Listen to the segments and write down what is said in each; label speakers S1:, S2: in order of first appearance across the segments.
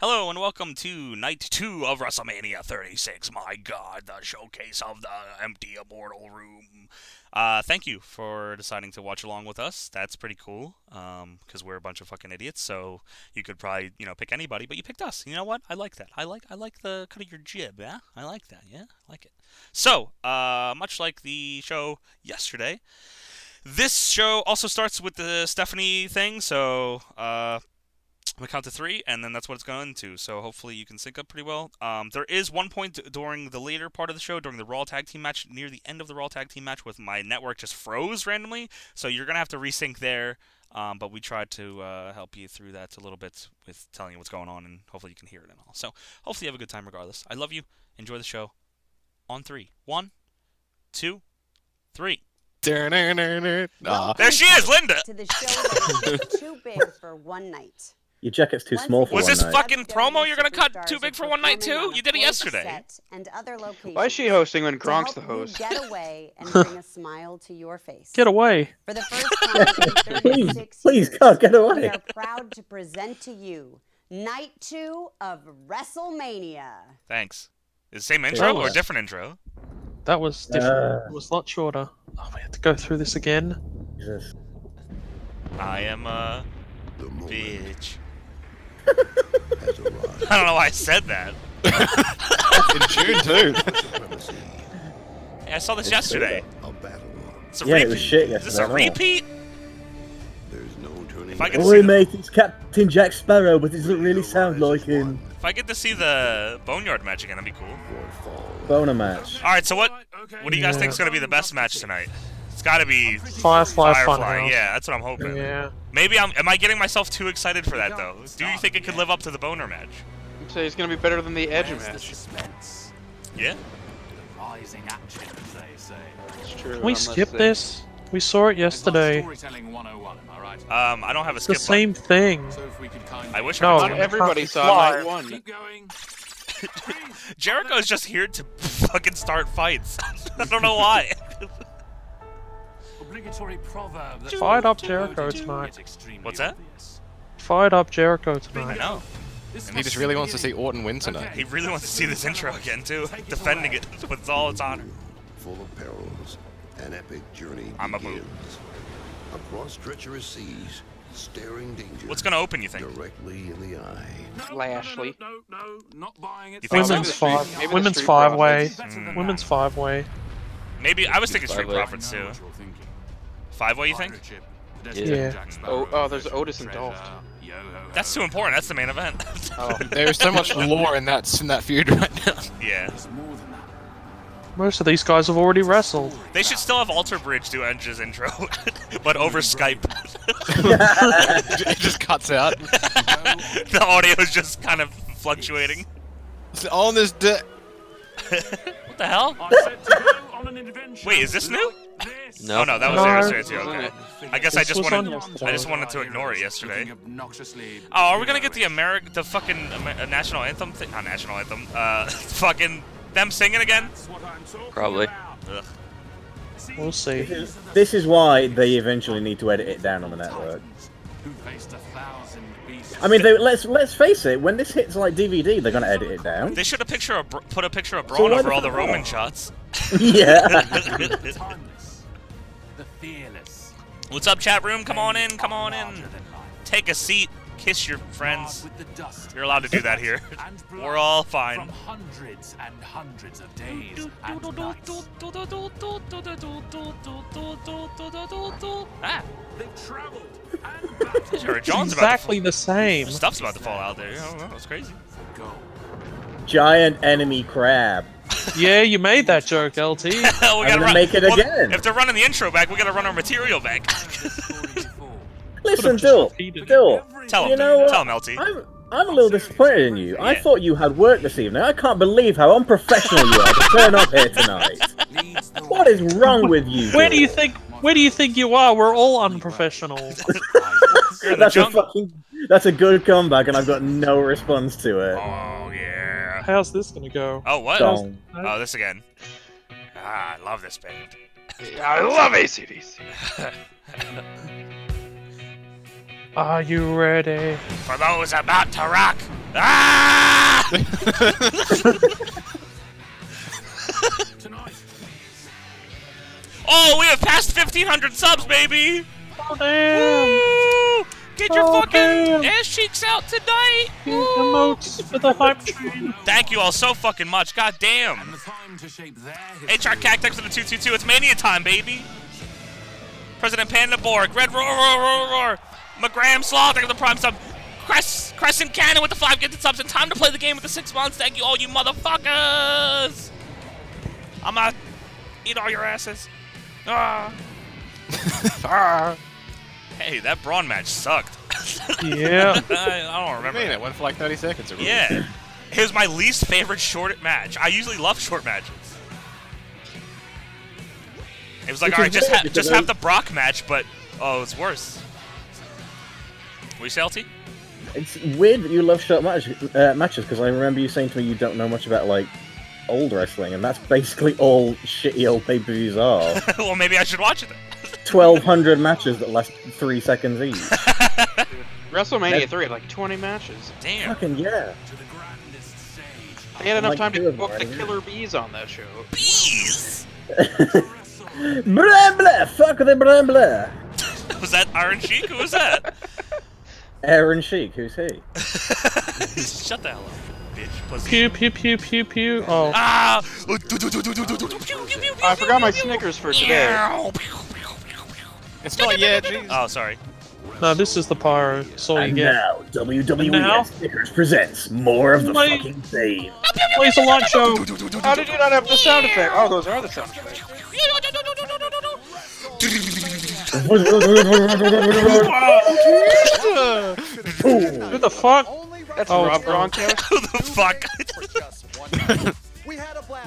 S1: Hello and welcome to night two of WrestleMania 36. My God, the showcase of the empty immortal room. Uh, thank you for deciding to watch along with us. That's pretty cool. Um, because we're a bunch of fucking idiots, so you could probably you know pick anybody, but you picked us. You know what? I like that. I like I like the cut of your jib. Yeah, I like that. Yeah, I like it. So, uh, much like the show yesterday, this show also starts with the Stephanie thing. So, uh, we count to three, and then that's what it's going to. So hopefully you can sync up pretty well. Um, there is one point d- during the later part of the show, during the Raw Tag Team match, near the end of the Raw Tag Team match, with my network just froze randomly. So you're gonna have to resync there. Um, but we tried to uh, help you through that a little bit with telling you what's going on, and hopefully you can hear it and all. So hopefully you have a good time regardless. I love you. Enjoy the show. On three, one, two, three.
S2: Aw.
S1: There she is, Linda.
S3: to the show that is too big for one night.
S4: Your jacket's too
S3: Once
S4: small for
S1: Was
S4: one
S1: this
S4: night.
S1: fucking promo you're gonna cut?
S3: Superstars
S1: Too big
S3: are
S1: for one night,
S3: performing
S1: too?
S3: on
S1: You
S3: a
S1: did it
S3: floor
S1: yesterday.
S3: set And other locations
S2: Why is she hosting when
S3: to
S2: Gronk's the
S3: help you
S2: host?
S3: Get away and bring a smile to your face.
S5: Get away.
S3: For the first time in
S4: Please,
S3: 36
S4: please,
S3: years,
S4: God, get
S3: We
S4: away.
S3: are proud to present to you night two of WrestleMania.
S1: Thanks. Is the same intro or
S5: was.
S1: different intro?
S5: That was different.
S4: Uh.
S5: it was a lot shorter. Oh, we had to go through this again.
S4: Jesus.
S1: I am uh, a
S6: The moment
S1: bitch.
S6: has arrived.
S1: I don't know why I said that.
S2: In June too.
S6: Supremacy,
S1: Hey, I saw this yesterday.
S6: a battle.
S1: It's a
S4: Yeah,
S1: repeat.
S4: it was shit
S1: Is this a
S4: yesterday, wasn't
S1: repeat?
S6: There's no turning
S1: If I could
S6: back.
S1: see
S4: Sorry,
S1: the-
S4: mate, it's Captain Jack Sparrow, but it doesn't really
S6: The
S4: sound
S6: rise
S4: like
S6: is
S4: him.
S1: If I get to see the Boneyard match again, that'd be cool.
S6: one, one fall.
S4: Boner match.
S1: All right, so what? What do you guys
S5: Yeah.
S1: think is gonna be the best match tonight? It's gotta be
S5: Firefly,
S1: Firefly.
S5: Funhouse.
S1: Yeah, that's what I'm hoping.
S5: Yeah.
S1: Maybe I'm. Am I getting myself too excited for that though? Do you think it could live up to the Boner match?
S2: So he's gonna be better than the Edge match.
S7: suspense?
S1: Yeah.
S7: The rising action, as they say.
S2: It's true.
S5: Can we
S2: unless
S5: skip
S2: they-
S5: this? We saw it yesterday.
S7: It's like storytelling 101, am I right?
S1: Um, I don't have a
S5: It's the
S1: skip.
S5: same thing.
S7: So if we could kindly
S1: I wish I could
S5: No,
S2: Not
S1: skip it.
S5: every-
S2: everybody saw night one.
S7: keep going. Please,
S1: Jericho's just here to fucking start fights. I don't know why.
S7: obligatory proverb that
S5: Fired up
S7: Although
S5: Jericho
S7: it is
S5: tonight.
S7: extremely
S1: What's that?
S7: obvious.
S5: Fired up Jericho
S1: I
S5: tonight.
S1: know.
S7: This
S2: And he
S7: was
S2: just really wants to see
S7: beginning.
S2: Orton win tonight.
S1: He really wants to see this intro again too, defending it with all its honor.
S6: Full of perils, an epic journey
S1: I'm a
S6: begins.
S1: boo.
S6: Across treacherous seas, staring danger
S1: What's gonna open? You think?
S6: directly in the eye.
S7: No, no, no,
S2: Lashley.
S7: No, no, no, not buying it.
S1: You think so?
S5: Women's
S1: Maybe
S5: five.
S2: maybe the
S5: Women's
S2: Street
S5: five way.
S7: Better than
S5: Women's
S7: that.
S5: five way.
S1: Maybe I was thinking Street
S8: Five-way.
S1: Profits
S7: I know
S1: too.
S7: what you're thinking.
S1: Five way, you think?
S7: Pirate ship, pedestrian
S5: Yeah.
S7: Jack
S2: Oh,
S7: Sparrow,
S2: oh, there's
S7: treasure,
S2: Otis and
S7: treasure,
S2: Dolph.
S7: yo-ho-ho.
S1: That's too important. That's the main event.
S2: Oh,
S8: There's so much lore in that in that feud right now.
S1: yeah.
S7: It's more than that.
S5: Most of these guys have already wrestled.
S1: They should still have Alter Bridge do Edge's intro, but over Skype.
S8: It just cuts out.
S1: the audio is just kind of fluctuating.
S8: It's on this dick.
S1: What the hell?
S7: I said to go on an adventure
S1: Wait, is this new?
S7: like this.
S8: No.
S1: Oh no, that was
S5: No.
S1: Serious Serious, Okay. I guess I
S5: This
S1: just
S5: was
S1: wanted.
S5: on yesterday.
S1: I just wanted to ignore it yesterday.
S7: Looking obnoxiously
S1: Oh, are we gonna get the
S7: heroic.
S1: American, the fucking Amer- uh, national anthem thing? Not national anthem. Uh, fucking them singing again.
S7: That's what I'm talking
S8: Probably.
S7: about.
S1: Ugh.
S7: See,
S5: We'll see.
S7: these are the
S4: This is why they eventually need to edit it down on the network.
S7: Titans who faced a thousand beasts.
S4: I mean, they, let's let's face it. When this hits like DVD, they're gonna edit it down.
S1: They should have picture of Br- put a picture of
S4: why
S1: Braun
S4: the
S1: over all the
S4: fuck-
S1: Roman shots.
S4: yeah.
S7: timeless, the fearless.
S1: What's up, chat room? Come on in, come on
S7: Larger
S1: in.
S7: than life,
S1: Take a seat, kiss your friends.
S7: marred with the dust
S1: You're allowed to do that here.
S7: and blood
S1: We're all fine.
S7: From hundreds and hundreds of days and nights.
S1: Ah,
S7: They've traveled and battled
S1: Sarah John's
S5: It's
S1: about to
S5: exactly the same.
S1: fall. Stuff's about to fall out there. I don't know. That was crazy.
S7: for gold.
S4: Giant enemy crab.
S5: Yeah, you made that joke, LT.
S1: we gotta
S4: gonna
S1: run.
S4: make it
S1: well,
S4: again.
S1: If they're running the intro back, we gotta run our material back.
S4: Listen,
S5: Could've just
S4: Dill.
S5: repeated it.
S4: Dill.
S1: tell him.
S4: You know what?
S1: tell him, LT.
S4: I'm I'm a little disappointed in you. I thought you had work this evening. I can't believe how unprofessional you are to turn up here tonight. What is wrong with you?
S5: Where do you
S4: Dill?
S5: think? Where do you think you are? We're all unprofessional.
S1: You're in the
S4: That's a
S1: jungle.
S4: fucking. That's a good comeback, and I've got no response to it.
S1: Oh yeah.
S5: How's this gonna go?
S1: Oh what?
S4: Dong.
S1: Oh, this again. Ah, I love this band.
S2: I love ACDC.
S5: Are you ready?
S1: For those about to rock, Ah!
S9: Tonight,
S1: Oh, we have passed 1,500 subs, baby!
S5: Oh, damn.
S1: Woo! Get your
S5: Oh,
S1: fucking
S5: damn.
S1: ass cheeks out tonight!
S5: Emotes for the hype train.
S1: Thank you all so fucking much. God
S9: and the
S1: damn.
S9: time to shape their
S1: HR
S9: history.
S1: Cactex of the 222. It's mania time, baby. President Panda Borg. Red Roar Roar Roar Roar. McGram Slaw. Thank you for the prime sub. Crest, Crescent Cannon with the five gifted subs. And time to play the game with the six months. Thank you all you motherfuckers. I'm gonna eat all your asses. Ah. Hey, that brawn match sucked.
S5: Yeah.
S1: I, I don't remember.
S8: mean, it went for like 30 seconds. It really-
S1: Yeah. It was my least favorite short match. I usually love short matches. It was like,
S4: Which is
S1: alright, just,
S4: weird
S1: ha-
S4: because
S1: just
S4: I-
S1: have the Brock match, but oh, it's worse. We say LT?
S4: It's weird that you love short match- uh, matches because I remember you saying to me you don't know much about like old wrestling, and that's basically all shitty old pay per views are.
S1: well, maybe I should watch it then.
S4: Twelve hundred matches that last three seconds each.
S2: WrestleMania 3 had like 20 matches.
S1: Damn.
S4: Fucking yeah.
S9: To the grandest stage.
S2: They had enough
S4: Like
S2: time
S4: two
S2: to
S4: of them,
S2: book the
S4: right?
S2: killer bees on that show.
S1: Bees!
S4: Blah blah. Fuck the blah blah.
S1: Was that Iron Sheik? Who was that?
S4: Aaron Sheik, who's he?
S1: Shut the hell up, bitch. Pussy.
S5: pew, pew, pew, pew, pew. Oh.
S1: Ah!
S2: I forgot my Snickers for today.
S8: It's not yet. jeez.
S1: Oh, sorry.
S5: No, this is the pyro. That's all you
S4: And
S5: get.
S4: now WWE
S5: Now?
S4: Stickers presents more of the
S5: My-
S4: fucking same.
S5: Plays a light show.
S2: How did you not have the sound effect? Oh, those are the sound effects.
S5: Who the fuck?
S2: That's
S5: Oh,
S2: Rob
S5: it's Rob.
S2: Gronkowski.
S1: Who the fuck?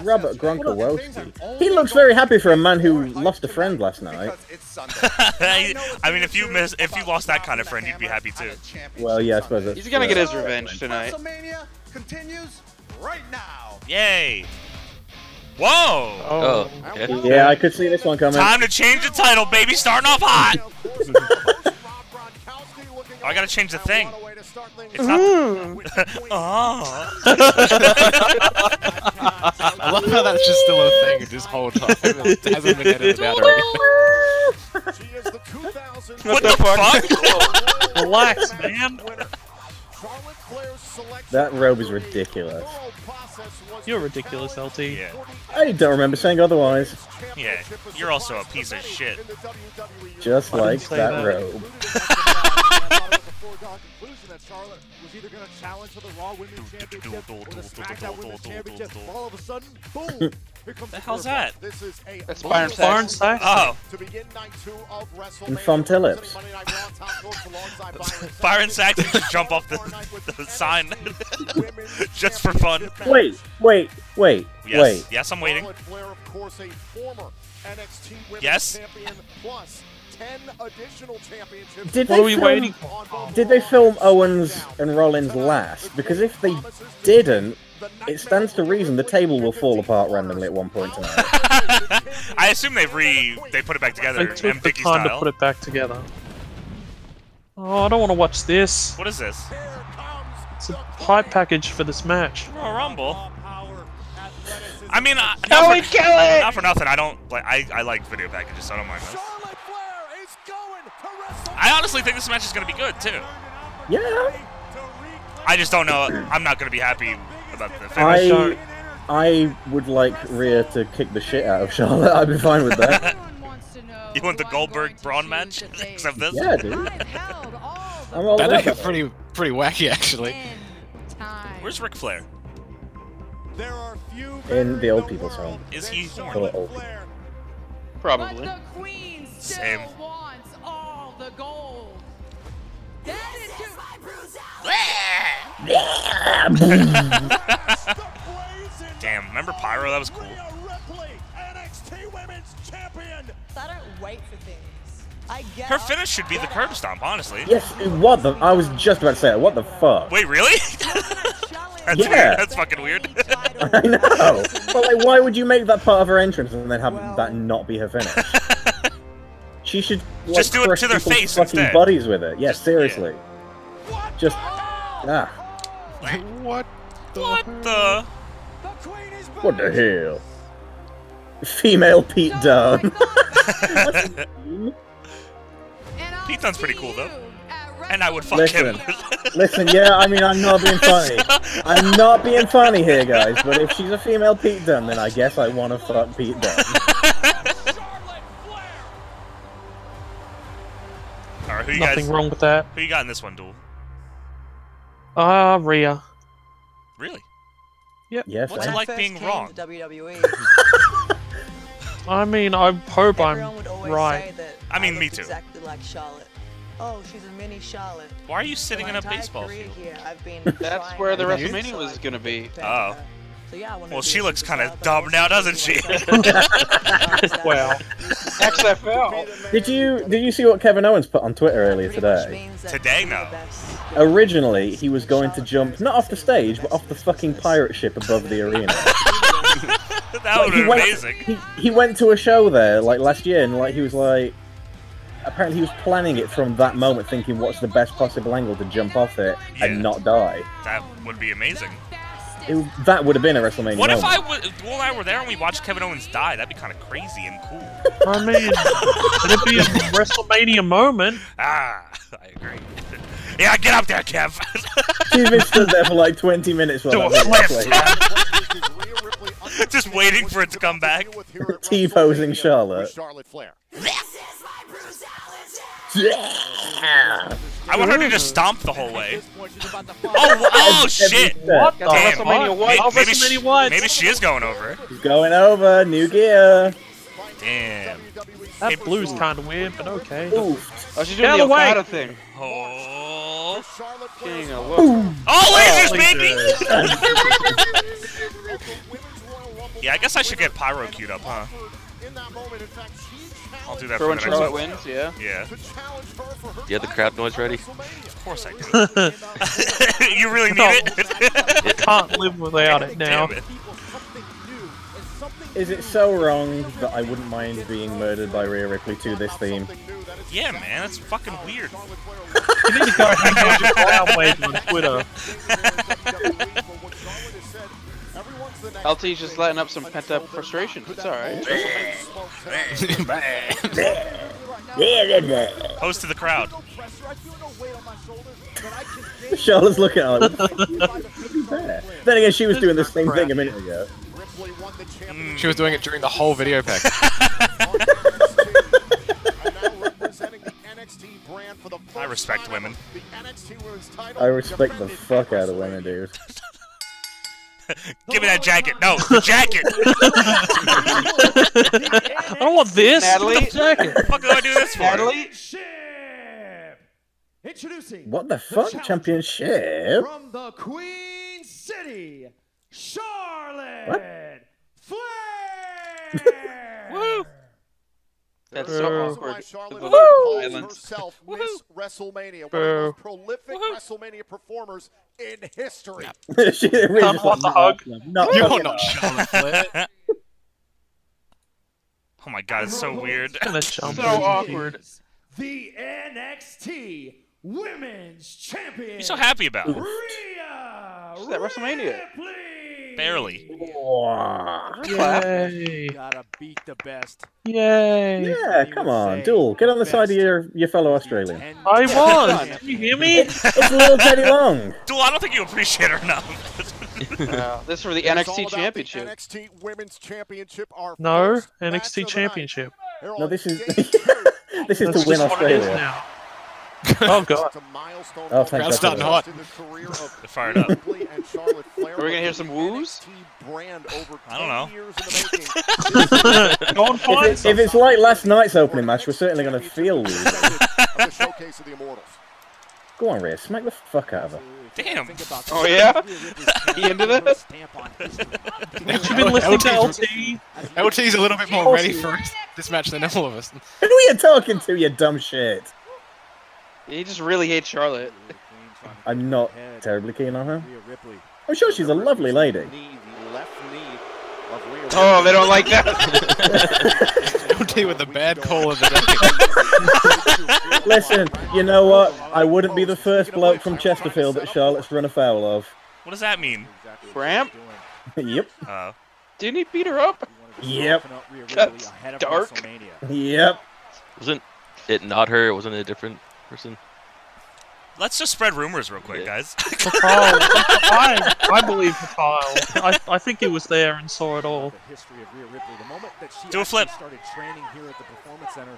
S4: Robert Gronkowski. He looks very happy for a man who lost a friend last night.
S1: I, I mean, if you miss, if you lost that kind of friend, you'd be happy too.
S4: Well, yeah, I suppose that's
S2: He's gonna
S4: true.
S2: get his revenge tonight.
S6: WrestleMania continues right now.
S1: Yay! Whoa!
S5: Oh.
S4: Yeah, I could see this one coming.
S1: Time to change the title, baby. Starting off hot. Oh, I gotta change the thing. It's not. Oh.
S8: Mm-hmm. I love how that's just still a thing this whole time. It hasn't been edited out or anything.
S1: What the fuck?
S5: Relax, man.
S4: That robe is ridiculous.
S5: You're ridiculous, LT.
S1: yeah.
S4: I don't remember saying otherwise.
S1: Yeah. You're also a piece of shit.
S8: E.
S4: Just
S5: didn't
S4: like
S5: say
S4: that,
S5: that.
S4: robe.
S1: The hell's that?
S2: That's Byron
S5: Barn
S2: Sax.
S5: sack.
S1: Oh,
S6: To begin night two of WrestleMania.
S4: thumb tillips.
S6: Monday Night Raw, Top Gold alongside
S1: Byron
S6: Byron
S1: Sax
S6: Saxon.
S1: used to jump off the- the sign just for fun.
S4: Wait, wait, wait,
S1: Yes.
S4: wait.
S1: Yes, I'm waiting.
S6: Charlotte Flair, of course, a former NXT Women's
S1: Yes.
S6: Champion, plus 10 additional championships.
S4: Did
S5: What
S4: they
S5: are we
S4: film-
S5: waiting for?
S6: on both
S4: Did they
S6: Raw
S4: film
S6: and
S4: Owens
S6: SmackDown.
S4: and Rollins last? Because if they
S6: Promises to
S4: didn't,
S6: the
S4: it stands to
S6: nightmare
S4: reason the table will fall apart
S6: 15
S4: randomly at one point
S6: hours.
S4: tonight.
S1: I assume they re they put it back
S5: I
S1: together.
S5: took
S1: M
S5: the
S1: Dickey
S5: time to
S1: style.
S5: put it back together. Oh, I don't want to watch this.
S1: What is this?
S5: It's a hype package for this match.
S1: Royal Oh, Rumble. I mean, I, not,
S2: Kelly,
S1: for,
S2: Kelly!
S1: not for nothing. I don't like. I, I like video packages, so I don't mind those. I honestly think this match is gonna be good too.
S4: Yeah.
S1: I just don't know. I'm not gonna be happy about the finish.
S4: I I would like Rhea to kick the shit out of Charlotte. I'd be fine with that.
S1: you want the Goldberg Braun match? Except this.
S4: yeah, dude. I'm all
S8: That
S4: about
S8: looked
S4: that.
S8: pretty, pretty wacky, actually.
S1: Where's Ric Flair?
S4: In the old people's home.
S1: Is he
S4: The
S1: horny?
S4: little-
S2: Probably.
S1: Same. Damn. Remember Pyro? That was cool.
S3: I don't wait for things. I get
S1: Her
S3: up,
S1: finish should be the curb stomp, honestly.
S4: Yes, what the? I was just about to say that. What the fuck?
S1: Wait, really?
S3: challenge
S1: That's
S4: Yeah.
S1: weird. That's fucking weird.
S3: any title.
S4: I know. But like, why would you make that part of her entrance and then have that not be her finish? she should like,
S1: Just do it
S4: crush
S1: to their
S4: people's
S1: face
S4: fucking
S1: instead.
S4: bodies with it. Yeah, seriously. Just
S3: Oh,
S4: ah,
S8: What? The
S1: What the?
S6: The queen is back.
S4: What the hell? Female Pete Dunne.
S1: Pete Dunne's pretty cool, though. And I would fuck
S4: Listen,
S1: him.
S4: listen, yeah, I mean, I'm not being funny. I'm not being funny here, guys, but if she's a female Pete Dunne, then I guess I want to fuck Pete Dunne.
S1: All right, who you
S5: Nothing
S1: guys?
S5: wrong with that.
S1: Who you got in this one, duel?
S5: Ah, Rhea.
S1: Really?
S4: Yes,
S1: What's
S4: I-
S1: it like being wrong?
S3: To WWE,
S5: I mean, I hope
S3: everyone
S5: I'm
S3: would always say
S5: right.
S3: that
S1: I mean, me
S3: looked
S1: too.
S3: Exactly like Charlotte. Oh, she's a mini Charlotte.
S1: Why are you sitting
S3: My
S1: in a
S3: entire
S1: baseball
S3: career
S1: field?
S3: Here, I've been
S2: That's
S3: trying
S2: where the
S3: to do
S2: WrestleMania
S3: so
S2: was
S3: I
S2: gonna
S3: could
S2: be.
S3: compare to
S1: Oh.
S3: her. So yeah, I wanna
S1: Well,
S3: be
S1: she
S3: a
S1: looks kinda
S3: superstar, but I
S1: dumb
S3: also
S1: now,
S3: wanna
S1: doesn't
S3: be
S1: she?
S3: myself.
S5: Wow.
S2: XFL.
S4: Did you did you see what Kevin Owens put on Twitter earlier
S3: Pretty much
S4: today?
S3: means that
S1: Today,
S3: you're the
S1: no.
S3: best.
S4: Originally, he was going to jump not off the stage, but off the fucking pirate ship above the arena.
S1: that would be
S4: he went-
S1: amazing.
S4: He, he went to a show there like last year, and like he was like, apparently he was planning it from that moment, thinking what's the best possible angle to jump off it
S1: Yeah.
S4: and not die.
S1: That would be amazing.
S4: It, that would have been a WrestleMania.
S1: What if
S4: moment.
S1: I w- Duel and I were there and we watched Kevin Owens die? That'd be kind of crazy and cool.
S5: I mean, it'd be a WrestleMania moment.
S1: Ah, I agree. yeah, get up there, Kev.
S4: She's been stood there for like 20 minutes while
S1: Do a
S4: that video
S1: flip.
S4: plays.
S1: Just waiting for it to come back.
S4: T-posing Charlotte.
S6: Charlotte Flair.
S4: Yeah.
S1: I want her to just stomp the whole way. Oh, oh shit!
S4: What?
S2: Got the
S1: Damn.
S2: WrestleMania
S1: May-
S2: one.
S5: Oh,
S1: maybe, she,
S5: WrestleMania one.
S1: maybe she is going over.
S4: Going over, new gear.
S1: Damn.
S5: That blue's kind of weird, but okay.
S4: Oof.
S2: Oh, she's doing
S5: Out
S2: the
S5: of the way.
S2: Okada thing.
S1: Oh,
S2: Getting a look.
S1: oh lasers,
S5: Oh,
S1: baby! Yeah, I guess I should get pyro queued up, huh? I'll do that
S2: For when
S1: the next
S2: Charlotte
S1: one.
S2: wins, yeah.
S1: Yeah,
S6: Do you have the crowd noise ready?
S1: of course I do. you really need it?
S5: Can't live without it now.
S1: Damn it.
S4: Is it so wrong that I wouldn't mind being murdered by Rhea Ripley to this theme?
S1: Yeah, man, that's fucking weird.
S5: You need to go hang out with Cloud Wave on Twitter.
S2: LT just letting up some pent up frustration. It's alright.
S1: Post to the crowd.
S4: Charlotte's looking at it. like, "Yeah." Then again, she was doing the same thing a minute ago.
S8: She was doing it during the whole video pack.
S1: I respect women.
S4: I respect the fuck out of women, dude.
S1: Give me that jacket. No, the jacket.
S5: I don't want this.
S2: Natalie?
S1: What the fuck do I do this for?
S2: Natalie?
S6: Introducing
S4: What the fuck? Championship?
S6: from the Queen City, Charlotte Flair. Woo!
S2: That's so
S5: Boo.
S2: awkward.
S6: Charlotte
S2: The
S6: Flair
S2: little
S6: calls
S2: silence.
S6: herself Miss WrestleMania, one of the
S5: Boo.
S6: most prolific WrestleMania performers in history.
S4: she really
S5: Come
S4: just
S5: on,
S4: like,
S5: the
S4: "No,
S5: hug."
S4: Not
S8: You are
S4: fucking
S8: not
S4: hug.
S8: Charlotte Flair.
S1: Oh my god, it's so weird.
S5: I'm gonna jump
S2: So
S5: in.
S2: awkward.
S6: The NXT Women's Champion.
S1: You're so happy about it.
S6: Rhea
S2: She's at WrestleMania.
S6: Ripley.
S1: Barely.
S5: Yay.
S6: Gotta beat the best.
S5: Yay.
S4: Yeah, come on, Duel, get on the side of your, your fellow Australian.
S6: Ten-
S5: I was. Can you hear me?
S4: It's little Teddy Long.
S1: Duel, I don't think you appreciate her enough.
S2: Wow, this is for the
S6: It's all
S2: NXT
S6: about the
S2: Championship.
S6: NXT Women's Championship. Our
S5: No,
S6: first match
S5: NXT
S6: of the night.
S5: Championship.
S6: They're
S4: No,
S6: on
S4: this is
S6: day
S4: this is
S5: That's
S4: to win
S5: just what it is
S4: Australia.
S5: now. Oh god.
S6: It's a milestone
S4: Oh, thank
S6: moment
S8: God for that.
S6: in the career of
S1: They're fired up.
S6: Ripley and Charlotte Flair.
S2: Are we gonna hear some woos?
S6: NXT brand over
S1: I don't know.
S6: 10 years in the making.
S5: Go and
S4: If,
S5: find
S4: it- if it's like last night's opening match, we're certainly going to feel weird.
S6: the showcase of the Immortals.
S4: Go on, Rhea, smack the fuck out of her.
S1: Damn.
S2: Oh, yeah? He into this?
S5: Have you been listening to LT?
S8: LT's a little bit more ready for this match than all of us.
S4: Who are you talking to, you dumb shit?
S2: He just really hates Charlotte.
S4: I'm not terribly keen on her.
S6: Rhea Ripley.
S4: I'm sure she's a lovely lady.
S6: Knee, the left knee of Rhea
S2: Oh, they don't like that.
S8: LT with the bad call of the day.
S6: don't.
S4: Listen, you know what? I wouldn't be the first bloke from Chesterfield that Charlotte's run afoul of.
S1: What does that mean?
S6: Exactly
S2: Ramp?
S4: yep.
S1: Uh,
S2: Didn't he beat her up?
S4: Yep.
S2: That's dark.
S4: Yep.
S10: Wasn't it not her? It wasn't a different person.
S1: let's just spread rumors real quick,
S10: Yeah.
S1: guys.
S5: Papal. I, I believe Papal. I, I think he was there and saw it all.
S6: The history of Rhea Ripley. The moment that she
S1: Do a
S6: actually
S1: flip.
S6: started training here at the Performance Center,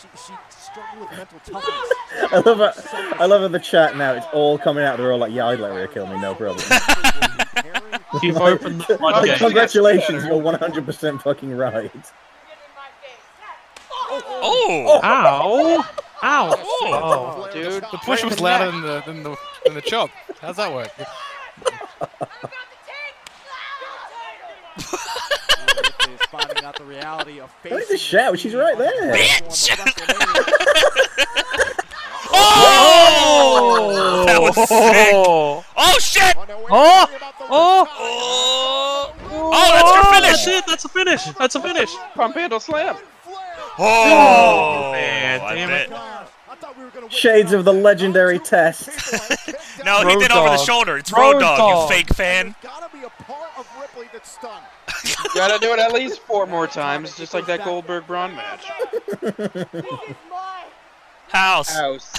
S6: she, she struggled with mental toughness.
S4: I love it. I love it. The chat now. It's all coming out. They're all like, "Yeah, I'd let her kill me, no problem."
S5: You've opened the
S4: Like,
S5: floodgate.
S4: congratulations, you're 100% fucking right.
S1: oh,
S5: Ow! Ow!
S1: Oh.
S5: Oh,
S2: Dude.
S8: The push was louder than the than the than the chop. How's that work?
S6: Ripley is finding out the reality of
S4: Look at
S6: facing
S4: the shout. She's right there.
S1: Oh! That was sick.
S5: Oh!
S1: Oh shit!
S5: Oh! Oh!
S1: Oh! Oh, that's your
S5: Oh,
S1: finish.
S5: shit, that's a finish! That's a finish!
S2: Pump handle slam.
S1: Oh,
S5: man,
S1: I
S5: damn
S1: bet.
S5: it.
S4: Shades of the legendary test.
S1: No, he
S5: Road
S1: did over the
S5: dog.
S1: shoulder. It's Road,
S5: Road
S1: dog,
S5: dog.
S1: you fake fan.
S6: Gotta be a part of Ripley that's stunned.
S2: You gotta do it at least four more times, just like that Goldberg Braun match.
S1: House.
S2: House.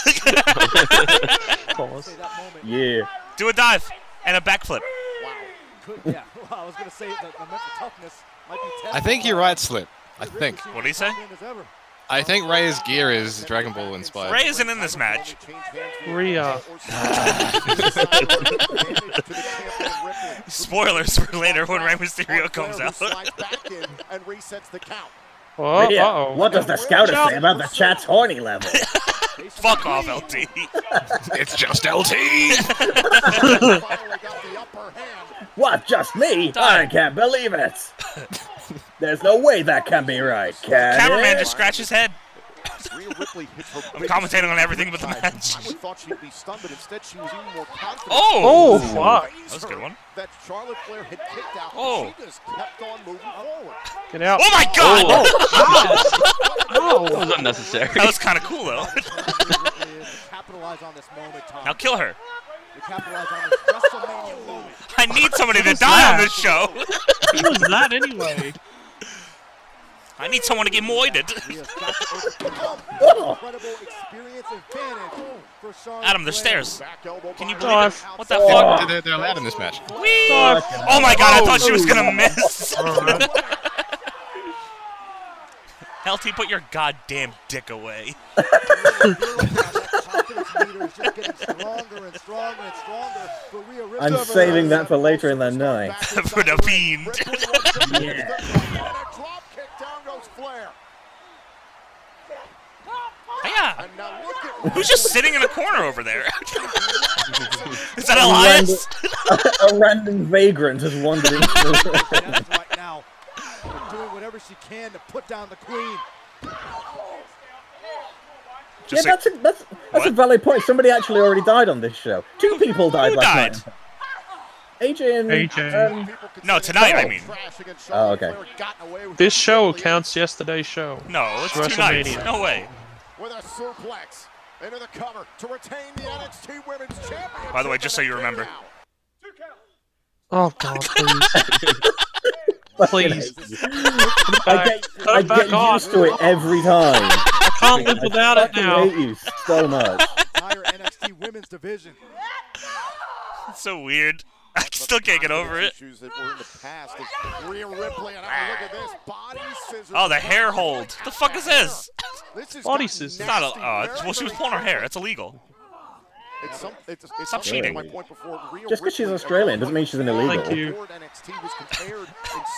S5: Pause.
S6: That moment.
S4: Yeah.
S1: Do a dive and a backflip.
S6: Wow. Could, yeah. Well, I was gonna say that the mental toughness might be.
S8: I think you're right, Slip. I think.
S1: What'd he say?
S8: I think Ray's gear is Dragon Ball inspired.
S1: Ray isn't in this match.
S6: uh,
S5: Rhea.
S6: uh,
S1: Spoilers for later when Rey Mysterio comes out.
S6: and resets the count.
S5: Oh,
S4: Yeah.
S5: uh-oh.
S4: What does the scouter say about the chat's horny level?
S1: Fuck off, LT.
S8: It's just LT.
S6: Finally got the upper hand.
S4: What, just me? I can't believe it. There's no way that can be right, can
S1: Cameraman
S4: it?
S1: just scratched his head.
S6: Rhea Ripley hits her
S1: I'm
S6: big
S1: commentating on everything but the
S6: side.
S1: match.
S6: I thought she'd be stunned, but instead she was even more confident.
S1: Oh!
S5: Oh, fuck.
S1: That was a good one.
S6: That Charlotte Flair had kicked out.
S1: Oh.
S6: She just kept on moving forward.
S5: Get out.
S1: Oh my god!
S10: That was unnecessary.
S1: That was kind of cool though.
S6: capitalize on this moment, Tom.
S1: now kill her.
S6: To capitalize on this WrestleMania moment.
S1: I need somebody to
S5: What was
S1: die on
S5: that?
S1: this show.
S5: Who was that anyway?
S1: I need someone to get moided.
S6: Rhea's got to overcome
S4: Oh.
S6: incredible experience advantage for Charlotte
S1: Adam, there's
S6: Flair.
S1: stairs.
S6: Back elbow
S1: Can you
S6: by
S1: believe it?
S5: Dive.
S1: What the
S4: Oh.
S1: fuck?
S8: They're- They're, they're allowed in this match.
S1: Whee!
S5: Dive.
S1: Oh my god, I thought she was gonna miss. LT, put your goddamn dick away.
S6: that confidence meter is just getting stronger and stronger and stronger for Rhea Ripley.
S4: I'm saving that for later in the night.
S1: For the fiend.
S6: Ripley once again
S4: Yeah.
S6: gets the ball and a drop kick. Down goes Flair.
S1: Yeah.
S6: And now look at
S1: Who's just sitting in a corner over there? Is that Elias?
S4: A random vagrant has wandered into the
S6: Yes, right now. Doing whatever she can to put down the queen.
S4: Yeah,
S1: Just like,
S4: that's a, that's, that's a
S1: What?
S4: valid point. Somebody actually already died on this show. Two people died
S1: Who
S4: last night. AJ and...
S5: AJ.
S4: um,
S6: People could
S1: No,
S6: see it.
S1: tonight, I mean.
S6: Trash against
S4: Oh,
S6: Charlotte
S4: okay.
S6: Flair, gotten away with
S5: This
S6: it
S5: show
S6: quickly.
S5: counts yesterday's show.
S1: no, it's two nights.
S5: WrestleMania.
S1: No way.
S6: with a suplex into the cover to retain the NXT Women's Championship.
S1: By the way, just so
S6: and
S1: you
S6: a
S1: remember.
S6: now.
S5: Oh god, please. please.
S4: I get,
S5: Turn
S4: I
S5: back
S4: get
S5: on.
S4: used to it every time.
S5: I can't live without
S4: I
S5: it
S4: fucking
S5: now.
S4: hate you so much.
S6: Entire NXT Women's Division.
S1: It's so weird. I still can't get over it.
S6: Issues that were in the past. It's Rhea Ripley and oh, look at this body scissors.
S1: Oh, the hair hold. The fuck is this?
S6: This is
S5: Body
S6: gotten
S5: scissors.
S1: It's not a.
S6: nasty,
S1: Uh,
S6: very,
S1: it's- well, she was
S6: very
S1: pulling her hair.
S6: quick.
S1: That's illegal.
S6: It's some, it's, it's
S1: Stop
S6: something to
S1: cheating.
S6: My point before, Rhea
S4: Just 'cause she's
S6: Ripley-
S4: Australian doesn't mean she's an illegal.
S5: Thank you.
S6: Before NXT was compared in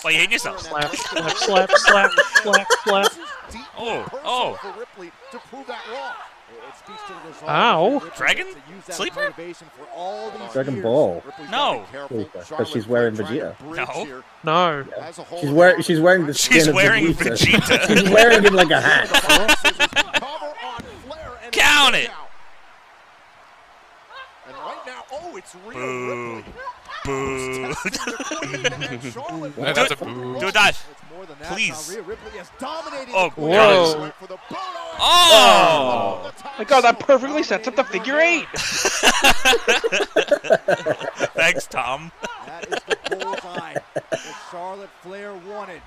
S1: Well, you hate yourself.
S6: stature and
S5: Slap,
S6: athletic
S5: slap, slap, slap, slap, slap.
S6: This is deep
S1: Oh,
S6: personal
S1: oh.
S6: for Ripley to prove that wrong. It speaks to the resolve
S5: Ow.
S6: of Ripley
S1: Dragon?
S6: to use that as
S1: Sleeper?
S6: motivation for all these
S4: Dragon
S6: years.
S4: Ball.
S6: Ripley's
S1: No.
S6: gotta be careful.
S4: Sleeper, 'cause
S6: Charlotte's
S4: she's wearing
S6: trying to
S4: Vegeta.
S6: bridge
S1: No.
S6: here.
S5: No.
S6: As a whole,
S4: She's wearing she's wearing the skin
S1: She's
S4: of
S1: wearing
S4: Vegeta.
S1: Vegeta.
S4: she's wearing him like a hat.
S6: cover on Flair and
S1: Count
S6: it's
S1: it.
S6: out. And right now, oh, it's Rhea
S1: Boo.
S6: Ripley.
S1: Boo.
S8: No, that's a boo.
S1: Do a dive.
S6: It's more than that. Now
S1: Please.
S6: Rhea Ripley has dominated
S1: Oh,
S6: the queen.
S5: Whoa.
S6: Went for the Bono and
S1: Oh!
S6: the top
S2: My god, that
S6: rope.
S2: perfectly sets up the figure eight.
S6: Dominated
S1: That Thanks, Tom.
S6: That is the bullseye that Charlotte Flair wanted.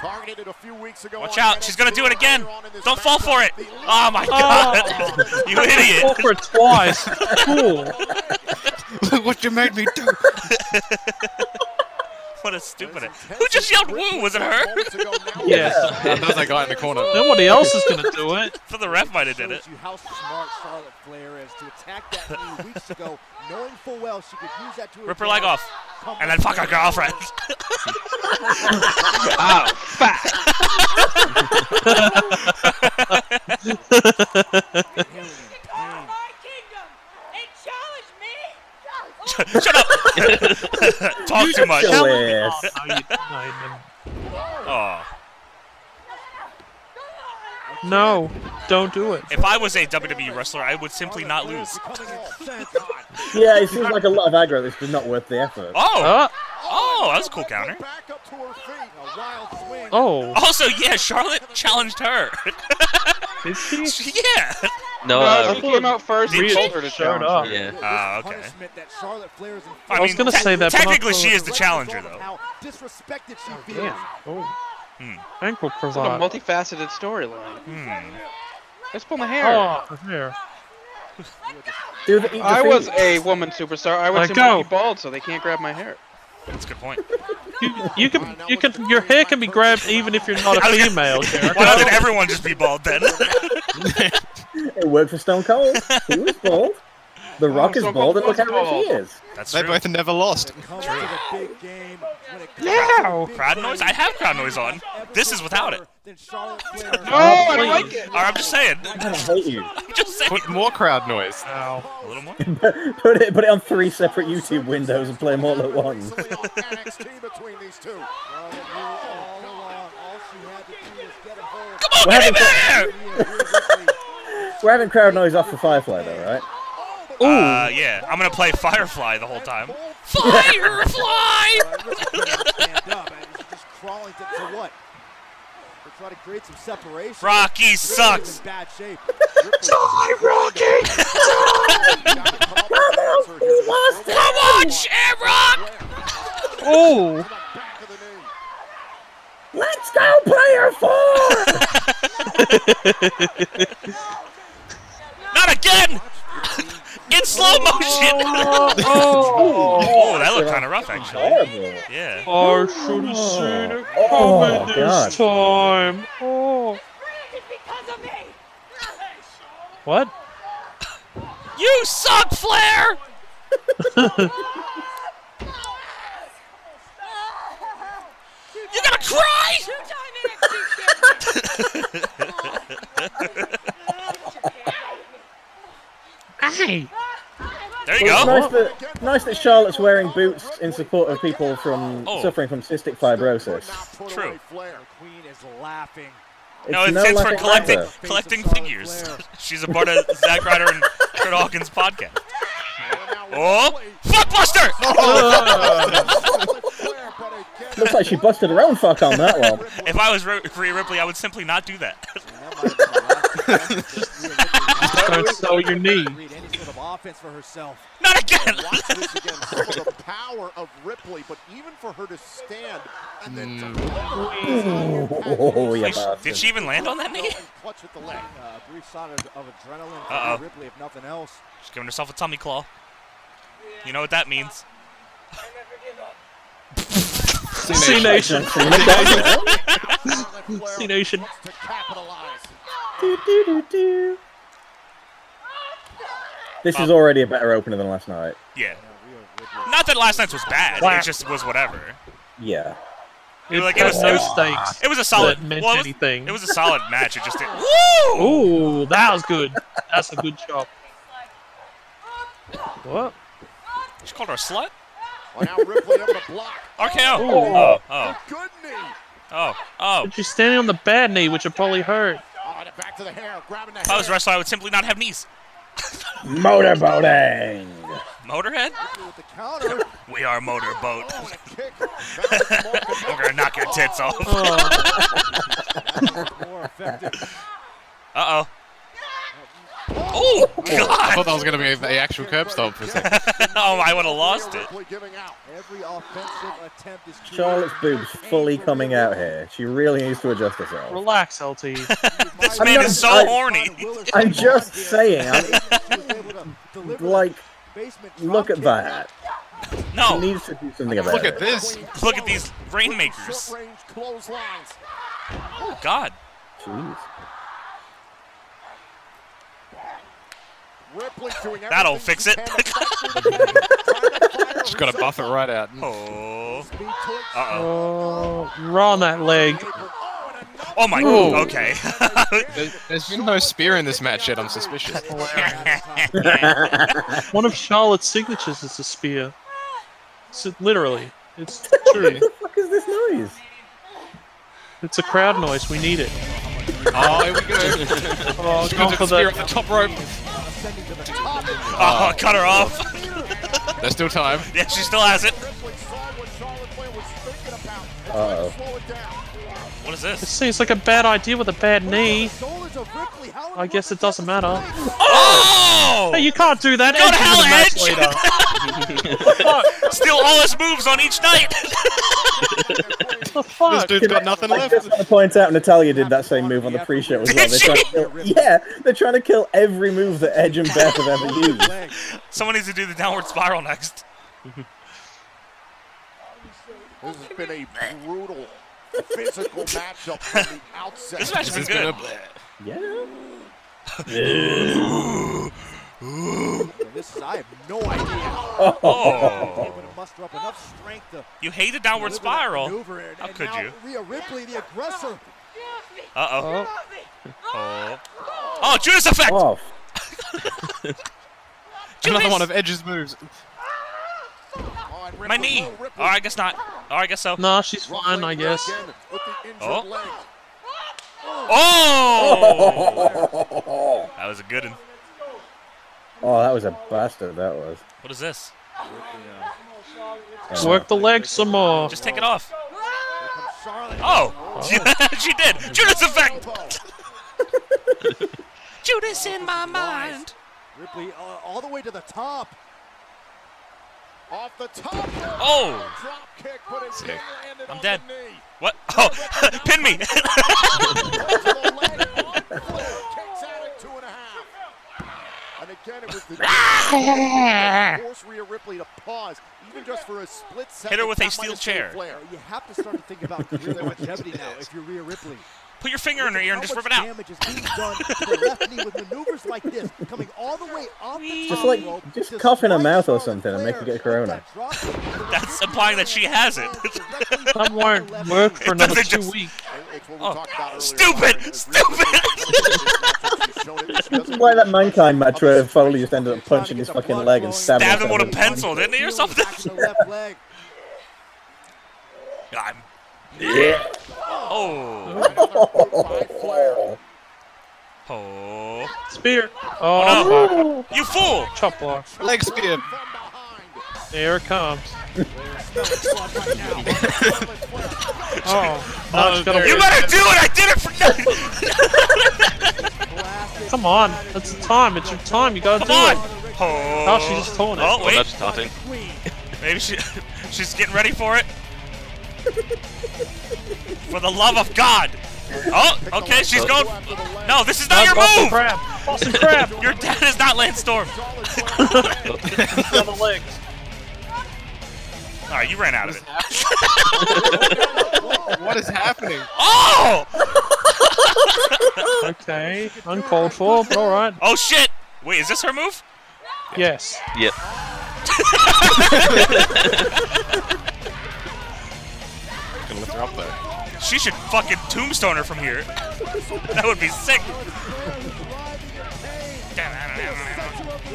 S6: Targeted a few weeks ago.
S1: Watch
S6: on
S1: out,
S6: NXT
S1: she's gonna do it again.
S6: earlier on in this
S1: Don't fall
S6: matchup.
S1: for it.
S6: The
S1: Oh my god, you
S5: Fall
S1: idiot.
S5: for it twice. Cool.
S8: Look what you made me do.
S1: What a stupid. Who just yelled woo? Was it her?
S6: moments ago now
S5: Yes.
S8: That was that guy in the corner.
S5: Nobody else is gonna do it.
S1: So the ref might have did it.
S6: shows you how smart Charlotte Flair is to attack that knee weeks ago, knowing full well she could use that to her
S1: Rip her leg off.
S6: Come
S1: And then fuck her girlfriend.
S2: Oh, fuck.
S6: on, Hillian, Payne.
S1: Shut up. Talk too much.
S4: Chill
S5: Oh,
S4: ass.
S5: no, you- no, you didn't.
S1: Oh.
S5: No, don't do it.
S1: If I was a WWE wrestler, I would simply not lose.
S6: Coming off. Thank God.
S4: Yeah, it seems like a lot of aggro that's just not worth the effort.
S1: Oh.
S5: Uh,
S1: Oh, that was a cool counter.
S6: Back up to her feet. A wild swing.
S5: oh,
S1: Also, yeah, Charlotte challenged her.
S5: did she?
S1: yeah.
S10: No,
S2: No,
S10: uh,
S2: she came out first.
S1: Did
S2: We
S1: she?
S2: told her to
S5: Showed
S2: challenge
S5: up.
S2: her.
S10: yeah.
S6: This
S1: Ah, okay.
S6: punishment that Charlotte Flair is
S1: I,
S5: was
S1: mean,
S5: gonna say that, but not
S1: Technically, she
S5: cool.
S1: is the challenger, though.
S6: How disrespected she feels.
S5: Damn. Oh. Ankle
S2: What Hmm. a
S5: provide.
S2: multifaceted storyline.
S1: Hmm.
S2: Let's pull my hair.
S5: Oh, here.
S4: Do the eat the
S2: I was
S4: feet.
S2: a woman superstar. I was
S5: Let
S2: simply
S5: go.
S2: bald, so they can't grab my hair.
S1: That's a good point.
S5: You, you can, you can, your hair can be grabbed even if you're not a
S1: I was gonna-
S5: female.
S1: Why
S5: Jericho.
S1: doesn't everyone just be bald then?
S4: It worked for Stone Cold. he was bald. The Rock is
S2: Stone
S4: bald,
S2: Cold
S4: and look
S2: was
S4: how rich he
S2: bald.
S4: is.
S1: That's
S8: They
S1: true.
S8: both never lost.
S6: Comes to the big game when it comes
S5: Yeah.
S6: to
S1: Crowd
S6: big
S1: noise?
S6: things.
S1: I have crowd noise on. This is without it.
S6: Then Charlotte Flair-
S2: No, Oh, I don't
S5: please.
S2: like it.
S1: Or I'm just saying.
S4: I hate you.
S1: Just saying.
S8: Put more crowd noise.
S5: Ow.
S1: A little more.
S4: Put it, put it on three separate YouTube windows and play them all at once.
S6: Recently on NXT between these two. Well, they knew all along. All she had to do was get a hold.
S1: Come on,
S4: What
S1: get in there!
S4: We're having crowd noise off for Firefly, though, right?
S1: Uh, yeah, I'm gonna play Firefly the whole time. Firefly!
S6: Uh, Ripley can't stand up, and she's just crawling to, to what? To try to create some separation.
S1: Rocky
S6: Ripley's
S1: sucks.
S6: in bad shape. Die, Rocky!
S1: Come on, Shamrock!
S5: Oh,
S4: Let's go, player four!
S1: Not again! In slow motion!
S5: Oh,
S1: Oh, that looked kind of rough, actually.
S4: Horrible.
S1: Yeah.
S5: I should have seen it
S4: Oh,
S5: coming
S4: God.
S5: this time. Oh, what?
S1: You suck, Flair! You gonna cry?
S5: Hey,
S1: There you
S4: Well,
S1: go.
S4: it's nice, that, nice that Charlotte's wearing boots in support of people from
S1: Oh.
S4: suffering from cystic fibrosis.
S1: True.
S6: Flair. Queen is laughing.
S4: It's
S1: No, it's, it's
S4: lack
S1: for
S4: of
S1: collecting
S4: effort.
S1: collecting figures. She's a part of Zack Ryder and Kurt Hawkins' podcast. Oh, fuckbuster!
S4: Looks like she busted her own fuck on that one.
S1: If I was Ri- Rhea Ripley, I would simply not do that.
S5: don't sell your knee.
S6: Read any sort of offense for herself.
S1: Not again!
S6: Watch this again. Some of the power of Ripley, but even for her to stand and then to
S4: Oh, you bastard.
S1: Did she even land on that knee?
S6: and clutch with the leg. Uh, a brief sign of, of adrenaline for
S1: Uh-oh.
S6: Ripley, if nothing else.
S1: She's giving herself a tummy claw. You know what that means.
S5: C Nation. C Nation.
S6: Wants to capitalize.
S4: Do-do-do-do. This
S1: Oh.
S4: is already a better opener than last night.
S1: Yeah. Not that last night's was bad. It just was whatever.
S4: Yeah.
S5: It
S1: Like, it
S5: had
S1: was- it
S5: no
S1: was-
S5: stakes.
S1: It was a solid.
S5: That meant
S1: well, it was-
S5: anything.
S1: It was a solid match. It just didn't. Woo!
S5: Ooh, that was good. That's a good shot. What?
S1: She called her a slut.
S6: Well, now Ripley able to block.
S1: RKO.
S5: Ooh.
S1: Oh, oh,
S6: Good knee.
S1: oh, oh.
S5: She's standing on the bad knee, which would probably hurt.
S6: Oh, and back to the hair, grabbing the
S1: If I was a
S6: hair.
S1: wrestler, I would simply not have knees.
S4: Motorboating!
S1: Motorhead?
S6: With the counter.
S1: We are motorboat.
S6: Oh, and a kick. Balance mark, and
S1: We're gonna knock your tits off.
S5: Oh,
S6: more effective.
S1: Uh oh. Oh, God.
S8: I thought that was going to be the actual curb stomp for a second.
S1: oh, I would have lost it.
S4: Charlotte's boobs fully coming out here. She really needs to adjust herself.
S5: Relax, LT.
S1: this
S4: I'm
S1: man
S4: not-
S1: is so
S4: I-
S1: horny.
S4: I'm just saying. I'm- like, look at that. She
S1: No,
S4: needs to do something about
S8: Look
S4: it.
S8: at this.
S1: look at these rainmakers. Oh, God.
S4: Jeez.
S1: That'll fix it.
S8: Just got to buff it right out.
S1: Oh. Uh-oh.
S5: Oh, run that leg.
S1: Oh, my
S8: Ooh.
S1: God. Okay. Oh,
S8: There- There's been no spear in this match yet. I'm suspicious.
S5: Oh, One of Charlotte's signatures is a spear. So, literally, it's true.
S4: What the fuck is this noise?
S5: It's a crowd noise. We need it.
S8: Oh, here we go.
S5: Oh,
S8: She's
S5: gone
S8: got
S5: for
S8: the spear at
S5: the
S8: the top rope.
S1: oh, cut her off.
S8: There's still time.
S1: Yeah, she still has it.
S4: Uh oh.
S1: What is this?
S5: It seems like a bad idea with a bad knee. I guess it doesn't matter.
S1: Oh!
S5: Hey, you can't do that.
S1: Go to
S5: Edge is
S1: hell,
S5: the match
S1: Edge!
S5: leader.
S1: Still all his moves on each night.
S5: the fuck?
S8: dude's got nothing
S4: I just want to point out Natalia did that same move on the pre-show as well.
S1: Did
S4: They're
S1: she?
S4: trying to kill, yeah, they're trying to kill every move that Edge and Beth have ever used.
S1: Someone needs to do the downward spiral next.
S6: This has been a brutal physical matchup from the outset.
S1: This match has been
S8: This has been
S1: good.
S8: a-
S4: Yeah.
S6: And this is, I have no idea how
S1: Oh.
S6: they would have mustered up enough strength to
S1: You hate a downward
S6: deliver that
S1: spiral.
S6: maneuver. And,
S1: How
S6: and
S1: could
S6: now
S1: you?
S6: Rhea Ripley, the aggressor.
S1: Uh oh. Oh. Oh, Judas effect.
S4: Off.
S1: Judas.
S8: Another one of Edge's moves.
S6: Oh, and
S1: My
S6: Ripley,
S1: knee.
S6: oh, Ripley.
S1: Oh, I guess not. Oh, I guess so.
S5: Nah, she's fine,
S6: Ruffling
S5: I guess.
S6: again with the injured
S1: Oh.
S6: leg.
S1: Oh.
S4: Oh,
S1: That was a good one.
S4: that was a bastard. That was.
S1: What is this?
S5: Just work the leg some more.
S1: Just take it
S6: Oh.
S1: off.
S6: Charlotte.
S1: Oh. she did. Judas effect. Oh. Judas in my mind.
S6: Ripley uh, all the way to the top. Off the top. rope.
S1: Oh.
S6: Drop kick, but it
S8: Sick.
S6: landed
S1: I'm
S6: on
S1: dead.
S6: the knee.
S1: What? Oh. Pin me.
S6: Kicks out at two and a half. And again, it was the force Rhea Ripley to pause, even just for a split second.
S1: her with a
S6: That might
S1: steel
S6: have saved
S1: chair.
S6: Flair. You have to start to think about career longevity now if you're Rhea Ripley.
S1: Put your finger in her ear and
S6: How
S1: just
S6: much
S1: rip it out.
S6: damage is being done to the left knee with maneuvers like this, coming all the way up the
S4: Just
S6: top
S4: like-
S6: rope,
S4: just cough in her
S6: despite
S4: mouth or
S6: Charlotte
S4: something and make her
S6: Flair
S4: get corona.
S6: with that drop kick.
S1: That's implying that she has it.
S5: That won't work for another two weeks.
S6: It's what we
S1: Oh,
S6: talked about earlier.
S1: stupid!
S6: It's really
S1: Stupid!
S4: This is why that mankind match Foley just ended up punching his fucking leg and stabbing
S1: Stabbed him with a
S4: himself.
S1: pencil, didn't he, or something?
S6: Back in the left leg.
S1: I'm. Oh. Oh.
S5: Spear. Oh,
S1: You fool!
S5: fuck. Chop block.
S8: Leg spear.
S5: Here it comes. oh, no, it's
S8: there
S5: gotta
S1: You
S5: work.
S1: better do it! I did it for nothing!
S5: Come on. It's the time. It's your time. You gotta
S1: Come on!
S5: do it.
S1: Oh.
S5: Oh, she just torn it.
S1: Oh,
S10: Well,
S1: wait.
S10: that's taunting.
S1: Maybe she, she's getting ready for it. For the love of God! Oh, okay, she's going. No, this is not your
S5: Boston
S1: move!
S5: crab. Boston crab.
S1: Your dad is not Lance Storm.
S5: The other leg.
S1: Alright, you ran out of it.
S8: What is happening?
S1: Oh!
S5: Okay. Uncalled for, but alright.
S1: Oh shit! Wait, is this her move?
S5: Yes.
S10: Yeah.
S8: Gonna lift her up though.
S1: She should fucking tombstone her from here. That would be sick.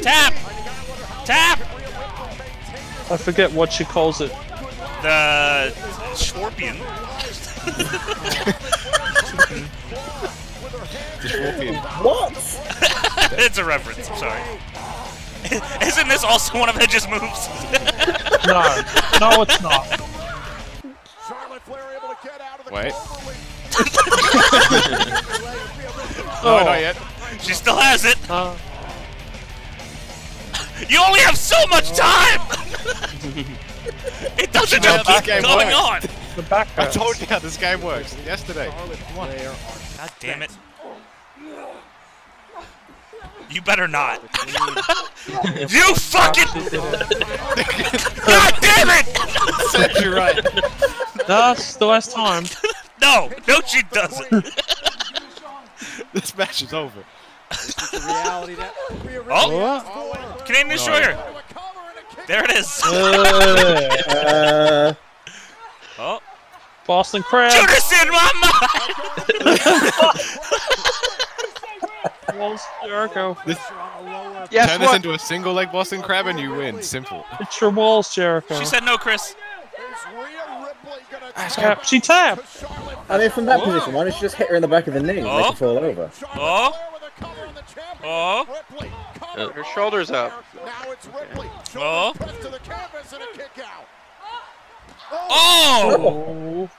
S1: Tap! Tap!
S5: I forget what she calls it.
S1: The scorpion.
S8: Just walk in.
S4: What?
S1: it's a reference, I'm sorry. Isn't this also one of Edge's moves?
S5: No. No, it's not.
S6: Charlotte Flair able to get out of the
S8: Wait.
S6: cloverleaf.
S8: No,
S5: Oh.
S8: not yet.
S1: she still has it.
S5: Uh,
S1: You only have so much time. it doesn't
S8: No,
S1: just
S8: this
S1: keep
S8: game
S1: going on.
S8: works. I told you how this game works yesterday.
S1: God damn it. You better not. you fucking. God damn it!
S8: Said you right.
S5: That's the last time.
S1: No, no, she doesn't.
S8: This match is over.
S1: Oh, Canadian destroyer. There it is.
S4: Uh,
S1: Oh,
S5: Boston Crab.
S1: Judas in my mind.
S5: Walls Jericho.
S8: Yes, Turn this into a single leg Boston Crab and you win. Simple.
S5: It's your Walls Jericho.
S1: She said no, Chris.
S5: Tap. She tapped.
S4: I mean, from that position, why don't you just hit her in the back of the knee and make
S1: Oh.
S4: her fall over?
S1: Oh, oh,
S2: Her shoulder's up.
S1: oh,
S5: Oh.
S1: oh.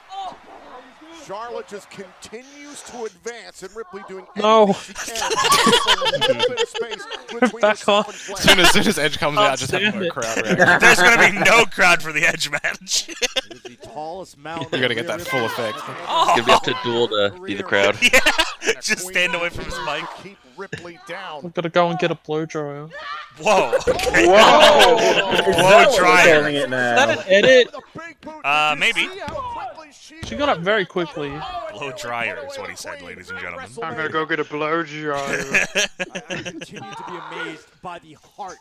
S6: Charlotte just continues to advance, and Ripley doing
S5: No.
S6: everything she can to fill a little bit of space between
S5: Back
S6: herself
S5: on.
S6: and Flair.
S8: Soon as soon as Edge comes out, just have
S5: Outstanding.
S8: a crowd reaction.
S1: There's gonna be no crowd for the Edge match.
S6: It is the tallest mound
S8: You gotta get that full effect.
S10: Gonna be up to duel to be the crowd.
S1: yeah, just stand away from his mic.
S6: Keep Ripley
S5: I'm
S6: down.
S5: gonna go and get a blow dryer. Is
S1: Whoa. Okay.
S4: Is
S1: Whoa.
S4: that what
S1: dryer.
S4: we're calling it
S5: that
S4: now?
S5: an edit?
S1: Uh, maybe.
S5: She got up very quickly.
S1: Blow dryer is what he said, ladies and gentlemen.
S2: I'm gonna go get a blow dryer.
S11: I continue to be amazed by the heart,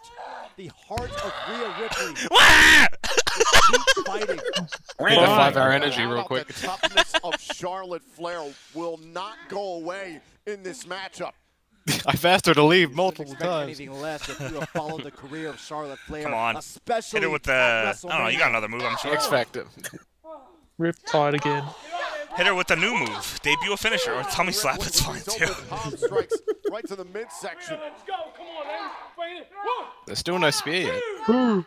S11: the heart of Rhea Ripley.
S1: Wah!
S11: Keep fighting.
S8: Need a five hour energy real
S6: How about
S8: quick.
S6: The toughness of Charlotte Flair will not go away in this matchup.
S8: I've asked her to leave multiple
S11: Expect
S8: times.
S11: anything less if you have followed the career of Charlotte Flair.
S1: Come on.
S11: especially
S1: Hit it with the. I
S11: at
S1: don't know. You got another move, I'm sure.
S8: X Factor.
S5: Riptide again.
S1: Hit her with the new move. Debut a finisher or tummy slap. It's fine too.
S6: Palm strikes right to the midsection.
S8: There's still no spear yet.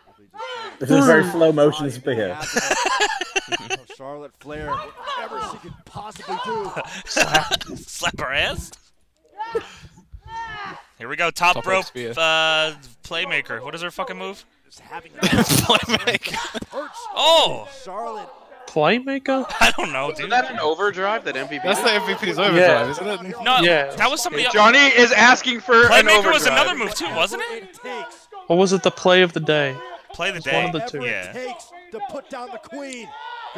S4: This is a very slow motion spear.
S11: WrestleMania. Charlotte Flair, whatever she could possibly do.
S1: Slap her ass. Here we go. Top
S8: Top
S1: rope
S8: rope spear.
S1: uh, playmaker. What is her fucking move?
S11: Just having a perch.
S1: Oh,
S11: Charlotte
S5: Playmaker?
S1: I don't know,
S2: Isn't
S1: dude.
S2: that an overdrive that MVP?
S8: That's the MVP's overdrive,
S4: Yeah.
S8: isn't it?
S1: No,
S5: Yeah.
S1: that was somebody else.
S2: Johnny is asking for an
S1: Playmaker
S2: overdrive.
S1: was another move too, wasn't it?
S11: it takes,
S5: Or was it the play of the day?
S1: Play the
S5: one
S1: day.
S5: of the two.
S11: it
S1: Yeah.
S11: takes to put down the queen.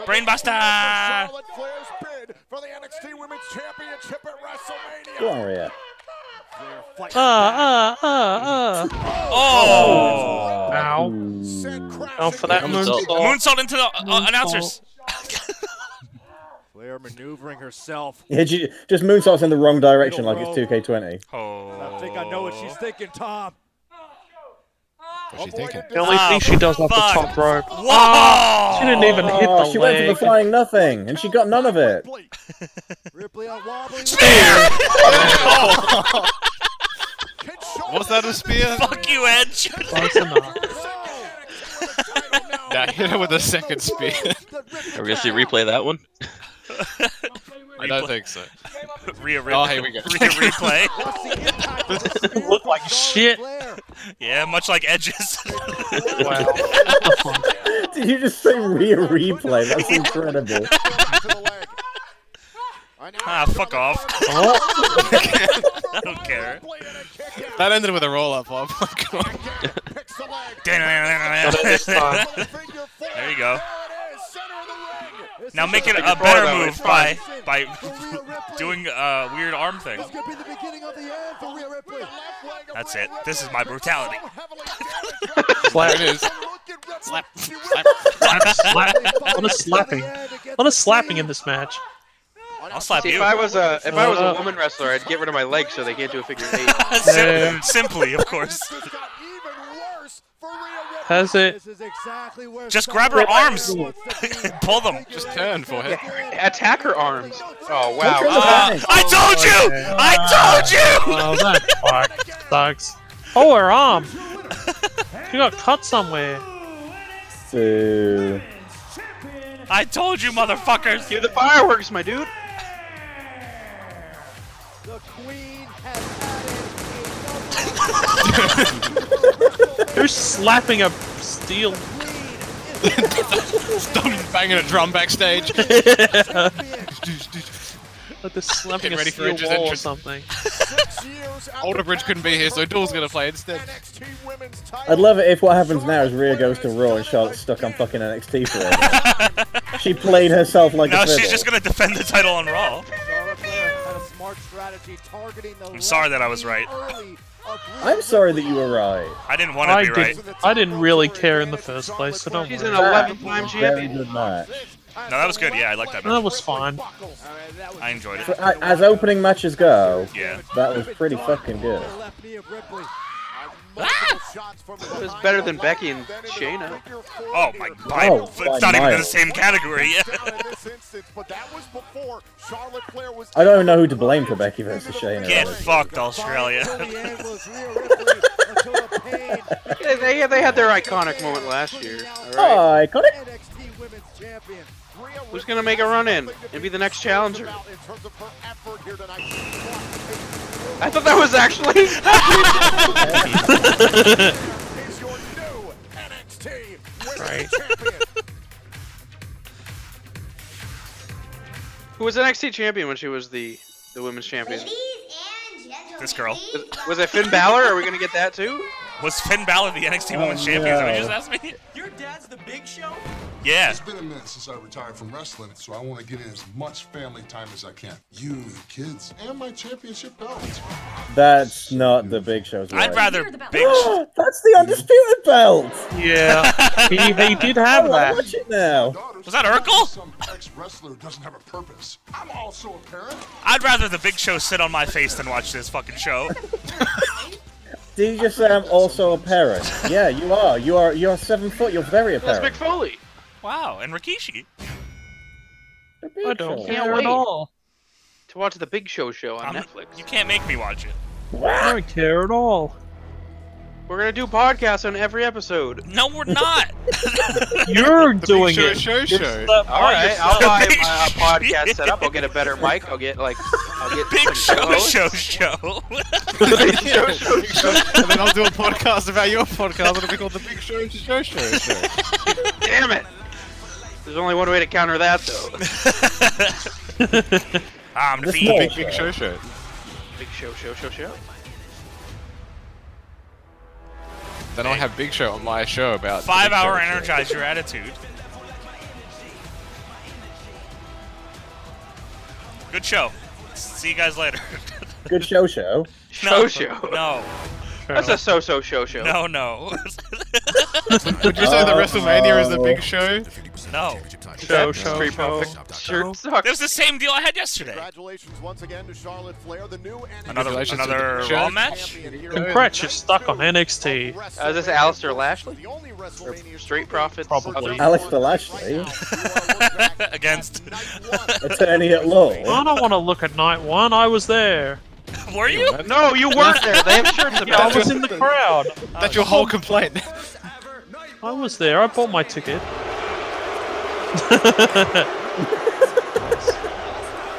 S1: Brainbuster.
S6: Charlotte Flair's bid for the NXT Women's Championship at WrestleMania.
S4: Come on, Rhea.
S11: Flair
S1: Uh,
S11: fights back.
S5: Ah, ah, ah, ah.
S1: Oh.
S5: Ow.
S6: Sent crashing
S5: Down for that
S6: down.
S5: moonsault.
S1: Moonsault into the uh, announcers.
S11: Flair maneuvering herself.
S4: Yeah, ju- just moonsaults in the wrong direction like it's 2K20.
S1: Oh.
S11: I think I know what she's thinking, Tom.
S8: What's she thinking?
S5: The only thing she does off the
S1: fuck.
S5: top rope.
S1: Whoa!
S5: She didn't even hit
S4: Oh,
S5: the
S4: she went for the
S5: leg.
S4: flying nothing, and she got none of it.
S11: Ripley on wobbling.
S8: Was that a spear?
S1: Fuck you, Edge.
S5: Close enough.
S8: Nah, hit her with a second spear.
S10: Are we gonna see replay that one?
S8: I don't think so.
S1: Rhea Ripley.
S8: Oh, here we go.
S1: Rhea replay.
S5: Look like shit.
S1: yeah, much like Edge's.
S5: Wow.
S4: Did you just say Rhea replay? That's incredible.
S1: ah, fuck off.
S4: Oh,
S1: I don't care.
S8: That ended with a roll up. Oh my god.
S5: time.
S1: there you go. Now make it a better move by by doing a weird arm thing. That's it. This is my brutality.
S5: Slap.
S8: There it is.
S6: Slap.
S5: Slap, slap. A lot of slapping. A lot of slapping in this match.
S1: I'll slap
S2: See, if
S1: you.
S2: I was a if I was
S1: Uh,
S2: a woman wrestler, I'd get rid of my legs so they can't do a figure eight.
S1: Sim- simply, of course.
S5: Has it?
S11: This is exactly where
S1: Just grab her
S11: Charlotte
S1: arms.
S11: wants to be.
S1: Pull them.
S8: Just turn for it.
S2: Attack her arms. Oh
S4: Don't turn
S2: wow.
S4: the
S1: Uh,
S4: back.
S1: I told you! I told you!
S5: Oh, that fuck. Sucks. Oh, her arm. She got cut somewhere.
S4: Boo.
S1: I told you, motherfuckers!
S2: Give the fireworks, my dude.
S11: The queen has had it.
S5: Who's slapping a steel?
S8: Donnie's banging a drum backstage.
S5: Like they're slapping
S8: Get
S5: a
S8: ready for
S5: steel
S8: Ridge's
S5: wall or
S8: entrance.
S5: something.
S8: Older Bridge couldn't be here, so Dool's gonna play instead.
S4: I'd love it if what happens now is Rhea goes to Raw and Charlotte's stuck on fucking NXT forever. she played herself like
S1: no,
S4: a fiddle.
S1: she's just gonna defend the title on Raw.
S11: Smart strategy targeting the
S1: I'm sorry that I was right.
S4: I'm sorry that you were right.
S1: I didn't want to
S5: I
S1: be right.
S5: didn't, I didn't really care in the first place, so don't
S2: She's
S5: worry.
S2: an 11-time
S4: Very
S2: champion.
S4: good match.
S1: No, that was good. Yeah, I liked that.
S5: That
S1: Match.
S5: was fine.
S1: I enjoyed
S4: For-
S1: it.
S4: a- as opening matches go,
S1: Yeah.
S4: that was pretty fucking good.
S11: left knee of Ripley. Ah!
S2: It was better than Becky and Shayna.
S1: Oh my god,
S4: Oh,
S1: it's
S4: by
S1: not even in the
S4: miles.
S1: same category.
S6: down in this instance, but that was before Charlotte Flair was
S4: I don't even know who to blame for Becky versus Shayna.
S1: Get
S4: really.
S1: fucked, Australia.
S11: Tony Angles, Rhea Ripley, until the pain.
S2: They, they, they had their iconic moment last year. All right.
S4: Oh, iconic.
S11: NXT Women's Champion.
S2: Who's gonna make a run in and be the next challenger? I thought that was actually.
S6: is your new NXT Women's
S5: Right.
S6: Champion.
S2: Who was NXT champion when she was the the women's champion?
S1: this girl.
S2: Was, was it Finn Balor? Are we gonna get that too?
S1: Was Finn Balor the NXT
S4: Oh,
S1: Women's Champion? Is that what you just
S4: no.
S1: asked me?
S3: Your dad's the big show?
S1: Yeah.
S7: It's been a minute since I retired from wrestling, so I want to get in as much family time as I can. You, the kids, and my championship belt.
S4: That's not the Big Show's
S1: I'd
S4: right.
S1: rather Big Sh-
S4: That's the undisputed belt.
S5: Yeah, he, he did have
S4: Oh, I
S5: that.
S4: watch it now.
S1: Was that Urkel?
S7: Some ex-wrestler doesn't have a purpose. I'm also a parent.
S1: I'd rather the Big Show sit on my face than watch this fucking show.
S4: Did you just say I'm also a parent? Yeah, you are. You are. You are seven foot. You're very
S2: That's
S4: apparent.
S2: Mick Foley.
S1: Wow, and Rikishi.
S4: The Big
S5: I don't
S4: Show.
S5: care
S2: wait.
S5: at all.
S2: To watch the Big Show show on
S1: I'm-
S2: Netflix.
S1: You can't make me watch it.
S5: I don't care at all.
S2: We're gonna do podcasts on every episode.
S1: No, we're not.
S5: You're
S8: The
S5: doing
S8: Big
S5: it.
S8: Show Show Show.
S2: All right, I'll
S1: The
S2: buy
S1: Big
S2: my uh,
S1: Show.
S2: podcast set up. I'll get a better mic. I'll get like, I'll get
S1: Big
S2: some
S1: Show
S2: co-hosts.
S1: Show Show.
S2: Big Show Show Show.
S8: and then I'll do a podcast about your podcast. It'll be called the Big Show Show Show. Show.
S2: Damn it! There's only one way to counter that though.
S1: I'm the
S4: This no.
S1: fiend.
S8: Big Big Show Show.
S2: Big Show Show Show Show.
S8: Then I'll have Big Show on my show about the Big
S1: Five
S8: Show
S1: hour
S8: Show.
S1: energize your attitude. Good show. See you guys later.
S4: Good show, show.
S1: No.
S2: Show Show.
S1: No,
S2: That's a so-so show show.
S1: no, no,
S8: Would you say the
S4: Oh.
S8: WrestleMania is the Big Show?
S1: no.
S5: Show, show,
S2: Free
S5: show.
S2: pop- Sure sucks.
S1: That was the same deal I had yesterday.
S6: Congratulations once again to Charlotte Flair, the new NXT
S1: Another
S8: Congratulations
S1: another
S8: to the
S1: Raw
S8: show.
S1: match.
S5: Congrats, you're stuck on NXT.
S2: Uh, is this Aleister Lashley?
S6: The only WrestleMania
S2: Straight Profits.
S5: Probably.
S4: Alex the Lashley,
S1: Against.
S4: attorney at law.
S5: I don't want to look at night one. I was there.
S1: Were you?
S2: No, you weren't there. They have shirts
S5: Yeah, I
S2: about
S5: was
S2: it.
S5: in the crowd.
S8: That's your whole complaint.
S5: I was there. I bought my ticket.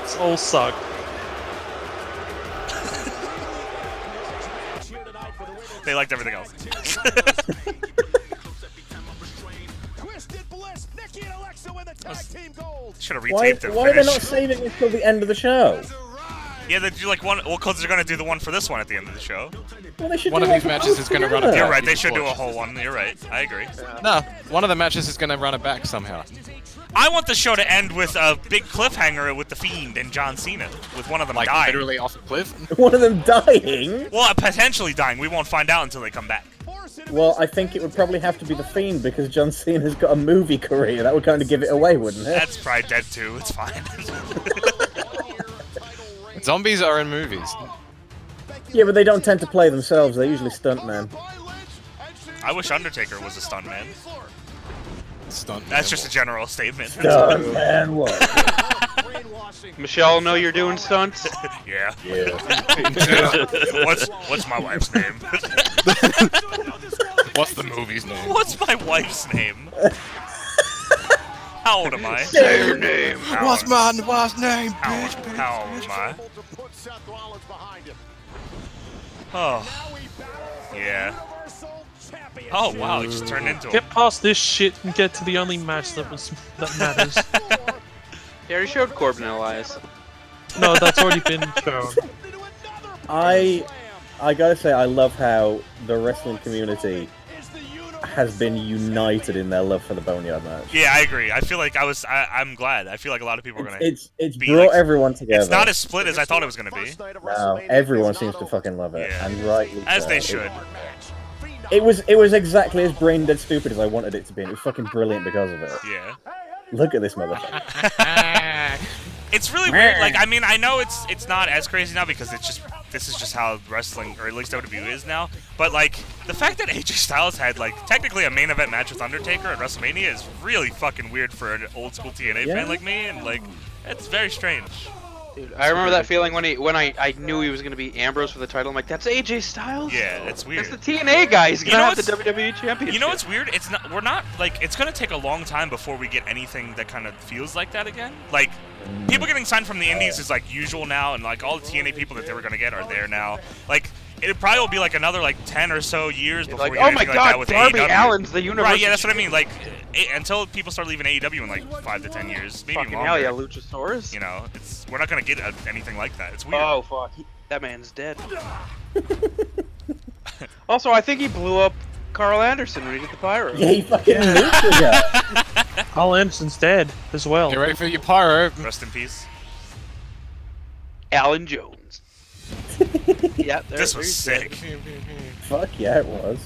S5: it's all sucked.
S1: They liked everything else.
S6: Twisted Bliss, Nikki and Alexa win the tag team gold.
S1: Should have
S4: Why,
S1: retaped it.
S4: why are they not saving it until the end of the show?
S1: Yeah, they do like one. Well, because they're gonna do the one for this one at the end of the show.
S4: Well, they should
S8: One
S4: do
S8: of
S4: like
S8: these matches
S4: both
S8: is gonna run
S4: together.
S8: a-
S1: You're
S8: Yeah,
S1: right. They
S8: you
S1: should do a
S8: watch.
S1: whole one. You're right. I agree.
S8: No, one of the matches is going to run it back somehow.
S1: I want the show to end with a big cliffhanger with the Fiend and John Cena, with one of them
S8: Like
S1: dying.
S8: literally off a cliff.
S4: One of them dying.
S1: Well, uh, potentially dying. We won't find out until they come back.
S4: Well, I think it would probably have to be the Fiend because John Cena's got a movie career. That would kind of give it away, wouldn't it?
S1: That's probably dead too. It's fine.
S8: Zombies are in movies.
S4: Yeah, but they don't tend to play themselves. They're usually stuntmen.
S1: I wish Undertaker was a stuntman.
S8: Stunt
S1: That's just a general statement.
S4: Stuntman what?
S2: Michelle, know you're doing stunts.
S1: yeah.
S4: Yeah.
S1: What's what's my wife's name?
S8: What's the movie's name?
S1: what's my wife's name? How old am I?
S8: name?
S1: How old-
S8: wife's name?
S1: How old, how old am I?
S6: Able to put Seth Rollins behind him.
S1: Oh. Yeah.
S6: Universal
S1: Oh wow, it just turned into.
S5: Get past this shit and get to the only match that was that matters.
S2: He already showed Corbin and Elias.
S5: no, that's already been shown.
S4: I I gotta say I love how the wrestling community has been united in their love for the Boneyard match.
S1: Yeah, I agree. I feel like I was. I, I'm glad. I feel like a lot of people are gonna.
S4: It's it's
S1: be
S4: brought
S1: like-
S4: everyone together.
S1: It's not as split as I thought it was gonna be.
S4: No, everyone seems to fucking love it,
S1: Yeah.
S4: and rightly
S1: As
S4: so.
S1: they
S4: It-
S1: should.
S4: It was it was exactly as brain dead stupid as I wanted it to be, and it was fucking brilliant because of it.
S1: Yeah.
S4: Look at this motherfucker.
S1: It's really weird. Like I mean, I know it's it's not as crazy now because it's just this is just how wrestling or at least WWE is now. But like the fact that AJ Styles had like technically a main event match with Undertaker at WrestleMania is really fucking weird for an old school TNA
S2: Yeah.
S1: fan like me, and like it's very strange.
S2: I remember that feeling when he when I, I knew he was gonna be Ambrose for the title. I'm like, that's AJ Styles.
S1: Yeah, it's weird.
S2: That's the TNA guy. He's
S1: You
S2: gonna
S1: know
S2: have the WWE championship.
S1: You know what's weird? It's not. We're not like. It's gonna take a long time before we get anything that kind of feels like that again. Like, people getting signed from the Indies is like usual now, and like all the TNA people that they were gonna get are there now. Like, it probably will be like another like ten or so years before
S2: like,
S1: we get
S2: "Oh my
S1: anything like that
S2: God,
S1: with
S2: Darby
S1: AEW.
S2: Allin's the
S1: Right?
S2: Universal
S1: Yeah, that's what I mean. Like, eh, until people start leaving AEW in like five to ten years, maybe
S2: Fucking
S1: longer.
S2: hell yeah, Luchasaurus.
S1: You know, it's we're not gonna get uh, anything like that. It's weird.
S2: Oh fuck, that man's dead. also, I think he blew up Carl Anderson when he did the pyro.
S5: Yeah, he
S4: fucking
S5: Carl Anderson's dead as well.
S2: Get ready
S8: for your pyro. Mm,
S1: Rest in peace.
S2: Alan Jones. yeah, there,
S1: This
S2: there
S1: was
S2: he's dead.
S1: sick.
S4: Fuck yeah, it was.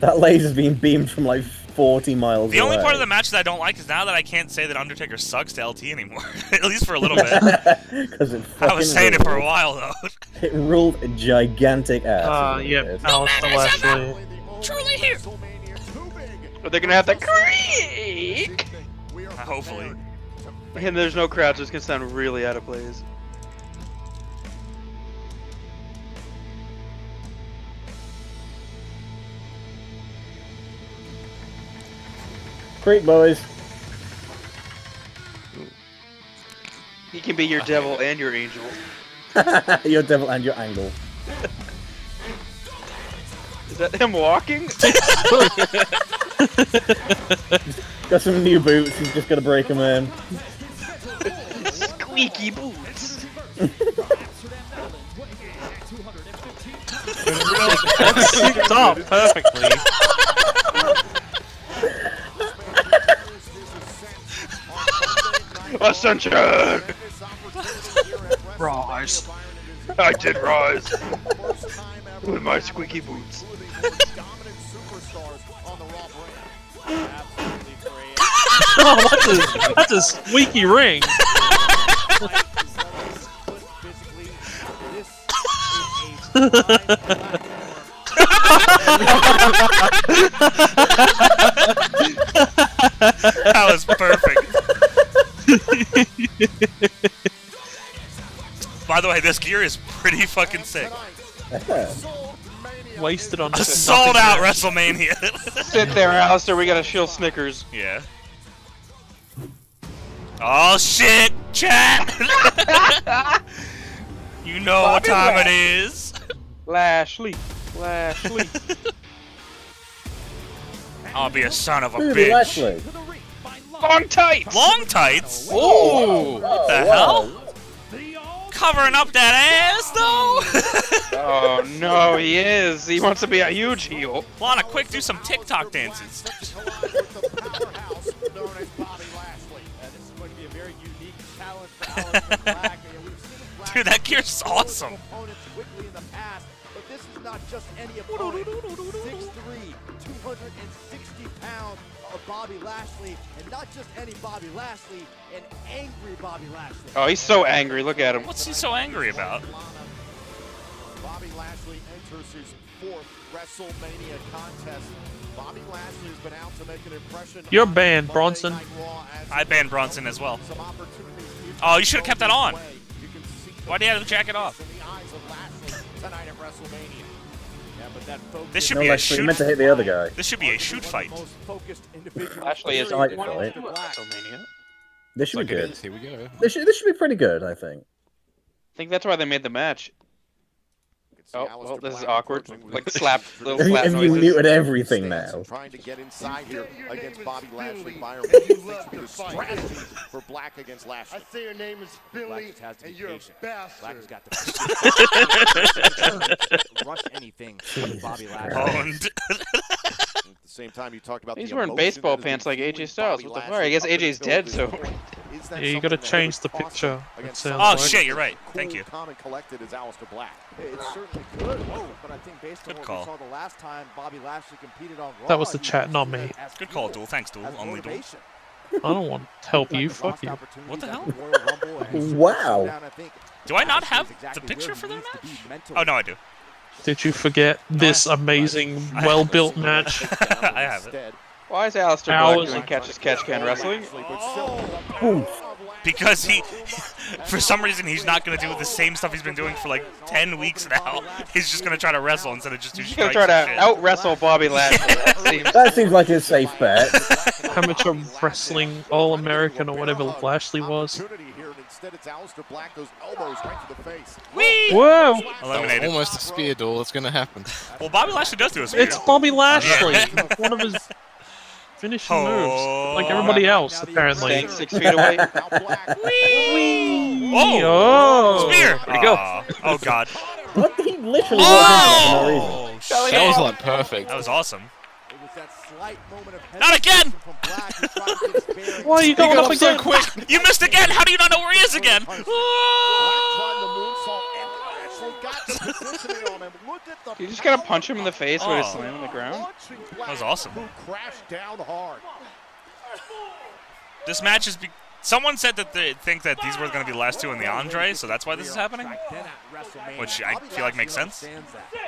S4: That laser's being beamed from like 40 miles
S1: The only
S4: away.
S1: part of the match that I don't like is now that I can't say that Undertaker sucks to LT anymore, at least for a little bit.
S4: Because it
S1: I was saying
S4: fucking
S1: it for a
S4: ruled.
S1: while though.
S4: It ruled a gigantic ass.
S1: Ah,
S5: Uh,
S4: isn't it?
S5: yeah, Alistair Lashley.
S1: Truly here.
S2: Are they gonna have that creak?
S1: Hopefully.
S2: And there's no crowd, so it's gonna sound really out of place.
S4: Creek boys.
S2: He can be your devil and your angel.
S4: your devil and your angle.
S2: Is that him walking?
S4: Got some new boots, he's just gonna break them in.
S2: Squeaky boots.
S5: That's synced up perfectly.
S2: Ascension!
S5: Rise.
S2: I did rise. With my squeaky boots.
S5: oh, that's a, that's a squeaky ring.
S1: that was perfect. By the way, this gear is pretty fucking sick.
S5: Wasted on
S1: A sold out WrestleMania.
S2: Sit there, Alistair. We gotta shill Snickers.
S1: Yeah. Oh shit, chat! you know what
S2: Bobby
S1: time it
S2: Lashley.
S1: is.
S2: Lashley. Lashley.
S1: I'll be a son of a
S4: Dude,
S1: Oh, bitch.
S4: Lashley.
S2: Long tights.
S1: Long tights.
S2: Ooh.
S4: Oh,
S1: What the hell? Covering up that ass though.
S2: Oh no, he is. He wants to be a huge heel.
S1: Lana, quick, do some TikTok dances. Dude, that gear's awesome.
S11: Bobby Lashley, and not just any Bobby Lashley, an angry Bobby Lashley.
S2: Oh, he's so angry. Look at him.
S1: What's he so angry about?
S6: Bobby Lashley enters his fourth WrestleMania contest. Bobby Lashley has been out to make an impression.
S5: You're banned, Bronson.
S1: I banned Bronson as well. Oh, you should have kept that on. Why do you have the jacket off?
S6: tonight at WrestleMania. Yeah, but that focus
S1: This should
S4: No,
S1: be a
S4: Lashley, you
S1: shoot.
S4: meant to hit the other guy.
S1: This should be a shoot fight.
S2: Lashley is
S4: Like, right?
S2: WrestleMania.
S4: This should be
S8: Like it
S4: good.
S8: is, Here we go.
S4: This should, this should be pretty good, I think.
S2: I think that's why they made the match. Oh, well, this is awkward. Like slap, little
S4: And,
S2: slap
S4: and you
S2: noises.
S4: muted everything now.
S6: Trying to get inside here against Bobby Lashley. Byron love to strategy for Black against Lashley. I say your name is Billy, and you're a bastard. Black has got the
S11: rush anything.
S6: with Bobby
S11: Christ.
S1: Oh,
S6: Lashley. At the same time, you talked about
S2: He's
S6: the
S2: wearing
S6: emotion
S2: baseball
S6: that is
S2: pants like
S6: between
S2: AJ Styles.
S6: Bobby
S2: What the fuck?
S6: Lashley
S2: I guess
S6: up in
S2: AJ's
S6: the
S2: dead, so.
S6: building. Is
S5: Yeah,
S6: that
S5: you
S6: something
S5: gotta
S6: that
S5: change
S6: is
S5: the
S6: possible
S5: picture, it
S6: against
S5: sounds
S6: someone
S5: like.
S6: as
S1: Oh, shit, you're right.
S6: cool,
S1: Thank you.
S6: Calm and collected as Aleister Black.
S11: It's certainly good, but I think based on
S1: Good
S11: what
S1: call.
S11: we saw the last time Bobby Lashley competed on Raw,
S5: That was the
S11: you
S5: chat,
S11: can
S5: not
S11: see
S5: me.
S11: that as
S1: Good call,
S11: fuel,
S1: Duel. Thanks, Duel.
S11: as
S1: Only Duel.
S11: motivation.
S5: I don't want to help you. Fuck you.
S1: What the hell?
S4: Wow.
S1: Do I not have the picture for that match? Oh, no, I do.
S5: Did you forget this amazing, well-built match?
S1: I have it.
S2: Why is Alistair
S5: Hours
S2: Black doing
S5: of-
S2: catch as catch can wrestling?
S1: Because he, for some reason, he's not going to do the same stuff he's been doing for like 10 weeks now. He's just going to try to wrestle instead of just do
S2: He's
S1: strikes
S2: gonna try
S1: and
S2: to
S1: shit.
S2: out wrestle Bobby Lashley. That seems-
S4: That seems like a safe bet.
S5: Amateur wrestling all-American or whatever Lashley was.
S6: Opportunity here, and instead it's Aleister Black. Those elbows right to the face.
S5: Whoa!
S1: Eliminated.
S8: Almost a spear duel. It's gonna happen.
S1: Well, Bobby Lashley does do a spear.
S5: It's Bobby Lashley.
S1: Yeah.
S5: One of his finishing
S1: Oh.
S5: moves, like everybody else, apparently.
S2: Staying six feet away.
S1: Oh!
S5: Oh.
S1: Spear!
S5: Way to go.
S1: Aw. Oh, God.
S4: What? He literally wasn't for no reason.
S1: Oh,
S8: That
S1: shit.
S8: was like perfect.
S1: That was awesome.
S11: It was that slight moment of
S1: Not again!
S11: hesitation from Black who tried to get his bearings.
S5: Why are you going
S8: got
S5: up
S8: him so
S5: again?
S8: quick.
S1: You missed again! How do you not know where he is again?
S2: You just gotta punch him in the face with a
S1: Oh.
S2: slam on the ground.
S1: That was awesome.
S6: Who crashed down hard.
S1: This match is. Be- Someone said that they think that these were going to be the last two in the Andre, so that's why this is happening. Which I feel like makes sense.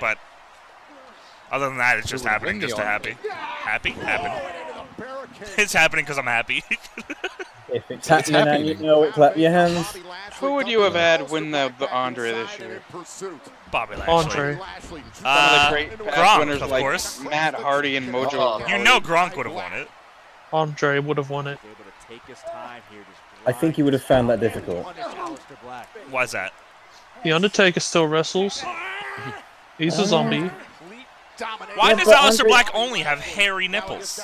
S1: But other than that, it's just
S8: would
S1: happening
S8: win the
S1: just to happy. Happy? Happen. It's happening because I'm happy.
S4: If it's happening, and you
S8: happening.
S4: know it, clap your hands.
S2: Who would you have had win the, the Andre this year?
S6: Pursuit.
S1: Bobby Lashley.
S5: Andre.
S6: Lashley.
S1: Uh,
S2: Some of the great past
S1: Gronk,
S2: winners
S1: of
S2: like
S1: course.
S2: Matt Hardy and Mojo.
S1: You know Gronk would have won it.
S5: Andre would have won it.
S11: Able to take his time here, just
S4: I think he would have found that difficult.
S11: punish Aleister Black.
S1: Why's that?
S5: The Undertaker still wrestles. He's a zombie.
S1: Why
S4: Yeah,
S1: does
S4: but
S1: Aleister
S4: Andre-
S1: Black only have hairy nipples?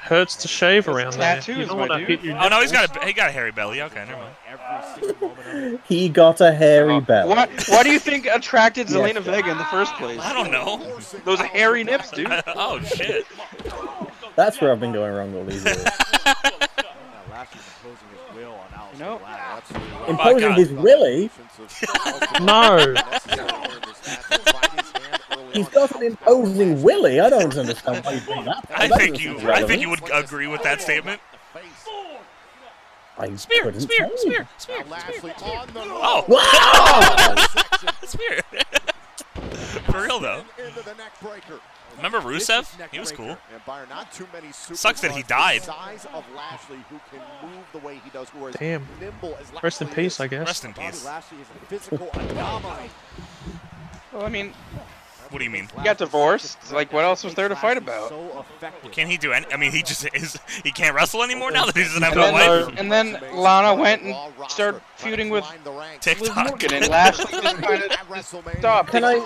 S5: Hurts to shave around there.
S2: tattoos,
S5: You don't
S2: my
S5: want to
S2: dude.
S5: hit your
S1: Oh no, he's got a he got a hairy belly. Okay, never mind.
S4: He got a
S1: Oh,
S4: hairy belt.
S2: Why, why do you think attracted
S4: Yes,
S2: Zelina
S4: sir.
S2: Vega in the first place?
S1: I don't know.
S2: Those hairy nips, dude.
S1: oh shit.
S4: That's where I've been going wrong all these years.
S11: Now Lashley's imposing his will on Aleister
S2: You know-
S11: Black.
S4: Imposing
S1: Oh, God.
S4: his willy,
S5: No.
S4: he's got an imposing willy. I don't understand why he's doing that.
S1: I
S4: That
S1: think
S4: doesn't
S1: you
S4: seem
S1: I think
S4: relevant.
S1: you would agree with
S6: Oh.
S1: that statement.
S4: I
S1: Spear,
S4: couldn't
S1: spear,
S4: tell you.
S1: spear, spear,
S6: Lashley on the
S1: Oh.
S4: Wow!
S1: spear. For real though.
S6: into the neck breaker.
S1: Remember Rusev? He was cool.
S6: And Byron, not too many
S1: Sucks that he
S6: superstars
S1: died.
S6: the Size of Lashley, who can move the way he does, who is
S5: Damn.
S6: nimble as
S5: Rest in
S6: Lashley
S5: peace,
S6: is.
S5: I guess.
S1: Rest in
S11: Bobby
S1: peace.
S11: Lashley is a physical anomaly.
S2: Well, I mean,
S1: What do you mean?
S2: he got divorced. Like, what else was there to fight about?
S11: So effective.
S1: Can he do any? I mean, he just is. He can't wrestle anymore now that he doesn't have
S2: And
S1: a
S2: then,
S1: wife.
S2: and then Lana went and started feuding with Liv
S1: TikTok.
S2: Morgan, and Lashley just kind of stopped.
S4: Can I-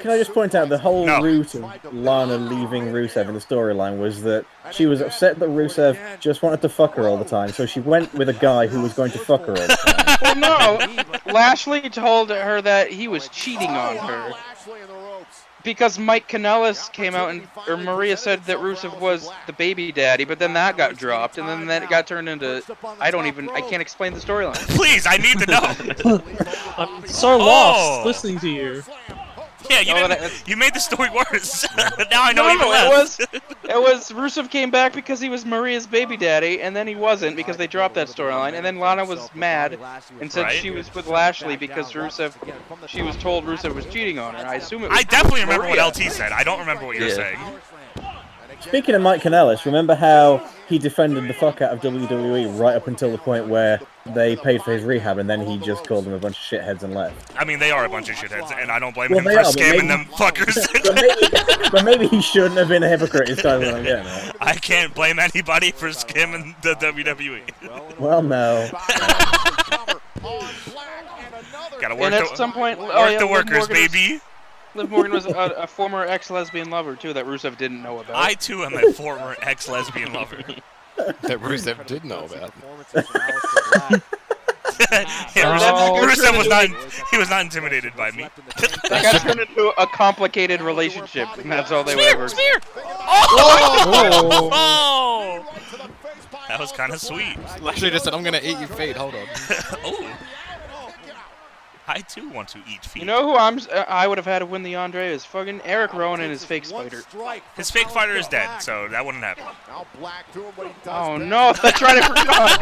S4: Can I just point out the whole
S1: No.
S4: root of Lana leaving Rusev in the storyline was that she was upset that Rusev just wanted to fuck her all the time, so she went with a guy who was going to fuck her all the time.
S2: Well, no, Lashley told her that he was cheating on her
S6: Lashley in the ropes.
S2: because Mike Kanellis came out and, or Maria said that Rusev was the baby daddy, but then that got dropped, and then that got turned into I don't even I can't explain the storyline.
S1: Please, I need to know.
S5: I'm so
S1: Oh.
S5: lost listening to you.
S1: Yeah, you
S2: No, that-
S1: didn't,
S2: that's-
S1: you made the story worse. now I know even
S2: no, it
S1: less.
S2: was it was Rusev came back because he was Maria's baby daddy, and then he wasn't because they dropped that storyline, and then Lana was mad and said
S1: Right.
S2: she was with Lashley because Rusev she was told Rusev was cheating on her. I assume it was
S1: I definitely remember
S2: Maria.
S1: what LT said. I don't remember what you're
S10: Yeah.
S1: saying.
S4: Speaking of Mike Kanellis, remember how he defended the fuck out of WWE right up until the point where they paid for his rehab and then he just called them a bunch of shitheads and left?
S1: I mean, they are a bunch of shitheads, and I don't blame
S4: Well,
S1: him
S4: they
S1: for
S4: are, but
S1: scamming
S4: maybe-
S1: them fuckers.
S4: But maybe, but maybe he shouldn't have been a hypocrite, is kind of what I'm getting at.
S1: I can't E. blame anybody for scamming the WWE.
S4: Well, no.
S1: Gotta work
S2: and
S1: the,
S2: at some point,
S1: work
S2: oh, yeah,
S1: the
S2: Liv
S1: workers,
S2: Morgan was-
S1: baby.
S2: Liv Morgan was a, a former ex-lesbian lover too that Rusev didn't know about.
S1: I too am a former ex-lesbian lover.
S8: That Rusev did know about.
S1: Yeah,
S2: Oh.
S1: Rusev, Rusev was not. He was not intimidated by me.
S2: That got turned into a complicated relationship, and that's all they were ever.
S1: Oh! That was kind of sweet.
S8: Lashley just said, "I'm gonna eat your feet." Hold on.
S1: oh. I too want to eat feet.
S2: You know who I'm? s- uh, I would have had to win the Andre is fucking Eric Rowan and his fake spider.
S1: His fake fighter is dead, so that wouldn't happen.
S2: Oh no! That's right, I forgot.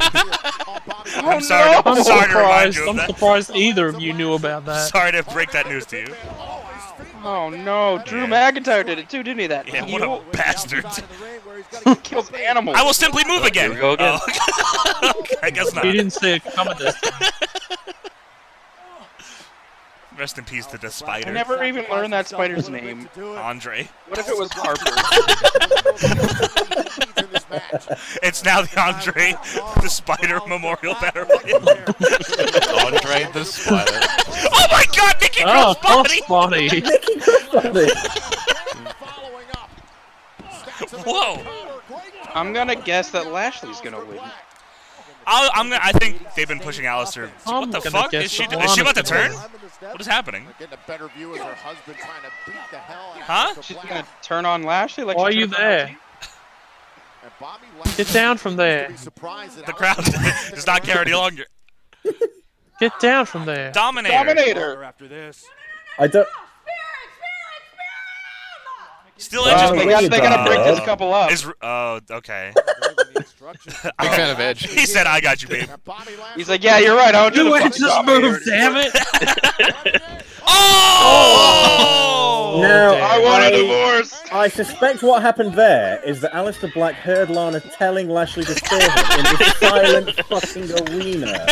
S1: I'm sorry to-
S2: Oh, no.
S1: I'm sorry to remind
S5: surprised.
S1: you of
S5: I'm
S1: that.
S5: surprised either of you knew about that.
S1: Sorry to break that news to you.
S2: Oh no! Drew McIntyre did it too, didn't he? That
S1: Yeah, what a bastard.
S2: kills animals.
S1: I will simply move again.
S10: we go again.
S1: Oh, okay, I guess not.
S5: He didn't see it coming this time.
S1: Rest in peace to the spider.
S2: I never even learned that spider's name.
S1: Andre.
S2: What if it was Harper?
S1: It's now the Andre the Spider Memorial Battle Royale.
S8: Andre the Spider.
S1: Oh my god, Nikki
S5: Oh,
S1: Cross body!
S5: crossbody.
S1: Whoa!
S2: I'm gonna guess that Lashley's gonna win.
S1: I'll, I'm gonna, I think they've been pushing Alistair. What
S5: I'm
S1: the
S5: gonna
S1: fuck?
S5: guess
S1: Is she,
S5: the
S1: is she about to
S5: Blonde
S1: turn?
S5: is
S1: What is happening?
S6: Getting a better view of her husband trying to beat the hell out
S1: Huh?
S6: of
S2: She's
S6: Alistair
S2: gonna
S6: Black.
S2: turn on Lashley like.
S5: Why are
S2: she
S5: you
S2: turned on her
S5: there?
S2: team.
S6: And Bobby Lashley
S5: Get down from there.
S6: be surprised that
S1: The crowd does not care any longer.
S5: Get down from there.
S1: Dominator.
S2: Dominator.
S6: after this.
S4: I don't.
S1: Still
S4: Uh,
S1: edges. me.
S4: they gotta- they gotta break this
S2: couple up.
S1: Is, oh, okay.
S8: Big fan of Edge.
S1: He said, "I got you, babe."
S2: He's like, yeah, you're right. I don't do
S5: You
S2: the
S5: ain't
S2: fucking
S5: just
S2: dominator
S5: move,
S2: anymore."
S5: damn it!
S1: Oh!
S4: Now,
S2: I want a divorce.
S4: I suspect what happened there is that Alistair Black heard Lana telling Lashley to spear him in the silent fucking arena.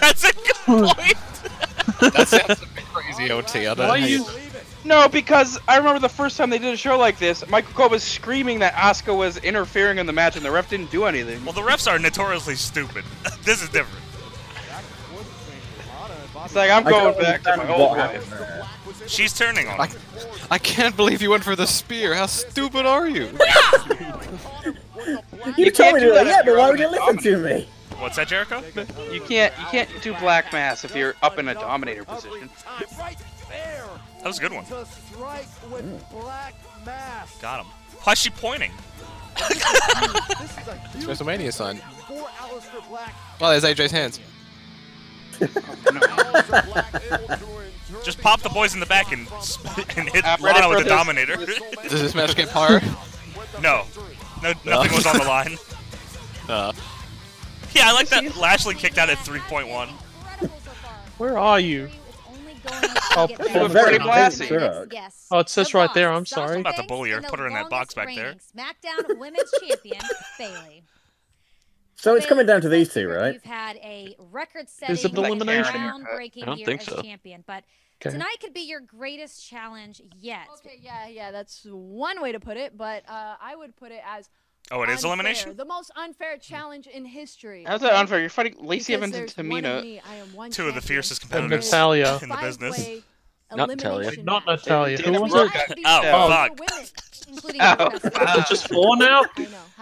S1: That's a good point.
S8: That sounds a bit crazy, OT. I don't
S5: Why
S8: know.
S5: you-
S2: No, because I remember the first time they did a show like this, Michael Cole was screaming that Asuka was interfering in the match, and the ref didn't do anything.
S1: Well, the refs are notoriously stupid. this is different.
S2: It's like I'm
S4: I don't
S2: going back to my
S4: understand
S2: old
S4: what
S2: life.
S4: happened there.
S1: She's turning on.
S8: I,
S1: him.
S8: I can't believe you went for the spear. How stupid are you?
S4: You, told
S2: can't
S4: me
S2: do
S4: to do
S2: that
S4: that, yeah,
S2: if
S4: but
S2: you're
S4: why
S2: on
S4: would you
S2: a
S4: listen to me?
S1: What's that, Jericho?
S2: You can't you can't do black mass if you're up in a dominator position.
S11: Right there.
S1: That was a good one.
S11: To strike with black mass.
S1: Got him. Why's she pointing?
S11: This is a
S8: It's
S11: huge
S8: WrestleMania sign.
S11: for Aleister Black.
S8: Oh, there's AJ's hands.
S6: Aleister Black able to endure
S1: Just pop the boys in the back and sp- and hit
S2: I'm ready
S1: Lana
S2: for
S1: with the
S2: this.
S1: Dominator.
S8: Does this match get pyro?
S1: no, no, nothing was on the line.
S8: Uh,
S1: Yeah, I like that. Lashley kicked out at 3.1.
S5: Where are you?
S12: Oh,
S5: Well,
S4: very
S2: classy.
S12: Yes.
S5: Oh, it says right there, I'm sorry. I'm
S1: about to bully her, put her in that box back there.
S12: SmackDown Women's Champion Bailey.
S4: So Oh, it's coming down to these two,
S12: Bayley,
S4: right?
S12: You've had a
S5: Is it
S12: record-setting,
S5: elimination?
S12: groundbreaking
S10: I don't
S12: year
S10: think
S12: as
S10: so.
S12: champion, but
S5: Okay.
S12: tonight could be your greatest challenge yet.
S3: Okay, yeah, yeah, that's one way to put it, but uh, I would put it as
S1: Oh, it is
S3: unfair,
S1: elimination.
S3: The most unfair challenge in history.
S2: How's that unfair? You're fighting Lacey
S3: Because
S2: Evans and
S3: there's one of
S2: Tamina.
S3: me, I am one
S1: Two of the
S3: champion.
S1: fiercest
S3: There
S5: And
S1: competitors
S5: Natalia.
S1: in the
S3: is
S1: business.
S3: five-way
S10: Not Natalia.
S3: elimination
S5: Not
S3: match.
S5: Natalia.
S2: They
S5: Who
S2: didn't
S5: was
S2: work
S5: it?
S2: out.
S1: Oh, fuck.
S2: Ow.
S5: It's just four now?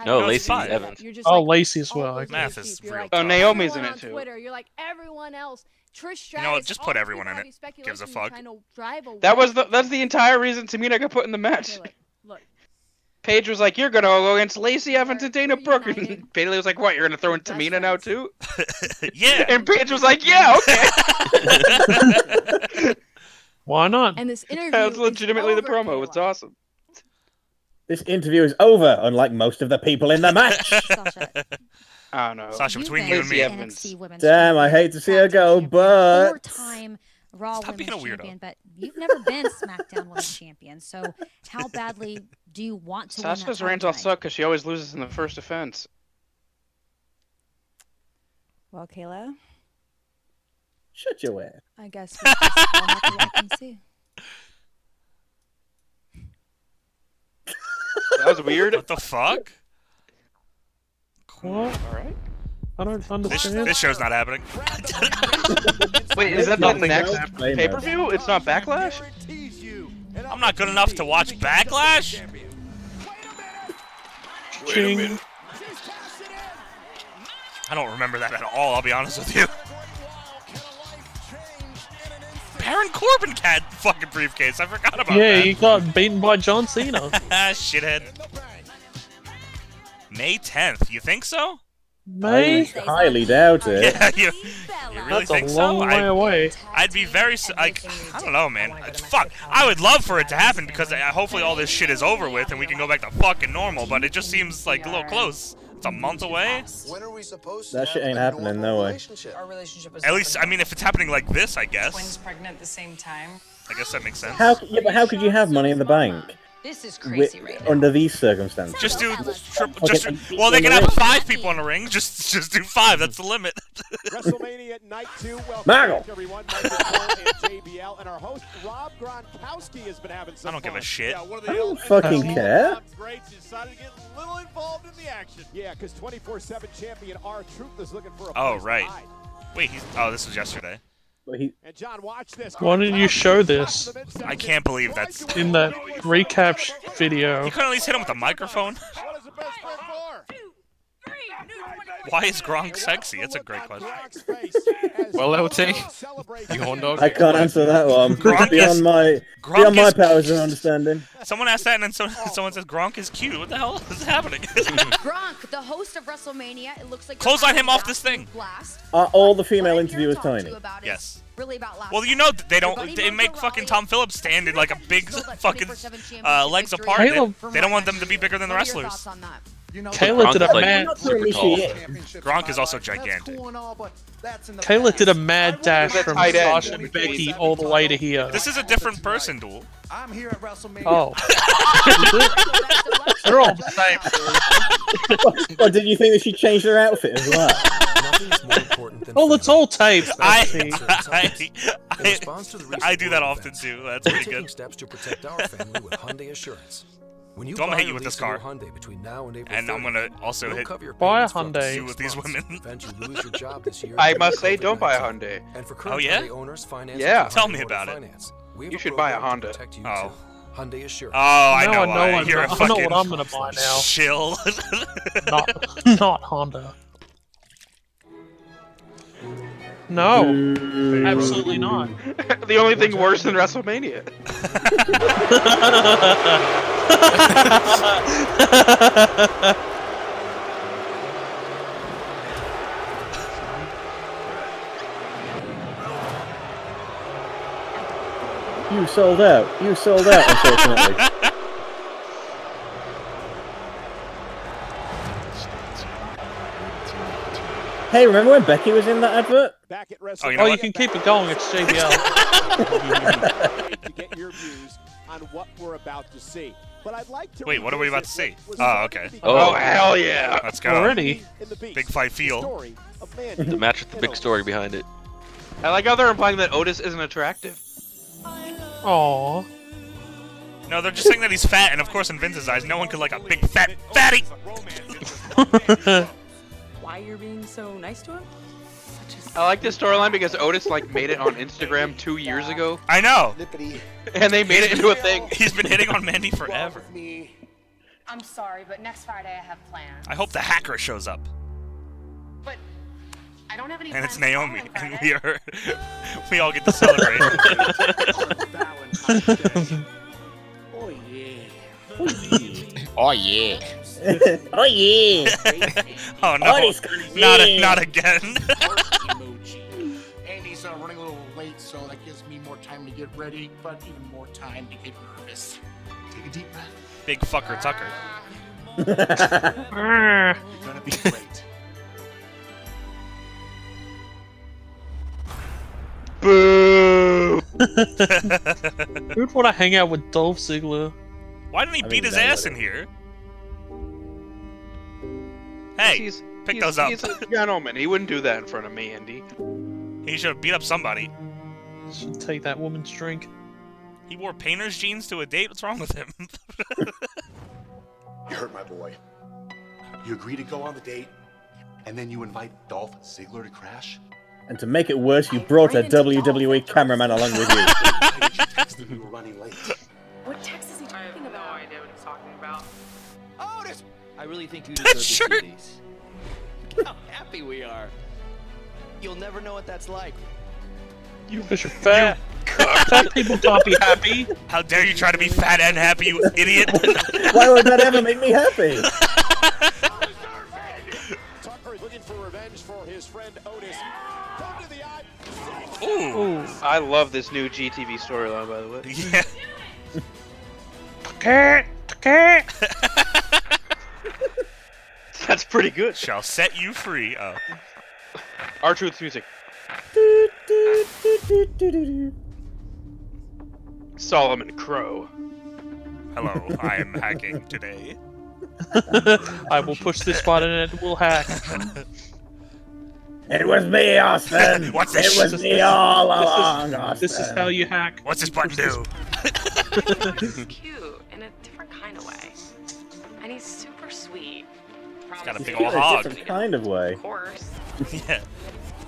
S10: No,
S1: Lacey
S10: Evans.
S5: Oh, Lacey as well. okay.
S1: Math is real
S2: Oh, Naomi's in it too.
S3: Twitter, you're like everyone else. Trish
S1: You
S3: Stratus.
S1: know what, just
S3: all
S1: put
S3: these
S1: everyone
S3: people
S1: in
S3: have
S1: it.
S3: these
S1: Gives a
S3: speculations
S1: fuck.
S3: trying to drive away.
S2: That was the that's the entire reason Tamina got put in the
S3: Okay,
S2: match.
S3: look, look,
S2: Paige was like, "You're gonna go against Lacey Evans and Dana Brooke," and
S3: United.
S2: Bailey was like, "What? You're gonna throw in
S3: Best
S2: Tamina now
S3: friends.
S2: too?"
S1: yeah.
S2: And Paige was like, "Yeah, okay."
S5: Why not?
S3: And this interview.
S2: That's
S3: is
S2: legitimately the
S3: over,
S2: promo. It's
S3: Kayla.
S2: awesome.
S4: This interview is over, unlike most of the people in the match.
S12: Sasha,
S2: I don't know.
S1: Sasha, between
S12: been
S1: you and
S2: Lacey
S1: me,
S2: Evans.
S12: NXT Women's
S4: Damn, I
S12: Champion,
S4: hate to see her
S12: SmackDown
S4: go,
S12: Champion,
S4: but-
S12: four-time Raw
S1: Stop being
S12: Women's
S1: a weirdo.
S12: Champion, but you've never been SmackDown Women's Champion. So how badly do you want to win that
S2: Sasha's
S12: title
S2: rants all
S12: tonight?
S2: suck because she always loses in the first offense.
S3: Well, Kayla,
S4: Shut your way.
S3: I guess we just all have to wait and see.
S2: That was weird.
S1: What the fuck?
S5: What?
S2: All right.
S5: I don't
S1: This,
S5: understand.
S1: this show's not happening.
S2: Wait, is that the
S5: Nothing
S2: next
S5: else?
S2: pay per view? It's not Backlash?
S1: I'm not good enough to watch Backlash.
S5: Ching.
S1: I don't remember that at all. I'll be honest with you. Baron Corbin had the fucking briefcase. I forgot about
S5: Yeah,
S1: that.
S5: he got beaten by John Cena.
S1: Ah, shithead. May 10th. You think so?
S4: I
S5: May?
S4: highly doubt it.
S1: Yeah, you, you really
S5: That's a
S1: think so?
S5: long
S1: I,
S5: way away.
S1: I'd be very s- like, I don't know, man. Uh, Fuck, I would love for it to happen because uh, hopefully all this shit is over with and we can go back to fucking normal. But it just seems like a little close. It's a month away.
S13: When are we supposed
S4: That shit ain't happening, no way.
S3: Our relationship is
S1: At least, I mean, if it's happening like this, I
S3: twins
S1: guess.
S3: pregnant at the same time.
S1: I guess that makes sense.
S4: How? Yeah, but how could you have money in the bank
S3: This is
S4: with, under these circumstances?
S1: Just do triple.
S4: Okay,
S1: Just
S4: and
S1: do-
S4: people
S1: well, they
S4: in the
S1: can have
S4: ring.
S1: five people in the ring. Just, just do five. That's the limit.
S6: WrestleMania Night 2. Welcome
S1: Margo.
S6: back, everyone. Michael Cole and JBL, and our host Rob Gronkowski has been having some
S1: I don't give a
S6: fun.
S1: shit.
S6: Yeah, one of the
S4: I don't
S6: elements
S4: fucking
S6: of
S4: care.
S6: Rob's greats decided to get a little involved in the action. Yeah, because 24/7 champion R Truth is looking for a
S1: Oh
S6: place to
S1: right.
S6: hide.
S1: Wait, he's. Oh, this was yesterday.
S6: And John, watch this.
S5: Why didn't you show this
S1: I can't believe that's.
S5: in that recap sh- video?
S1: You couldn't at least hit him with a microphone. Why is Gronk sexy? That's a great question.
S8: Well, LT, you horn dog.
S4: I can't answer that one.
S1: Gronk is-
S4: beyond my
S1: Gronk
S4: beyond my
S1: is-
S4: powers of understanding.
S1: Someone asked that, and then so, someone says Gronk is cute. What the hell is happening?
S12: Gronk, the host of WrestleMania, it looks like you're
S1: Clothesline
S12: having
S1: him off
S12: an
S1: this thing.
S12: absolute Blast.
S4: Are all the female interviewers
S12: Talk to
S4: tiny?
S12: you about is
S1: yes.
S12: Really about last
S1: Well, you
S12: night.
S1: know they
S12: Your
S1: don't.
S12: buddy
S1: They make
S12: Mojo
S1: fucking
S12: Rawley,
S1: Tom Phillips stand in like a big fucking uh, legs apart. They,
S5: Caleb-
S1: they don't want them to be bigger than the
S12: What are your
S1: wrestlers.
S12: thoughts on that?
S5: Kayla did a mad.
S1: Gronk is also gigantic.
S5: Kayla did a mad dash
S2: That's
S5: from
S2: tight end.
S5: Sasha and Becky all the way to here.
S1: This is a different person, Duel.
S14: I'm here at WrestleMania.
S5: Oh. They're all the same.
S4: Or did you think that she changed her outfit as well?
S5: Oh, it's all tapes.
S1: I,
S5: see.
S1: I, I, I do that often too. That's pretty good.
S15: steps to protect our family with Hyundai Assurance. When you
S1: So I'm gonna
S15: buy
S1: hit you
S15: or
S1: with this
S15: lease a new
S1: car.
S15: Hyundai between now and April
S1: And I'm
S15: 30th,
S1: gonna also
S15: we'll
S1: hit.
S15: cover your
S5: Buy a
S15: payments for up to
S5: Hyundai.
S1: You with these
S15: six months
S1: women.
S15: in event you lose your job this year
S2: I
S15: due to
S2: must say, don't buy a
S15: COVID-19.
S2: Hyundai.
S15: And for current
S1: Oh yeah. Uh,
S15: Hyundai owners, finance
S2: Yeah.
S15: continues
S1: Tell me
S15: to
S1: about it.
S15: finance. We have
S2: You
S15: a
S2: should buy a
S15: program to
S2: Honda.
S15: protect you
S1: Oh.
S15: too. Hyundai Assurance.
S1: Oh, I
S5: Now
S1: know
S5: I know
S1: why.
S5: I'm
S1: You're
S5: not-
S1: a
S5: I know
S1: fucking
S5: what I'm gonna buy now.
S1: Chill.
S5: not, not Honda. No, absolutely not. Oh,
S2: the only thing worse than WrestleMania.
S4: You sold out. You sold out. Unfortunately. hey, remember when Becky was in that advert?
S6: Back at
S1: Oh, you
S5: oh,
S1: know
S5: you
S1: what?
S5: can keep it going. It's JBL.
S6: to get your views on what we're about to see. But I'd like to
S1: Wait, what are we about to see?
S6: revisit what
S1: Oh,
S6: was starting
S1: okay.
S6: to become
S10: Oh,
S2: hell yeah.
S1: Let's go.
S5: Already?
S6: in the beast,
S1: Big fight
S6: the
S1: feel.
S6: story of man
S10: The match with the big story behind it.
S2: I like how they're implying that Otis isn't attractive.
S5: Aww.
S1: No, they're just saying that he's fat, and of course, in Vince's eyes, no one could like a big fat fatty.
S3: Why you're being so nice to him?
S2: I like this storyline because Otis like made it on Instagram two years ago,
S1: I know.
S2: and they made it into a thing.
S1: He's been hitting on Mandy forever.
S3: I'm sorry, but next Friday I have plans.
S1: I hope the hacker shows up.
S3: But I don't have any.
S1: And it's
S3: plans at all
S1: Naomi,
S3: on
S1: and
S3: Friday.
S1: we are, we all get to celebrate.
S14: Oh yeah.
S8: Oh yeah.
S4: oh yeah.
S1: oh no,
S4: Otis gonna
S1: not a,
S4: win.
S1: not again.
S14: emoji. Andy's uh, running a little late, so that gives me more time to get ready, but even more time to get nervous. Take a deep breath.
S1: Big fucker Tucker.
S14: You're gonna be great.
S2: Boo!
S5: Who'd want to hang out with Dolph Ziggler?
S1: Why didn't he
S4: I
S1: beat
S4: mean,
S1: his
S4: that
S1: ass in
S4: would've-
S1: here? Hey,
S2: he's,
S1: pick
S2: he's,
S1: those up.
S2: He's a gentleman. He wouldn't do that in front of me, Andy.
S1: he should have beat up somebody.
S5: Should take that woman's drink.
S1: He wore painter's jeans to a date. What's wrong with him?
S14: You hurt my boy. You agree to go on the date.
S16: And then you invite Dolph Ziggler to crash?
S4: And to make it worse, you brought a WWE cameraman along with you.
S16: We were running late.
S3: What text is he talking about? I have no idea what he's talking about. Otis!
S17: I really think you
S3: That
S17: deserve to
S3: shirt.
S17: see these. Look How happy we are. You'll never know what that's like.
S5: You fish are fat. Fat people can't be happy.
S1: How dare you try to be fat and happy, you idiot!
S4: Why would that ever make me happy?
S2: Ooh. I love this new GTV storyline, by the way.
S1: Yeah.
S2: That's pretty good.
S1: Shall set you free. Oh.
S2: Our Truth's music. Solomon Crow.
S1: Hello, I am hacking today.
S5: I will push this button and it will hack.
S4: It was me, Austin.
S5: What's
S4: it
S5: this?
S4: was
S5: This-
S4: me
S5: this-
S4: all
S5: this is-
S4: along, Austin.
S5: this is how you hack.
S1: What's this button do?
S3: He's cute in a different kind of way. And he's super sweet. He's
S1: got a
S4: It's in a different kind of way.
S3: Of course.
S1: Yeah.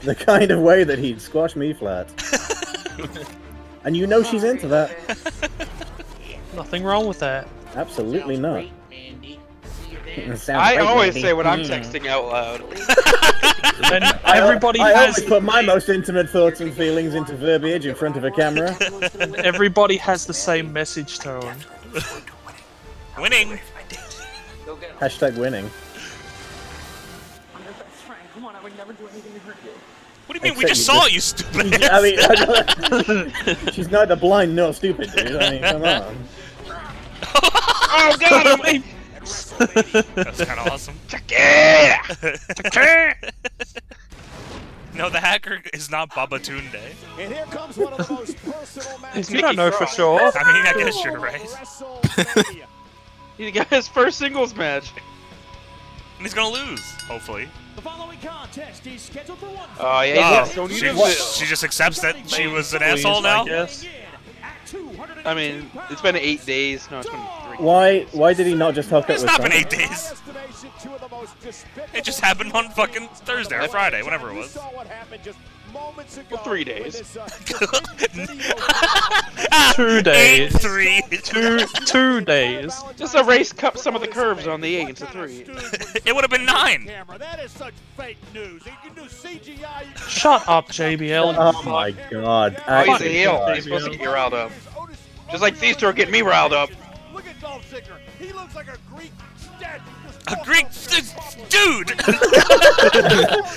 S4: The kind of way that he'd squash me flat. and you know she's into that.
S5: Nothing wrong with that.
S4: Absolutely not. Sounds
S2: I
S4: great,
S2: always
S4: baby.
S2: say what I'm
S4: Mm.
S2: texting out loud.
S5: Then
S4: I al-
S5: everybody
S4: I
S5: has
S4: always put my most intimate thoughts and feelings into verbiage in front of a camera.
S5: everybody has the same message tone.
S1: Winning.
S4: Hashtag winning.
S3: I'm your best friend. Come on, I would never do anything to hurt you.
S1: What do you mean? We
S4: Except
S1: just saw it, you stupid.
S4: I
S1: ass.
S4: mean, I don't- she's neither blind nor stupid, dude. I mean, come on.
S3: Oh,
S5: God!
S1: That's kind of awesome.
S3: Yeah!
S1: no, the hacker is not Baba Tunde.
S6: And here comes one of the most personal matches.
S5: You don't know for sure.
S1: I mean, I guess you're right.
S2: he got his first singles match.
S1: And he's gonna lose, hopefully.
S6: The following contest is scheduled for one.
S2: Oh, yeah, he
S1: Oh,
S2: lost. Don't you
S1: she,
S2: do this.
S1: she just accepts that she was an
S2: Please,
S1: asshole now.
S2: I guess. I mean, it's been eight days. No, it's been three.
S4: Why? Why did he not just hook up
S1: It's
S4: with
S1: not been
S4: someone?
S1: eight days. It just happened on fucking Thursday or Friday, whenever it was.
S2: Well, three days.
S6: uh,
S5: Two days.
S1: Ah, three.
S5: Two two days.
S2: Just erase cup some of the curves on the eight into three.
S1: It would have been nine.
S5: Shut up, JBL.
S4: Oh my god.
S2: Oh, he's a
S4: actually,
S2: heel.
S4: god.
S2: He's supposed to get you riled up. Just like these two are getting me riled up.
S1: A Greek this dude.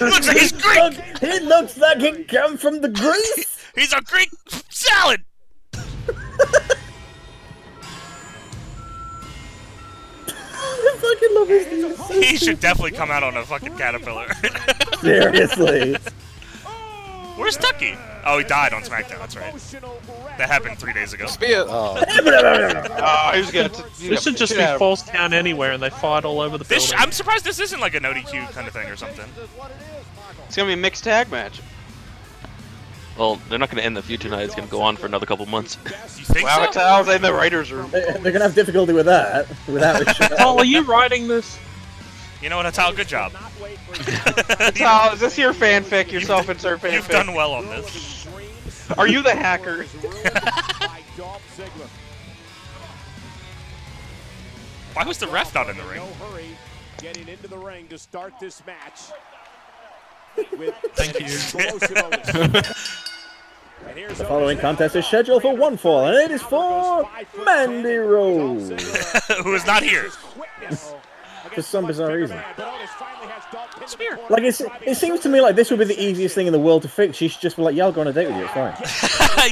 S1: looks like he's
S4: Look,
S1: Greek.
S4: he looks like he come from the Greece.
S1: He's a Greek salad.
S4: I fucking love his name. It's so
S1: He should
S4: stupid.
S1: definitely come out on a fucking caterpillar.
S4: Seriously.
S1: Where's Tucky? Oh, he died on SmackDown. That's right. That happened three days ago.
S2: Oh, he was gonna. T- he
S5: This
S2: was
S5: should
S2: gonna
S5: just
S2: shit
S5: be
S2: out of-
S5: false count anywhere and they fight all over the
S1: This
S5: building.
S1: I'm surprised this isn't like a no DQ kind of thing or something.
S2: It's gonna be a mixed tag match.
S10: Well, they're not going to end the feud tonight. It's going to go on for another couple months.
S1: You think
S2: Wow, it's
S1: so?
S2: Al's in the writers' room.
S4: They- They're gonna have difficulty with that. Without a
S5: Paul,
S4: show.
S5: are you writing this?
S1: You know what, Atal? Good job.
S2: Tal, is this your fanfic? Your self-insert fanfic?
S1: You've done well on this.
S2: Are you the hacker?
S1: Why was the ref not in the ring?
S6: No hurry getting into the ring to start this match.
S8: Thank
S4: The following contest is scheduled for one fall, and it is for Mandy Rose.
S1: Who is not here?
S4: For some bizarre reason.
S1: It's weird.
S4: Like it's, it seems to me like this would be the easiest thing in the world to fix. She should just be like, "Yeah, I'll go on a date with you. It's fine."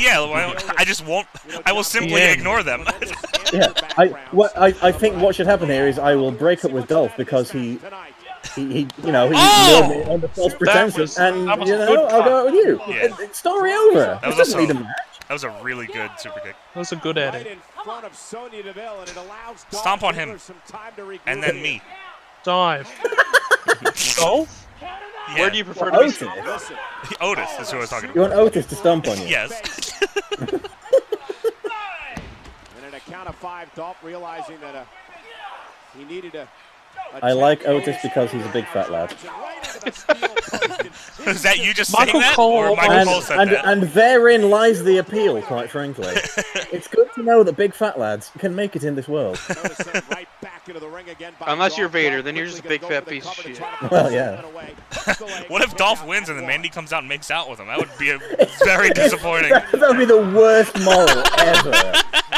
S1: yeah, why don't- I just won't. I will simply
S5: Yeah.
S1: ignore them.
S4: Yeah, I what I, I think what should happen here is I will break up with Dolph because he he, he you know he
S1: Oh!
S4: lured me under false
S5: was-
S4: pretenses, and
S5: that was
S4: you
S5: a good
S4: know I'll go out with you.
S1: Yeah.
S4: It- it's story over.
S1: That was
S4: It doesn't
S1: also-
S4: need a match.
S1: That was a really good super kick.
S5: That's a good
S6: Right
S5: edit.
S6: in front of Sonya Deville, and it allows Dolph
S1: Stomp on him.
S6: Ziggler some time to regroup.
S1: And then me.
S5: Dive.
S2: Oh?
S5: Golf?
S1: Yeah.
S2: Where do you prefer to be?
S4: Otis.
S2: stomped?
S6: Listen,
S1: Otis is who I was talking
S4: You
S1: about.
S4: want Otis to stomp on you?
S1: Yes.
S6: and at a count of five, Dolph realizing that uh, he needed a. a
S4: I like
S6: champion.
S4: Otis because he's a big fat lad.
S6: Right into
S1: Is that you just saying that, or Michael
S4: and,
S1: Cole said
S4: and,
S1: that?
S4: and therein lies the appeal, quite frankly. it's good to know that big fat lads can make it in this world.
S2: Unless you're Vader, then you're just a big fat piece of shit.
S4: well, yeah.
S1: what if Dolph wins and then Mandy comes out and makes out with him? That would be a, very disappointing.
S4: That would be the worst moral ever.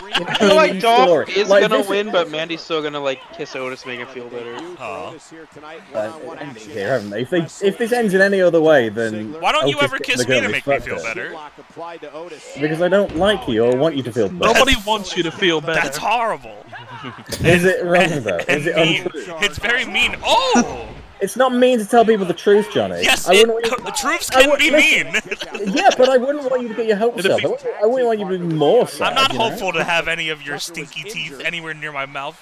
S4: in
S2: I feel
S4: any story.
S2: like Dolph is
S4: Like,
S2: gonna
S4: this
S2: win, but Mandy's still gonna like kiss Otis, make him feel better.
S4: Uh, it ended here, haven't they? If, they, if this ends in any other way, then
S1: Why don't you
S4: Otis
S1: ever
S4: getting
S1: kiss
S4: the
S1: me
S4: gun
S1: to
S4: is
S1: make me
S4: fucked
S1: feel
S4: up.
S1: better?
S4: Because I don't like you or want you to feel better.
S5: Nobody wants you to feel better.
S1: That's horrible.
S4: Is it wrong though?
S1: And
S4: Is it
S1: mean.
S4: untrue?
S1: It's very mean. Oh,
S4: It's not mean to tell people the truth, Johnny.
S1: yes,
S4: I
S1: it,
S4: wouldn't
S1: the truths
S4: I
S1: can
S4: would-
S1: be mean.
S4: listen. want, yeah, but I wouldn't want you to get your hopes up. I wouldn't, I wouldn't want you to be more sad.
S1: I'm not
S4: you know?
S1: hopeful to have any of your stinky teeth anywhere near my mouth.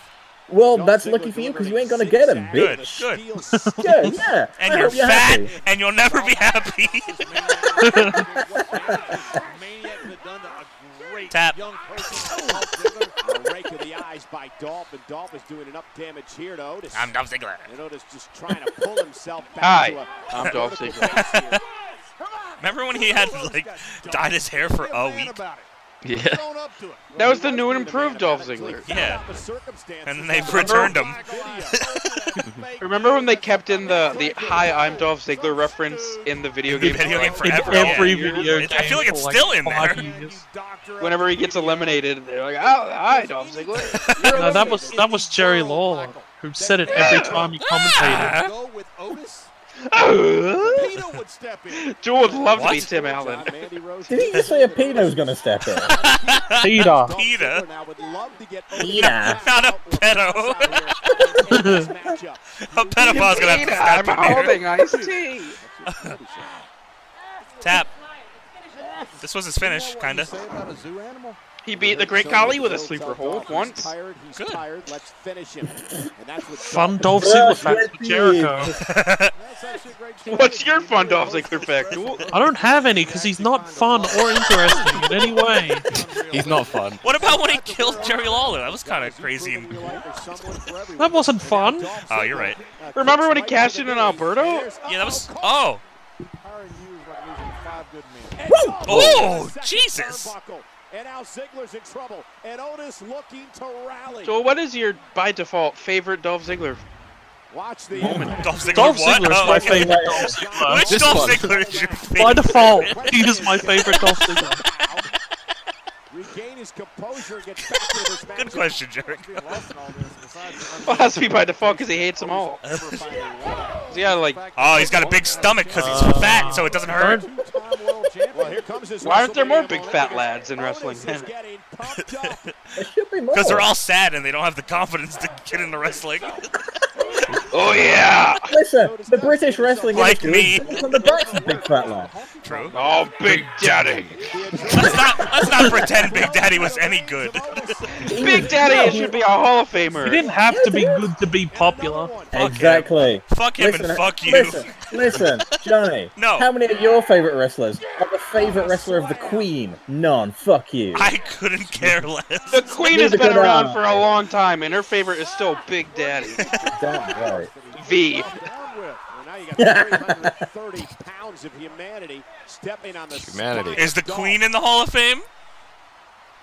S4: Well, that's lucky for you because you ain't gonna get him,
S1: Good,
S4: bitch.
S1: good.
S4: Yeah, yeah.
S1: And
S4: I
S1: you're
S4: hope you're
S1: fat,
S4: happy.
S1: and you'll never be happy. Tap.
S6: Break of the eyes by Dolph, and Dolph is doing enough damage here to Otis.
S1: I'm Dolph Ziggler.
S6: And Otis just trying to pull himself back to
S2: Hi,
S6: a
S2: I'm Dolph Ziggler.
S1: Remember when he had like dyed his hair for a week?
S10: Yeah.
S2: That was the new and improved Dolph Ziggler.
S1: Yeah. And then they returned him.
S2: Remember when they kept in the the "Hi, I'm Dolph Ziggler" reference in the video game?
S1: video
S2: for
S1: game
S2: like
S1: forever,
S2: five
S1: every
S2: years?
S1: video It- I game feel like for it's like still in five there.
S2: Whenever he gets eliminated, they're like, "Oh, hi, Dolph Ziggler." You're
S5: No, that was that was Jerry Lawler who said it every time he commentated.
S6: go with
S2: eliminated."
S6: Otis. Pino would step in.
S2: George loved
S1: What?
S2: me, Tim Allen.
S4: Did he just say a pedo's gonna step in?
S1: Ah.
S5: Peter.
S1: Peter.
S6: Now would love to get
S4: Peter.
S1: Not a pedo. a pedophile's gonna have to step
S2: I'm
S1: in here.
S2: holding iced tea.
S1: Tap. This was his finish, kinda.
S2: He beat the Great Khali with a sleeper hold once.
S6: Tired, he's tired. Let's finish him. And that's what
S5: Fun Dolph
S6: Dolph
S5: Ziggler
S4: Bruh,
S5: fact with
S4: Jesse.
S5: Jericho.
S2: What's your fun Dolph Ziggler factual?
S5: I don't have any because he's not fun or interesting in any way.
S8: He's not fun.
S1: What about when he killed Jerry Lawler? That was kind of crazy. and-
S5: That wasn't fun.
S1: Oh, you're right.
S6: uh,
S2: Remember when he cashed in on Alberto?
S1: Yeah, that was. Oh,
S6: Aaron Hughes like losing five good men.
S1: oh, Jesus!
S6: Buckle. And now Ziggler's in trouble. And Otis looking to rally.
S2: So, what is your by default favorite Dolph Ziggler?
S6: Watch the
S1: Dolph Ziggler.
S5: Dolph
S1: what?
S5: Ziggler is
S1: Oh,
S5: my
S1: okay.
S5: favorite Dolph
S6: uh,
S5: Ziggler.
S1: Which
S8: This
S1: Dolph
S8: one.
S1: Ziggler is your favorite?
S5: By default, he is my favorite Dolph Ziggler.
S6: regain his composure and gets back to this match.
S1: Good question, Jerry.
S2: Well, it has to be by default because he hates them all. yeah, like,
S1: Oh, he's got a big stomach because he's fat, so it doesn't hurt.
S6: Well, here comes his
S2: why aren't there more
S6: WrestleMania
S2: big
S6: moment.
S2: fat lads in wrestling?
S6: Otis is getting pumped up.
S4: It should be more.
S1: Because they're all sad and they don't have the confidence to get into wrestling.
S2: oh yeah!
S4: Listen, the British wrestling
S1: Like
S4: industry
S1: me.
S4: is built on the backs of big fat lads.
S1: True.
S2: Oh, Big Daddy!
S1: Let's not let's not pretend Big Daddy was any good.
S2: Big Daddy should be a Hall of Famer.
S5: You didn't have to be good to be popular.
S4: Exactly.
S1: Fuck him and fuck you.
S4: Listen, listen, Johnny.
S1: No.
S4: How many of your favorite wrestlers are the favorite wrestler of the Queen? None. Fuck you.
S1: I couldn't care less.
S2: The Queen has been around for a long time, and her favorite is still Big Daddy.
S4: Damn right.
S2: V.
S6: down with. Well, now you got 330 pounds of humanity stepping on the
S8: Humanity.
S6: spine of
S1: Is the
S6: Dolph.
S1: Queen in the Hall of Fame?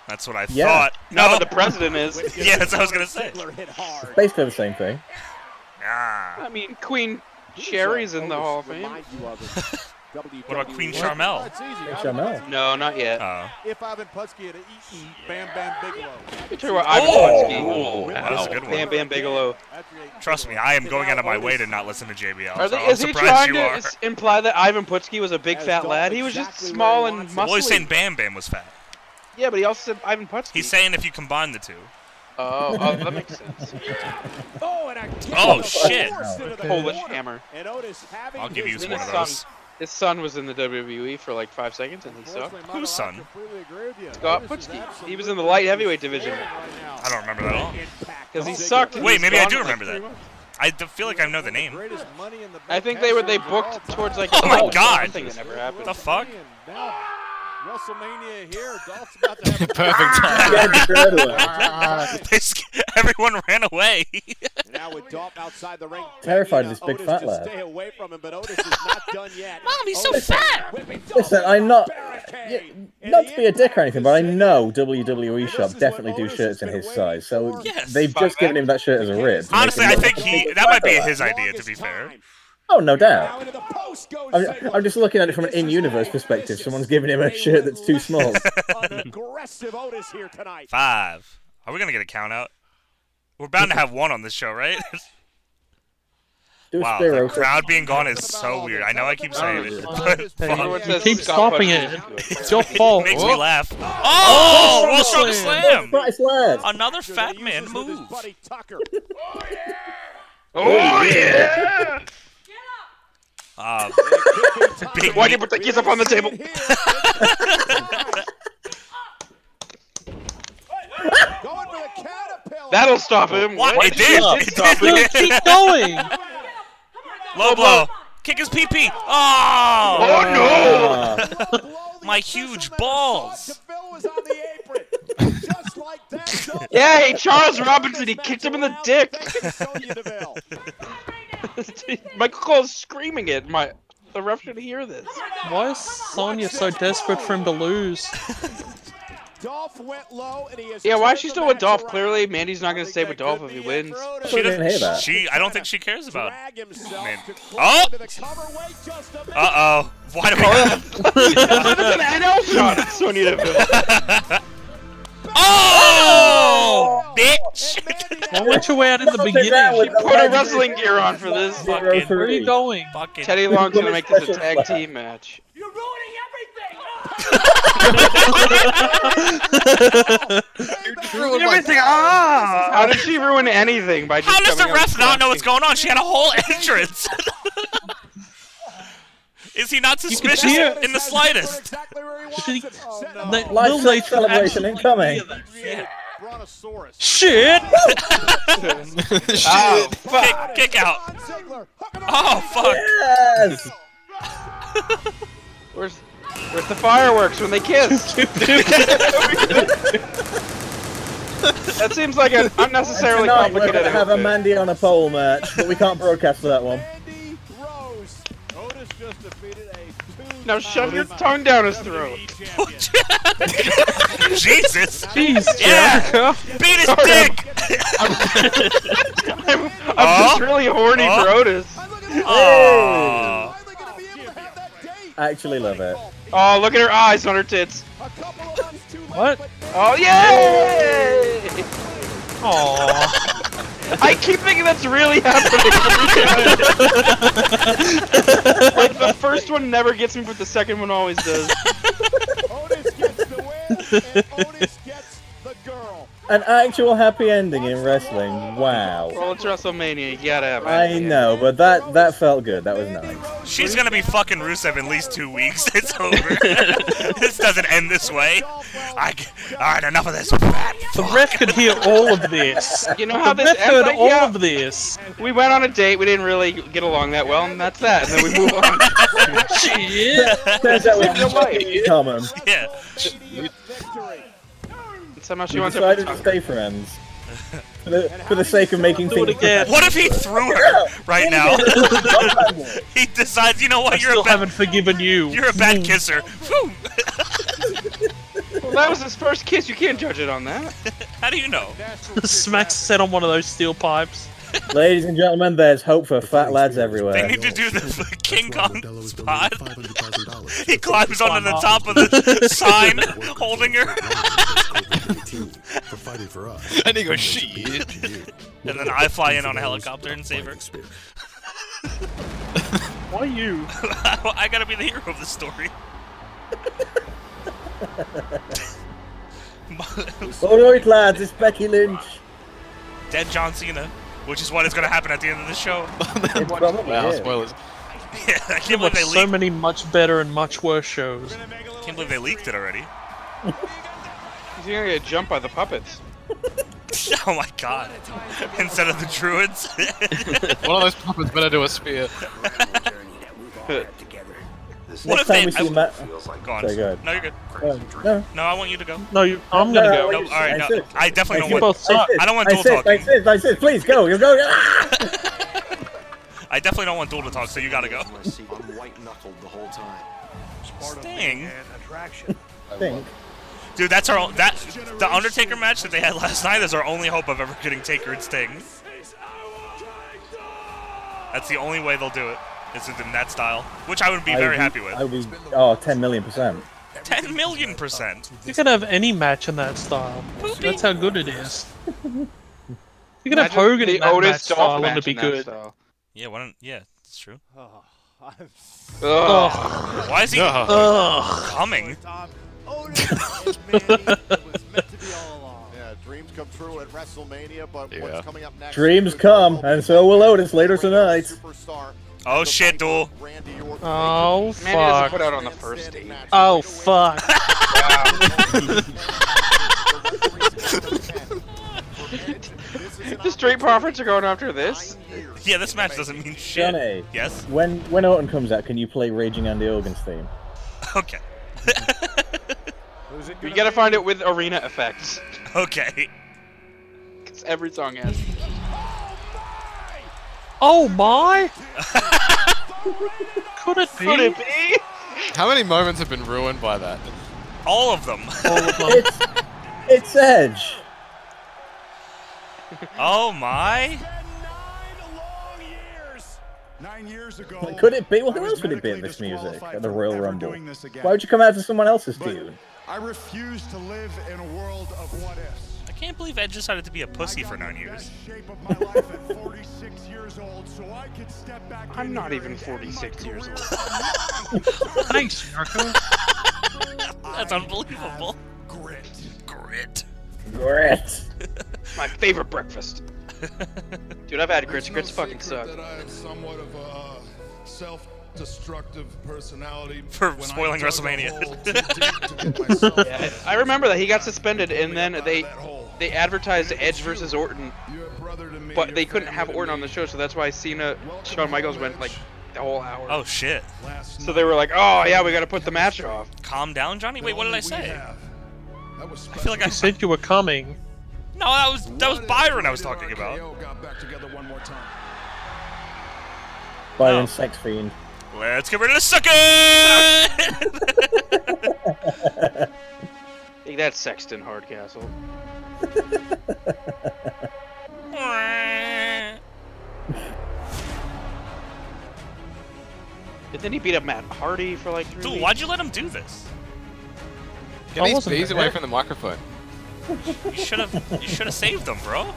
S1: That's what I
S4: Yeah.
S1: thought.
S2: No,
S1: No.
S2: but the president is.
S6: Which gives
S1: Yeah, that's what I was gonna say.
S6: Ziggler hit hard.
S4: Basically the same thing.
S1: Nah.
S2: I mean, Queen Sherry's in the Hall of Fame.
S6: Remind you of it. E.
S1: What about Queen
S6: WWE?
S1: Charmel?
S4: Jamel.
S2: No, not yet.
S1: Oh.
S6: If Ivan Putski had an EE, Bam Bam Bigelow.
S2: You talking about Ivan Putski.
S1: Oh, that was a good
S2: Bam
S1: one.
S2: Bam Bigelow.
S1: Trust me, I am going out of my way to not listen to JBL.
S2: Are
S1: so
S2: they,
S1: I'm
S2: is he
S1: surprised
S2: trying
S1: you
S2: to
S1: are.
S2: s- imply that Ivan Putski was a big
S6: As
S2: fat
S6: Dolph
S2: lad? He was just
S6: exactly
S2: small
S6: where he
S2: and
S6: wants
S2: muscly.
S1: Well, he's saying Bam Bam was fat.
S2: yeah, but he also said Ivan Putski.
S1: He's saying if you combine the two.
S2: Oh, oh, that makes sense.
S6: Oh, and a kick
S1: Oh,
S6: to the
S1: shit.
S6: force into the
S2: Polish
S6: corner.
S2: hammer.
S6: And Otis having
S1: I'll give you
S6: his
S1: one
S6: way.
S1: of
S2: son.
S1: those.
S2: His son was in the WWE for like five seconds, and he sucked.
S6: Unfortunately,
S1: Whose son?
S6: Mike, I completely agree with you.
S2: Scott
S6: Otis is
S2: Putski. He
S6: absolutely
S2: was in the light heavyweight division
S6: right now.
S1: I don't remember that at all.
S6: Impact.
S2: because he
S6: Oh,
S2: sucked. He
S1: Wait,
S2: was
S1: maybe I
S2: gone
S1: do
S2: for, like,
S1: remember
S2: three
S1: that.
S2: months.
S1: I d- feel like I know the name. What
S6: Greatest money in the
S2: I
S6: bank
S2: think they were they
S6: ever of all
S2: booked
S6: time.
S2: towards like
S1: Oh my
S2: a hole,
S1: God.
S2: something that never happened.
S1: the fuck?
S6: Now, WrestleMania here. Dolph's about to have
S4: Ah,
S8: Perfect time.
S4: Yeah, the third one.
S1: They sk- Everyone ran away.
S6: now with Dolph outside the ring. Uh,
S4: Terrified of
S6: Otis
S4: this big fat
S6: to
S4: lad.
S6: Stay away from him, but Otis is not done yet.
S1: Mom, he's so
S6: Otis
S1: fat.
S6: whipping
S4: Listen, I'm not not to be a dick or anything, but I know WWE shop definitely do shirts in his size, so they've just given him that shirt as a rib. to make
S1: Honestly,
S4: him
S1: I
S4: look-
S1: think he that might be his idea. To be fair,
S4: Oh, no doubt. I'm, I'm just looking at it from an in-universe perspective. Someone's giving him a shirt that's too small.
S6: aggressive Otis here tonight.
S1: five. Are we gonna get a count out? We're bound to have one on this show, right?
S4: Do a
S1: Wow,
S4: Spiro
S1: the crowd being gone is so weird. I know I keep saying it, but fuck.
S5: You keep stopping it. It's your fault.
S1: Makes me laugh.
S5: Oh,
S1: Oh, Roll Strong Slam!
S4: Right slam.
S1: Another fat man move.
S5: Oh,
S1: yeah! Uh, big
S2: Why do you
S1: meat-
S2: put the keys up on the table? That'll stop him.
S1: What?
S2: What?
S1: It did.
S2: Stop,
S1: It
S2: stop
S1: did.
S2: it. Keep
S5: going.
S1: Low blow. Kick his pee pee. Oh!
S2: Oh,
S1: no! My huge balls.
S2: Yeah, hey Charles Robinson, he kicked him in the dick. Michael Cole's screaming it. My the ref should hear this.
S5: Why is Sonya so desperate for him to lose?
S6: Dolph went low, and he is.
S2: Yeah, why is she still with Dolph? Clearly, Mandy's not gonna stay with Dolph if he wins.
S1: She doesn't. She. I don't think she cares about. Man. Oh. Uh oh. Why do we?
S2: an NL shot at Sonya Deville.
S1: oh, bitch!
S5: Why weren't you out in the
S2: Nothing
S5: beginning?
S2: wrong with She put her that. wrestling gear on for this. Fucking-
S5: Where are you going?
S2: Teddy Long's gonna make this a tag team match.
S6: Ah!
S1: ruined my-
S2: Everything. Ah! How did she ruin anything by just
S1: How does the
S2: coming out
S1: ref not know what's
S2: flashing?
S1: going on? She had a whole entrance. Is he not suspicious
S5: see it.
S1: in the slightest?
S5: She,
S1: Oh,
S5: the,
S4: Life
S5: Lil Nate
S4: size celebration
S5: actually
S4: incoming.
S5: did that. Shit!
S1: Oh, kick, kick out. Oh fuck.
S4: Yes.
S2: Where's, where's the fireworks when they kiss? that seems like an unnecessarily
S4: Tonight we're
S2: complicated
S4: gonna have a
S2: outfit.
S4: Mandy on a pole match, but we can't broadcast that one.
S2: Now shove your tongue down his throat.
S6: E
S1: Jesus!
S2: Jeez,
S1: Yeah! Beat his dick!
S2: I'm, I'm just really horny
S1: Oh.
S2: for Otis.
S1: Oh. Uh,
S4: I actually love it.
S2: Oh, look at her eyes on her tits.
S5: What?
S2: Oh, yay! I keep thinking that's really happening. like, the first one never gets me, but the second one always does.
S4: An actual happy ending in wrestling. Wow.
S2: Well, it's WrestleMania. You gotta have it.
S4: I know, but that that felt good. That was nice.
S1: She's gonna be fucking Rusev in at least two weeks. It's over. this doesn't end this way. I g- Alright, enough of this. The
S5: ref could hear all of this.
S2: You know how
S5: the
S2: this
S5: ref heard
S2: ends, like,
S5: all
S2: yeah.
S5: of this.
S2: We went on a date. We didn't really get along that well, and that's that. And then we move on. Shit.
S4: Turns out
S2: Live your
S4: we
S2: life.
S4: common.
S1: Yeah.
S2: And somehow she
S4: We
S2: wants
S4: decided
S2: to.
S4: to stay friends. For the, for the sake of making things professional.
S1: What if he threw her right now? he decides, you know what,
S5: I
S1: you're
S5: still
S1: a bad,
S5: haven't forgiven you.
S1: you're a bad kisser. Phew.
S2: Well, that was his first kiss. You can't judge it on that.
S1: How do you know?
S5: Smack set on one of those steel pipes.
S4: Ladies and gentlemen, there's hope for fat lads
S1: They
S4: everywhere.
S1: need to do the King Kong spot. he climbs onto the top of the sign, holding her.
S18: for fighting for us.
S1: And he goes, "Shit." And then I fly in on a helicopter and save her.
S5: Why you?
S1: I gotta be the hero of the story.
S4: Alright, lads, it's Becky Lynch.
S1: Dead John Cena, which is what is gonna happen at the end of the show.
S4: It probably
S8: Wow,
S4: is.
S8: spoilers.
S1: yeah, I can't believe
S5: Watch
S1: they
S5: so
S1: leaked.
S5: many much better and much worse shows.
S1: Can't believe they leaked it already.
S2: He's gonna get jumped by the puppets.
S1: Oh my god! Instead of the druids.
S8: One of those puppets better do a spear.
S4: Next
S1: What if
S4: time
S1: they-
S4: we see
S1: I-
S4: Matt,
S1: Go on.
S4: Sorry, go ahead.
S1: No, you're good.
S4: Um, no.
S1: No, I want you to go.
S5: No, you, I'm gonna go.
S1: No, all right.
S4: I
S1: No,
S4: said-
S1: I definitely
S4: said-
S1: don't want. I don't want
S4: I
S1: dual
S4: said,
S1: talk.
S4: I said, I said, please go. ah, You go.
S1: I definitely don't want dual to talk. So you gotta go.
S16: I'm white knuckled the whole time.
S1: Sting.
S4: Think.
S1: Dude, that's our that the Undertaker match that they had last night is our only hope of ever getting Taker and Sting. That's the only way they'll do it. Is in that style, which I would be
S4: I
S1: very
S4: would
S1: happy with.
S4: I would be, oh, 10 million percent.
S1: Ten million percent.
S5: You can have any match in that style. That's how good it is. You can
S2: Imagine
S5: have Hogan
S2: the
S5: in that
S2: Otis
S5: match
S2: Dolph
S5: style, and
S2: match
S5: it'd be
S2: in that
S5: good.
S2: style.
S1: Yeah, why don't? Yeah, it's true.
S5: Oh,
S2: Ugh.
S1: Why is he
S2: Ugh.
S1: coming?
S6: Yeah, dreams come true at WrestleMania, but
S4: Yeah.
S6: what's coming up next?
S4: Dreams come, and so will Otis later tonight.
S1: Oh shit, Duel.
S5: Oh
S2: Man, he doesn't
S5: fuck.
S2: put out on the first date.
S5: Oh fuck.
S2: the street profits are going after this.
S1: Yeah, this match doesn't mean shit.
S4: Johnny.
S1: Yes.
S4: When when Orton comes out, can you play Raging Andy Organ's theme?
S1: Okay.
S2: We gotta find it with arena effects.
S1: Okay.
S2: 'Cause every song has.
S5: Oh my! Could it be?
S2: Could it be?
S8: How many moments have been ruined by that?
S1: All of them.
S4: it's, it's Edge.
S1: Oh my.
S19: Nine years ago,
S4: Like, could it be? What else would it be in this music at the Royal Rumble? Why would you come out to someone else's tune?
S19: I refuse to live in a world of what ifs.
S1: I can't believe Edge decided to be a pussy for nine years.
S2: I'm not even 46 years old.
S5: Thanks, Jericho.
S1: That's unbelievable. Grit.
S4: Grit.
S2: My favorite breakfast. Dude, I've had grits. Grits fucking suck.
S7: That I have somewhat of a uh, self-destructive personality.
S1: For
S7: when I
S1: spoiling
S7: dug a
S1: WrestleMania.
S7: hole too deep to get myself
S2: Yeah, I remember that he got suspended, and then they they advertised Edge versus Orton, but they couldn't have Orton on the show, so that's why Cena, Shawn Michaels went like the whole hour.
S1: Oh shit.
S2: So they were like, oh yeah, we gotta put the match off.
S1: Calm down, Johnny. Wait, what did I say? I feel like I
S5: You said you were coming.
S1: No, that was that was Byron I was talking about.
S4: Byron Sex Fiend.
S1: Let's get rid of the sucker.
S2: Hey, that's Sexton Hardcastle. But then he beat up Matt Hardy for like three.
S1: Dude, why'd you let him do this?
S8: Get these bees away from the microphone.
S1: You should have you should have saved him, bro.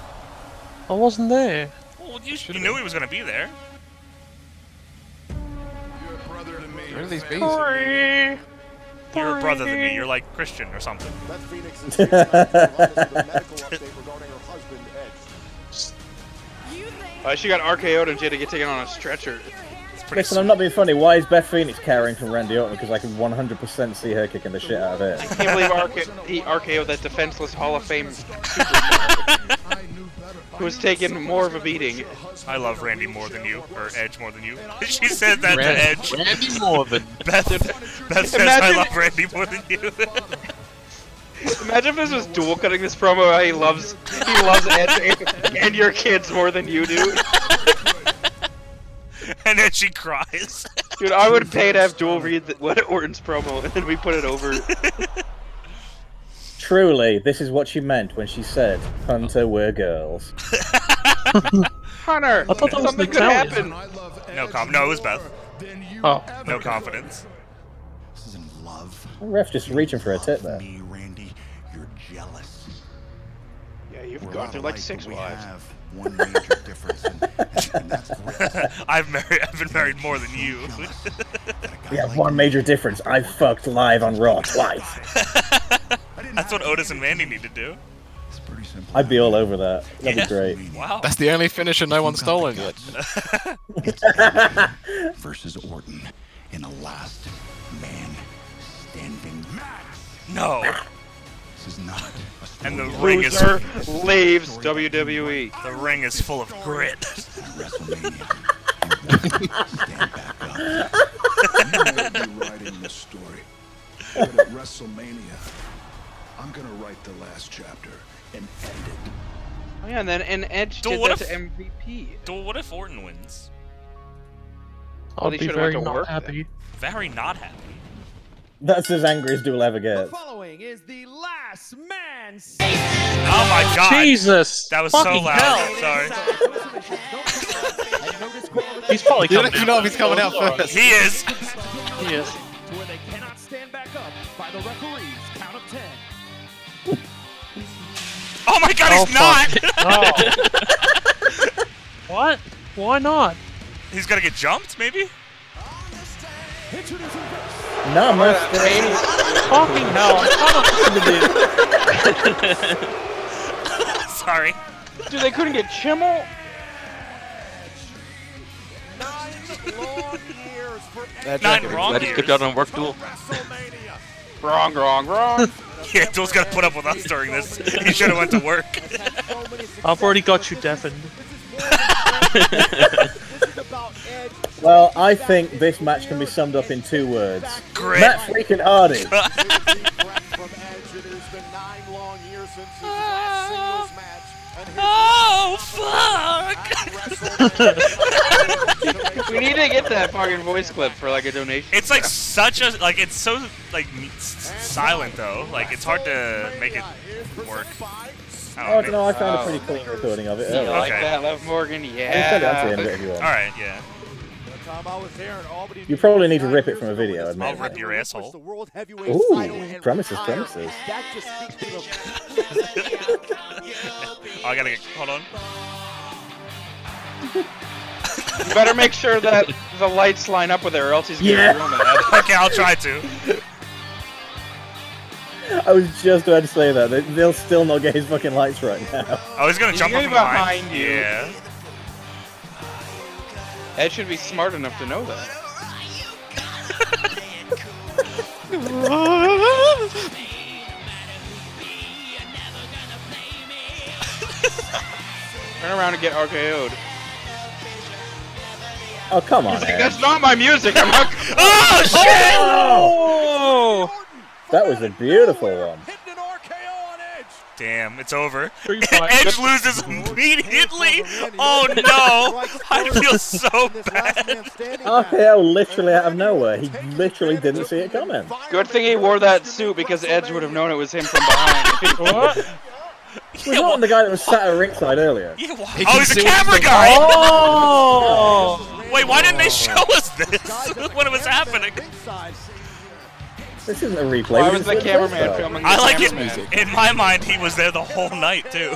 S5: I wasn't there.
S1: Well, you, you knew he was gonna be there.
S8: Get rid of these bees.
S5: Oh. Sorry.
S1: You're a brother than me. You're like Christian or something.
S2: Uh, she got RKO'd and she had to get taken on a stretcher.
S4: Listen, I'm not being funny. Why is Beth Phoenix carrying from Randy Orton? Because I can 100% see her kicking the shit out of
S2: I
S4: it.
S2: can't believe RK- he RKO'd that defenseless Hall of Fame who was taking more of a beating.
S1: I love Randy more than you, or Edge more than you. she said that
S8: Randy-
S1: to Edge.
S8: Randy more than-
S1: Beth. Beth says I
S2: Imagine-
S1: love Randy more than you.
S2: Imagine if this was Duel cutting this promo. How he loves he loves Edge and, and your kids more than you do.
S1: and then she cries.
S2: Dude, I would pay to have Duel read the, what Orton's promo and then we put it over.
S4: Truly, this is what she meant when she said, Hunter, we're girls.
S2: Hunter,
S5: I thought that was
S2: something could
S5: Natalia.
S2: happen.
S1: No com. No, it was Beth.
S5: Oh.
S1: No confidence.
S4: The ref just reaching for a tip there.
S2: Yeah, you've gone through like six wives.
S16: One major difference, and, and that's great.
S1: I've married. I've been married more than you.
S4: Yeah, one major difference. I fucked live on Raw twice.
S1: That's what Otis and Randy need to do.
S4: I'd be all over that. That'd
S1: Yeah.
S4: be great.
S1: Wow.
S8: That's the only finisher no one's stolen yet.
S16: versus Orton in a last man standing match.
S1: No.
S16: This is not a story
S1: And the
S16: of
S1: ring is
S2: Loser leaves E. WWE. Oh,
S1: The ring is full of grit.
S16: WrestleMania. You won't stand back up.
S19: you may be writing this story, but at WrestleMania, I'm gonna write the last chapter and end it.
S2: Oh yeah, and then and Edge
S1: Dude,
S2: did
S1: what
S2: that
S1: if-
S2: to MVP.
S1: Dude, what if Orton wins?
S5: I'll be
S2: should've
S5: very
S2: went to
S5: not
S2: work
S5: happy.
S1: Very not happy.
S4: That's as angry as you'll ever get.
S20: Following is the last man.
S1: Oh my god.
S5: Jesus!
S1: That was so
S5: Fucking
S1: loud.
S5: hell.
S1: Sorry.
S5: He's probably
S8: You know-
S5: coming
S8: you
S5: out
S8: know if he's coming out
S5: Alright.
S8: first.
S1: He is.
S5: He is.
S20: Where they cannot stand back up by the referee's count of ten.
S1: Oh my god,
S5: Oh,
S1: he's not!
S5: fuck. What? Why not?
S1: he's gonna get jumped, maybe?
S4: No, I'm not scared.
S5: Fucking hell! I can't afford to do.
S1: Sorry.
S2: Dude, they couldn't get Chimmel.
S6: Nine long years for
S10: That
S1: Nine
S10: jacket-
S1: wrong
S10: that
S1: years.
S10: skipped out on work duel.
S6: WrestleMania.
S2: Wrong, wrong, wrong.
S1: Yeah, Duel's gonna put up with us during this. He should have went to work.
S5: I've already got you deafened.
S4: Well, I think this match can be summed up in two words.
S1: Great.
S4: Matt freaking Hardy.
S6: from Edge. It has been nine long years since his last singles match. And his
S1: oh fuck!
S2: we need to get that fucking voice clip for like a donation.
S1: It's like such a like it's so like s- s- silent though. Like it's hard to make it work.
S4: Oh,
S1: I
S4: I
S1: don't
S4: don't
S1: know.
S4: know, I found a pretty clean recording of it Oh,
S1: You
S4: earlier.
S1: like
S4: I
S1: Okay.
S2: Yeah, love Morgan.
S4: can send it on to you in a
S2: Yeah.
S4: bit if you
S1: All
S4: want.
S1: right, yeah.
S6: Tom, I was there and all but he
S4: You probably need to rip it from a video,
S6: I'll
S1: I'll
S4: admit.
S1: rip your asshole.
S6: the world heavyweight title
S4: Ooh,
S6: and
S4: premises,
S6: retire.
S4: premises.
S6: That just speaks to the
S1: Oh, I gotta get. Hold on.
S2: You better make sure that the lights line up with it, or else he's gonna
S4: Yeah.
S2: be real mad.
S1: Okay, I'll try to.
S4: I was just about to say that. They- They'll still not get his fucking lights right now.
S1: Oh, he's gonna
S2: He's
S1: jump up
S2: gonna
S1: from
S2: be behind
S1: behind.
S2: you.
S1: Yeah.
S2: Ed should be smart enough to know that. Turn around and get RKO'd.
S4: Oh, come on.
S2: He's like,
S4: Ed.
S2: that's not my music. I'm not.
S1: Oh shit!
S4: Oh! That was a beautiful one.
S6: hitting an RKO on Edge.
S1: Damn, it's over.
S5: Three points.
S1: Edge loses immediately. Oh no! I feel so bad.
S4: RKO literally out of nowhere. He literally didn't see it coming.
S2: Good thing he wore that suit because Edge would have known it was him from behind.
S5: What?
S4: Was not the guy that was sat at ringside earlier?
S1: Yeah, why-
S8: He
S1: Oh,
S8: can
S1: he's a
S8: see what's
S1: camera
S8: going
S1: guy.
S5: Oh!
S1: Wait, why didn't they show us this when it was happening?
S4: This isn't a replay.
S2: Why
S4: this is
S2: was the
S4: a
S2: cameraman
S4: video.
S2: filming the
S1: I like it.
S2: cameraman?
S1: In my mind, he was there the whole night too.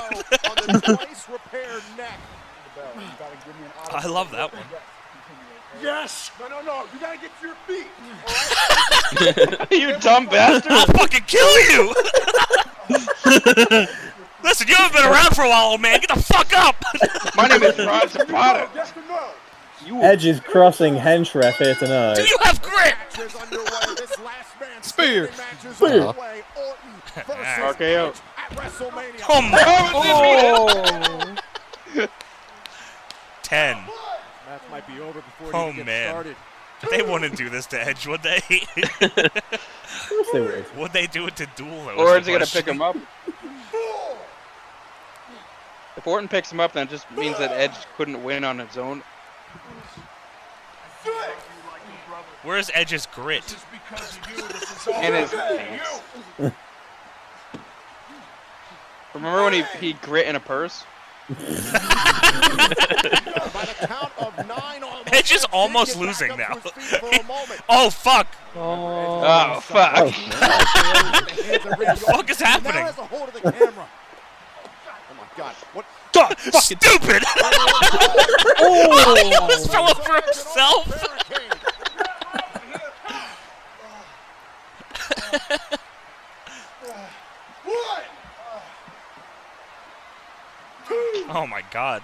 S1: I love that one.
S6: Yes! No, no, no. You gotta get to your feet.
S2: you dumb bastard.
S1: I'll fucking kill you. Listen, you haven't been around for a while, old man. Get the fuck up.
S2: My name is Ron Zapata.
S6: Yes or no?
S2: You
S4: Edge is crossing hench ref here
S1: Do
S4: tonight.
S1: you have grit?
S6: Is underway. This last man
S8: Spear.
S6: standing match is
S4: Spear.
S6: underway. Orton versus
S2: RKO.
S6: Edge at WrestleMania.
S1: Oh my.
S5: Oh!
S1: Ten.
S6: Match might be over before it
S1: Oh,
S6: even gets
S1: man.
S6: started.
S1: They wouldn't do this to Edge, would they?
S4: Of course they would.
S1: would they do it to Duel though?
S2: Or
S1: is
S2: is
S1: the
S2: he gonna
S1: question.
S2: pick him up? If Orton picks him up, then it just means that Edge couldn't win on his own.
S1: Where's Edge's grit?
S2: And his pants. Remember when he, he grit in a purse?
S6: By the count of nine, almost
S1: Edge is
S6: did
S1: almost
S6: get back
S1: losing
S6: up
S1: now.
S6: to his feet for a moment.
S1: Oh fuck!
S5: Oh!
S2: Oh, fuck.
S6: the
S1: fuck is happening?
S6: Now has a hold of the camera. Oh my god. What?
S1: Stupid! he almost fell over himself.
S6: Barricade. One.
S1: Oh my god.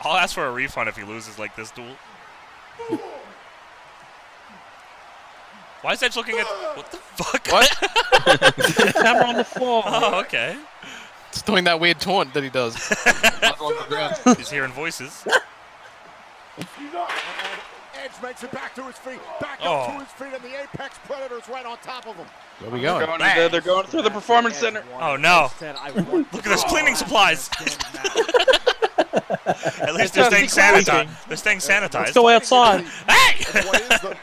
S1: I'll ask for a refund if he loses like this duel. Why is Edge looking at what the fuck? What?
S5: Camera on the floor.
S1: oh, okay.
S8: It's doing that weird taunt that he does. Not on the ground.
S1: He's hearing voices.
S6: Edge makes it back to his feet, back up
S1: Oh.
S6: to his feet, and the Apex Predator's right on top of him.
S8: Where we
S5: Oh,
S8: going?
S2: They're going, to the, they're going through the performance center.
S1: Oh no! Look at those cleaning supplies. At least they're staying sanitized. They're staying sanitized.
S5: Let's go outside.
S1: Hey!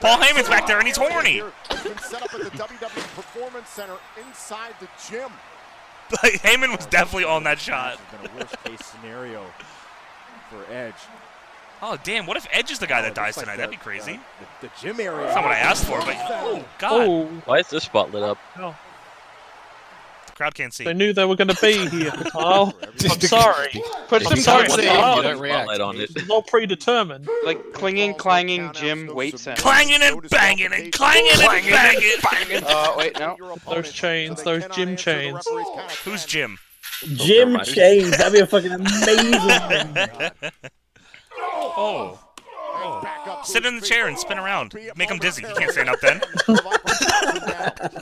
S1: Paul Heyman's back there and he's horny.
S6: It's been set up at the WWE Performance Center inside the gym.
S1: Heyman was definitely on that shot.
S6: Been a worst case scenario for Edge.
S1: Oh damn! What if Edge is the guy that dies tonight? That'd be crazy.
S6: uh, The gym area.
S1: That's not what I asked for, but oh god,
S10: Why is this spot lit up?
S1: the crowd can't see.
S5: They knew they were going to be here, Kyle. I'm sorry.
S2: Put
S5: I'm
S2: some
S5: sorry,
S2: cards in.
S5: Kyle.
S10: Don't react. on it.
S5: It's all predetermined.
S2: Like clinging, clanging gym weight center.
S1: Clanging and banging and clanging and banging.
S2: Uh, wait, no.
S5: Those chains, those gym chains.
S1: Who's Jim?
S4: Jim Chains, that'd be a fucking amazing.
S1: Oh. Sit in the chair and spin around. Make him dizzy. He can't stand up then.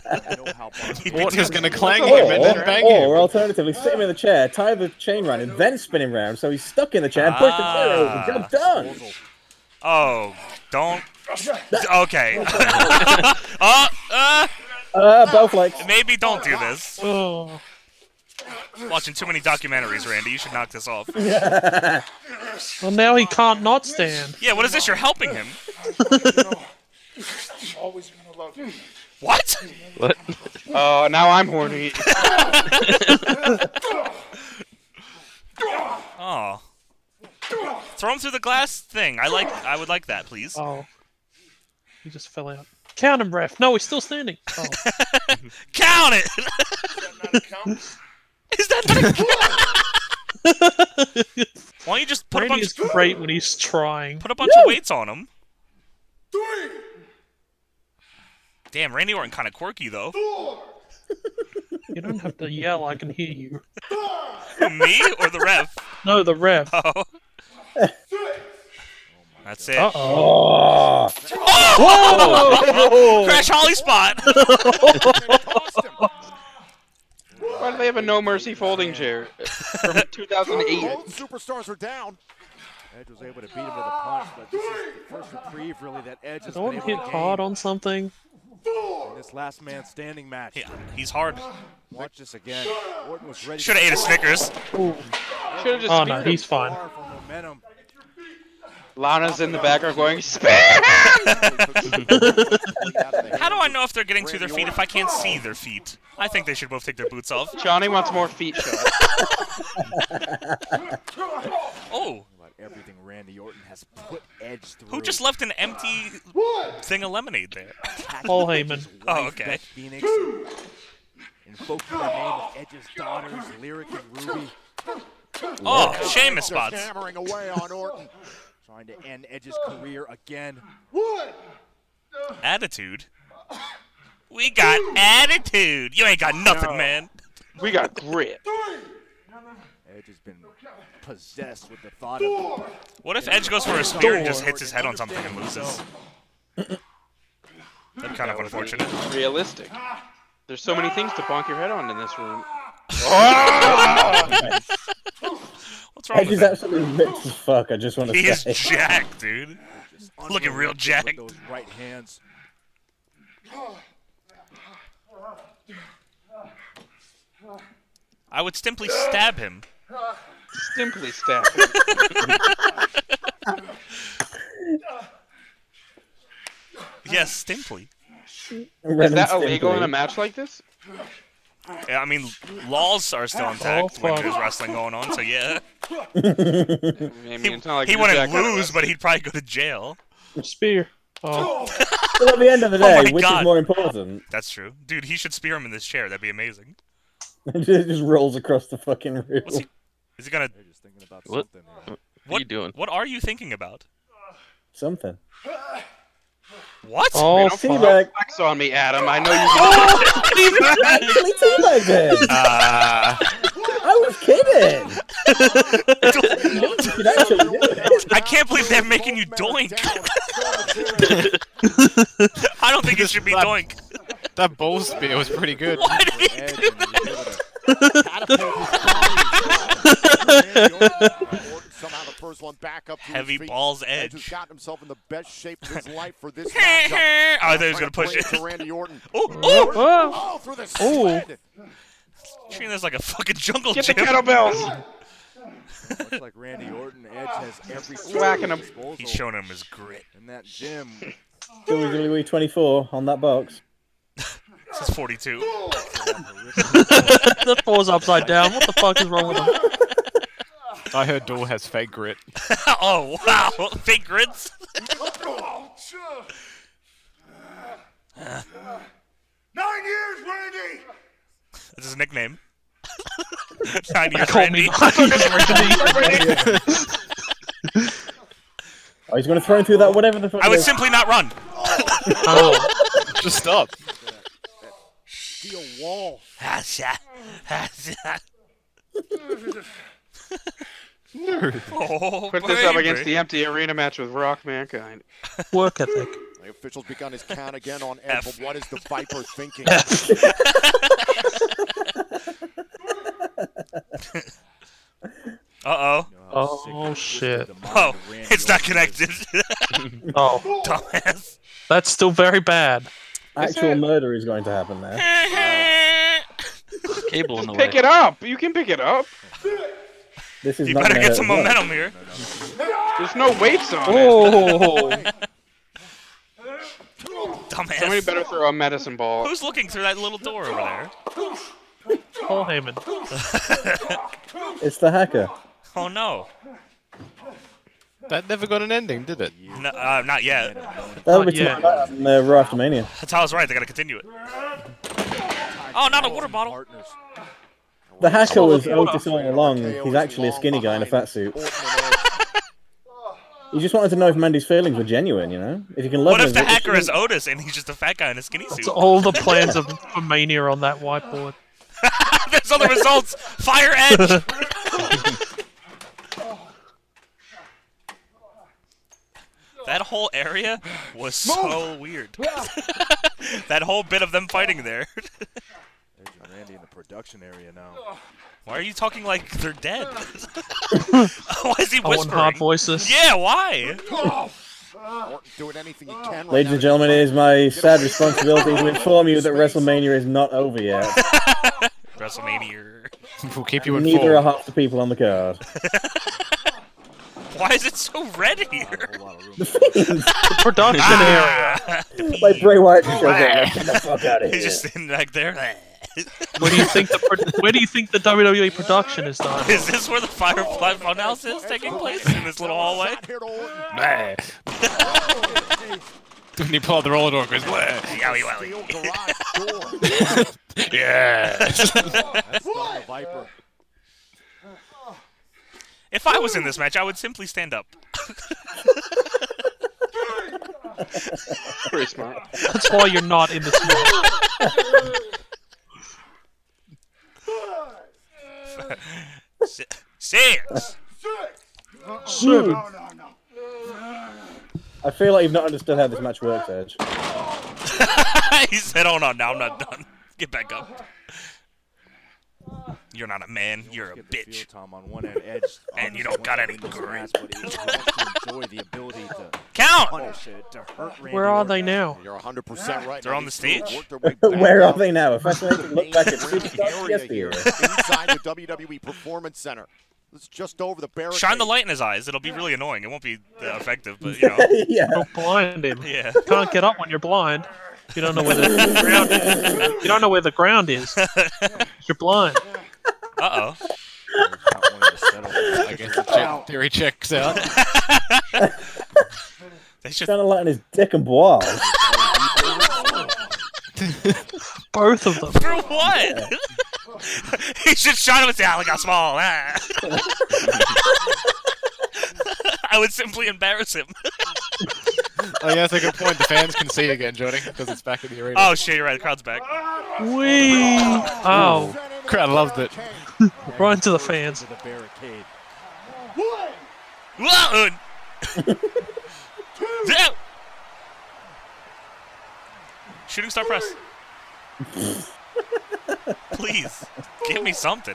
S8: What is gonna clang
S4: or,
S8: him and then bang him?
S4: or alternatively, sit him in the chair, tie the chain around him, then spin him round so he's stuck in the chair and push the chair
S1: Ah.
S4: over. Job done.
S1: Oh, don't. Okay. uh, uh,
S4: Uh, Bowflex.
S1: maybe don't do this.
S5: Oh.
S1: Watching too many documentaries, Randy. You should knock this off.
S5: Well, now he can't not stand.
S1: Yeah, what is this? You're helping him.
S7: Always gonna love you.
S1: What?
S10: What?
S2: Oh, now I'm horny.
S1: Oh. Throw him through the glass thing. I like. I would like that, please.
S5: Oh. He just fell out. Count him, ref. No, he's still standing. Oh.
S1: Count it. Is that not a count? Why don't you just put
S5: Randy
S1: a
S5: is
S1: bunch?
S5: great when he's trying.
S1: Put a bunch of weights on him. Three. Damn, Randy Orton kind of quirky though.
S5: You don't have to yell, I can hear you.
S1: Who, Me or the ref?
S5: No, the ref.
S1: Oh. That's it.
S4: Oh.
S1: Oh! Crash Holly spot.
S2: Why do they have a no mercy folding chair from 2008?
S6: Both superstars are down.
S11: Edge was able to beat him to the punch, but this is the first reprieve really that Edge has been
S5: Don't
S11: able to
S5: hit
S11: gain
S5: hard on something.
S11: in this last man standing match.
S1: Yeah, he's hard.
S11: Watch this again. Orton was ready.
S1: Should have ate a Snickers.
S2: Should have just.
S5: Oh no,
S2: speared him.
S5: he's fine.
S11: Far from momentum.
S2: Lana's in the background going, Spear him!
S1: How do I know if they're getting to their feet if I can't see their feet? I think they should both take their boots off.
S2: Johnny wants more feet shots.
S1: Oh,
S11: About everything Randy Orton has put Edge through.
S1: who just left an empty thing of lemonade there?
S11: Attacking
S5: Paul Heyman.
S11: Edge's
S1: Oh,
S11: wife,
S1: okay.
S11: Beth Phoenix, invoking the name of Edge's daughters, Lyric and Ruby,
S1: Oh, Seamus
S6: Just
S1: spots.
S6: hammering away on Orton.
S11: trying to end Edge's career again.
S1: Attitude. We got attitude. You ain't got nothing, man.
S2: We got grit.
S11: Edge has been possessed with the thought of
S1: What if Edge goes for a spear and just hits his head on something and loses? That's kind of unfortunate.
S2: Realistic. There's so many things to bonk your head on in this room.
S1: What's wrong
S4: Edge
S1: with
S4: is
S1: that?
S4: absolutely ripped as fuck. I just want to
S1: He is
S4: say.
S1: jacked, dude.
S11: just
S1: Looking real
S11: unrelenting
S1: jacked.
S11: With those right hands.
S1: I would simply stab him.
S2: Simply staff.
S1: Yes, simply.
S4: Ren
S2: Is that
S4: and
S2: illegal in
S4: Stimpy.
S2: a match like this?
S1: Yeah, I mean, laws are still intact when
S5: fuck.
S1: there's wrestling going on, so yeah.
S2: I mean,
S1: He,
S2: it's not like
S1: he
S2: you're
S1: wouldn't
S2: Jack-
S1: lose, but he'd probably go to jail.
S5: Spear. Oh,
S4: Well, at the end of the
S1: Oh
S4: day,
S1: my
S4: which
S1: God.
S4: is more important?
S1: That's true. Dude, he should spear him in this chair. That'd be amazing.
S4: it just rolls across the fucking room.
S1: What's he? Is he gonna?
S11: They're just thinking about
S10: What?
S11: something.
S10: What are you
S1: What
S10: doing?
S1: What are you thinking about?
S4: Something.
S1: What?
S5: oh,
S2: Don't
S5: fuck.
S4: Teabag.
S2: flex on me, Adam. I know you
S1: Oh,
S2: can.
S4: Actually, teabagged him.
S1: Uh,
S4: I was kidding. You could actually do it.
S1: I can't believe they're making you doink. I don't think it should be doink.
S8: That bowl spear was pretty good.
S1: Why did he-
S11: Edge and he's able to catapult his body.
S6: Randy Orton, Orton somehow the first one back up. up to
S1: Heavy
S6: his feet.
S1: balls
S6: Edge
S1: edge.
S6: has gotten himself in the best shape of his life for this
S1: Oh,
S6: matchup.
S1: I thought he was gonna
S6: Trying
S1: push
S6: to
S1: it.
S6: play To Randy Orton.
S1: Oh,
S6: Orton,
S1: oh.
S6: oh, through the
S1: Oh.
S6: sled.
S1: Treating this like a fucking jungle
S2: Get the
S1: gym.
S2: kettlebells.
S6: Much like Randy Orton, Edge has every
S2: Whacking him.
S1: He's showing him his grit.
S6: in that gym.
S4: WWE 24 on that box.
S1: This is 42.
S5: the door's upside down. What the fuck is wrong with him?
S8: I heard Door has fake grit.
S1: oh wow, fake grits.
S7: Nine years, Randy!
S1: That's his nickname. Nine years
S5: Call me
S1: Randy.
S5: Randy.
S4: Oh, he's going to throw him through that whatever the fuck.
S1: I
S4: it
S1: would
S4: is.
S1: simply not run.
S10: Oh.
S8: Just stop.
S6: Steel wall.
S8: No.
S1: Oh,
S2: Put this up
S1: baby.
S2: against the empty arena match with Rock Mankind.
S5: Work ethic.
S6: The official's begun his count again on Ed,
S1: F.
S6: but what is the Viper thinking?
S1: Uh oh.
S5: Oh shit.
S1: Oh, it's not connected.
S5: Oh,
S1: Dumbass.
S5: that's still very bad.
S4: Actual murder is going to happen there.
S1: Eh.
S10: Cable in the
S2: Pick
S10: way.
S2: it up. You can pick it up.
S4: This is
S1: You
S4: not
S1: better
S4: gonna
S1: get some
S4: hurt much.
S1: momentum here.
S2: There's no weights on
S5: Oh.
S2: it. Somebody
S1: Dumbass.
S2: better throw a medicine ball.
S1: Who's looking through that little door over there?
S5: Paul Heyman.
S4: It's the hacker.
S1: Oh no.
S8: That never got an ending, did it?
S1: No, uh, not yet.
S4: That'll be
S5: Not yet.
S4: tomorrow night on uh, Raw After Mania.
S1: Tyler's right. They gotta continue it. Oh, not a water bottle.
S6: Partners.
S4: The hacker
S5: Oh,
S4: was
S5: hold on.
S4: Otis all along. He's actually a skinny guy in a fat suit. He just wanted to know if Mandy's feelings were genuine, you know? If you can love
S1: What
S4: her
S1: if
S4: as
S1: the
S4: much as
S1: hacker
S4: she-
S1: is Otis and he's just a fat guy in a skinny suit?
S5: It's all the plans of for Mania on that whiteboard.
S1: There's other results. Fire Edge. that whole area was so weird. that whole bit of them fighting there.
S6: There's Randy in the production area now.
S1: Why are you talking like they're dead? why is he
S5: I want hard
S1: whispering?
S5: voices.
S1: Yeah, why?
S6: Orton doing anything he can right
S4: Ladies
S6: now
S4: and
S6: to
S4: gentlemen, it
S6: try-
S4: is my sad responsibility to inform you that WrestleMania is not over yet.
S1: WrestleMania.
S8: We'll keep you informed.
S4: Neither are half the people on the card.
S1: Why is it so red here?
S5: The production area.
S4: like Bray Wyatt just shows up. Get the fuck out of here.
S1: He's just sitting back there.
S5: Where do you think the pro- where do you think the WWE production is done?
S1: Is this where the Firefly Funhouse is taking place in this little hallway?
S6: Not here to Orton.
S8: Nah. when you pull out the roller door, it goes, "Wah."
S1: Yowie wowie.
S6: Steel garage door.
S8: yeah.
S6: That's not a Viper.
S1: If I was in this match, I would simply stand up.
S2: Pretty smart.
S5: That's why you're not in this match.
S1: Si- Six.
S5: Seven.
S4: I feel like you've not understood how this match works, Edge.
S1: he said, "Oh no, no, I'm not done. Get back up. You're not a man. You're a
S6: Get the
S1: bitch.
S6: feel, Tom, on one end, Edge.
S1: And you
S6: obviously
S1: don't
S6: wants
S1: got
S6: to
S1: any
S6: win this
S1: grit.
S6: match, but he wants to enjoy the ability to
S1: Count.
S6: punish it, to hurt Randy
S5: Where are
S6: Orton.
S5: they now?
S6: You're 100% right.
S1: They're
S6: Now
S1: on the
S6: these two have
S1: stage.
S6: worked their way back
S4: Where are
S6: up
S4: they now? If I
S6: to the
S4: look back at
S6: main ring
S4: Superstars
S6: area here,
S4: yesterday.
S6: inside the WWE Performance Center. It's just over the barricade.
S1: Shine the light in his eyes. It'll be really annoying. It won't be uh, effective, but you know,
S4: yeah.
S5: Don't blind him.
S1: yeah.
S5: Can't get up when you're blind. You don't know where the ground is. You don't know where the ground is. You're blind.
S1: Uh oh.
S6: Not wanting to settle.
S8: I guess the check theory checks out.
S1: They should.
S4: Kind of lighting his dick and blah.
S5: Both of them.
S1: For what? he should shine him and say, "Ah, look how small." ah." I would simply embarrass him.
S8: Oh, yeah, that's a good point. The fans can see again, Johnny, because it's back in the arena.
S1: Oh shit, you're right. The crowd's back.
S5: Wee. Oh,
S8: crowd loved it.
S5: right into the fans.
S6: To the barricade.
S1: One. Two. Shooting star press. Please give me something.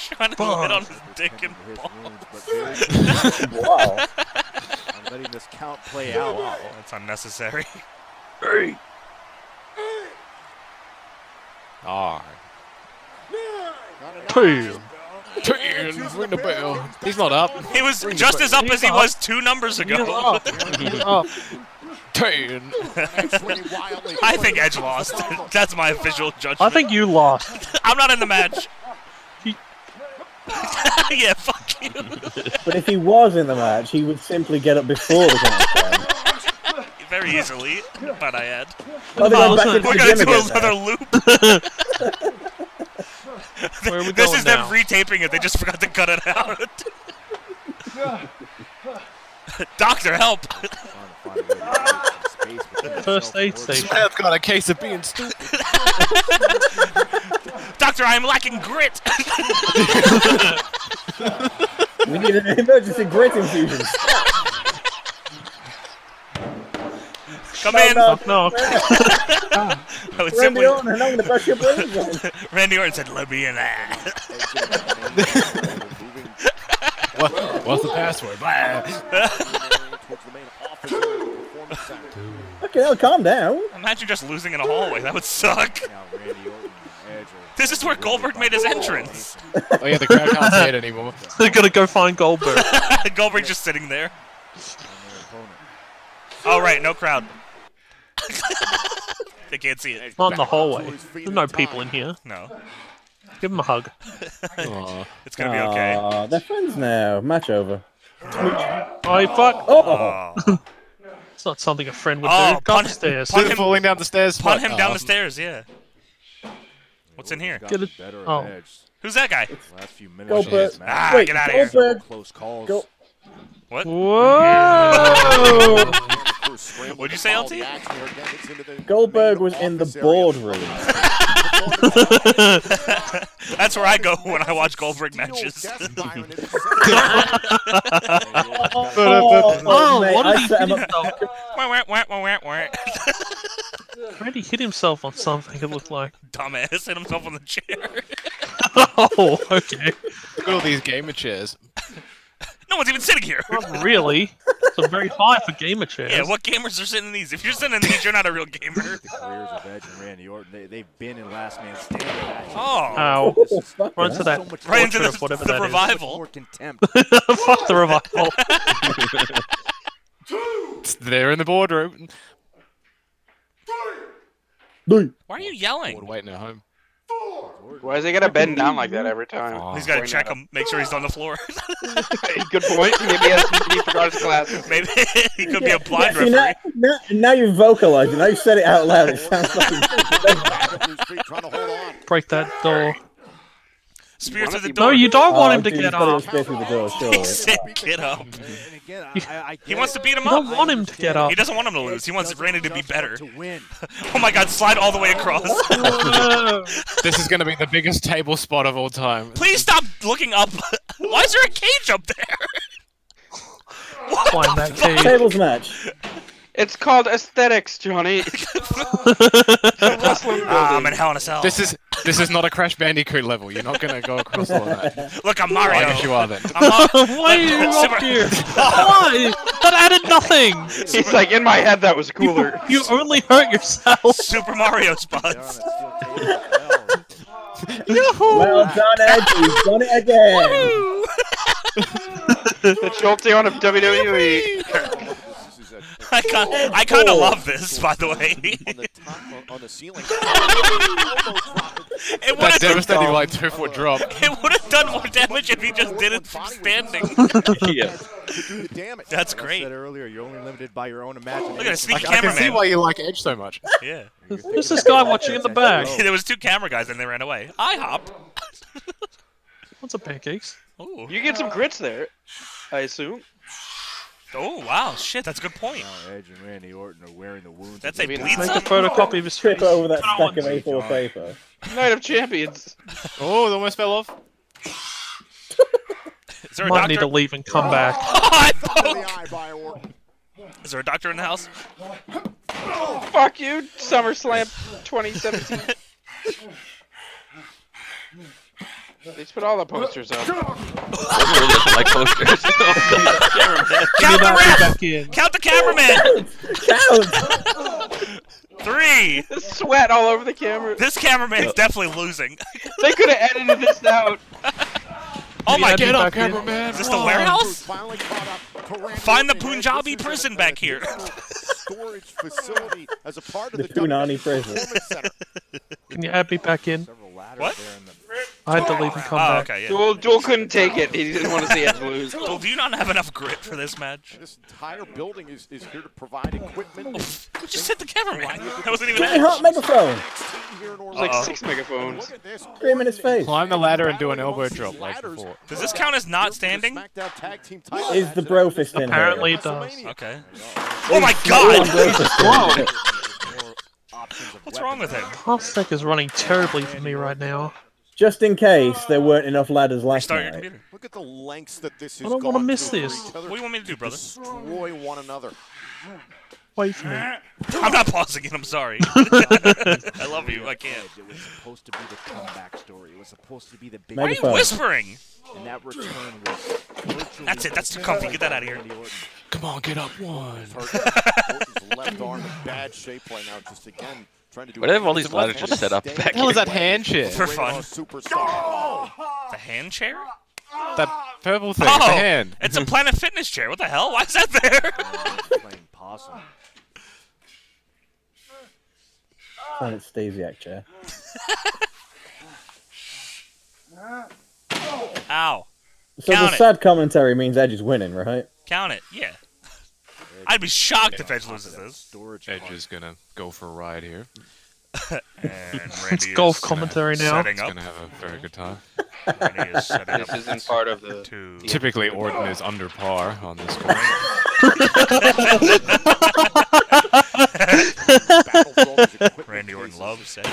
S1: trying to
S20: Bum.
S1: hit on his dick and
S20: wounds, but-
S1: balls.
S20: Wow.
S6: I'm letting this count play out.
S1: That's unnecessary.
S8: Ah.
S5: Two.
S8: Ten. Ring the bell. He's not up.
S1: He was
S8: Ring the
S1: just as up
S8: bell.
S1: as he
S8: He's
S1: was two numbers ago.
S8: He's up. He's up. Ten.
S1: I think Edge lost. That's my official judgment.
S5: I think you lost.
S1: I'm not in the match. yeah, fuck you.
S4: But if he was in the match, he would simply get up before the countdown.
S1: Very easily, but I had.
S4: Oh, they went back into
S1: we're
S4: the
S1: gonna
S4: gym
S1: do
S4: again now.
S1: another loop.
S5: Where are we
S1: this
S5: going
S1: is
S5: now?
S1: them retaping it. They just forgot to cut it out. Doctor, help!
S5: First aid station.
S8: I've got a case of being stupid.
S1: Doctor, I am lacking grit.
S4: We need an emergency grit infusion.
S1: Come in.
S4: Knock,
S5: knock.
S1: I would
S4: Randy
S1: simply-
S4: Orton, and I'm gonna bust your brains out.
S1: Randy Orton said, "Let me in there."
S8: What, what's the password? Blah.
S4: Fucking hell, calm down.
S1: Imagine just losing in a hallway. That would suck. This is where Goldberg made his entrance.
S8: Oh yeah, the crowd can't see it anymore.
S5: They're gonna go find Goldberg.
S1: Goldberg just sitting there. All right, no crowd. they can't see it.
S5: Not in the hallway. There's no people in here.
S1: No.
S5: Give him a hug.
S1: It's gonna be okay.
S4: Aw, Uh, they're friends now. Match over.
S5: Oh, fuck.
S4: Oh.
S5: It's not something a friend would
S1: Oh,
S5: do. Go
S1: punt-
S5: upstairs.
S1: punt him-
S8: falling down the stairs. Ah.
S1: Punt
S8: Fuck
S1: him down
S8: off.
S1: the stairs. Yeah. What's in here?
S5: Get it- oh.
S1: Who's that guy?
S6: Last few minutes.
S1: Go,
S6: of this
S1: Bert.
S6: match.
S1: Ah, Wait, get outta here. Goldberg.
S6: Close calls.
S1: Go- What?
S5: Whoa!
S1: What'd you say, LT?
S4: Goldberg was in the boardroom.
S1: That's where I go when I watch Goldberg matches.
S4: Oh,
S5: Oh,
S4: mate,
S5: what
S4: I
S5: did he
S4: set
S5: hit
S4: him up-
S5: himself?
S1: Dumbass
S5: Randy hit himself on something. It looked like.
S1: hit himself on the chair.
S5: Oh, okay.
S8: Look at all these gamer chairs.
S1: No one's even sitting here.
S5: Not really. It's very high for gamer chairs.
S1: Yeah, what gamers are sitting in these? If you're sitting in these, you're not a real gamer.
S6: Careers of Edge and Randy Orton, they, they've been in Last Man Standing. matches.
S1: Oh.
S5: Ow.
S6: This is-
S5: Right
S6: this
S5: into
S6: is
S5: that
S6: so much
S5: Right
S6: more-
S5: into the-
S6: so much
S5: the
S6: more
S5: revival.
S6: contempt.
S5: Fuck the revival.
S8: They're in the boardroom.
S1: Why are you yelling?
S8: Would wait no home.
S2: Why is he gonna bend down like that every time?
S1: He's got to check him, make sure he's on the floor.
S2: Good point. Maybe he, has, he forgot his glasses.
S1: Maybe he could be a blind
S4: See, now,
S1: referee.
S4: now, now you've vocalized it. Now you've said it out loud. It sounds fucking.
S5: Break that door.
S1: Spear through the
S5: No,
S1: door.
S5: you don't want
S4: Oh,
S5: him to
S4: dude,
S5: get
S4: he's gotta
S5: up.
S4: go straight through the door, sure.
S1: He said, "Get up." He wants to beat him
S5: You
S1: up.
S5: don't want him to get up.
S1: He doesn't want him to lose. He wants Randy to be better. Oh my God! Slide all the way across.
S8: This is going to be the biggest table spot of all time.
S1: Please stop looking up. Why is there a cage up there?
S5: Find that key.
S4: Tables match.
S2: It's called aesthetics, Johnny.
S1: Ah, I'm in hell in a cell.
S8: This is this is not a Crash Bandicoot level. You're not going to go across all of that.
S1: Look, I'm
S8: I
S1: Mario.
S8: guess you are then.
S1: I'm Mar-
S5: Why are you
S1: Super-
S5: up here? Why? That added nothing.
S2: He's like, in my head, that was cooler.
S5: You only hurt yourself.
S1: Super Mario spots.
S4: Well done, Edge. You've done it again.
S2: the Jolteon of E. WWE.
S1: I kind I kind of love this, by the way.
S6: on the ceiling.
S1: It would
S8: That
S1: have done,
S8: devastating like two foot drop.
S1: it would have done more damage if he just did it from standing.
S10: yeah.
S6: to do the damage.
S1: That's
S6: Like
S1: great.
S6: I said earlier, you're only limited by your own imagination.
S1: Look at a
S8: I, I
S1: sneaky
S8: can see
S1: cameraman.
S8: why you like Edge so much.
S1: Yeah.
S5: There's this guy watching in the back.
S1: there was two camera guys and they ran away. I hop.
S5: What's up, pancakes?
S1: Ooh.
S2: You get some grits there, I assume.
S1: Oh wow, shit, that's a good point.
S6: Edge and Randy Orton are wearing the wounds.
S1: That's
S6: of
S1: a
S6: the-
S1: bleed.
S5: Make a photocopy of his face.
S4: Trip over that
S5: No
S4: stack of A4 paper.
S2: Night of Champions.
S8: Oh, it almost fell off.
S1: Is there a
S5: Might need to
S1: doctor?
S5: leave and come back.
S1: I
S6: Shot to
S1: poke.
S6: the eye by Orton.
S1: Oh, Is there a doctor in the house?
S2: Fuck you, SummerSlam 2017. They put all the posters up.
S10: Those were just my posters. Oh, God.
S1: Count the
S5: Not
S1: ref!
S5: back in.
S1: Count the cameraman! Three!
S2: Sweat all over the camera.
S1: This cameraman's definitely losing.
S2: They could have edited this out.
S1: Oh my
S5: Get
S1: god!
S5: up, cameraman.
S1: Is this the
S5: Whoa.
S1: warehouse? Find the Punjabi prison back here.
S6: storage facility as a part of
S4: The
S6: the government
S4: Punani prison.
S6: performance center.
S5: Can you add me back in?
S1: What?
S5: I had to leave and come
S1: Oh,
S5: back.
S1: okay, yeah.
S2: Duel, Duel couldn't take it. He didn't want to see Edge lose.
S1: Well, do you not have enough grit for this match?
S6: This entire building is, is here to provide
S1: Oh.
S6: equipment.
S1: We just hit the cameraman. That wasn't even
S4: Jimmy
S1: Edge.
S4: Hart megaphone.
S6: It's
S2: like six megaphones.
S4: Scream in his face.
S8: Climb the ladder and do an elbow drop like before.
S1: Does this count as not standing?
S4: Is the bro fist in here?
S5: Apparently it does.
S1: Okay. Oh my god! What's wrong with him?
S5: Parsec is running terribly for me right now.
S4: Just in case there weren't enough ladders last
S1: Start your
S4: night.
S1: computer.
S6: Look at the lengths that this
S5: I
S6: has
S5: don't
S6: gone
S5: wanna miss
S6: to
S5: this.
S6: for each other
S1: What do you want me to do, brother?
S6: Destroy one another.
S5: Wait for me.
S1: I'm not pausing it. I'm sorry. I love you. I can't.
S11: It was supposed to be the comeback story. It was supposed to be the big
S1: Why are you
S4: Megaphone.
S1: whispering?
S11: and that return was virtually
S1: That's it. That's too comfy. Get that out of here.
S8: Come on, get up one.
S6: Orton's left arm in bad shape right now. Just again trying to do.
S10: Why do they have all these
S6: everything
S10: ladders
S6: to
S10: just set up
S6: stay
S10: back
S8: What was
S10: here?
S8: that hand shit?
S1: For fun.
S6: on Superstar.
S1: The hand chair?
S8: That purple thing.
S1: Oh,
S8: The hand.
S1: it's a Planet Fitness chair. What the hell? Why is that there?
S11: playing possum.
S4: Planet Stasiak chair.
S1: Ow.
S4: So
S1: Count
S4: the
S1: it.
S4: sad commentary means Edge is winning, right?
S1: Count it. Yeah. I'd be shocked if Edge loses this.
S11: Storage
S8: Edge is gonna go for a ride here.
S1: And
S5: It's
S1: Randy
S5: golf
S1: is gonna-
S5: commentary now.
S1: Setting
S8: He's
S1: up.
S8: gonna have a very good time.
S1: Randy is setting
S20: This
S1: up
S20: isn't part of the.
S1: to.
S8: Typically, Orton is under par on this one.
S1: Randy Orton loves it.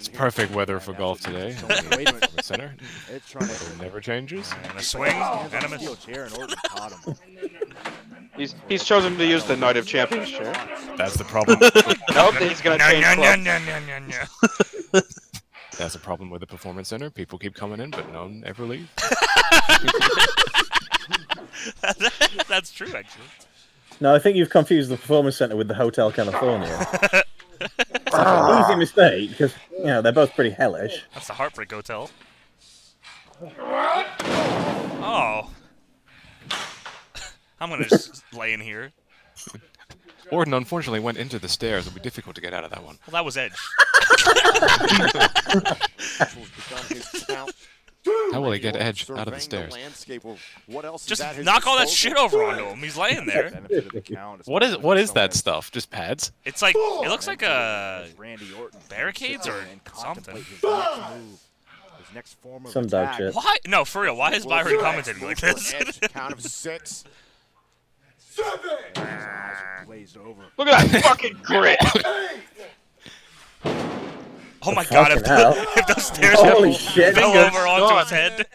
S8: It's perfect weather for golf today.
S11: Wait a minute.
S8: The center
S11: It's trying to
S8: it never changes.
S1: And a swing. And a miss.
S11: wheelchair and Orton caught him.
S2: He's he's chosen to use the Knight of Champions chair.
S8: That's the problem.
S2: Nope, he's gonna
S1: Nya,
S2: change
S1: nya,
S2: club.
S1: nya, nya, nya, nya.
S8: That's the problem with the performance center. People keep coming in, but none ever leave.
S1: That's true, actually.
S4: No, I think you've confused the Performance Center with the Hotel California. It's an easy mistake because you know they're both pretty hellish.
S1: That's the Heartbreak Hotel. Oh. I'm gonna just lay in here.
S8: Orton unfortunately went into the stairs. It'll be difficult to get out of that one.
S1: Well, that was Edge.
S8: How will he get Edge out of the stairs?
S1: Just knock all that shit over onto him. He's laying there.
S8: What is what is that stuff? Just pads?
S1: It's like it looks like a
S11: Randy Orton
S1: barricades or something.
S11: His next move, his next form of
S4: Some dog
S11: attack.
S4: shit.
S1: Why? No, for real. Why is Byron commentating like this?
S6: Count of six.
S11: Blazed over.
S2: Look at that fucking grit.
S1: Oh my god! If,
S4: Fucking hell.
S1: the, if those stairs
S4: Holy
S1: fell
S4: shit!
S1: over onto his head,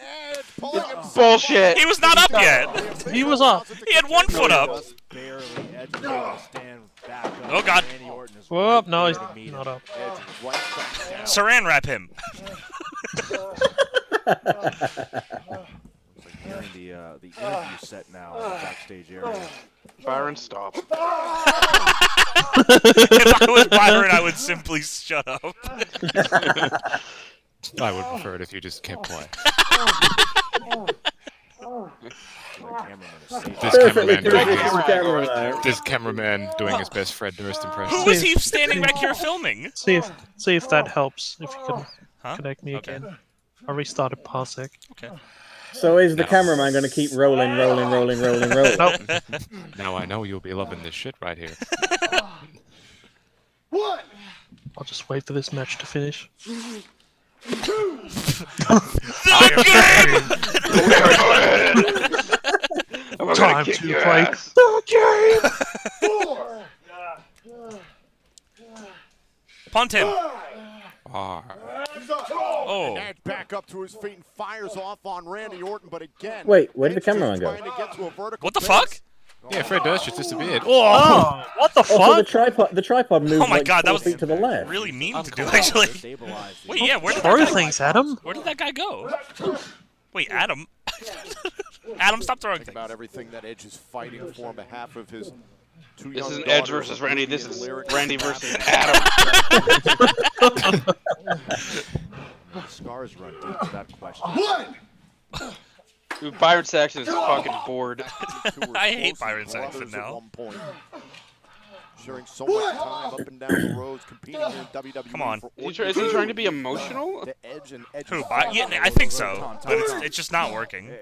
S2: Bullshit.
S1: he was not up yet.
S5: He was up.
S1: He had one foot up.
S11: Just barely Edge was able to stand back up.
S1: Oh, God.
S11: Randy Orton is
S5: Well,
S11: right
S5: no,
S11: there
S5: he's
S11: to meet him.
S5: not up.
S11: Edge is right back down.
S1: Saran wrap him.
S11: It's like hearing the uh, the interview set now in the backstage area.
S2: Byron, stop.
S1: If I was Byron, I would simply shut up.
S8: I would prefer it if you just kept quiet.
S11: The cameraman is safe.
S8: This
S4: Perfectly
S8: cameraman, doing
S4: perfect
S8: his,
S4: camera there.
S8: this cameraman doing his best Fred Durst impression.
S1: Who was he standing back here filming?
S5: See if see if that helps. If you can
S1: Huh?
S5: connect me
S1: Okay.
S5: again. I restarted Parsec.
S1: Okay.
S4: So is the cameraman going to keep rolling, rolling, rolling, rolling, rolling?
S5: Nope.
S8: Now I know you'll be loving this shit right here.
S5: I'll just wait for this match to finish.
S1: The game!
S5: Time to play.
S1: Punt him.
S8: Ah,
S1: Oh.
S6: Edge back up to his feet and fires off on Randy Orton, but again.
S4: Wait, where did the
S6: Edge just
S4: cameraman go?
S6: trying to get to a vertical
S1: What the
S6: base.
S1: fuck?
S8: Yeah, Fred Durst just disappeared.
S5: Oh, what the
S4: Also, the
S5: fuck?
S4: tripod, the tripod moved
S1: Oh my
S4: like
S1: god, that
S4: four
S1: was
S4: feet to the left.
S1: really mean to do actually. Wait, yeah, where did
S5: Throw
S1: that guy,
S5: things at him.
S1: where did that guy go? Wait, Adam. Adam, stop throwing
S6: Think
S1: things.
S6: about everything that Edge is fighting for on behalf of his two
S20: This
S6: young
S20: isn't Edge
S6: daughters,
S20: versus Randy. This
S6: Ruby and
S20: is
S6: Lyric.
S20: Randy versus Adam.
S6: Scars run deep to that question.
S20: Dude, Byron Saxon is fucking bored.
S1: I hate Byron Saxon
S6: brothers at
S1: now.
S6: one point. Sharing so much time up and down the roads, competing here in WWE.
S1: Come on.
S6: for
S1: Is he
S20: try- is he
S6: orchid-
S20: trying to be emotional?
S6: The Edge and Edge
S1: Who? By, yeah, I think so, but it's, it's just not working.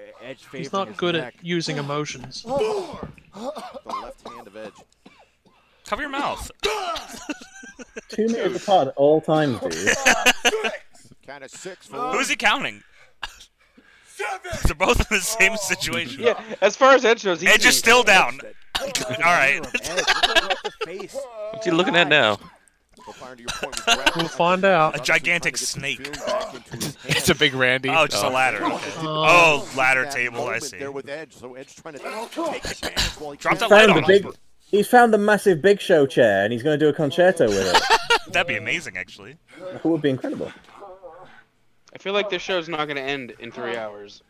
S5: He's not good at using emotions.
S6: The left hand of Edge.
S1: Cover your mouth.
S4: Two meters apart at all times, dude.
S6: Kind of six for
S1: Who's he counting? They're both in the
S6: Oh.
S1: same situation.
S20: Yeah, as far as Edge goes, he's
S1: Edge is still down. All right.
S10: What's he looking at now?
S5: We'll find out.
S1: A gigantic snake.
S8: It's a big Randy. Uh,
S1: Oh, just a ladder. Oh, ladder table. I see.
S6: There with Edge, so Edge trying to take advantage while he
S1: Drop
S6: can.
S1: that light
S4: Found
S1: on.
S4: the big. He's found the massive Big Show chair, and he's going to do a concerto with it.
S1: That'd be amazing, actually.
S4: That would be incredible.
S20: I feel like this show's not gonna end in three hours.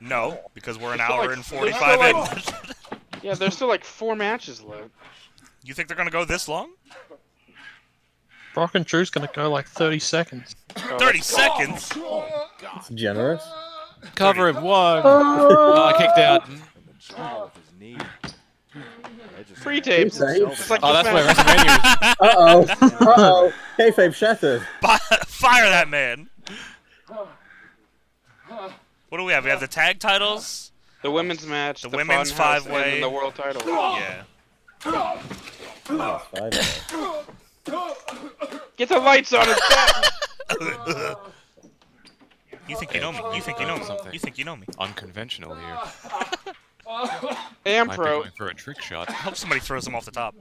S1: No, because we're an
S20: There's still
S1: hour
S20: like-
S1: and
S20: there's still
S1: 45 in.
S20: like- yeah, there's still like four matches left.
S1: You think they're gonna go this long?
S5: Brock and Drew's gonna go like 30 seconds.
S1: 30 seconds.
S4: It's generous.
S8: Cover him. One. oh, I kicked out.
S20: Free tapes.
S4: Free tapes.
S20: Just like
S8: Oh,
S20: this
S8: that's where
S20: match.
S8: WrestleMania
S4: Uh oh. Uh oh. Kayfabe shattered.
S1: Bi- Fire that man. What do we have? We have the tag titles.
S20: The women's match,
S1: The
S20: the,
S1: women's
S20: fun house,
S1: five-way.
S20: and then the world title.
S1: Yeah.
S4: Five hours.
S20: Get the lights on. It's back.
S1: You think you know me? You think you know me? You think you know me?
S8: Unconventional here.
S20: Am
S8: Might be
S20: pro.
S8: going for a trick shot.
S1: I hope somebody throws him off the top.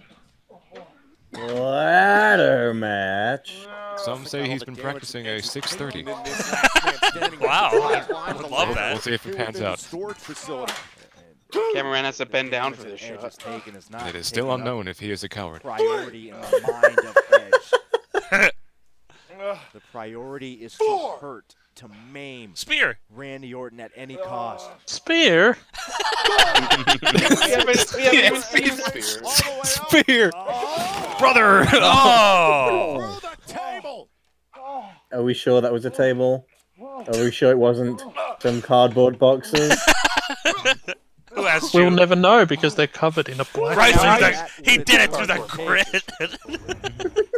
S4: Ladder match.
S8: Some say he's been practicing a 630.
S1: Wow, I would love
S8: We'll
S1: that.
S8: see if it pans out.
S6: Storage facility.
S20: Cameron has to bend down for this shot.
S8: It is still unknown if he is a coward.
S11: priority in the mind of Edge. the priority is to hurt, to maim
S1: Spear.
S11: Randy Orton at any cost.
S5: Spear?
S20: We haven't, we haven't even seen
S8: Spear! Brother!
S1: Oh.
S4: Are we sure that was a table? Are we sure it wasn't some cardboard boxes?
S1: Who asked
S5: We'll
S1: you?
S5: never know because they're covered in a black.
S1: Right through
S11: Right.
S1: the. He did it through the grid.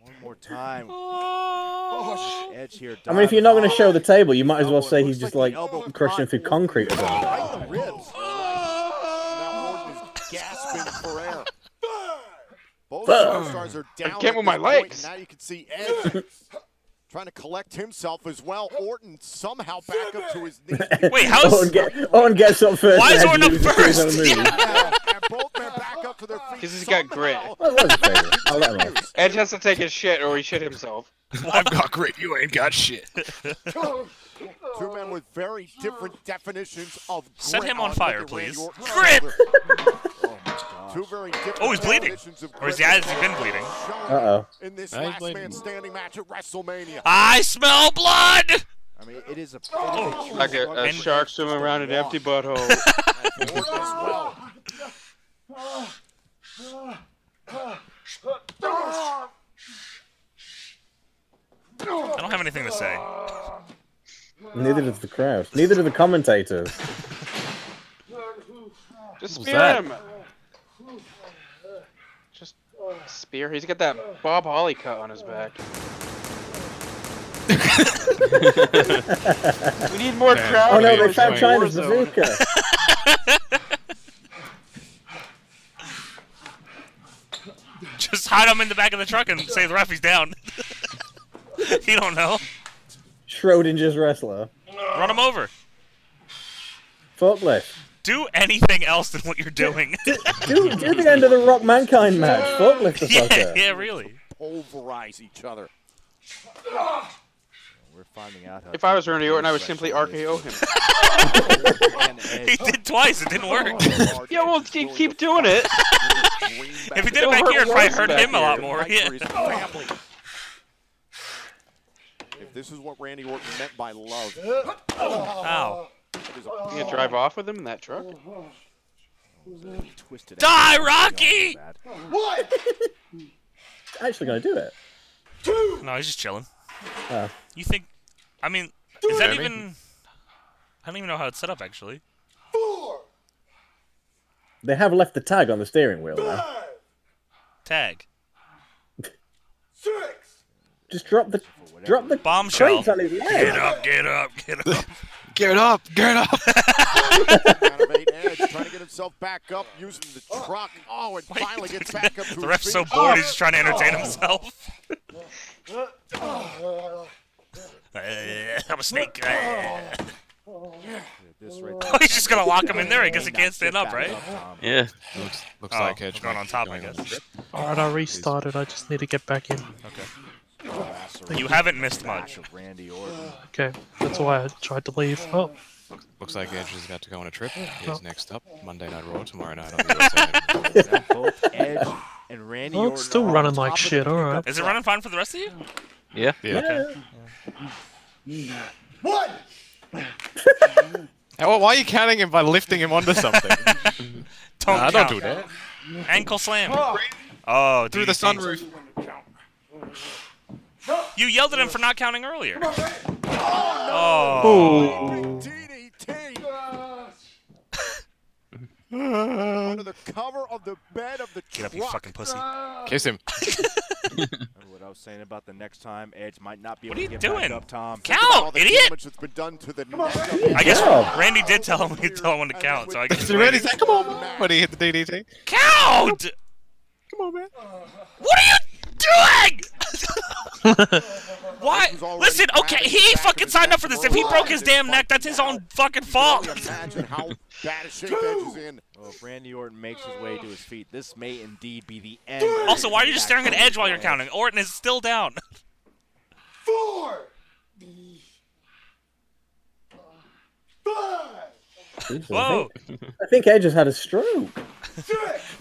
S11: One more time.
S1: Oh.
S11: Edge here.
S4: I mean, if you're not going to show the table, you might as well say he's just like crushing through concrete or something.
S6: Right in the ribs. now Orton is gasping for air. Both superstars are down.
S20: I can't
S6: at
S20: move
S6: this
S20: my
S6: point,
S20: legs.
S6: and Now you can see Edge trying to collect himself as well. Orton somehow back up to his knees.
S1: Wait, how's?
S4: Owen, get, Owen gets up first.
S1: Why is
S4: and
S1: Owen up
S4: just does his
S1: first?
S4: own move.
S6: and both men back up to their feet.
S20: 'Cause he's got grit.
S6: somehow.
S4: Well, it was a table. I'll let him have it.
S20: Edge has to take his shit or he shit himself.
S8: I've got grit, Oh, you ain't got shit.
S6: Two men with very different definitions of grit.
S1: Set him on
S6: Look
S1: fire,
S6: at Randy
S1: please.
S6: Orton.
S1: Grit!
S6: Oh my God. Two very different
S1: Oh, he's bleeding.
S6: definitions of
S1: Or is he,
S6: grit.
S1: has he been bleeding?
S4: Uh-oh.
S6: In this
S8: Now he's
S6: last
S8: bleeding.
S6: man standing match at WrestleMania.
S1: I smell blood.
S11: I mean, it is a.
S2: Oh,
S20: Like a, a
S1: And-
S20: shark swimming around an empty butthole.
S6: Orton as well.
S1: I don't have anything to say.
S4: Neither does the crowd. Neither do the commentators.
S20: Just
S8: was
S20: spear
S8: that?
S20: him. Just spear. He's got that Bob Holly cut on his back. we need more
S8: Man.
S20: crowd.
S4: Oh no,
S8: Wait,
S4: they
S8: wait,
S4: found
S8: wait.
S4: China's
S20: Warzone.
S4: bazooka.
S1: Just hide him in the back of the truck and say the referee's down. you don't know.
S4: Schrodinger's wrestler.
S1: Run him over.
S4: Forklift.
S1: Do anything else than what you're doing.
S4: Do, do the end of the Rock Mankind match. Forklift the
S1: yeah,
S4: fucker.
S1: yeah, really.
S6: Pulverize each other.
S21: We're finding out how.
S2: If I was
S21: deep
S2: Randy Orton, I would
S21: this
S2: simply
S21: actually is.
S2: RKO
S1: he
S2: him.
S1: did twice. It didn't work.
S2: yeah, well, keep, keep doing it.
S1: If he did it
S2: It'll
S1: back
S2: hurt
S1: here, it probably
S2: worse
S1: hurt
S2: back
S1: him a lot
S2: here.
S1: more. Yeah.
S6: If this is what Randy Orton meant by love.
S2: Ow. You gonna drive off with him in that truck?
S21: Twisted
S1: Die,
S21: ankle.
S1: Rocky!
S6: What?
S4: Actually, gonna do it.
S1: No, he's just chilling.
S4: Oh.
S1: You think? I mean, is that
S4: Jeremy?
S1: even? I don't even know how it's set up actually.
S4: They have left the tag on the steering wheel now.
S1: Tag.
S4: Just drop the drop the
S1: Bombshell.
S4: crates on his leg.
S1: Get up! Get up! Get up!
S8: Get up! Get up!
S6: Activate Edge, trying to get himself back up using the truck. Oh, and finally gets back up to
S1: The
S6: his
S1: ref's so
S6: feet. Oh.
S1: bored he's just trying to entertain himself. I'm a snake.
S21: This right
S1: Oh, he's just gonna lock him in there. I guess he can't stand up, right?
S10: Yeah.
S8: Looks, looks
S1: Oh,
S8: like
S1: it's
S8: Edge
S1: going
S8: might
S1: on
S8: be
S1: top, I
S8: going
S1: guess.
S5: All right, I restarted. I just need to get back in.
S1: Okay. You haven't missed much.
S5: Okay, that's why I tried to leave. Oh,
S8: Looks, looks like Edge is about to go on a trip. He's
S5: Oh.
S8: next up Monday Night Raw tomorrow night. On the USA.
S21: Both Edge and Randy
S5: oh
S21: Orton.
S5: it's still
S21: are on
S5: running
S21: top
S5: like
S21: of the
S5: shit. oh. All right.
S21: pickup
S1: Is it
S21: truck.
S1: running fine for the rest of you?
S10: Yeah.
S8: yeah.
S4: Yeah.
S6: What?
S8: Hey, well, why are you counting him by lifting him onto something?
S1: Don't
S8: Nah, don't
S1: count.
S8: do that.
S1: Ankle slam. Oh,
S8: Through the
S1: DDT.
S8: sunroof.
S1: You yelled at him for not counting earlier.
S5: Oh.
S6: Under the cover of the bed of the
S1: Get
S6: truck.
S1: up, you fucking pussy.
S8: Kiss him.
S21: Remember What I was saying about the next time Edge might not be
S1: What
S21: able
S1: are
S21: to
S1: you
S21: get
S1: doing?
S21: back up, Tom.
S1: Count,
S6: Think about all the
S1: idiot!
S6: damage that's been done to the neck of
S1: I guess
S4: Yeah.
S1: Randy did tell him he tell him when to count, so I guess.
S8: So Randy's like, come on, man. When he hit the DDT.
S1: Count!
S8: Come on, man.
S1: What are you doing? Why? Listen, okay, he fucking signed up for this. If he broke his damn neck, that's his own fucking fault.
S6: Imagine how bad a shape Edge is in.
S21: Well, if Randy Orton makes his way to his feet, this may indeed be the end.
S1: Also, why are you just staring at Edge while you're counting? Orton is still down.
S6: Four. Five.
S4: Jesus, I
S1: Whoa.
S4: think- I think Edge has had a stroke.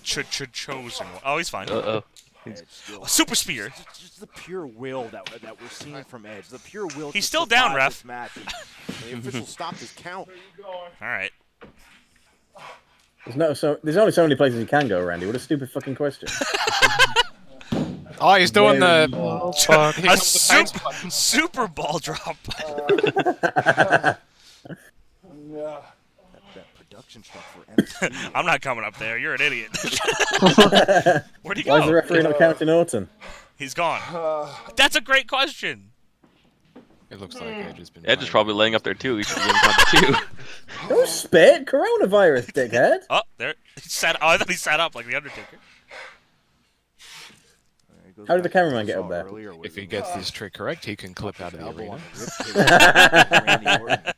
S1: Ch-ch-chosen. Oh, he's fine.
S10: Uh oh.
S21: Edge still-
S1: Super spear.
S21: Just, just the pure will that that we're seeing from Edge. The pure will.
S1: He's
S21: to
S1: still down,
S21: survive
S1: ref.
S21: this match and-
S6: The official stopped his count.
S1: All right.
S4: There's no so there's only so many places he can go, Randy. What a stupid fucking question.
S8: Oh, he's doing
S4: Very
S8: the.
S4: long.
S5: Oh, fuck.
S8: Here
S1: A
S8: comes the pain
S1: super, super ball drop.
S21: that production truck for MC.
S1: I'm not coming up there. You're an idiot. Where'd he
S4: Why is
S1: go?
S4: the referee not counting Orton?
S1: He's gone. That's a great question.
S8: It looks like Edge has been.
S10: Edge is
S8: playing.
S10: probably laying up there too. He should be in front too.
S4: Don't spit, coronavirus, dickhead.
S1: Oh, there. He sat. Oh, I thought he sat up like the Undertaker.
S21: It goes
S4: How did the
S21: back to what
S4: cameraman
S21: we
S4: get up
S21: saw
S4: there?
S21: earlier where
S8: If he
S21: we
S8: gets this trick correct, he can clip out of the
S21: elbow
S8: arena.
S21: on the rib cage. Randy Orton.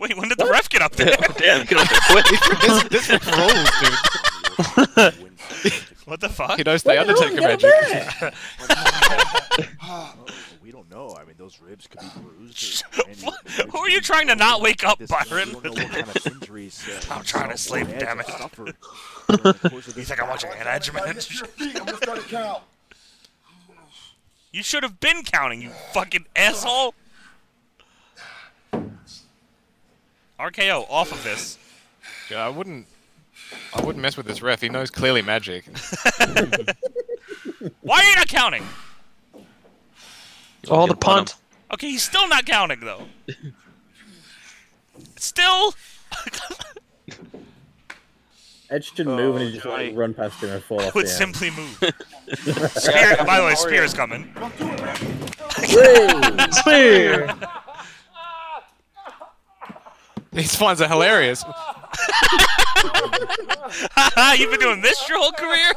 S1: Wait, when did the ref get up there?
S10: Damn, get up there quick.
S8: this this ref rules, dude.
S1: What the fuck?
S8: He knows the
S4: Orton,
S8: Undertaker
S4: get up
S8: magic.
S4: there.
S21: We don't know. I mean, those ribs could be bruised. or Randy-
S1: What?
S21: the ribs
S1: Who are
S21: could
S1: you
S21: be
S1: trying to
S21: broken.
S1: not wake up,
S21: This-
S1: Byron?
S21: We don't know what kind of injuries. Uh,
S1: I'm trying to
S21: himself
S1: sleep,
S21: or Edge
S1: damn
S21: have
S1: it.
S21: suffered during the course of
S1: You
S21: this
S1: think I'm watching an Edge
S7: Everybody
S1: match?
S7: get to your feet. I'm gonna start a count.
S1: You should have been counting, you fucking asshole. RKO off of this.
S8: Yeah, I wouldn't. I wouldn't mess with this ref. He knows clearly magic.
S1: Why are you not counting?
S5: Oh,
S10: Get
S5: the
S10: one
S5: punt.
S10: of
S1: Okay, he's still not counting though. Still.
S4: Edge shouldn't move and he just like run past him and fall off
S1: Oh, would
S4: the end.
S1: simply move. Spear, by the way, Spear is coming.
S4: Whee!
S5: Spear.
S8: he finds it hilarious.
S1: Haha, You've been doing this your whole career?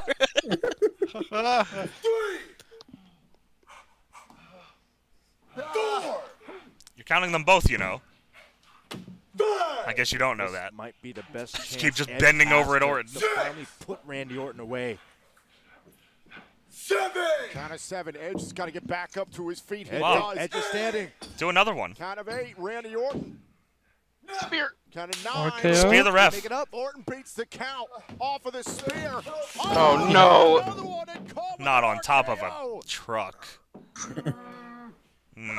S1: You're counting them both, you know. I guess you don't know that.
S21: might be the best chance.
S1: keep just
S21: Edge
S1: bending
S21: has
S1: over at
S21: to-
S1: Orton.
S21: to finally put Randy Orton away.
S7: Seven.
S6: Count of seven. Edge has got to get back up to his feet. He
S1: Wow.
S6: does.
S1: Edge
S6: is standing.
S1: Do another one.
S6: Count of eight. Randy Orton. Spear. Count of nine.
S1: RKO. Spear the ref.
S6: Make it up. Orton beats the count off of the spear.
S1: Oh no! Not on top of a truck. Mm.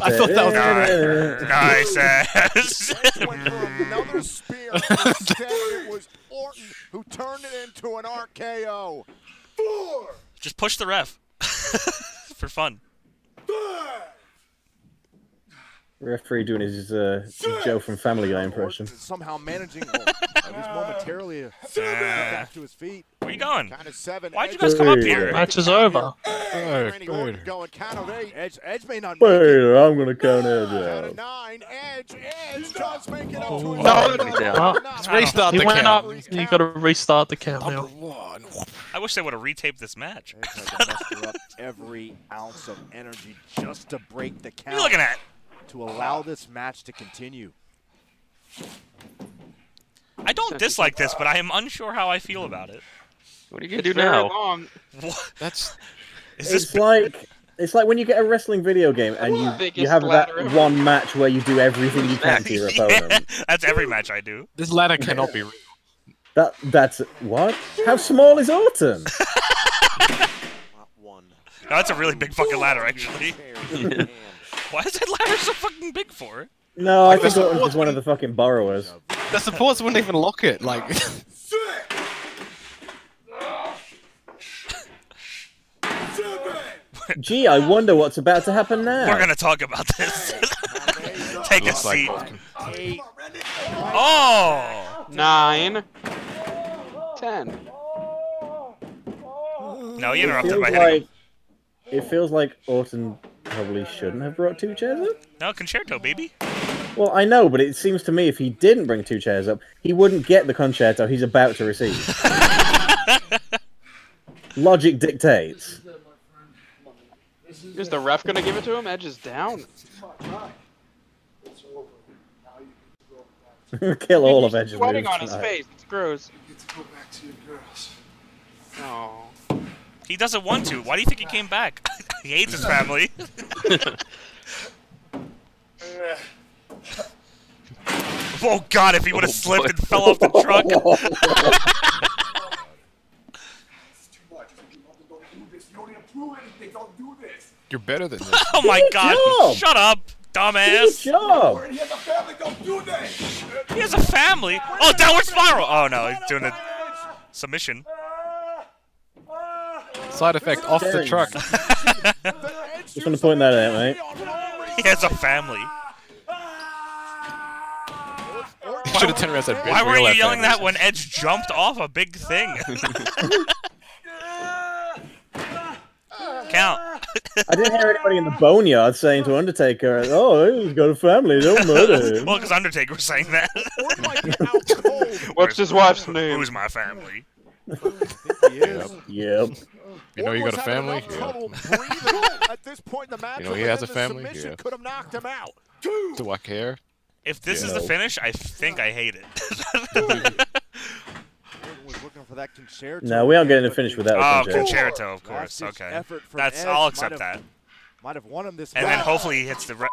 S6: I thought that was-
S1: Nice- nice ass.
S6: Went for another spear. Instead, it was Orton who turned it into an RKO. Four.
S1: Just push the ref for fun.
S4: Referee doing his uh, Joe from Family Guy impression.
S6: Somehow managing. He was momentarily uh, back to his feet.
S1: Where you going?
S6: Count of seven.
S1: Why'd you
S6: Edge-
S1: guys come up here?
S5: Match is over.
S6: Randy Orton going count of eight. Edge, Edge may not.
S4: Wait, I'm gonna count it out.
S6: Oh,
S5: Oh, he went up. You got to restart the count now.
S1: I wish they would have retaped this match.
S6: muster up every ounce of energy just to break the count.
S1: you looking at?
S6: To allow this match to continue.
S1: I don't dislike this, but I am unsure how I feel about it.
S10: What are you gonna
S1: It's
S10: do
S1: very
S10: now?
S1: long. What?
S10: That's
S1: Is this
S4: It's like it's like when you get a wrestling video game and you
S1: Biggest
S4: you have
S1: ladder
S4: that
S1: ever.
S4: one match where you do everything you can to your
S1: yeah,
S4: opponent.
S1: that's every match I do.
S8: This ladder cannot be real.
S4: That that's what? How small is Autumn?
S1: No, that's a really big fucking ladder, actually. Why is that ladder so fucking big for?
S4: No, I
S8: Like,
S4: think
S8: that's-
S4: Autumn is one of the fucking borrowers.
S8: The supports wouldn't even lock it. Like,
S4: Gee, I wonder what's about to happen now.
S1: We're gonna talk about this. Take a
S4: Looks like
S1: seat.
S4: fucking-
S1: Oh!
S20: Nine. Ten.
S1: No, you
S4: It
S1: interrupted
S4: feels
S1: by hitting.
S4: like- It feels like Autumn probably shouldn't have brought two chairs up.
S1: No, concerto, baby.
S4: Well, I know, but it seems to me if he didn't bring two chairs up, he wouldn't get the concerto he's about to receive. Logic dictates.
S20: Is the ref gonna give it to him? Edge is down.
S4: Kill all of Edge's
S20: Sweating
S4: moves
S20: on his
S4: tonight.
S20: face. It's gross.
S1: Oh. He doesn't want to. Why do you think he came back? he hates his family. oh god, if he would have slipped and fell off the truck.
S8: you're better than this.
S1: oh my god, shut up, dumbass.
S4: Good job.
S1: He has a family. Oh, downward spiral. Oh no, he's doing a submission.
S8: Side effect off the
S4: Very
S8: truck.
S4: Just want to point that out, mate.
S1: He has a family.
S8: Should have turned around and said,
S1: Why
S8: "Bitch,
S1: were
S8: real
S1: you
S8: FM."
S1: yelling that when Edge jumped off a big thing? Count.
S4: I didn't hear anybody in the boneyard saying to Undertaker, "Oh, he's got a family. Don't murder him."
S1: well, because Undertaker was saying that.
S20: What's his wife's name?
S1: Who's my family?
S4: Yep.
S8: You know you got a
S6: Orton was having
S8: family?
S6: enough
S8: Yeah.
S6: trouble breathing At this point in the match,
S8: You know he has a family?
S6: submission
S8: Yeah.
S6: could have knocked him out.
S8: Do I care?
S1: If this is the
S8: Yeah.
S1: finish, I think I hate it.
S6: Orton was looking for that concerto.
S4: No, we aren't getting to finish with that.
S1: oh,
S4: with concerto.
S1: concerto, of
S6: Last
S1: course.
S6: ditch
S1: Okay,
S6: effort from
S1: that's.
S6: Edge
S1: I'll
S6: might
S1: accept
S6: have-
S1: that.
S6: Might have won him this
S1: And then
S6: match.
S1: hopefully he hits the. Re-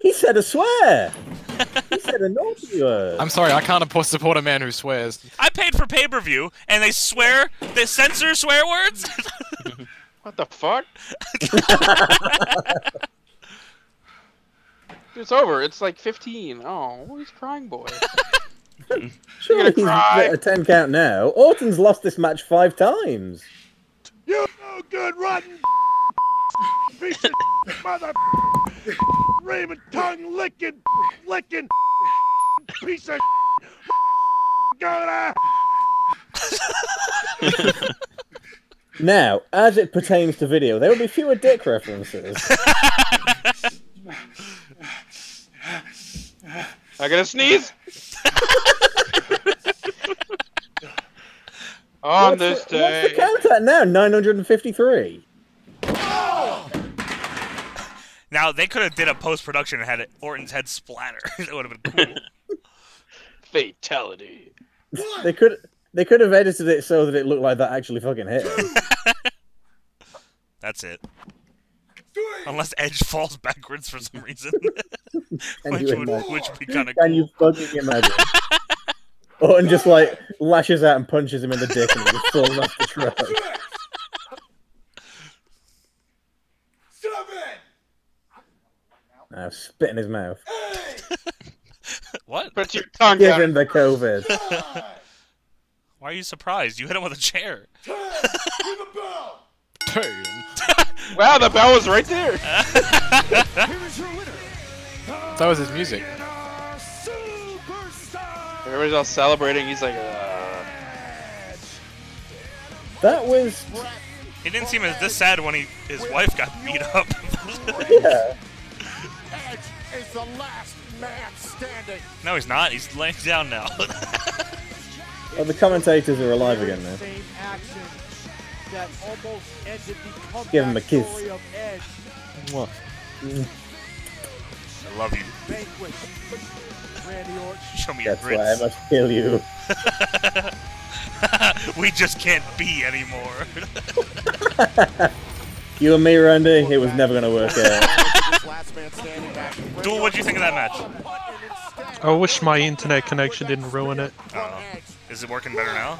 S4: He said a swear. he said a naughty word.
S8: I'm sorry, I can't support support a man who swears.
S1: I paid for pay per view, and they swear they censor swear words.
S20: What the fuck? It's over. It's like 15. Oh, he's crying, boy.
S4: Surely he's
S20: cry.
S4: at a ten count now. Orton's lost this match five times.
S6: You no good rotten piece of mother Raymond tongue licking licking piece of gonna
S4: Now, as it pertains to video, there will be fewer dick references.
S20: I gotta sneeze. On
S4: What's the-
S20: this day.
S4: What's the count at now? Nine hundred and fifty-three.
S1: now they could have did a post production and had it, Orton's head splatter. that would have been cool.
S20: Fatality.
S4: They could They could have edited it so that it looked like that actually fucking hit. him.
S1: That's it. Unless Edge falls backwards for some reason,
S4: Can
S1: which
S4: you
S1: would
S4: imagine?
S1: which would be kind of
S4: Can you fucking imagine? Orton just like lashes out and punches him in the dick and he just falls off the truck.
S7: Stop it!
S4: Now spit in his mouth.
S1: what?
S2: Put your
S4: Give him the COVID.
S1: Why are you surprised? You hit him with a chair.
S2: wow, the bell was right there.
S8: That was his music.
S2: Everybody's all celebrating. He's like, uh,
S4: That was
S1: He didn't seem as this sad when he his wife got beat up.
S4: yeah.
S6: Edge is the last man standing.
S1: No, he's not. He's laying down now.
S4: Well, the commentators are alive again now.
S11: Same action that almost ended the comeback
S4: Give him a kiss.
S11: story of Edge.
S1: I love you.
S11: Vanquish. Randy Orton.
S1: Show me
S4: That's
S1: your
S4: why I
S1: grits.
S4: must kill you.
S1: we just can't be anymore.
S4: you and me, Randy. It was never gonna work out.
S1: Duel, what do you think of that match?
S5: I wish my internet connection didn't ruin it.
S1: I don't know. Is it working better now?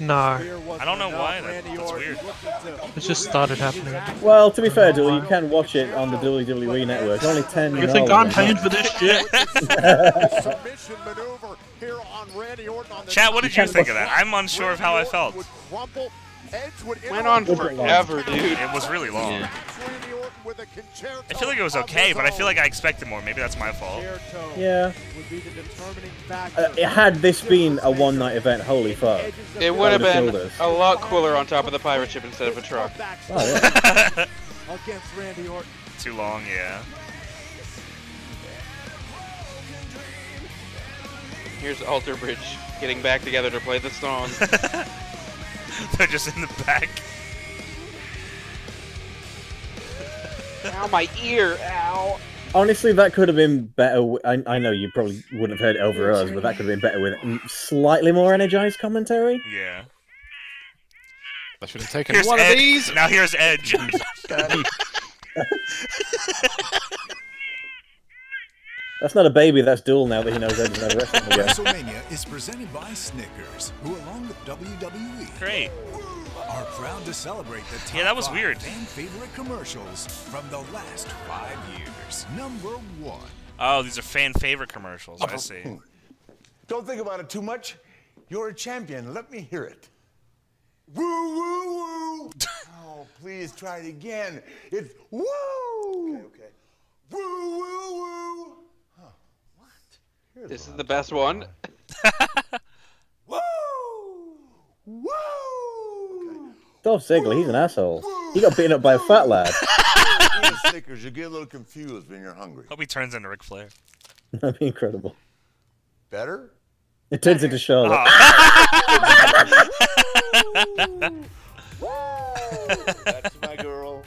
S5: No,
S1: I don't know why. That, that's weird.
S5: it just started happening.
S4: Well, to be fair, Dilly, you can watch it on the WWE network. Only ten.
S5: You think I'm paying for this shit?
S6: Submission maneuver here on Randy Orton on the
S1: Chat, what did you
S6: top.
S1: think of that? I'm unsure of how I felt.
S6: Would crumple. Edge would
S2: went on
S6: interrupt.
S2: forever, dude.
S1: It was really long.
S6: Randy Orton with a concerto.
S1: I feel like it was okay, but I feel like I expected more. Maybe that's my fault.
S4: Yeah.
S11: Would be the determining factor.
S4: Uh, it had this been a one-night event, holy fuck.
S2: It would have
S4: That
S2: been
S4: would've killed us.
S2: a lot cooler on top of the pirate ship instead of a truck.
S4: Oh, yeah.
S11: against Randy Orton.
S1: Too long, yeah.
S2: Here's Alter Bridge getting back together to play the song.
S1: They're just in the back.
S2: Ow, my ear! Ow!
S4: Honestly, that could have been better. With, I, I know you probably wouldn't have heard it over us, but that could have been better with mm, slightly more energized commentary.
S1: Yeah.
S8: I should have taken
S1: Here's
S8: one
S1: Ed-
S8: of these.
S1: Now here's Edge.
S4: That's not a baby. That's dual now that he knows Ed's never wrestling again.
S16: WrestleMania is presented by Snickers, who, along with WWE,
S1: Great.
S16: are proud to celebrate the top
S1: Yeah, that was
S16: five
S1: weird.
S16: fan favorite commercials from the last five years. Number one.
S1: Oh, these are fan favorite commercials. I see.
S22: Don't think about it too much. You're a champion. Let me hear it. Woo woo woo. oh, please try it again. It's woo. Okay, okay. Woo woo woo.
S2: This is the best one.
S22: Woo. Woo.
S4: Dolph Ziggler, he's an asshole. He got beaten up by a fat lad.
S22: Eat a Snickers. You get a little confused when you're hungry.
S1: Hope he turns into Ric Flair.
S4: That'd be incredible.
S22: Better.
S4: It turns into Charlotte.
S1: Ah.
S22: That's my girl.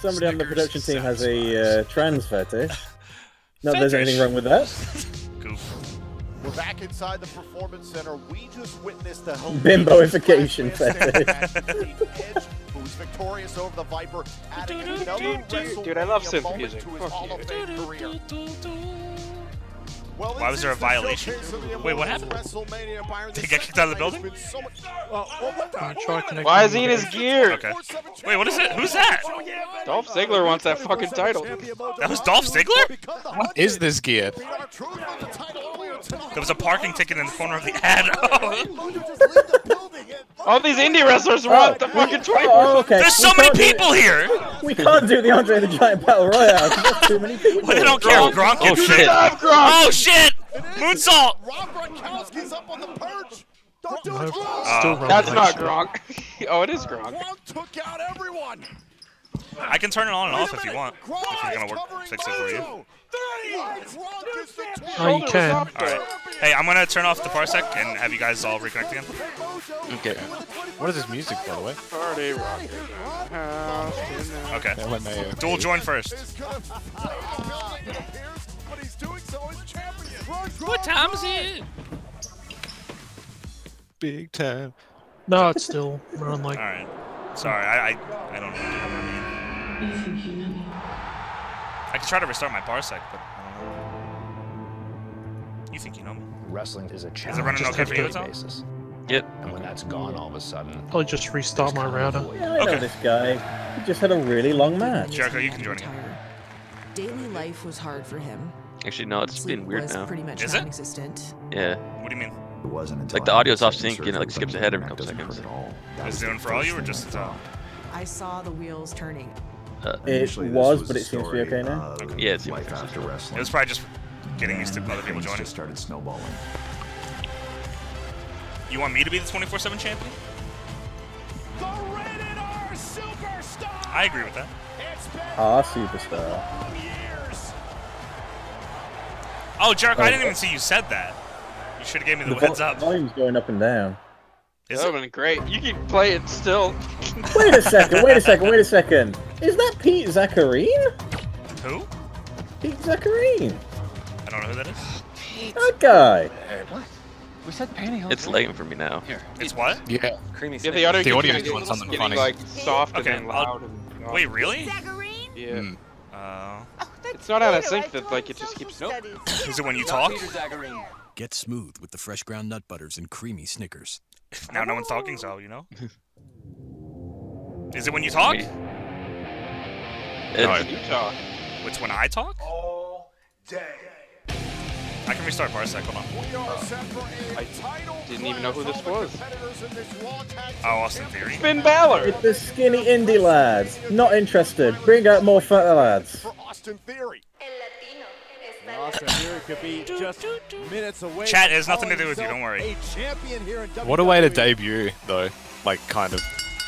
S4: Somebody on the
S1: Snickers
S4: production team has a uh, trans fetish. Not that there's
S1: Fetish.
S4: anything wrong with that.
S1: Goof.
S6: We're back inside the Performance Center. We just witnessed the
S4: Bimboification fetish.
S6: Edge, who's victorious over the Viper, adding another
S2: Dude, I love
S6: WrestleMania
S2: synth
S6: moment
S2: music.
S6: to his
S2: Fuck
S6: Hall of Fame career. Well,
S1: Why was
S6: this
S1: there a
S6: is the
S1: violation?
S6: showcase of the
S1: Wait, what happened?
S6: immortals WrestleMania environment.
S1: Did he
S6: This
S1: get kicked out of the
S6: segment
S1: building?
S6: has been so much- Uh, well, what the-
S2: Why is he in his gear?
S1: Okay. Wait, what is it? Who's that?
S6: Oh,
S2: Dolph Ziggler wants that fucking title.
S1: That was Dolph Ziggler?
S8: What is this gear?
S1: There was a parking ticket in the corner of the ad. Oh.
S2: All these indie wrestlers want the fucking
S4: Oh,
S2: title.
S4: okay.
S1: There's so
S4: We
S1: many
S4: can't do it.
S1: people here.
S4: We can't do the Andre the Giant Battle Royale. 'cause There's too many people.
S1: Well, they don't care. Gronk can
S10: Oh,
S1: do
S10: shit.
S1: it.
S2: Stop, Gronk!
S1: Oh shit! Moonsault.
S6: Rob Gronkowski's up on the perch. Don't do
S5: Nope.
S6: it. Gronk.
S5: Still
S1: Oh.
S5: wrong
S2: That's not
S5: place.
S2: Gronk. oh, it is
S1: Uh,
S2: Gronk.
S6: Gronk took out everyone.
S1: I can turn it on and off if you want. If
S6: Gronk
S1: you're gonna
S6: is
S1: work,
S6: covering
S1: fix it for you.
S6: Mojo. Why Gronk is the
S5: Oh, you
S6: champion?
S5: can.
S1: All right. Hey, I'm gonna turn off the parsec and have you guys all reconnect again.
S10: Okay.
S8: What is this music, by the way?
S2: Party rock.
S1: Okay.
S8: LMAO.
S1: Dual join first.
S6: Appears, but he's doing so as champion.
S9: What time is it?
S8: big time.
S5: No, it's still running like.
S1: All right. Sorry, I I, I don't know. What to do. I could try to restart my parsec, but I don't know. You think you know me?
S13: Wrestling is a challenge.
S1: Is it running okay for you, Tom?
S13: basis.
S10: Yep.
S13: And when that's gone, all of a sudden,
S5: I'll just restart my router.
S4: Yeah, I know this guy. He just had a really long match.
S1: Jericho, you can join in.
S23: Daily life was hard for him.
S10: Actually, no, it's
S23: Sleep
S10: been weird
S23: was
S10: now.
S23: pretty much
S1: Is it?
S23: non-existent.
S10: Yeah.
S1: What do you mean?
S13: it wasn't until
S10: Like the
S13: I had
S10: audio's off
S13: second
S10: sync and it like
S13: surgery
S10: skips
S13: that
S10: ahead every
S13: my
S10: couple
S13: back doesn't
S10: seconds.
S13: hurt at all. That
S1: Is
S13: was
S1: it
S13: the
S1: doing for all
S13: first
S1: you or
S13: thing
S1: just uh,
S13: I
S1: the top?
S23: I saw the wheels turning.
S10: Uh,
S4: It
S13: Initially, this
S4: was,
S13: was
S4: but
S13: a
S4: it seems to be
S13: story
S4: okay now.
S13: of
S10: Yeah, it seems
S13: life after
S1: It
S13: wrestling.
S1: was probably just getting used to
S13: And
S1: other people
S13: things
S1: joining.
S13: just started snowballing.
S1: You want me to be the 24/7 champion? I agree with that.
S4: Ah, superstar.
S1: Oh, Jericho, I didn't
S4: Oh.
S1: even see you said that. You should have gave me the,
S4: vol-
S1: heads up.
S4: volume's going up and down.
S1: Is
S2: that
S1: it?
S2: would been great. You can play it still.
S4: Wait a second, wait a second, wait a second. Is that Pete Zacharine?
S1: Who?
S4: Pete Zacharine?
S1: I don't know who that is.
S4: That guy.
S15: What? We said pantyhose.
S10: It's lame for me now.
S1: It's what?
S8: Yeah.
S21: Creamy
S2: Yeah,
S21: snake.
S2: the audio
S8: The
S2: keeps
S8: audio is
S2: getting-
S8: doing something
S2: getting,
S8: funny.
S2: like soft
S1: Okay,
S2: and then
S1: I'll-
S2: loud. And,
S1: Wait, really?
S2: Yeah.
S8: Mm.
S1: Uh,
S12: Oh,
S2: It's not out of sync that like it just keeps. Nope.
S1: is it when you talk?
S15: Get smooth with the fresh ground nut butters and creamy Snickers.
S1: Now no one's talking, so you know. Is it when you talk?
S10: It's,
S2: You talk.
S1: Which when I talk?
S7: All day.
S1: I can restart Parsec. Hold on.
S6: We are set for a title
S2: didn't even know who
S6: clash.
S2: this
S6: All the
S2: was.
S6: competitors in this Raw Tag
S1: Oh, Austin Theory.
S2: Finn Balor.
S4: It's the skinny indie lads. Not interested. Bring out more fat lads.
S6: for Austin Theory.
S11: Austin Theory could be just minutes away.
S1: Chat,
S11: from
S1: it has nothing to
S11: calling
S1: do with you, don't
S11: himself
S1: worry.
S11: a champion here in
S8: What a way to
S11: WWE.
S8: debut, though. Like, kind of.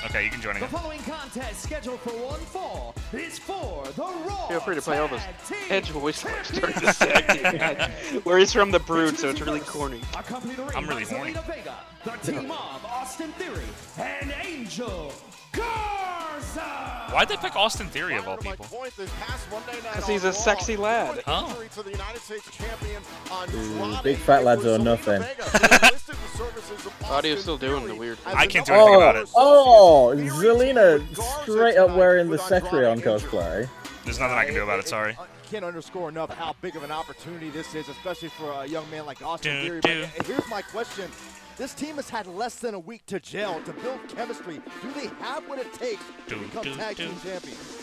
S1: Okay, you can join
S20: The
S1: again.
S20: following contest scheduled for one fall is for the Raw
S2: Feel free to play all those
S20: Tag Team
S2: Edge voice works during the segment. Where he's from the Brood, so it's really corny.
S20: Accompanied the ring
S1: I'm really
S20: by
S1: horny.
S20: Zelina Vega, the team of Austin Theory and Angel Garza.
S1: Why'd they pick Austin Theory of all
S6: Prior to my
S1: people?
S6: point this past Monday night
S2: 'Cause he's
S6: on
S2: a sexy
S6: Raw,
S2: lad.
S6: an
S1: Oh.
S6: injury to the United States champion Andrade.
S4: Mm, big fat lads
S6: It was
S4: are
S6: Zelina
S4: nothing.
S6: Vega who enlisted the services of
S2: Audio's
S6: Austin
S2: still doing
S6: Theory
S2: the weird
S6: as
S1: I
S6: the
S1: can't do
S6: number
S1: anything
S6: one
S1: about it.
S4: Oh,
S6: overseas.
S4: Zelina
S6: Theory tonight
S4: straight up wearing the
S6: with Andrade
S4: Secreon
S6: injured.
S4: cosplay.
S1: There's nothing I can do about it. Sorry.
S11: Uh, Can't underscore enough how big of an opportunity this is, especially for a young man like Austin Theory.
S1: Do, do.
S11: But uh, here's my question: This team has had less than a week to gel, to build chemistry. Do they have what it takes to
S1: Do,
S11: become
S1: do,
S11: tag team
S1: do.
S11: champions?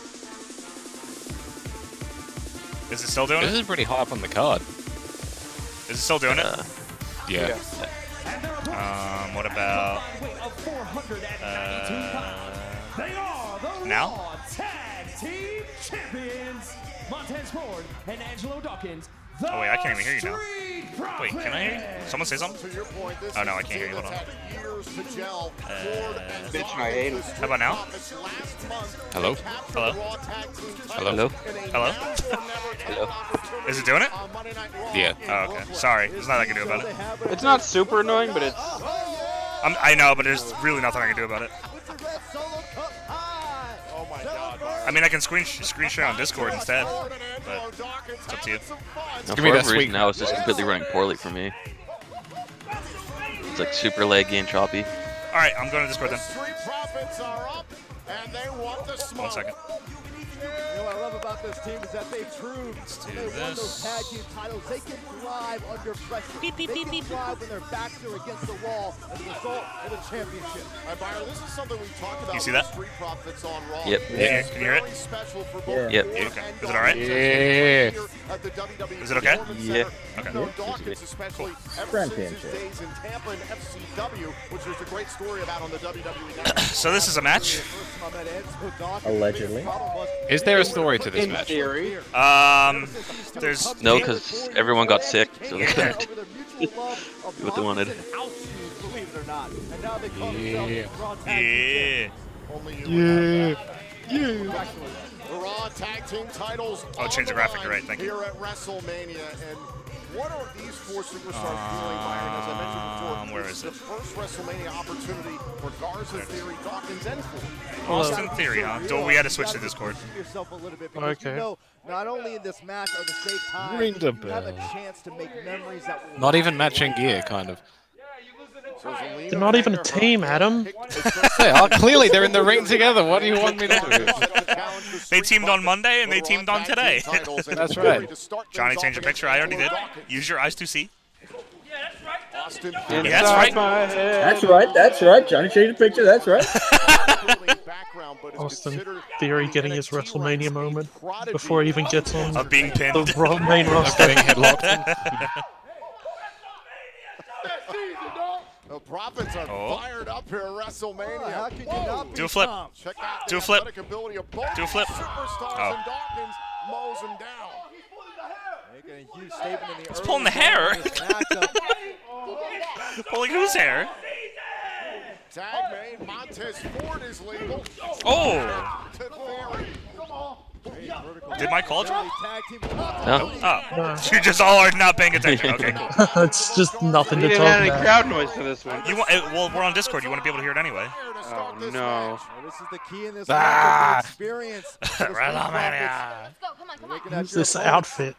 S1: Is it still doing
S8: This
S1: it?
S8: is pretty high up on the card.
S1: Is it still doing it?
S10: Uh,
S8: Yeah.
S20: And their opponents,
S1: Um, what about?
S20: combined weight of 492 pounds,
S1: Uh,
S20: they are the
S1: now?
S20: Raw Tag Team Champions, Montez Ford and Angelo Dawkins. The
S1: Oh, wait, I can't even hear you now.
S20: Street
S1: wait, can I hear you?
S20: Profits.
S1: Someone say something?
S6: To your point, this
S1: Oh, no,
S6: is
S1: I
S6: a
S1: can't
S6: team
S1: hear you.
S6: that's
S1: Hold on.
S6: had years to gel. Ford and
S2: Bitch, I hate him.
S1: How about now?
S6: This last month,
S8: Hello?
S6: they captured
S1: Hello?
S6: the Raw Tag Team
S8: Hello?
S6: titles
S10: Hello?
S6: in a
S1: Hello?
S6: now-or-never type
S10: Hello?
S6: opportunity
S1: Is it doing it?
S6: on Monday Night Raw
S8: Yeah.
S6: in
S1: Oh, okay.
S6: Brooklyn.
S1: Sorry. There's nothing I can do about it.
S2: It's not super annoying, but it's.
S1: I'm, I know, but there's really nothing I can do about it.
S11: It's a red solo cup high.
S6: Oh my God! Mark.
S1: I mean, I can screen screen share on Discord instead. But
S6: it's
S1: up to you.
S10: no,
S8: Give
S10: for
S8: me that
S10: whatever
S8: sweet-
S10: reason now it's just completely running poorly for me. It's like super laggy and choppy.
S1: all right, I'm going to Discord
S6: The
S1: then.
S6: Street Profits are up, and they want the smoke.
S1: One second.
S11: You know what I love about this team is that they proved
S1: do
S11: when they won those
S1: this.
S11: tag team titles. They can thrive under pressure. they can thrive when their backs are against the wall as a result of the championship.
S6: All right, Byron, this is something we talked about.
S1: You see
S6: with
S1: that?
S6: Street Profits on Raw.
S10: Yep.
S6: It's
S10: Can
S1: you hear- can you hear it?
S6: very special for both
S10: Yep.
S4: Yeah.
S6: Ford
S1: Okay.
S6: and
S1: Is it all right?
S6: Dawkins.
S8: Yeah.
S6: At the WWE
S1: Is it okay?
S6: Performance
S10: Yeah.
S6: Center. You've
S1: Okay.
S10: Yeah.
S6: known Dawkins,
S10: Cool.
S6: especially ever since his
S4: Championship.
S6: days in Tampa and FCW, which there's a great story about on the WWE Network.
S1: So this is a match.
S4: Allegedly.
S8: Is there a story to this
S2: In
S8: match?
S2: theory,
S1: Um, there's
S10: No, because everyone got sick, so they couldn't
S11: Over their mutual love of
S10: do what they wanted.
S11: Nazis and Aussies, believe it or not. And now they call
S8: Yeah.
S11: themselves the Raw Tag Team
S1: yeah.
S6: Only you would have
S8: Yeah.
S6: The Raw Tag Team titles.
S1: Oh,
S6: on
S1: change the graphic,
S6: line
S1: right, thank you.
S6: Here at WrestleMania, and what are these four superstars feeling, Byron? As I
S1: Um,
S6: mentioned before,
S1: where
S6: this
S1: is
S6: the first WrestleMania opportunity for Garza, Theory, Dawkins, and Ford.
S1: Austin Theory, huh? So we had to switch to Discord.
S11: yourself a little bit because
S5: Okay.
S11: you know not only in this match are the safe time,
S8: Ring the
S11: you have a
S8: bell.
S11: chance to make memories that will
S8: Not even matching gear, kind of.
S5: They're not even a team, Adam.
S8: They are. Clearly, they're in the ring together. What do you want me to
S1: They teamed on Monday and they teamed on today.
S8: That's right.
S1: Johnny, change your picture. I already did. Use your eyes to see.
S6: Austin
S1: Yeah, that's right.
S4: That's right, that's right. Johnny changed the picture, that's right.
S5: Austin Theory getting his WrestleMania moment before he even gets on
S1: Of being pinned.
S5: the ro- main roster.
S8: Of being headlocked.
S6: The profits are
S1: Oh.
S6: fired up here at WrestleMania.
S11: How can you
S6: Whoa!
S11: not
S1: Do a flip.
S6: Check out
S1: Do
S6: the
S1: a flip.
S6: athletic ability of both
S1: Do a flip.
S6: superstars
S1: Oh.
S6: and Dawkins mows him down.
S11: Making a huge statement in the
S1: He's
S11: early
S1: pulling the
S11: going
S6: Oh,
S1: hair.
S11: of this matchup.
S1: Pulling whose hair?
S6: Tag main Montez Ford is legal.
S1: Oh! Did
S8: Ah.
S1: my call drop?
S10: No.
S1: Oh. You just all are not paying attention. Okay, cool.
S5: it's just nothing
S2: We
S5: to
S2: didn't have
S5: talk
S2: any
S5: about.
S2: crowd noise to this one.
S1: You want, uh, well, we're on Discord. You want to be able to hear it anyway.
S2: Oh no.
S11: Well, this is the key in this
S1: Ah.
S11: matchup, the experience. This
S1: WrestleMania.
S5: It's this outfit.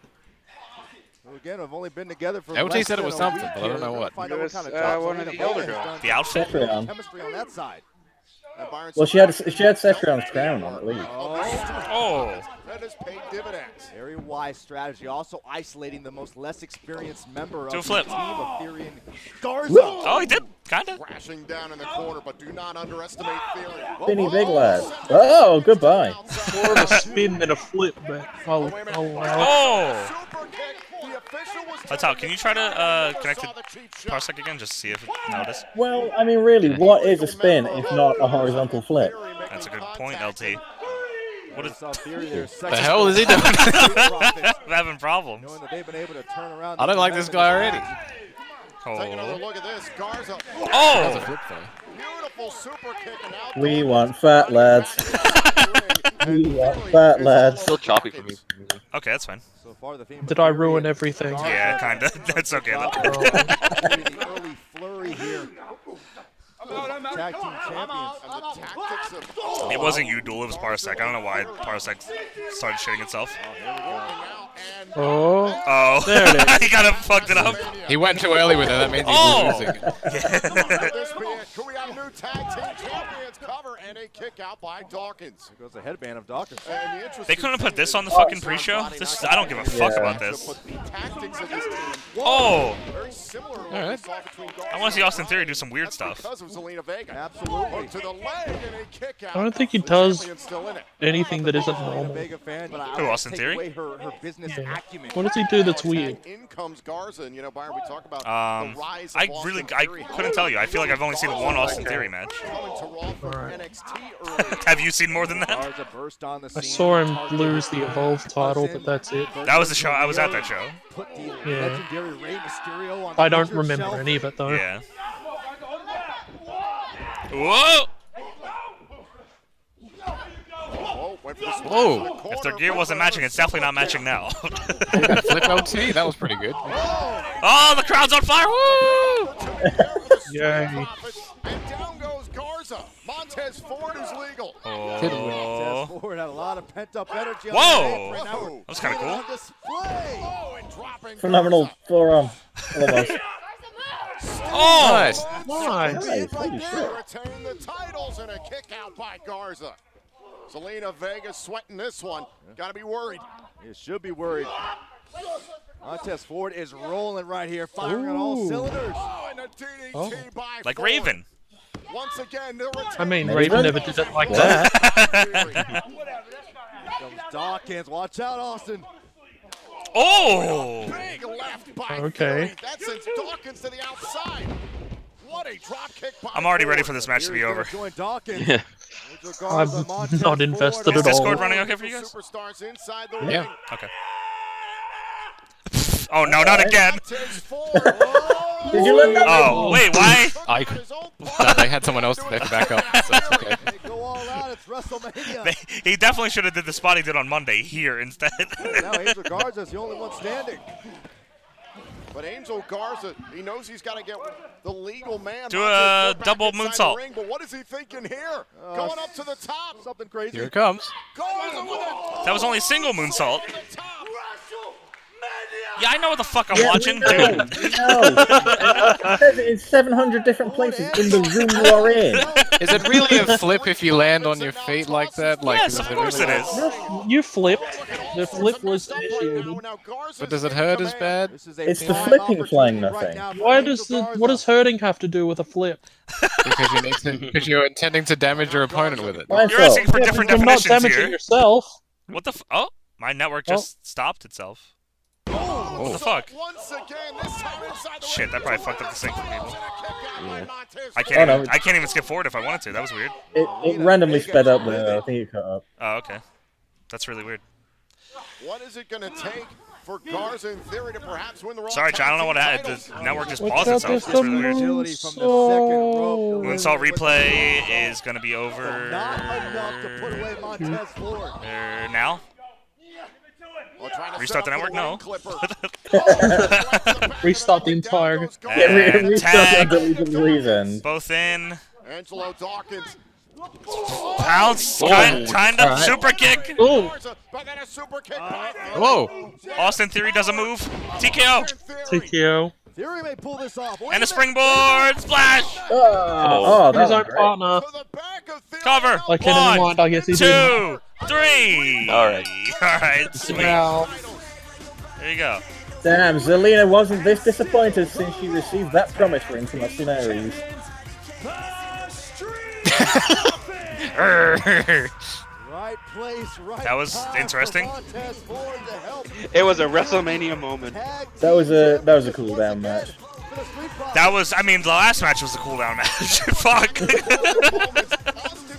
S11: Well, again, we've only been together for
S8: LT
S11: less
S8: said it
S11: than
S8: was
S11: a
S8: something,
S11: week
S8: but I don't
S11: here.
S8: know
S11: We're
S8: what.
S11: gonna find out
S2: It
S11: kind
S2: was,
S11: of job
S2: uh, one of
S11: Zelina
S2: the
S11: Vega
S2: elder
S11: has
S2: girls.
S11: done.
S1: The outfit?
S4: Cetrion.
S11: Chemistry on that side. And Byron
S4: Well, she had
S11: Saxton
S4: she had Cetrion's crown on at least.
S1: Oh.
S6: That has paid dividends.
S11: Very wise strategy. Also isolating the most less experienced member of
S1: Do a
S11: the
S1: flip.
S11: team of Theory and
S4: Whoa.
S11: Garza.
S1: Oh, he did. Kinda.
S6: Crashing down in the corner, but do not underestimate Theory.
S4: Spinny big lad. Oh, goodbye.
S5: More of a spin than a flip, but oh, I'll, I'll allow it.
S1: Oh.
S6: Super kick. The official was
S1: That's out. Can you try to uh, connect to Parsec again just to see if it noticed?
S4: Well, I mean, really, what is a spin if not a horizontal flip?
S1: That's a good point, LT. What is
S11: Saw Theory there
S8: The hell is he doing?
S1: I'm having problems.
S11: Knowing that they've been able to turn around.
S8: I don't
S11: the
S8: like this
S11: momentum.
S8: guy already.
S6: Take another
S1: Oh.
S6: look at this. Garza.
S8: That was a
S1: Oh.
S8: flip though.
S6: Beautiful super kick and out.
S4: We want fat lads. We want fat lads.
S10: Still choppy for me.
S1: Okay, that's fine.
S11: So far, the theme of
S5: Did I
S11: Theory
S5: ruin
S11: is
S5: everything?
S11: Garza
S1: Yeah,
S6: Oh.
S1: kinda. That's okay though.
S11: the early flurry here. Tag team champions.
S6: And the tactics of
S1: It wasn't you, Duel. It was Parsec. I don't know why Parsec started shitting itself.
S5: Oh,
S1: Oh.
S5: There it
S1: he kind of fucked it up.
S8: He went too early with it. That means he's
S1: Oh!
S8: losing.
S6: Could this be it? Could we have new tag team champions cover and a kick out by Dawkins?
S11: Goes the headband of Dawkins.
S6: And the interesting
S1: They couldn't have put
S6: thing
S1: this
S6: is
S1: on the
S6: Dawkins
S1: fucking pre-show.
S6: body
S1: This is,
S6: knocking
S1: I don't give a fuck
S4: Yeah.
S1: about this.
S6: But the tactics of this team
S1: Oh.
S6: very similar to what we
S8: Alright.
S6: saw between Garza
S1: I want to see
S6: and
S1: Austin Theory
S6: Ryan.
S1: do some weird
S6: That's
S1: stuff.
S6: Because of Zelina Vega.
S11: Absolutely.
S6: Hook to the leg and a kick out.
S5: I don't think he
S6: The
S5: does
S6: champion's still in it.
S5: anything that isn't
S11: Zelina
S5: normal.
S11: Vega fan, but I
S1: Who,
S11: would
S1: Austin
S11: take
S1: Theory?
S11: away her, her business
S5: Yeah.
S11: acumen.
S5: What does he do that's
S6: Now attack
S5: weird?
S6: In comes Garza, and you know, Byron, we talk about
S1: Um,
S6: the rise of
S1: I
S6: Austin
S1: really, I
S6: Theory.
S1: couldn't tell you. I feel like I've only seen one Austin Theory match.
S6: Coming to Raw from
S5: Alright.
S6: NXT earlier.
S1: Have you seen more than that?
S11: Garza burst on the
S5: I
S11: scene.
S5: saw him lose the Evolve title, but that's it.
S1: That was the show. I was at that show.
S11: Put the
S5: Yeah.
S11: legendary Rey Mysterio on
S5: I
S11: the
S5: don't
S11: picture
S5: remember
S11: shelf.
S5: any of it though.
S1: Yeah. Whoa!
S6: Oh, went for the split
S8: Whoa.
S6: to the corner,
S1: If their gear wasn't
S6: right
S1: matching, it's definitely not matching now.
S8: Flip LT. That was pretty good.
S1: oh, the crowd's on fire! Woo!
S5: Yay.
S6: And down goes Garza. Montez Ford is legal.
S1: Oh.
S11: Montez Ford had a lot of pent-up energy. on
S1: Whoa.
S11: the day, right now we're
S1: That was kinda
S11: putting it
S1: cool.
S11: on display.
S6: Oh, and dropping
S4: Phenomenal forearm. Almost.
S1: Oh!
S8: Nice.
S5: Nice.
S11: Hey, pretty
S6: Garza. Retain the titles and a kick out by Garza. Selena Vega sweating this one. Gotta be worried.
S11: You should be worried. Montez Ford is rolling right here, firing on all cylinders.
S6: Oh, and a DDT by
S1: Like
S6: Ford.
S1: Raven.
S6: Once again, the
S5: I
S6: return.
S5: mean,
S4: Maybe
S5: Raven
S4: Raven-
S5: never did it like that.
S11: Comes Dawkins. Watch out, Austin.
S1: Oh!
S6: Big left by
S5: Okay.
S6: Fury. That sends Dawkins to the outside. What a drop kick by
S1: I'm already ready
S6: Ford.
S1: for this match to be
S11: Here's
S1: over.
S11: gonna Join Dawkins.
S10: Yeah.
S11: With regards
S5: I'm
S11: to Montez
S5: not
S11: Ford
S5: invested
S11: and
S5: at all.
S1: Discord running okay for you guys?
S6: Superstars inside the
S8: Yeah.
S6: ring.
S1: Okay. Oh no, not again!
S6: Montez Ford. Oh,
S4: Did you let that
S1: Oh, wait, why?
S8: I
S6: look at his own
S8: No,
S6: partner.
S8: they had someone else there to back up. So it's okay.
S11: They go all out. It's WrestleMania.
S1: He definitely should have did the spot he did on Monday here instead.
S11: now Angel Garza's the only one standing.
S6: But Angel Garza, he knows he's got to get the legal man.
S1: Do
S6: Montez
S1: a
S6: Ford back
S1: double
S6: inside the
S1: moonsault.
S6: Ring, but what is he thinking here? Uh, Going up to the top.
S11: Something crazy.
S8: Here it comes.
S6: Garza with a
S1: that was only a single moonsault.
S6: top.
S1: Yeah, I know what the fuck I'm
S4: Yeah, we
S1: watching.
S4: know,
S1: dude.
S4: we know. It says it in 700 different places in the room you're in.
S8: Is it really a flip if you land on your feet like that? Like,
S1: Yes, of course it
S8: really-
S1: is.
S5: No, You flipped. The flip was initiated.
S8: But does it hurt as bad?
S4: It's the flipping flying nothing.
S5: Why does the what does hurting have to do with a flip?
S8: Because you need to, because you're intending to damage your opponent with it.
S1: You're asking for
S5: Yeah,
S1: different
S5: but you're not
S1: definitions
S5: damaging
S1: here.
S5: yourself.
S1: What the? F- oh, my network
S5: Oh.
S1: just stopped itself. What the fuck? Shit, that probably fucked up the sync for people. I
S4: Oh,
S1: can't.
S4: no,
S1: even,
S4: it's-
S1: I can't even skip forward if I wanted to. That was weird.
S4: It, it randomly sped up though. I think it caught up.
S1: Oh, okay. That's really weird.
S6: What is it going to take for Garza in theory to perhaps win the Raw
S1: Sorry, John. I don't know what
S6: Tag
S1: happened.
S6: Team
S1: The network just
S6: titles?
S1: paused itself. That's really weird. Moonsault replay is gonna be over uh, now. Restart the network? No.
S6: Oh,
S5: Restart the entire.
S4: Yeah, re-
S1: And
S4: restart
S1: tag.
S4: the WWE's end.
S1: Both in.
S6: Angelo Dawkins.
S1: Pounce.
S4: Oh,
S1: Kind, kind of
S4: alright.
S1: super kick.
S5: Ooh.
S1: Whoa. Austin Theory does a move. TKO.
S5: TKO.
S11: Theory may pull this off.
S1: And a springboard splash.
S5: Oh,
S1: Oh,
S5: his
S1: that
S5: own
S1: was great.
S5: partner.
S1: Cover.
S5: Okay, never
S1: One,
S5: mind, I guess he
S1: two, three.
S10: All right.
S1: All right. Sweet.
S5: Wow.
S1: There you go.
S4: Damn, Zelina wasn't this disappointed since she received that promise ring from Austin Aries.
S11: Right place, right
S1: That was
S11: time for
S1: interesting.
S11: Montez Ford to help.
S2: It was a WrestleMania moment.
S4: That was a that was a cool down match.
S1: That was, I mean, the last match was a cooldown match. Fuck.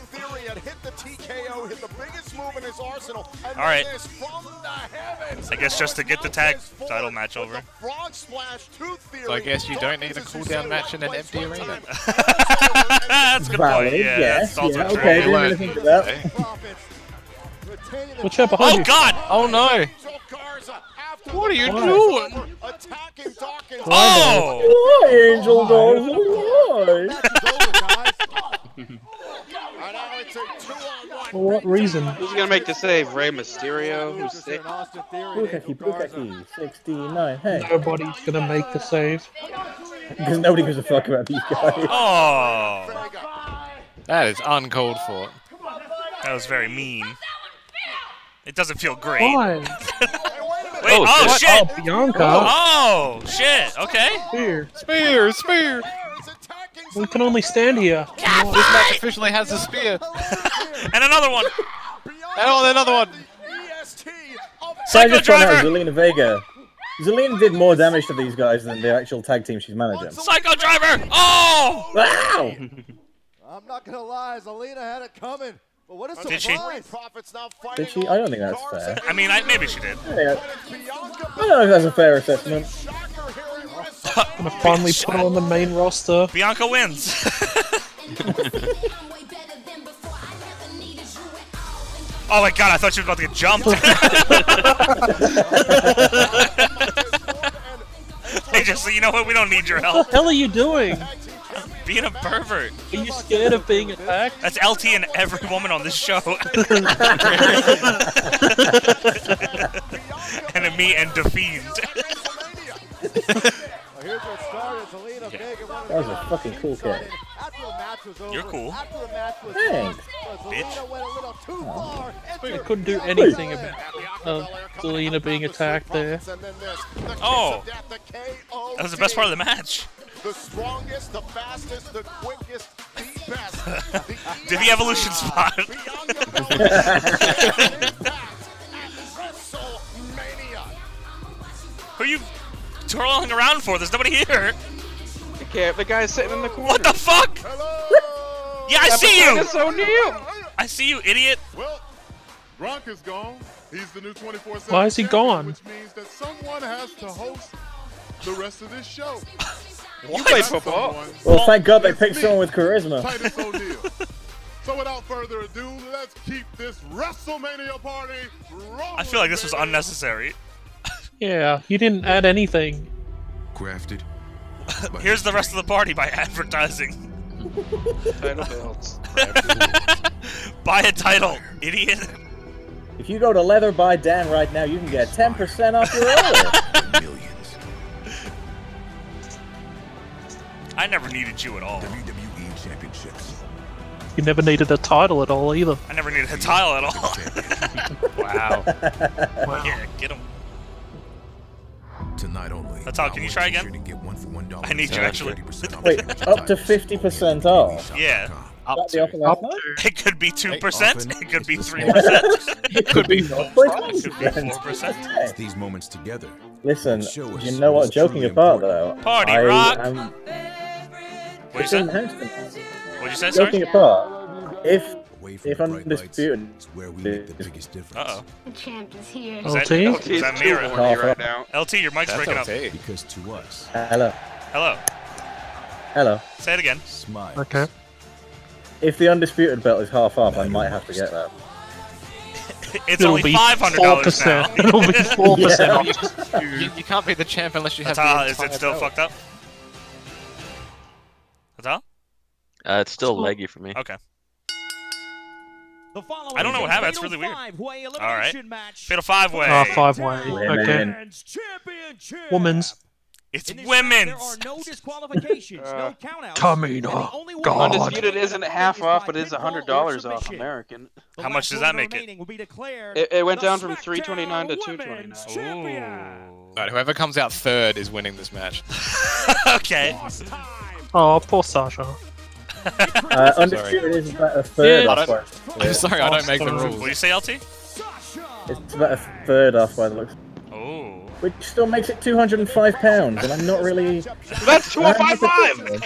S6: Theory had hit the TKO, hit the biggest move in his arsenal. And
S1: All right.
S6: this from the heavens.
S1: I guess just to get the tag title match over.
S6: Frog splash to Theory.
S8: So I guess you don't need a cooldown match in an empty arena.
S1: that's a good
S4: Valid,
S1: point. Yeah,
S4: yeah,
S1: that's also
S4: yeah,
S1: true.
S4: okay, didn't really think of that.
S5: What's up behind
S1: Oh
S5: you?
S1: God!
S8: Oh no! What are you
S5: Why?
S8: doing?
S1: Oh!
S4: Why, Angel Garza? Why?
S5: For what reason?
S2: Who's gonna make the save? Rey Mysterio, who's sick.
S4: Bukkake, Bukkake, 69, hey.
S5: Nobody's gonna make the save.
S4: Because nobody gives a fuck about these guys.
S1: Oh!
S8: That is uncalled for.
S1: That was very mean. It doesn't feel great.
S5: Why?
S1: Wait, oh,
S5: what?
S1: shit!
S5: Oh, Bianca.
S1: Oh, shit! Okay.
S5: Here.
S8: Spear, spear.
S5: We can only stand here.
S8: This match officially has a spear.
S1: And another one!
S8: Oh, another one.
S4: So I
S1: Psycho
S4: just found out
S1: driver!
S4: Zelina Vega. Zelina did more damage to these guys than the actual tag team she's managing.
S1: Psycho driver! Oh!
S4: Wow!
S11: I'm not gonna lie, Zelina had it coming. But what a
S1: Oh, Did
S11: surprise!
S1: she?
S4: Did she? I don't think that's fair.
S1: I mean, I, maybe she did.
S4: I don't know if that's a fair assessment.
S5: Gonna finally put her on the main roster.
S1: Bianca wins. oh my god, I thought she was about to get jumped. hey, just so you know what, we don't need your
S5: What
S1: help.
S5: the hell are you doing?
S1: Being a pervert.
S5: Are you scared of being attacked?
S1: That's LT and every woman on this show. and me and the fiend.
S11: Now, Oh, here's where it started. Zelina Vega won
S4: That was a fucking cool kick.
S11: after the match was over.
S1: You're cool.
S11: After the match was
S4: Thanks.
S11: over, Zelina
S1: Bitch.
S11: went a little too far.
S5: I
S11: entered
S5: couldn't do
S11: the
S5: anything
S11: zone.
S5: about uh, Zelina being attacked there.
S1: Oh. That was the best part of the match.
S6: The strongest, the fastest, the quickest, the best. The
S1: Did the evolution spot. Who are you twirling around for? There's nobody here.
S2: The, ca- the guy's sitting in the corner.
S1: What the fuck? Yeah, I see you.
S2: It's O'Neal.
S1: I see you, idiot.
S7: Well, Gronk is gone. He's the new 24/7.
S5: Why is he
S7: champion,
S5: gone?
S7: Which means that someone has to host the rest of this show.
S2: You play football.
S4: Well, thank God they picked someone with charisma.
S7: Titus O'Neil. so without further ado, let's keep this WrestleMania party rolling.
S1: I feel like this was unnecessary.
S5: Yeah, you didn't add anything.
S19: Crafted. by
S1: Here's the rest of the party by advertising.
S2: Title belts.
S1: Buy a title, idiot.
S4: If you go to Leather by Dan right now, you can get 10% off your order.
S16: millions.
S1: I never needed you at all.
S16: WWE E championships.
S5: You never needed a title at all either.
S1: I never needed a tile at all. wow. Yeah, get him.
S16: Tonight only.
S1: That's all. Can you try again? I need you actually.
S4: Wait, up to 50% off.
S1: Yeah.
S4: Up to, up to
S1: It could be two percent. It could be three percent. It could be four percent.
S16: It's these moments together.
S4: Listen,
S16: Show us
S4: you know
S16: what's
S4: what? Joking
S16: truly
S4: apart, though,
S1: Party
S4: I
S1: rock.
S4: am
S1: What you
S4: It's in
S1: said? What you said?
S4: joking
S1: Sorry.
S4: apart. If if undisputed,
S1: Uh oh.
S12: The champ is here.
S2: Oh.
S1: Is that,
S4: LT?
S1: is that me
S4: It's too horny
S1: or-
S4: right now.
S1: LT, your mic's breaking up.
S16: Because to us,
S4: hello,
S1: Hello.
S4: hello.
S1: Say it again.
S4: Okay. If the undisputed belt is half off, I might have to get that.
S1: It's
S4: It'll
S1: only
S4: be
S1: five hundred dollars now.
S4: 4%. It'll be 4%
S1: Yeah.
S4: off.
S8: You, you can't be the champ unless you have
S1: That's all.
S8: the
S1: Is it
S8: entire
S1: still
S8: belt.
S1: fucked up? That's all.
S10: Uh, it's still laggy for me.
S1: Okay.
S14: The following
S1: I don't know what
S14: is a
S1: happened. That's
S14: fatal
S1: really weird.
S14: five-way
S1: All right.
S14: elimination match.
S1: Fatal five way.
S4: Oh,
S5: Ah, five way.
S1: Women.
S5: Okay. Woman's.
S1: It's
S14: There
S1: women's.
S14: are no disqualifications, no countouts.
S5: Tamina. God.
S2: Undisputed isn't half off, but is hundred dollars off American.
S1: How much does that make it?
S2: It, it went down from 329 to 229.
S8: Right, whoever comes out third is winning this match.
S1: okay.
S5: Oh, poor Sasha.
S4: Uh, undisputed is about a third
S8: Yeah, I
S4: off.
S8: don't-
S4: by-
S8: I'm sorry, I don't make the rules.
S1: What do you say, LT?
S4: It's about a third off by the looks.
S1: Oh.
S4: Which still makes it 205 pounds, and I'm not really.
S2: That's oh
S4: I'm not particularly-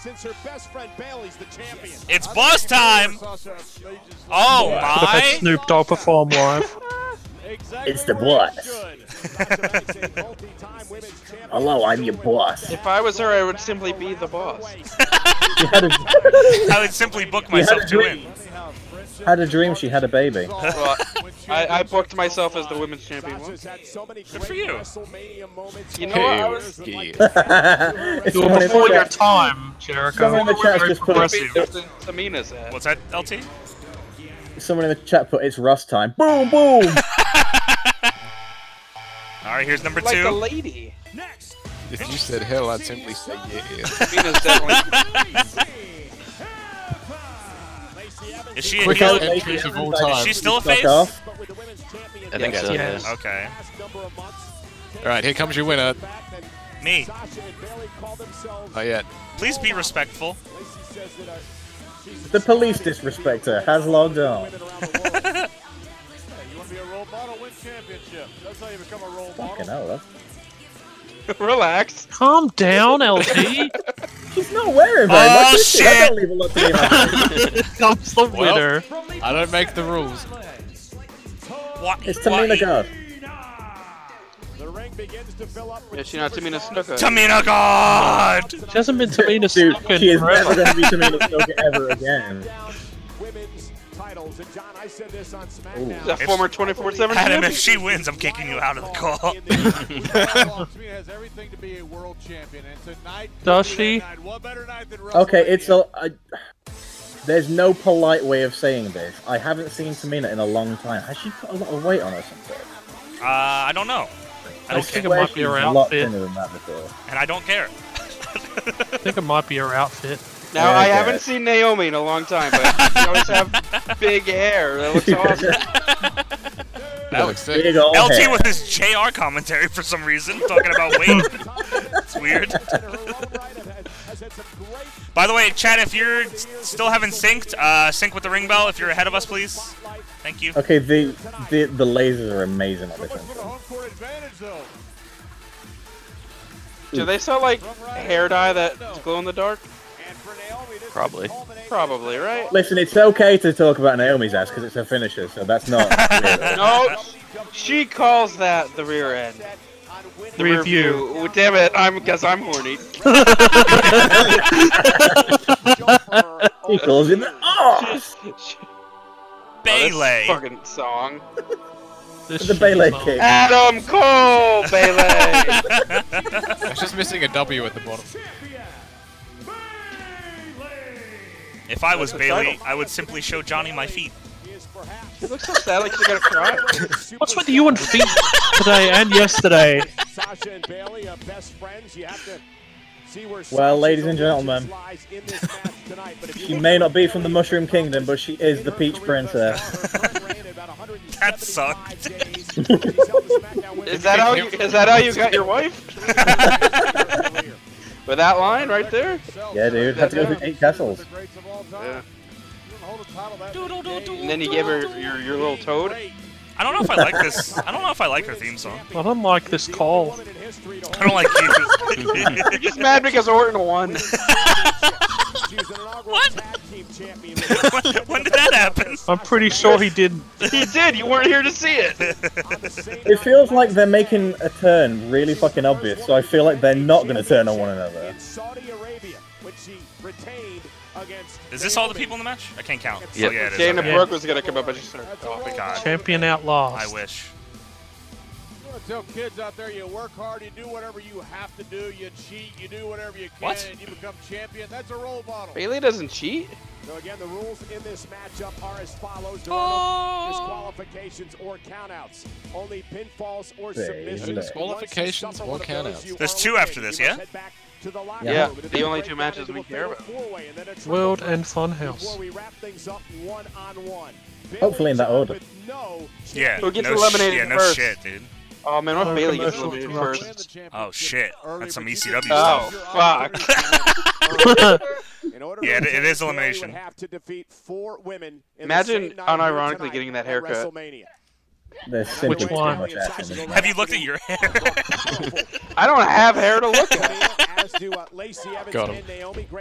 S6: Since her best friend Bailey's the champion.
S1: It's boss time. Oh
S5: Could have had
S1: my!
S5: Snoop Dogg perform live.
S4: It's the boss. Hello, I'm your boss.
S2: If I was her, I would simply be the boss.
S1: I would simply book
S4: You had
S1: myself
S4: a
S1: to win.
S4: Had a dream she had a baby.
S2: Well, I, I booked myself as the women's champion. once.
S1: Good for you.
S2: You know what? I
S1: Hey,
S2: was
S4: It's
S5: You were
S4: someone in
S5: before
S4: the
S5: your
S4: chat-
S5: time, Jericho.
S4: Someone in the chat just put
S2: Tamina's ass.
S1: What's that, LT?
S4: Someone in the chat put it's Russ time. Boom, boom.
S1: All right, here's number
S2: Like
S1: two.
S2: the lady.
S8: If you said hell, I'd simply say yeah.
S2: Tamina's definitely.
S1: Is she a
S8: Quick
S1: heel?
S8: entries of all
S1: Is
S8: time.
S1: she still a
S4: Fuck
S1: face?
S4: off.
S10: I think so.
S8: Yes.
S10: yeah.
S1: Okay.
S8: Alright, here comes your winner.
S1: Me.
S8: Oh yeah.
S1: Please be respectful.
S4: The police disrespect her. Has logged on.
S6: You want to be a role model, win championship. That's how you become a role model.
S4: Fucking hell, that's-
S2: Relax.
S5: Calm down, LT.
S4: She's not wearing very
S5: Oh,
S4: much. is she? I
S5: shit.
S4: don't leave a lot to be about.
S5: Comes the winner.
S8: I don't make the rules.
S1: What?
S4: It's Tamina God.
S2: Is she not Tamina Snuka?
S1: Tamina God!
S5: She hasn't been Tamina
S4: Dude,
S5: Snuka
S4: she
S5: in
S4: is never
S5: forever.
S4: going to be Tamina Snuka ever again.
S2: She's a former 24/7
S1: Adam,
S2: champion.
S1: if she wins, I'm kicking you out of the call.
S6: has everything to be a world champion, and tonight.
S5: Does she?
S4: Okay, it's a. I, there's no polite way of saying this. I haven't seen Tamina in a long time. Has she put a lot of weight on or something?
S1: Uh, I don't know. I don't
S5: think
S1: care.
S5: it might be
S4: she's
S5: her
S4: a lot
S5: outfit.
S4: thinner than that before.
S1: And I don't care.
S5: I think it might be her outfit.
S2: Now
S4: Yeah,
S2: I
S4: I get
S2: haven't
S4: it.
S2: seen Naomi in a long time, but she always have big hair. That looks awesome.
S8: That looks sick.
S4: Big old
S1: LT
S4: head.
S1: with his JR commentary for some reason, talking about weight. it's weird. By the way, chat, if you're s- still haven't synced, uh, sync with the ring bell if you're ahead of us, please. Thank you.
S4: Okay, the, the the lasers are amazing on this one.
S2: Do they sell like hair dye that's glow in the dark?
S10: Probably.
S2: Probably, right?
S4: Listen, it's okay to talk about Naomi's ass because it's her finisher, so that's not. weird.
S2: No, she calls that the rear end. The
S5: Rear
S2: rear
S5: view.
S2: view. Oh, damn it! I'm guess I'm horny.
S4: he calls him oh,
S1: Bayley.
S2: Fucking song.
S5: This
S4: the
S5: shit
S4: Bayley
S5: is on.
S4: kick.
S2: Adam Cole, Bailey.
S8: I was just missing a W at the bottom.
S1: If I was
S2: the
S1: Bailey,
S2: title.
S1: I would simply show Johnny my feet.
S2: She looks so sad, like she's gonna cry.
S5: What's with you and feet? today and yesterday.
S6: Sasha and Bailey are best friends. You have to see where
S4: Well,
S6: Sasha's
S4: ladies and gentlemen,
S6: allegiance lies in this match tonight. But if you
S4: She
S6: look
S4: may
S6: at
S4: not be from the Mushroom Kingdom, but she is the Peach Princess.
S1: That sucked.
S2: Is that how you, is that how you got your wife? With that line right there?
S4: Yeah, dude. Had to go through eight castles.
S2: Yeah. And then you gave her your, your little toad.
S1: I don't know if I like this. I don't know if I like her theme song.
S5: I don't like this call.
S1: I don't like
S2: You're
S1: you.
S2: just mad because Orton won.
S1: when, when did that happen?
S5: I'm pretty sure he didn't.
S2: he did. You weren't here to see it.
S4: It feels like they're making a turn really fucking obvious, so I feel like they're not going to turn on one another.
S1: Is this all the people in the match? I can't count.
S4: Yep.
S1: Oh, yeah, it is.
S2: Dana
S1: okay.
S2: Brooke was gonna come up, but she started. Oh my god.
S5: Champion outlaws.
S1: I wish.
S6: Tell kids out there, you work hard, you do whatever you have to do, you cheat, you do whatever you can,
S1: What?
S6: and you become champion. That's a role model.
S2: Bailey doesn't cheat.
S6: So again, the rules in this matchup are as follows: there are no disqualifications or countouts, only pinfalls or
S4: Bailey.
S6: submissions.
S8: Disqualifications or countouts.
S1: There's two after this, yeah?
S6: locker
S2: Yeah,
S6: room.
S2: the only two matches we care about.
S5: World and Funhouse.
S4: Hopefully in that order.
S1: Yeah.
S2: Who gets
S1: no
S2: eliminated
S1: sh- yeah, no
S2: first?
S1: shit, dude.
S2: Oh man, what if
S5: Oh,
S2: Bailey gets
S5: commercial
S2: eliminated
S5: interruption.
S2: first?
S1: Oh shit. That's some ECW
S2: Oh
S1: stuff.
S2: fuck.
S1: Yeah, it, it is elimination.
S2: Imagine unironically getting that haircut.
S4: There's simply
S5: Which
S4: too
S5: one?
S4: much ass in it.
S1: Have you looked at your hair?
S2: I don't have hair to look at.
S6: uh,
S8: Got him.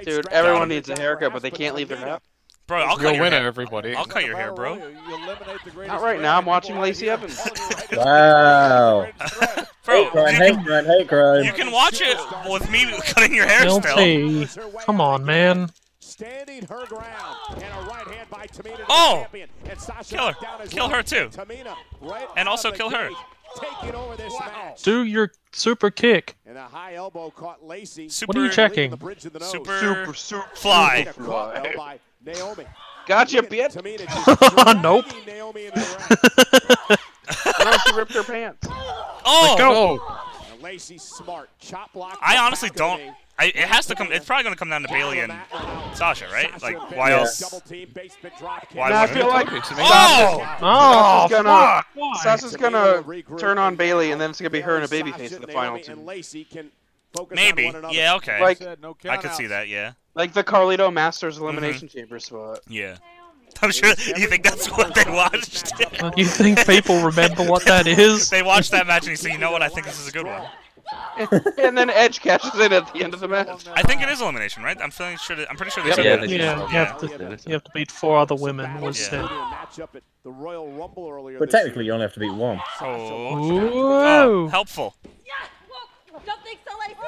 S2: Dude, everyone needs a haircut, but they can't leave their hair.
S1: Bro, I'll
S8: You're
S1: cut
S8: a
S1: your
S8: winner,
S1: hair.
S8: everybody.
S1: I'll cut your hair, bro.
S2: Not right now. I'm watching Lacey Evans.
S4: Wow.
S1: Bro,
S4: Crime,
S1: you,
S4: hate crime, hate crime.
S1: you can watch it with me cutting your hair still.
S5: Guilty. Come on, man.
S6: Standing her ground and a right hand by Tamina. the
S1: Oh!
S6: champion. And Sasha
S1: Kill her.
S6: down as
S1: Kill
S6: well.
S1: her too.
S6: Tamina right
S1: And
S6: out
S1: also
S6: of the
S1: kill her.
S6: gate, Taking over this match.
S5: Do your super kick.
S6: And a high elbow caught Lacey.
S1: Super,
S5: What are you checking?
S6: The bridge of the nose.
S1: Super,
S2: Super, super
S1: fly.
S6: And a caught though by Naomi.
S2: Gotcha, bitch.
S6: Tamina just dragging
S5: Nope.
S6: Naomi into the
S2: Now she ripped her pants.
S1: Oh,
S8: Go.
S6: ring. And Lacey smart. Chop block.
S1: I honestly don't. I, it has to come. It's probably gonna come down to Bailey and Sasha, right? Like, why else?
S6: Double team, basement drop kick.
S1: Why
S2: Now I
S1: would?
S2: feel like
S1: Oh,
S5: Oh,
S2: Sasha's gonna,
S5: fuck. Why?
S2: Sasha's gonna turn on
S6: uh,
S2: Bailey, and then it's gonna be her and a babyface in the final
S6: Naomi and
S2: two.
S6: Lacey can focus
S1: maybe.
S6: on one another.
S1: Yeah, okay.
S2: Like-
S1: I could see that. Yeah,
S2: Like the Carlito Masters Elimination Chamber spot.
S1: yeah. I'm sure you think that's what they watched.
S5: You think people remember what that is?
S1: Oh. they watched that match and you say, you know what? I think this is a good one.
S2: and then Edge catches it at the end of the match.
S1: I think it is elimination, right? I'm feeling sure. That, I'm pretty sure they
S10: Yep.
S1: said
S10: Yeah,
S1: that.
S10: they-
S5: Yeah, you have to, you have to beat four other women. Was
S1: Yeah.
S5: it?
S6: Matchup at the Royal Rumble earlier
S4: But
S6: this
S4: technically, you
S6: year.
S4: only have to beat one.
S1: Oh,
S5: Whoa!
S1: helpful.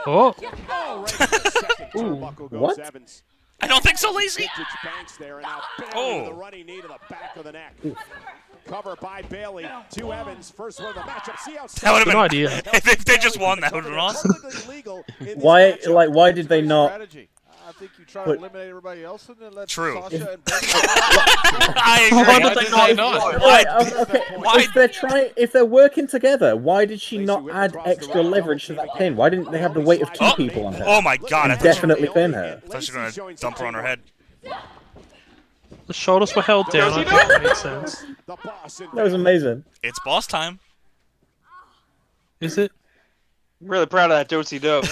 S5: Oh,
S6: Oh, right in the second turnbuckle goes
S4: what?
S6: Evans.
S1: I don't think so, lazy.
S6: Vintage Banks there, and now Bailey
S1: Oh.
S6: with a running knee to the back of the neck. Cover by Bailey to Evans. First one of the matchup. See how
S1: That would have
S5: Good
S1: been
S5: idea.
S1: If, if they just won, that would have been awesome.
S4: Why, like, why did they not?
S20: I think you try
S4: But-
S20: to eliminate everybody else and then let
S1: True.
S20: Sasha and Bailey-
S1: I agree.
S5: Why
S8: did they not-
S4: Why? Okay.
S1: Why-
S4: If they're trying, if they're working together, why did she not
S6: Lacey
S4: add
S6: Whitman crossed the
S4: extra
S6: right
S4: leverage to that pin? Why didn't they have the weight of two
S1: Oh,
S4: people on her?
S1: oh my god, I
S4: And
S1: thought she-
S4: definitely pin her.
S1: I thought she was gonna dump her on her head.
S5: the shoulders were held down. I think that makes sense.
S6: The boss in
S4: That was amazing.
S1: It's boss time.
S5: Is it?
S2: I'm really proud of that Dosey Dope.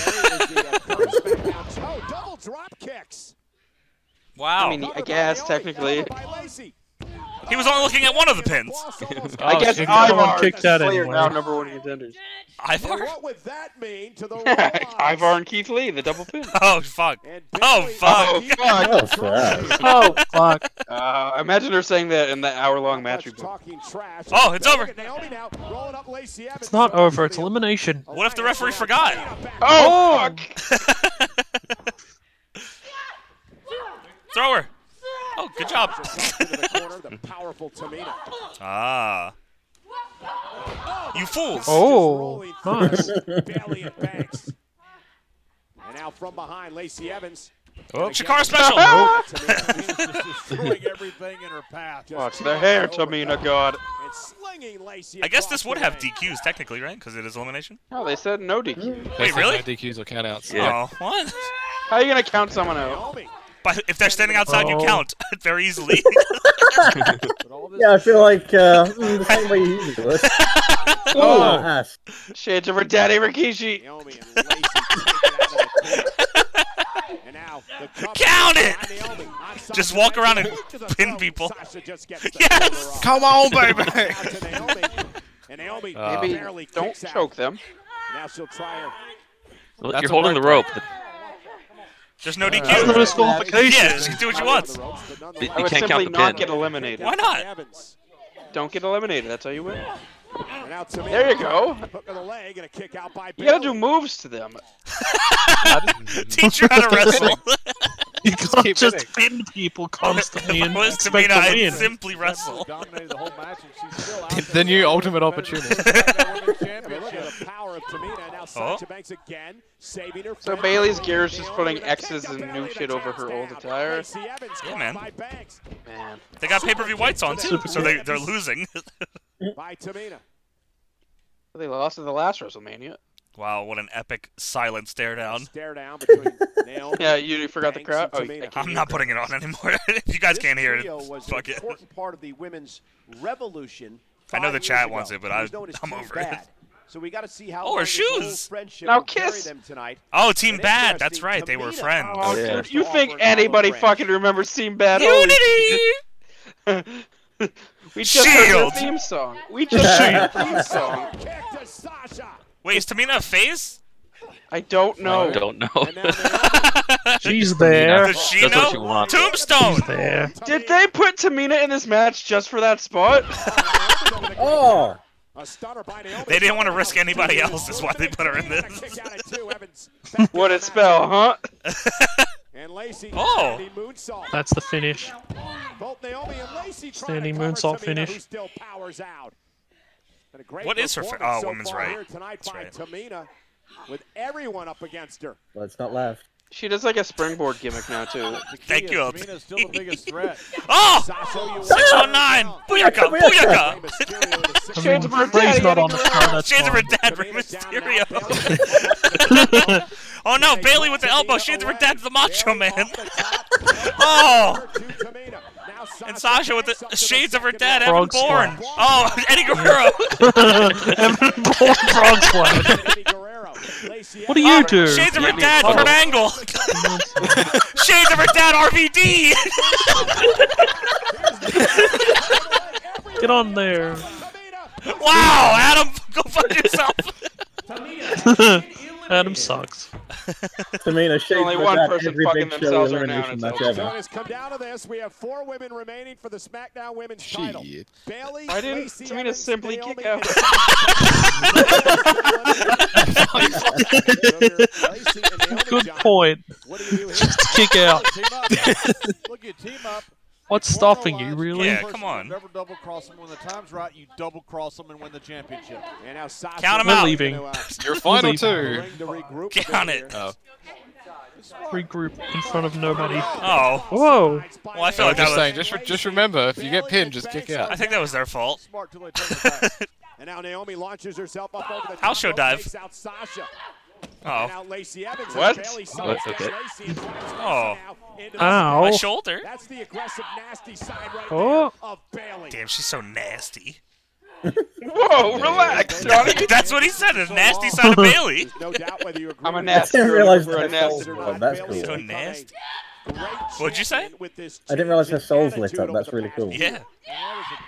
S6: Oh, double drop kicks.
S1: Wow.
S2: I mean, I guess technically.
S6: By Lacey.
S1: he was only looking at one of the pins.
S6: Boss almost
S2: I guess
S5: if someone
S2: Ivar
S5: kicked that
S2: Slayer
S5: anyway.
S2: now number one contenders.
S6: And
S1: Ivar?
S6: what would that mean to the
S2: Ivar
S6: Rollins?
S2: and Keith Lee, the double pin.
S1: Oh fuck.
S6: And
S1: Oh
S6: Bailey-
S1: fuck.
S4: Oh, fuck.
S5: Oh, fuck.
S2: Uh, imagine her saying that in that hour-long match we
S6: Much
S2: put.
S6: talking trash.
S1: Oh, it's
S6: Look
S1: over.
S6: at Naomi now, rolling up Lacey Evans.
S5: It's not over. It's elimination.
S1: What if the referee forgot?
S2: Oh, fuck!
S1: Throw her. Oh, good job.
S6: Into the corner, the powerful Tamina.
S1: ah. You fools.
S5: Oh, nice.
S6: Bailey and Banks. And now from behind, Lacey Evans.
S1: Oh. Shakara special.
S2: Watch the hair, Tamina God.
S1: I guess this would have DQs technically, right? Because it is elimination.
S2: Oh, they said no DQ.
S1: Wait, really?
S8: No DQs or countouts.
S1: Yeah. Oh, what?
S2: How are you gonna count someone out?
S1: But if they're standing outside, you
S5: Oh.
S1: count very easily.
S4: yeah, I feel like uh, mm, the same way you do it.
S2: Oh.
S4: oh, ass.
S2: Shades of her daddy Rikishi.
S1: count it. Just walk around and pin people. Yes.
S8: Come on, baby.
S6: And Naomi
S10: Uh,
S2: Maybe
S6: barely
S2: don't
S6: kicks out.
S2: choke them.
S6: Now she'll try her.
S10: Look,
S8: That's
S10: you're
S8: a
S10: holding the
S8: hard
S10: rope.
S1: There's no DQ.
S5: That's not a disqualification.
S1: Yeah, just do what you want.
S10: You
S2: I would
S10: can't count
S2: simply
S10: the
S2: not
S10: pin.
S2: get eliminated.
S1: Why not?
S6: Evans.
S2: Don't get eliminated. That's how you win.
S6: And out to
S2: There you go.
S6: Hook of the leg and a kick out by
S2: You gotta do
S6: Bailey.
S2: moves to them.
S1: Teach her how to wrestle.
S5: You can't
S8: keep
S5: just
S8: hitting.
S5: pin people constantly
S1: if
S5: and
S1: I was
S5: expect
S1: Tamina,
S5: to
S1: I'd
S5: win.
S1: simply wrestle.
S6: Dominated the whole match and she's still out
S8: the
S6: there.
S8: new ultimate opportunity.
S6: Yeah, look at the power of Tamina. Now Sasha Banks again, saving her
S2: So
S6: friend.
S2: Bailey's gear is just putting X's and new shit over her old attire.
S6: Lacey Evans
S1: Yeah,
S6: caught
S1: man.
S6: by Banks.
S2: Man.
S1: They got pay-per-view whites on too, so they they're losing.
S6: By Tamina.
S2: They lost in the last WrestleMania.
S1: wow, what an epic silent stare down.
S6: Stare down between Naomi.
S2: Yeah, you forgot the
S6: Banks
S2: crowd.
S6: and
S2: Oh,
S6: Tamina.
S2: thank you.
S1: I'm not putting it on anymore. if you guys
S6: This
S1: can't hear it,
S6: trio was
S1: fuck
S6: an
S1: it.
S6: important part of the women's revolution.
S1: I know the
S6: five
S1: chat
S6: years ago.
S1: wants it, but
S6: It
S1: I-
S6: was known as
S1: I'm
S6: Team
S1: over it.
S6: bad. So we got to see how
S1: Oh,
S6: long
S1: her
S6: this whole
S1: shoes.
S6: friendship
S2: Now
S6: will bury
S2: kiss.
S6: them tonight.
S1: Oh, Team
S6: And
S1: Bad. That's
S6: interesting,
S1: right. They were
S6: Tamina
S1: friends.
S2: Oh,
S10: Yeah.
S2: dude, you think anybody fucking remembers Team Bad? Holy
S1: Unity.
S2: shit. we just heard
S1: Shield.
S2: the theme song. We just heard the theme song.
S6: Kick to Sasha.
S1: Wait, is Tamina a phase?
S2: I don't know.
S10: I don't know.
S6: And now Naomi
S5: She's there.
S1: Does she
S10: That's
S1: know?
S10: what you want.
S1: Tombstone.
S5: There.
S2: Did they put Tamina in this match just for that spot?
S4: Oh,
S6: A stunner by Naomi.
S1: They didn't want to risk anybody else. Is why they put her in this.
S6: Kick out at two. Evans.
S2: what it spell, huh?
S6: And Lacey.
S1: Oh.
S6: Standing moonsault.
S5: That's the finish.
S6: Both Naomi and Lacey trying
S5: Standing
S6: to cover
S5: moonsault
S6: Tamina,
S5: finish.
S6: Who still powers out. And a great
S1: What is her fa-
S6: performance
S1: oh,
S6: so
S1: women's
S6: far
S1: right.
S6: here Tonight
S1: That's
S6: by
S1: right.
S6: Tamina, with everyone up against her.
S4: well, it's not left.
S2: She does like a springboard gimmick now too.
S1: Thank you, LT.
S20: Tamina's still the biggest threat.
S1: Oh!
S6: Sasha, you win.
S1: 619! oh Booyaka!
S6: Rey
S1: Booyaka!
S6: Mysterio with a six-
S2: Shades of her
S5: Ray's
S2: daddy,
S5: not on
S2: Eddie
S5: the
S2: Guerrero.
S5: show. That's
S1: Shades of
S5: fine.
S1: her dad, Rey
S6: Tamina's down now.
S1: Mysterio.
S6: Bailey-
S1: Oh no, Bailey with the
S6: Tamina
S1: elbow. Shades of her
S6: away.
S1: dad, the Macho
S6: Bailey
S1: Man.
S6: off the top.
S1: Oh!
S6: To Tamina. Now Sasha
S1: And Sasha with
S6: backs up
S1: the
S6: to
S1: shades of her
S6: second
S1: dad,
S6: round.
S1: Evan
S5: Frog
S1: Bourne.
S5: splash.
S1: Oh, Eddie Guerrero.
S5: Frog splash.
S6: Eddie Guerrero. Lacey
S5: What do you do?
S1: Shades of her dad, Kurt Angle. Shades of her dad, RVD.
S5: Get on there.
S1: Wow, Adam, go fuck yourself.
S5: Adam sucks.
S4: Tamina shaped
S2: only
S4: for
S2: one
S4: that
S2: person
S4: every
S2: fucking
S4: big show
S2: themselves right now,
S4: elimination
S2: and
S4: match
S2: it's
S6: So it
S4: ever.
S6: has come down to this. We have four women remaining for the SmackDown Women's title.
S8: Shit.
S6: Bailey,
S2: Why didn't
S6: Lacey
S2: Tamina
S6: Evans,
S2: simply
S6: Naomi,
S2: kick out?
S5: Good point.
S6: What do you do here?
S5: Just kick out.
S20: Team up. Look, you team up.
S5: What's stopping you, really?
S1: Yeah, come on.
S20: Never double cross them. When the time's right, you double cross them and win the championship.
S6: And now Sasha
S1: Count 'em
S5: We're
S1: out.
S5: leaving.
S8: Your final
S5: Leave.
S8: two.
S6: Ring to regroup
S1: Count
S6: again
S1: it.
S6: here.
S8: Oh.
S5: Regroup in front of nobody.
S1: Oh.
S5: Whoa.
S1: Well, I feel
S8: I'm
S1: like that
S8: just saying,
S1: was.
S8: just, re- just remember, if you get pinned, just kick out.
S1: I think that was their fault.
S20: Smart till they turn their back.
S6: And now Naomi launches herself up over the top.
S1: House show
S6: rope,
S1: dive.
S6: takes out Sasha. And
S1: Oh,
S6: now Lacey Evans and
S2: What?
S6: Bailey
S8: Oh,
S10: What?
S6: sidesteps
S10: Okay.
S6: Lacey and drives Lacey
S1: Oh.
S6: now into the
S5: Ow.
S1: my
S5: Oh.
S1: shoulder.
S6: That's the aggressive, nasty side right
S5: Oh.
S6: there of Bailey.
S1: Damn, she's so nasty.
S2: Whoa, relax, Johnny.
S1: That's what he said. A nasty side of Bailey.
S6: There's no doubt whether you agree
S2: I'm a
S6: with
S2: nasty.
S4: I didn't realize
S2: girl. We're a
S4: that
S2: nasty.
S4: soul's
S6: girl.
S4: lit. That's
S6: Bailey's
S1: So
S4: cool.
S6: Good.
S1: nasty.
S6: great
S1: What'd you say?
S6: champion with this
S4: I didn't realize her
S6: change in
S4: soul's lit
S6: attitude
S4: up.
S6: over
S4: That's
S6: the
S4: really
S6: past
S4: cool.
S1: Yeah.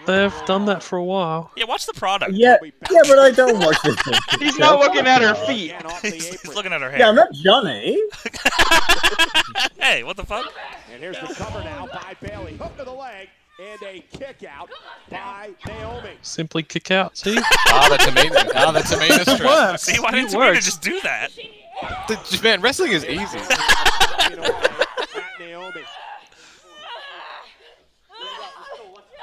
S5: They've done that for a while.
S1: Yeah, watch the product.
S4: Yeah, yeah, but I don't watch this. fucking
S2: He's
S4: show.
S2: not looking at her feet.
S6: Again off the
S1: He's
S6: apron.
S1: looking at her hair.
S4: Yeah, I'm not Johnny.
S1: Hey, what the fuck?
S6: And here's the cover now by Bailey. Hook to the leg and a kick out by Naomi.
S5: Simply kick out. See?
S8: Ah, the Tamina. Ah, the Tamina strip.
S5: Works.
S1: See, why
S5: it
S1: didn't Tamina
S5: works.
S1: just do that?
S8: The- Man, wrestling is easy.
S6: Taking away at Naomi.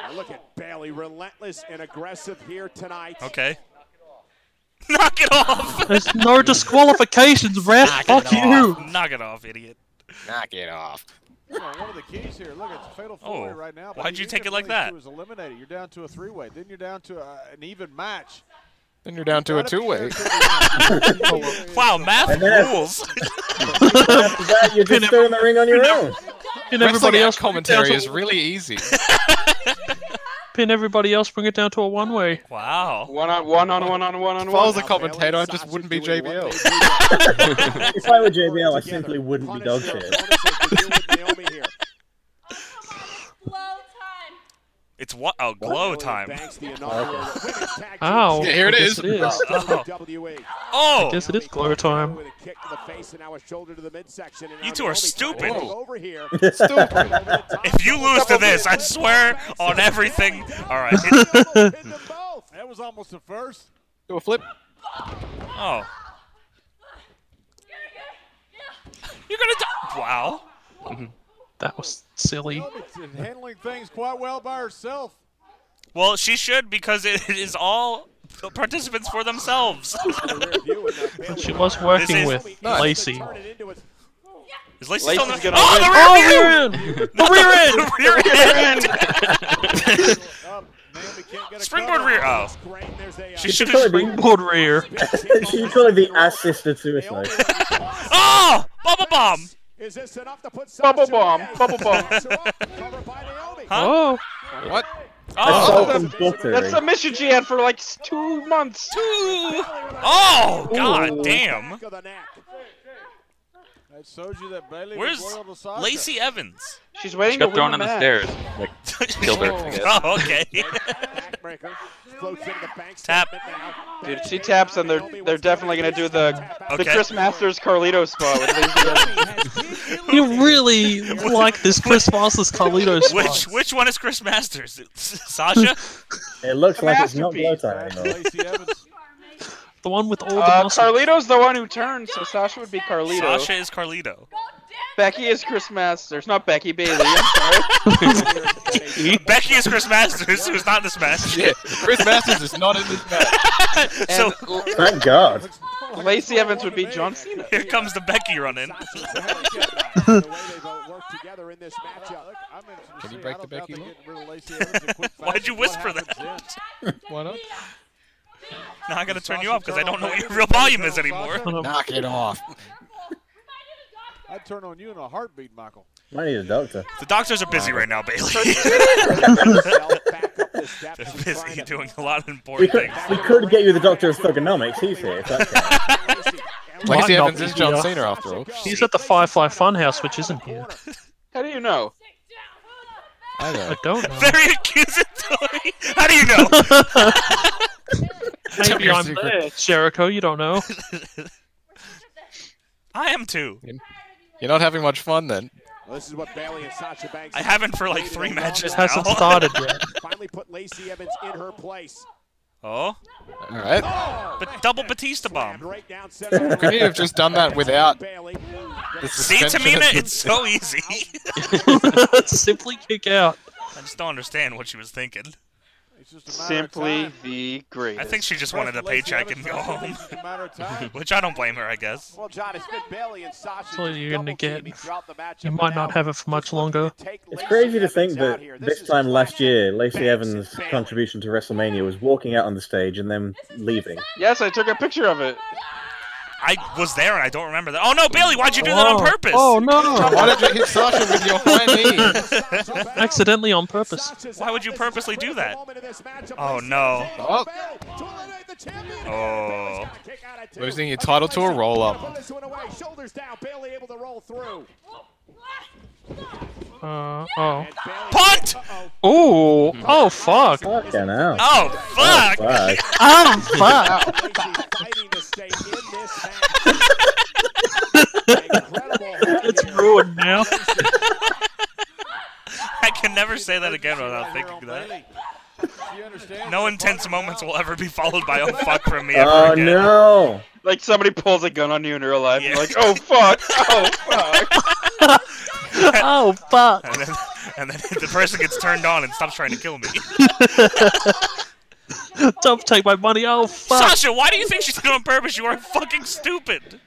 S6: Now look at Bailey, relentless and aggressive here tonight.
S1: Okay. Knock it off!
S5: There's no disqualifications, Ref. Fuck you.
S1: Knock it off, idiot.
S8: Knock it off.
S6: You know, one of the keys here. Look, it's a fatal four-way
S1: Oh,
S6: right now.
S1: why'd
S6: Buddy
S1: you take it like
S6: Interplay
S1: that?
S6: Two is eliminated. You're down to a three-way. Then you're down to uh an even match.
S8: Then you're down to a
S6: Gotta be
S8: two-way.
S1: wow, math
S8: And then-
S1: rules.
S4: After that, you're just throwing the ring on your own.
S5: Pin
S8: Wrestling
S5: everybody else. bring it down
S8: commentary
S5: to-
S8: is really easy.
S5: Pin everybody else. Bring it down to a one way.
S1: Wow.
S2: One on one on one on one on
S8: If
S2: one.
S8: I was a commentator, I just wouldn't be JBL.
S4: if I were JBL, I simply wouldn't be dog shit.
S1: It's what? Oh, glow time.
S5: Ow.
S8: Yeah, here it
S5: I guess
S8: is.
S5: It is.
S1: Oh.
S5: I
S1: oh,
S5: guess it is glory time.
S1: you two are stupid.
S8: Stupid.
S1: If you lose to this, I swear on everything. All right.
S6: That was almost the first.
S8: Do a flip.
S1: Oh. You're gonna die. Wow.
S5: That was silly.
S6: Robinson handling things quite well by herself.
S1: Well, she should because it is all the participants for themselves.
S5: But she was working
S1: is-
S5: with
S1: Nice.
S5: Lacey.
S1: Is Lacey still in
S2: Lacey's
S1: the-
S2: gonna
S1: Oh,
S2: win.
S1: the rear
S5: Oh,
S1: view!
S5: rear end! The rear end!
S1: Rear end!
S6: Up. Naomi Oh, can't get a
S1: Springboard
S6: cover.
S1: rear. Oh.
S6: Great, and there's a, uh,
S1: She
S4: It's
S1: should have.
S4: probably
S1: Spring-
S4: been-
S5: Board rear.
S4: She's probably the assisted suicide.
S1: oh! Bubble bomb!
S6: Is this enough to put
S2: Bubble
S6: Sasha
S2: bomb.
S6: away?
S2: Bubble bomb.
S6: Knocks her off. Cover by Naomi.
S5: Oh.
S8: What?
S1: Oh!
S4: Salt and
S2: That's the
S4: butter.
S2: mission she had for like s- two months.
S1: Oh! God damn!
S6: Back of the neck. That showed you that Bailey
S1: Where's Lacey Evans?
S2: She's waiting
S10: She
S2: to
S10: got
S2: win
S10: thrown
S2: the
S10: on the
S2: match.
S10: stairs. Like, killed her. I guess.
S1: Oh, okay. Tap.
S2: Dude, she taps and they're they're definitely gonna do the the
S1: Okay.
S2: Chris Masters Carlito spot. With Lacey
S5: You really like this Chris Masters Carlito
S1: Which
S5: spot.
S1: which one is Chris Masters? Sasha?
S4: It looks like it's not blow
S2: masterpiece,
S4: time anymore.
S5: The one with all the
S2: uh,
S5: muscles.
S2: Carlito's the one who turned, so Sasha would be Carlito.
S1: Sasha is Carlito.
S2: Becky is Chris Masters, not Becky Bailey. I'm sorry.
S1: Becky is Chris Masters, who's not in this match.
S8: Yeah, Chris Masters is not in this match.
S1: So
S4: Thank God.
S2: Lacey Evans would be John Cena.
S1: here comes the Becky run in.
S8: Can you break the Becky look?
S1: Why'd you whisper that?
S8: Why not?
S1: Now I gotta turn you off because I don't know what your real volume is anymore.
S8: Knock it off.
S6: I'd turn on you in a heartbeat, Michael.
S4: Might need a doctor.
S1: The doctors are busy right now, Bailey. They're busy doing a lot of
S4: We
S1: important
S4: could,
S1: things.
S4: we could get you the doctor of thugonomics. He's here. if that's right.
S5: Might
S8: Lacey
S5: not
S8: Evans
S5: be
S8: is John
S5: here.
S8: Cena after all.
S5: He's at the Firefly Funhouse, which isn't here.
S2: How do you know?
S8: I know.
S5: I don't know.
S1: Very accusatory. How do you know?
S8: Tell me
S5: Maybe
S8: your
S5: I'm
S8: secret.
S5: there, Jericho. You don't know.
S1: I am too.
S8: You're not having much fun then.
S6: Well, this is what Bailey and Sasha Banks.
S1: I haven't for like three matches
S5: It
S1: now.
S5: hasn't started yet.
S6: Finally put Lacey Evans in her place.
S1: Oh,
S8: All right.
S1: but double Batista
S5: Um,
S1: bomb.
S6: Right down center.
S8: Couldn't you have just done that without
S6: Bailey.
S8: the
S1: See,
S8: suspension?
S1: Tamina,
S8: of-
S1: it's so easy.
S5: Simply kick out.
S1: I just don't understand what she was thinking.
S6: It's just a matter of
S2: Simply
S6: time.
S2: the greatest.
S1: I think she just wanted a
S6: Lacey
S1: paycheck and
S6: Evans
S1: go
S6: versus
S1: home,
S6: Evans, it's a matter of time.
S1: which I don't blame her, I guess.
S6: Well, John, it's been Bailey and Sasha.
S5: That's all
S6: just
S5: you're gonna
S6: double-teaming
S5: get.
S6: throughout the matchup,
S5: You
S6: and
S5: might not
S6: now
S5: have it for much longer.
S6: take
S4: It's
S6: Lacey
S4: crazy to
S6: Evans
S4: think
S6: out
S4: that
S6: here. This
S4: this
S6: is
S4: time last
S6: classic
S4: year, Lacey
S6: Banks
S4: Evans'
S6: and Bailey.
S4: contribution to WrestleMania was walking out on the stage and then leaving.
S2: Yes, I took a picture of it.
S1: I was there and I don't remember that. Oh no, Bailey, why'd you do that on
S5: Oh,
S1: purpose?
S5: Oh no!
S8: Why did you hit Sasha with your high knee?
S5: Accidentally on purpose.
S6: Sasha's
S1: Why
S6: out.
S1: would you
S6: This is a
S1: purposely do
S6: critical
S1: that?
S6: moment in this matchup.
S1: Oh,
S6: Lacey
S1: no.
S6: Evans able to
S8: Oh.
S6: bail to eliminate the champion.
S1: Oh.
S6: Bailey's got a kick out at two.
S8: Losing your title to a roll-up.
S6: Put this one away. Shoulders down. Bailey able to roll through.
S5: Uh, oh.
S6: And Bailey-
S1: Punt!
S6: Uh-oh.
S5: Oh. Oh fuck.
S4: Fucking hell.
S1: Oh fuck!
S4: Fuck.
S5: Oh fuck.
S6: Lacey fighting to stay in this match. Incredible.
S5: It's ruined now.
S1: I can never say that again without thinking that. No intense moments will ever be followed by oh fuck from me ever
S4: Oh
S1: again.
S4: no!
S2: Like somebody pulls a gun on you in real life.
S1: Yeah.
S2: You're like, oh fuck, oh fuck.
S5: Oh fuck.
S1: And then, and then the person gets turned on and stops trying to kill me.
S5: Don't take my money. Oh fuck.
S1: Sasha, why do you think she's doing it on purpose? You are fucking stupid.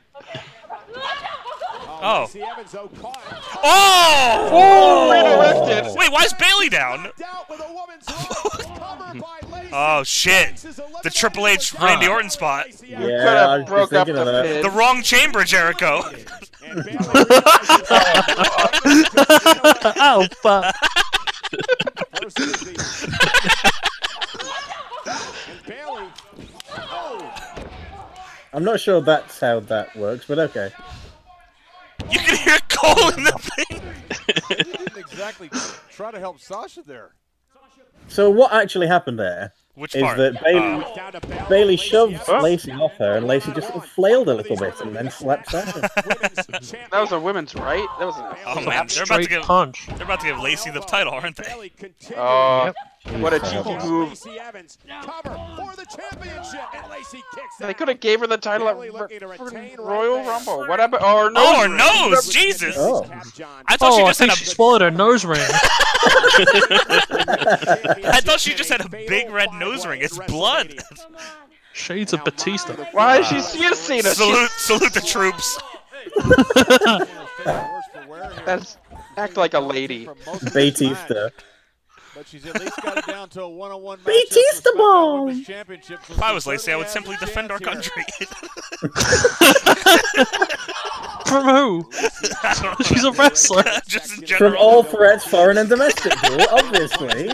S1: Oh. Oh! oh! Wait, why is Bailey down? oh shit! The Triple H Randy Orton spot.
S4: Yeah, I was
S2: broke
S4: just
S2: up
S4: thinking of
S2: the
S4: that.
S1: The wrong chamber, Jericho.
S5: oh fuck!
S12: oh,
S4: I'm not sure that's how that works, but okay.
S1: You can hear Cole in the thing.
S12: They didn't exactly try to help Sasha there.
S4: So what actually happened there?
S1: Which
S4: is
S1: part?
S4: that Bailey,
S6: Um,
S1: Uh,
S4: Bailey shoved
S1: Oh.
S4: Lacey off her, and Lacey just sort of flailed a little bit and then slapped Sasha.
S2: that was a women's right. That was. An
S1: Oh man, they're about to give they're about to give Lacey the title, aren't they?
S2: Oh, what a
S1: Yep.
S2: cheeky move! They could have gave her the title at Ro- freaking Royal Rumble. What happened? Or no?
S1: Oh, her nose, Jesus! I thought
S5: oh,
S1: she
S5: I
S1: just had
S5: think
S1: a
S5: she swallowed her nose ring.
S1: I thought she just had a big red nose ring. It's blood.
S5: Shades of Batista.
S2: Why is she seeing Cena?
S1: Salute, salute the troops.
S2: That's act like a lady.
S4: Batista.
S6: But she's at least got it down to a one-on-one match.
S4: Batista bomb.
S6: Championship.
S1: If I was Lacey, I would simply defend our country.
S5: From who? She's a wrestler.
S1: just in
S4: From all threats, foreign and domestic, Drew, obviously.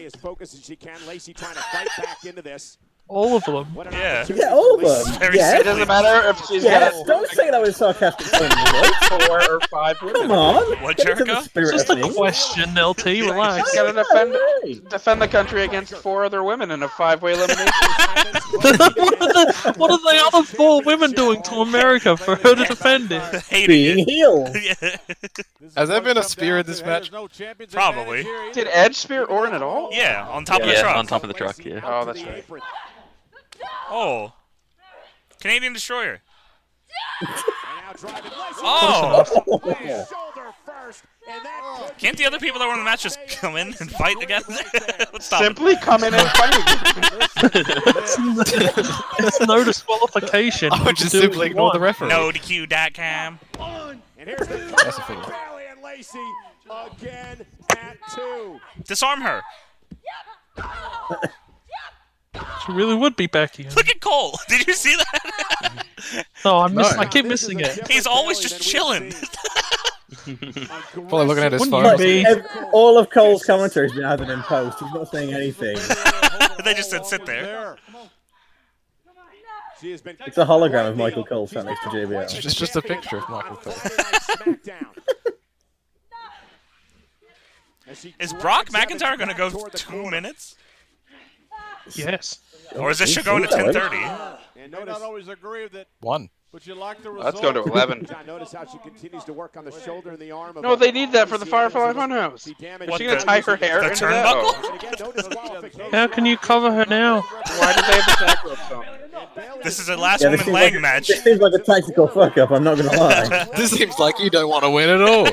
S5: All of them.
S1: Yeah.
S4: Yeah, all of them.
S1: Very
S4: yes.
S2: It doesn't matter if she's
S4: Yes,
S2: got
S4: don't say that with sarcastic tone. Drew.
S2: four or five women.
S4: Come on.
S1: What,
S4: Get into the
S1: Jericho?
S4: spirit
S5: Just
S4: of
S5: a
S4: things.
S5: question, LT. Relax.
S2: She's got to defend
S4: Right.
S2: defend the country against four other women in a five-way elimination.
S5: what, are the, what are the other four women doing to America for her to defend it?
S1: Hating
S4: Being
S1: it.
S4: healed.
S1: Yeah.
S8: Has there been a spear in this match?
S1: Probably.
S2: Did Edge spear Orton at all?
S1: Yeah, on top of the
S10: Yeah,
S1: truck.
S10: on top of the truck. Yeah.
S2: Oh, that's right.
S1: Oh. Canadian Destroyer.
S4: Oh.
S1: Oh! Can't the other people that were in the match just come in and fight together? Let's stop it.
S2: Simply come in and fight.
S5: It's no disqualification.
S8: I would
S5: You
S8: just
S5: do what
S8: simply
S5: you
S8: ignore the
S5: want.
S8: referee.
S1: No DQ.com.
S8: That's a thing.
S1: Disarm her.
S5: She really would be back here.
S1: Look at Cole. Did you see that?
S5: No, I'm
S8: No.
S5: miss- I keep missing it.
S1: He's always just chilling.
S8: Probably looking at his
S5: Wouldn't
S8: phone.
S4: But
S5: be-
S4: ev- all of Cole's commentary has been added in post. He's not saying anything.
S1: they just said sit there.
S6: She has been
S4: It's a hologram of Michael Cole sat next to JBL.
S8: It's just a picture of Michael Cole.
S1: Is Brock McIntyre gonna go two minutes?
S5: Yes.
S1: Or is this
S4: He's
S1: shit going to
S4: solid.
S1: 10:30?
S6: And no, not always agree with it,
S8: One.
S6: but you like the result.
S2: Let's go to 11.
S6: I notice how she continues to work on the shoulder and the arm. Of
S2: No, they need that for the Firefly Funhouse.
S6: She damaged.
S1: What
S2: She's gonna
S1: the-
S2: tie her hair
S1: the
S2: into that.
S1: turnbuckle?
S2: Oh.
S6: Again, no disqualification.
S5: How can you cover her now?
S2: Why did they have the tackle up
S1: This is a last
S4: Yeah,
S1: woman
S4: this seems,
S1: laying
S4: like,
S1: match.
S4: this seems like a tactical fuck up, I'm not gonna lie.
S8: This seems like you don't want to win at all.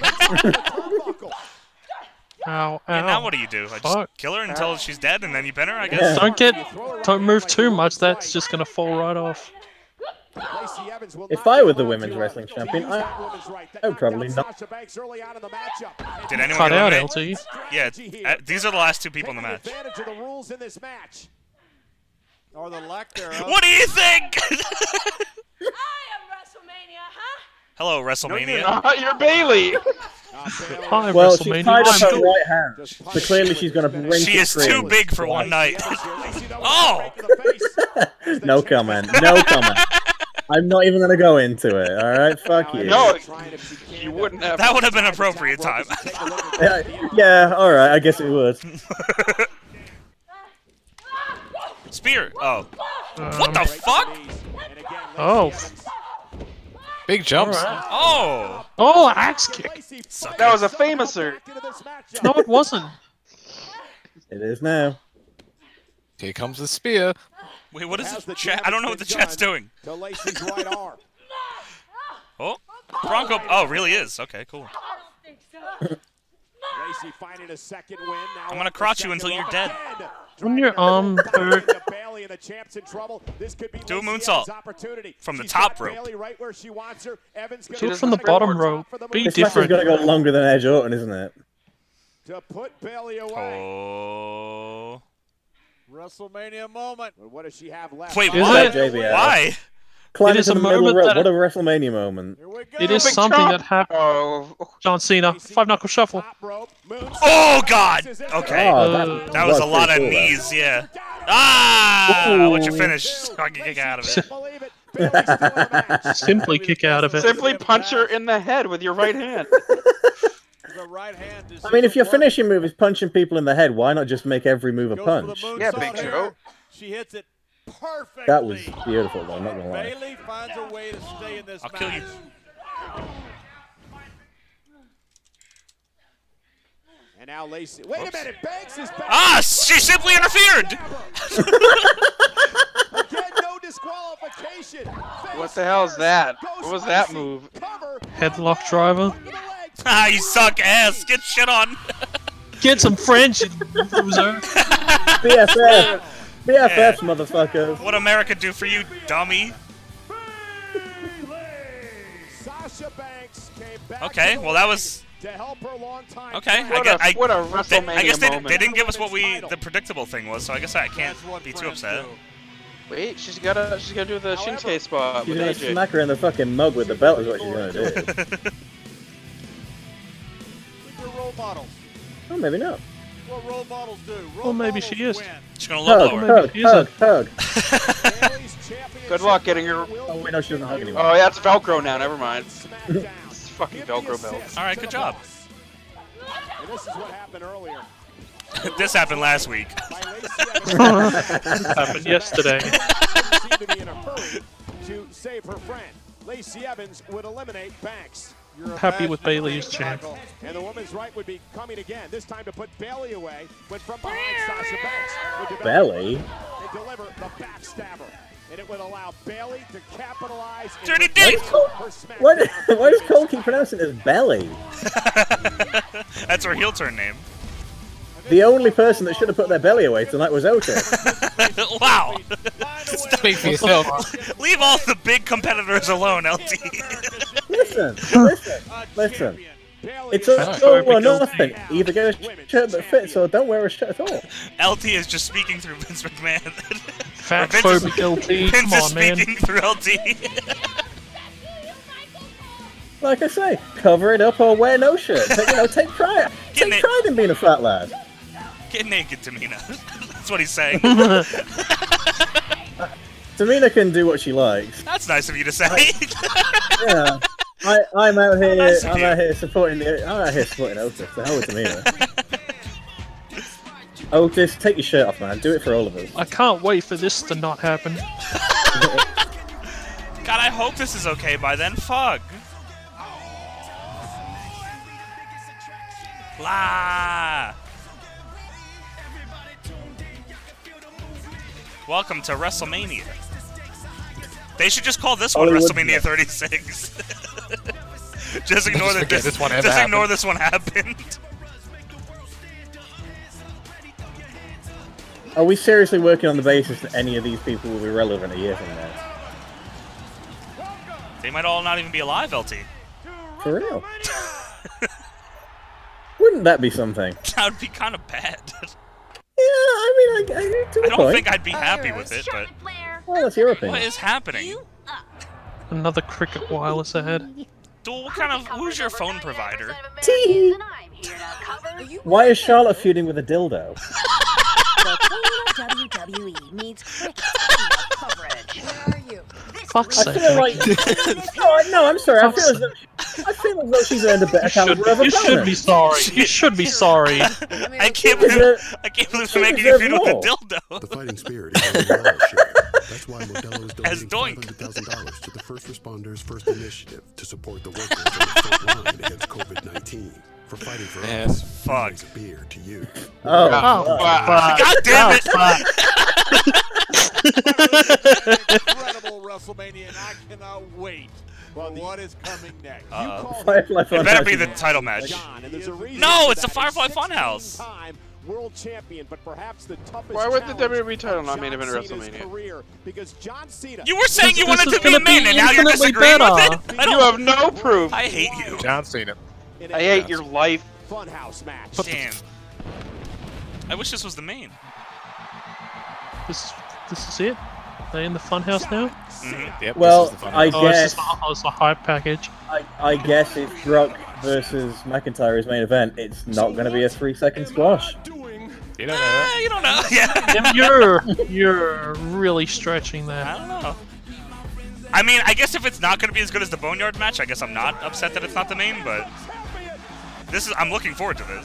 S5: Ow, ow.
S1: And now what do you do? I just
S5: Fuck.
S1: kill her until she's dead and then you pin her, I
S4: Yeah.
S1: guess?
S5: Don't get, don't move too much. That's just gonna fall right off.
S6: Lacey Evans will
S4: If
S6: not
S4: I were the
S6: allow
S4: women's
S6: you
S4: wrestling
S6: to
S4: champion,
S6: use
S4: I-
S6: that woman's right. That
S4: I would
S6: knocked out
S4: probably not-
S6: Sasha Banks early on in the matchup.
S1: Did anyone
S5: Cut
S1: get
S5: out,
S1: eliminated?
S5: LT.
S1: Yeah, uh, these are the last two people in the match.
S6: Advantage of the rules in this match.
S12: Or the lack thereof.
S1: What do you think?
S3: WrestleMania, huh?
S1: Hello, WrestleMania.
S2: from? You're Bailey.
S5: Hi,
S4: Well, she's tied up
S5: WrestleMania.
S4: her
S5: Still-
S4: right hand, so clearly she's gonna wrench
S1: She
S4: it
S1: is too
S4: free.
S1: big for one night. oh!
S4: No comment, no comment. I'm not even gonna go into it, alright? Fuck you.
S2: No, you wouldn't have.
S1: That would have been appropriate time.
S4: Yeah, yeah, alright, I guess it would.
S1: Spear. Oh.
S5: Um,
S1: What the fuck?
S5: Oh. f-
S8: Big jumps.
S1: Oh.
S5: Oh, axe kick.
S2: That was a famouser.
S5: No, it wasn't.
S4: It is now.
S8: Here comes the spear.
S1: Wait, what is
S6: Has
S1: the
S6: the
S1: chat? I don't know what the
S6: damage
S1: chat's
S6: been done?
S1: doing.
S6: To Lacey's right arm.
S1: Oh. Bronco. Oh, really is. Okay, cool.
S6: Lacey finding a second win. Now
S1: I'm gonna crotch you until you're dead.
S5: um, Wouldn't your arm hurt
S6: Bailey and the champ's in trouble. This could be
S1: Do a
S6: Lacey
S1: moonsault
S6: Evans' opportunity.
S1: from the
S6: She's
S1: top
S6: got
S1: rope.
S6: Bailey right where she wants her. Evans
S5: Do
S6: gonna
S5: it from the
S6: try to go
S5: bottom
S6: over
S5: rope.
S6: top for the
S5: Be
S6: moonsault
S4: This match is
S5: different.
S4: going to go longer than Edge Orton, isn't it?
S6: To put Bailey away.
S1: Oh.
S6: WrestleMania moment. Well, what does she have left?
S1: Wait,
S4: Is
S1: what?
S4: it? JBL.
S1: Why?
S4: Climb
S5: It is
S4: into the
S5: a
S4: middle
S5: moment
S4: rope.
S5: that-
S4: What a WrestleMania moment.
S5: It is something that happened.
S2: Oh,
S5: John Cena, five knuckle shuffle.
S1: Oh God. Okay.
S4: Oh, that-
S1: that was
S4: that's
S1: a lot of
S4: pretty cool, that.
S1: knees. Yeah. Ah! What's your
S5: Ooh.
S1: finish? So I can kick out of it.
S5: Simply kick out of it.
S2: Simply punch her in the head with your right hand.
S4: I mean, if your finishing move is punching people in the head, why not just make every move a punch?
S2: Yeah, Big Show.
S6: She hits it perfectly.
S4: That was beautiful, though. I'm not gonna lie.
S6: Bailey finds a way to stay in this
S1: I'll kill you.
S6: And now Lacey. Wait a minute, Banks is back.
S1: Ah! She simply interfered.
S6: Again, no disqualification.
S2: What the hell is that? What was that move?
S5: Headlock driver.
S1: Ah! You suck ass. Get shit on.
S5: Get some French, loser.
S4: BFF! BFF, motherfuckers!
S1: What America do for you, dummy?
S6: Sasha Banks came back.
S1: Okay.
S6: to the
S1: Well, that
S6: ring
S1: was.
S6: To help her longtime
S1: Okay,
S6: friend.
S1: I guess I,
S2: what a
S1: they, I guess
S2: WrestleMania
S1: they,
S2: moment.
S1: they didn't give us what we the predictable thing was, so I guess I can't be too upset.
S2: Wait, she's gotta she's gotta do the Shinsuke spot
S4: She's
S2: with
S4: gonna
S2: AJ.
S4: smack her in the fucking mug with the belt, is what she's gonna do.
S6: Your role models.
S4: Oh, maybe not.
S6: What role models do? Role
S5: Well, maybe
S6: models
S5: she is.
S6: win.
S1: She's gonna low
S4: Hug,
S1: blow her.
S4: hug, hug, hug.
S6: Bailey's championship
S2: Good luck getting her.
S4: Oh, wait, no, she doesn't hug anymore.
S2: Oh yeah, it's Velcro now. Never mind. It's fucking Velcro belt.
S1: All right, good job.
S6: And this is what happened earlier.
S1: this happened last week.
S6: By Lacey Evans.
S5: happened yesterday.
S6: Seemed to be in a hurry to save her friend. Lacey Evans would eliminate Banks. You're a
S5: Happy
S6: bad
S5: with Bailey's
S6: champ.
S5: champ.
S6: And the woman's right would be coming again, this time to put Bailey away, went from behind Sasha Banks. Would develop-
S4: Belly?
S6: They deliver the backstabber. And it would allow Bailey to capitalize. and
S1: Dirty
S6: retain
S1: dick!
S6: her SmackDown
S4: Why, do- why does Cole keep pronouncing it as belly?
S1: That's her heel turn name.
S4: The only person that should have put their belly away tonight was Otis.
S1: wow.
S8: Speak for yourself.
S1: Leave all the big competitors alone, LT.
S4: Listen, listen, listen. It's all or nothing. Either get a shirt that fits or don't wear a shirt at all.
S1: LT is just speaking through Vince McMahon. Or
S5: Fat
S1: Vince
S5: phobic
S1: is-
S5: LT.
S1: Vince
S5: Come
S1: is
S5: on, man.
S1: speaking through LT.
S4: Like I say, cover it up or wear no shirt. Take, you know, take pride.
S1: Getting
S4: Take
S1: it.
S4: pride in being a fat lad.
S1: Get naked, Tamina. That's what he's saying.
S4: Tamina can do what she likes.
S1: That's nice of you to say.
S4: Yeah. I, I'm out here.
S1: nice of
S4: I'm
S1: you.
S4: out here supporting the. I'm out here supporting Otis. The hell with Tamina. Otis, take your shirt off, man. Do it for all of us.
S5: I can't wait for this to not happen.
S1: God, I hope this is okay by then. Fuck. La. Welcome to WrestleMania. They should just call this one
S4: Hollywood
S1: WrestleMania 36. just ignore that
S8: forget
S1: this,
S8: this one ever
S1: just ignore
S8: happened.
S1: this one happened.
S4: Are we seriously working on the basis that any of these people will be relevant a year from now?
S1: They might all not even be alive, LT.
S4: For real? Wouldn't that be something?
S1: That would be kind of bad.
S4: Yeah, I mean, I, I, to a
S1: I don't
S4: point.
S1: think I'd be happy with it, but
S4: Well, that's your
S1: what
S4: opinion.
S1: is happening?
S5: Another cricket wireless ahead.
S1: Dude, what kind of who's your phone provider?
S4: Tee. Why is Charlotte feuding with a dildo?
S22: WWE E needs quick female coverage.
S5: Fuck's
S4: I
S5: sake.
S4: feel like. oh, no, I'm sorry. I feel as though, I feel as though she's earned a better
S5: should,
S4: caliber of
S5: you should
S4: opponent.
S5: be sorry. You should be sorry.
S1: I can't
S4: She
S1: believe
S4: deserve-
S1: I can't believe
S4: she
S1: they're making you
S4: deserve
S1: feud with a
S4: more.
S1: dildo.
S16: The fighting spirit is on the dollar share. That's why Modelo is
S1: As
S16: donating
S1: Doink.
S16: $500,000 to the First Responders First Initiative to support the workers on the front line against COVID-19 for fighting for
S8: Yes.
S16: us.
S1: Eh, Fuck.
S16: Brings A beer to you.
S4: Oh,
S5: Oh, fuck.
S1: God damn it!
S12: Incredible WrestleMania, and I cannot wait for what is coming next. You
S1: Uh,
S12: call
S4: Firefly
S1: It better be
S4: Funhouse.
S1: the title match.
S6: John, and there's a reason
S1: No,
S6: for
S1: it's the
S6: that.
S1: Firefly
S6: 16th
S1: Funhouse.
S6: time world champion, but perhaps the toughest.
S2: Why would the
S6: challenge
S2: WWE title
S6: of
S2: not main
S6: John
S2: event at
S6: Cena's
S2: WrestleMania?
S6: Career, because John Cena.
S1: You were saying you wanted to be a man, and now you're disagreeing with it. I
S2: You
S1: don't-
S2: have no proof.
S1: I hate you.
S8: John Cena.
S6: in a
S2: I hate your life.
S6: Funhouse match.
S1: Damn. I wish this was the main.
S5: This, this is it. They in the funhouse now.
S8: Yep,
S4: Well,
S8: this is the fun
S4: I
S8: one.
S5: Oh, it's, just,
S4: guess-
S5: oh, it's a hype package.
S4: I guess if Brock versus McIntyre is main event, it's not going to be a three-second squash.
S8: You don't know that.
S1: Uh, You don't know. Yeah.
S5: Tim, you're you're really stretching
S1: I
S5: that.
S1: don't know. I mean, I guess if it's not going to be as good as the Boneyard match, I guess I'm not upset that it's not the main, but this is I'm looking forward to this.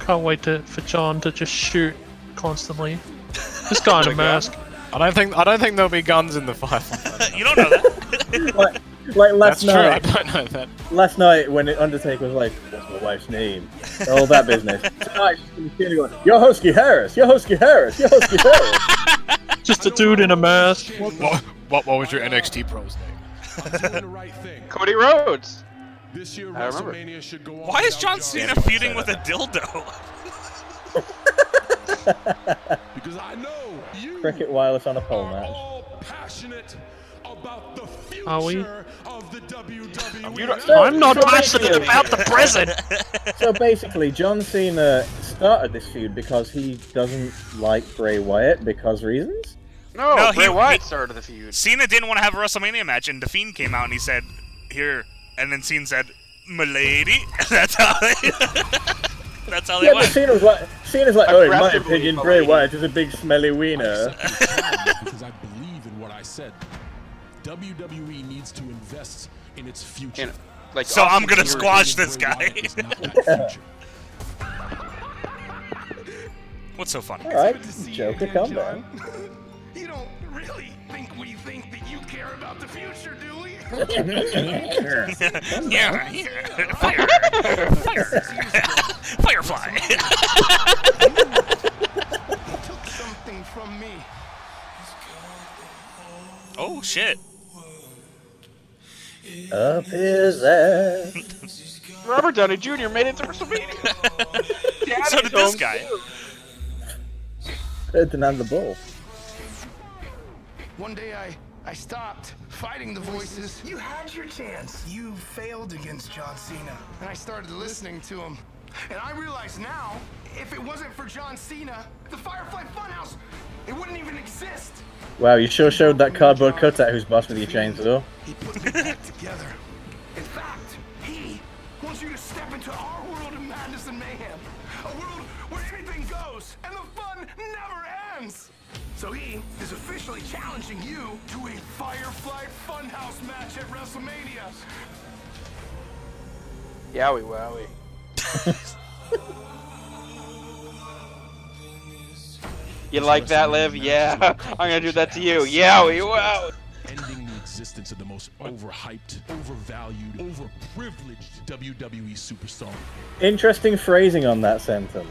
S5: Can't wait to, for John to just shoot constantly. This guy in a mask.
S8: I don't think I don't think there'll be guns in the fire.
S1: you don't know that.
S4: like, like
S8: That's
S4: last
S8: true. I
S4: night,
S8: don't know that.
S4: last night when Undertaker was like, "What's my wife's name?" all that business. Tonight, she's gonna be sitting going, Yohoski Harris, Yohoski Harris, Yohoski Harris.
S5: Just a dude in a mask.
S8: What, what, what was your NXT pro's name?
S7: I'm doing the right thing.
S2: Cody Rhodes.
S7: This year,
S2: I remember.
S7: WrestleMania should go on.
S1: Why is
S7: without
S1: John Cena feuding with a dildo?
S7: Because I know you
S4: Cricket wireless on a pole
S7: are
S4: match.
S7: all passionate about the future
S5: Are we?
S7: of the E. WWE.
S5: I'm not
S4: So
S5: passionate
S4: basically-
S5: about the present.
S4: So basically, John Cena started this feud because he doesn't like Bray Wyatt because reasons.
S2: No,
S1: No,
S2: Bray
S1: he-
S2: Wyatt
S1: he-
S2: started the feud.
S1: Cena didn't want to have a WrestleMania match, and The Fiend came out and he said, "Here," and then Cena said, "Milady." That's how. They, that's how they
S4: Yeah, but
S1: went.
S4: Cena was like, Cena's like, oh, in my
S2: Aggressively
S4: opinion, Bray
S2: berating.
S4: Wyatt is a big smelly wiener.
S7: because I believe in what I said. WWE needs to invest in its future.
S2: And, like,
S1: So I'm gonna
S2: obviously,
S1: squash this guy. What's so funny?
S4: All right, Joker, calm down.
S7: You don't really think we think that you care about the future, do we?
S1: yeah, yeah. Fire, fire, firefly.
S7: Took something from me.
S1: oh shit!
S4: Up his ass.
S2: Robert Downey Jr. made it to WrestleMania. Daddy's
S1: So did this
S2: home.
S1: guy.
S4: Ferdinand the Bull.
S7: One day I I stopped fighting the voices. You had your chance. You failed against John Cena. And I started listening to him. And I realize now, if it wasn't for John Cena, the Firefly Funhouse, it wouldn't even exist.
S4: Wow, you sure showed that cardboard cutout who's boss with your chains, though.
S7: He put me back together. In fact, he wants you to step into our world of madness and mayhem. A world where anything goes and the fun never ends. So he is officially challenging you to a Firefly Funhouse match at WrestleMania.
S2: Yowie wowie. you like that, Liv? Yeah. I'm gonna do that to you. Yowie wow.
S7: Ending the existence of the most overhyped, overvalued, overprivileged WWE superstar.
S4: Interesting phrasing on that sentence.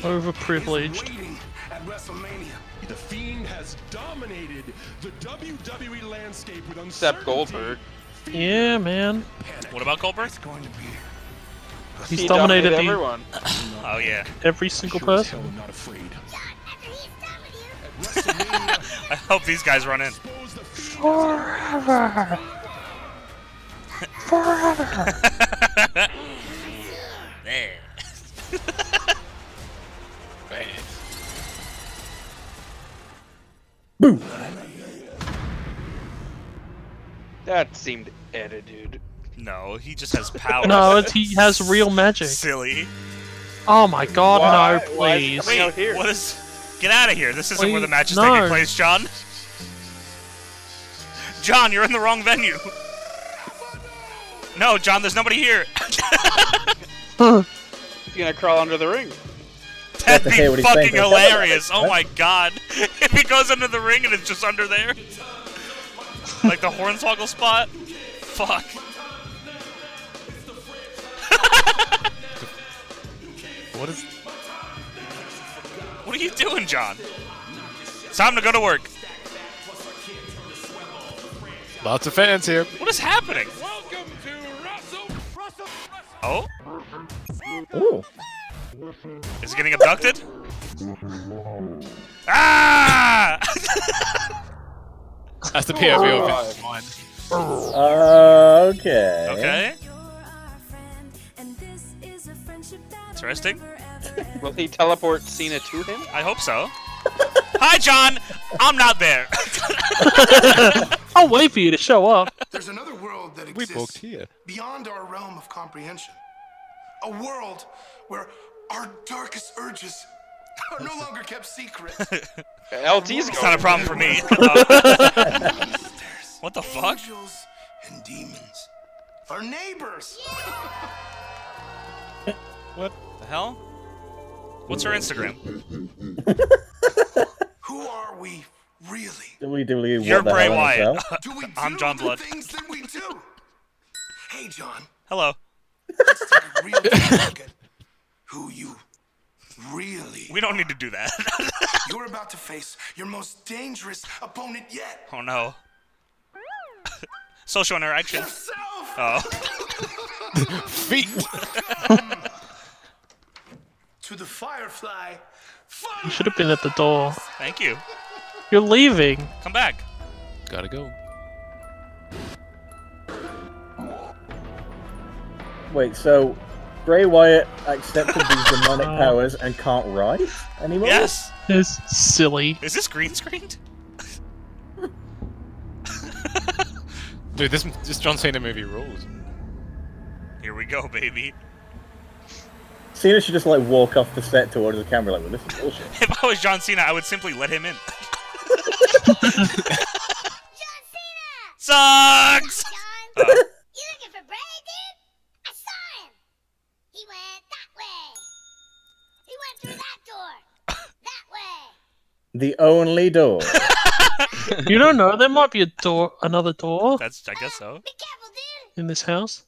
S5: Overprivileged.
S7: waiting at WrestleMania. The Fiend has dominated the WWE landscape with
S2: Except Goldberg.
S5: Yeah, man.
S1: What about Goldberg?
S7: going to be
S5: He's dominated the,
S2: everyone.
S1: Oh yeah.
S5: every single person.
S7: not afraid.
S1: I hope these guys run in. There.
S2: That seemed edited.
S1: No, he just has power.
S5: No, it's, he has real magic.
S1: Silly.
S5: Oh my god,
S2: Why-
S5: no,
S2: why is it
S5: please.
S2: coming
S1: Wait,
S2: out here?
S1: what is? Get out of here. This isn't where the
S5: Wait,
S1: match is
S5: no.
S1: taking place, John. John, you're in the wrong venue. No, John, there's nobody here.
S2: He's gonna crawl under the ring.
S1: That'd
S4: to hear what
S1: be
S4: he's saying
S1: fucking
S4: for himself.
S1: hilarious. Oh my god. If he goes under the ring and it's just under there. Like the hornswoggle spot. Fuck.
S8: What is?
S1: What are you doing, John? It's time to go to work.
S8: Lots of fans here.
S1: What is happening?
S7: Welcome to Wrestle.
S1: Oh?
S4: Ooh.
S1: Is he getting abducted? ah!
S8: That's the POV of it. Mine.
S4: Uh, okay.
S1: Okay. Interesting.
S2: Will he teleport Cena to him?
S1: I hope so. Hi, John. I'm not there.
S5: I'll wait for you to show up.
S7: There's another world that
S8: We
S7: exists
S8: booked here.
S7: beyond our realm of comprehension. A world where our darkest urges are no longer kept secret.
S2: LT's
S1: It's not a problem for me. what the fuck?
S7: Angels and demons. Our neighbors.
S1: What the hell? What's her Instagram?
S7: Who are we really?
S4: WWE. E, what
S1: You're
S4: the
S1: Bray
S4: hell in a
S1: Wyatt.
S4: cell?
S7: Do we do
S1: I'm John
S7: the
S1: Blood.
S7: things that we do? Hey, John.
S1: Hello.
S7: Let's take a real deep look at who you really
S1: We don't need to do that.
S7: You're about to face your most dangerous opponent yet.
S1: oh no. Social interaction.
S7: Yourself!
S1: Oh.
S8: Feet.
S7: To the Firefly.
S5: You should have been at the door.
S1: Thank you.
S5: You're leaving.
S1: Come back.
S8: Gotta go.
S4: Wait, so Bray Wyatt accepted these demonic powers and can't write anymore?
S1: Yes.
S5: It's silly.
S1: Is this green screened?
S8: Dude, this this John Cena movie rules.
S1: Here we go, baby.
S4: Cena should just like walk off the set towards the camera like, well, this is bullshit.
S1: If I was John Cena, I would simply let him in. John Cena! Sucks! Oh.
S9: You looking for Bray, dude? I saw him. He went that way. He went through that door. that way.
S4: The only door.
S5: You don't know. There might be a door, another door
S1: That's, I guess so.
S5: in this house.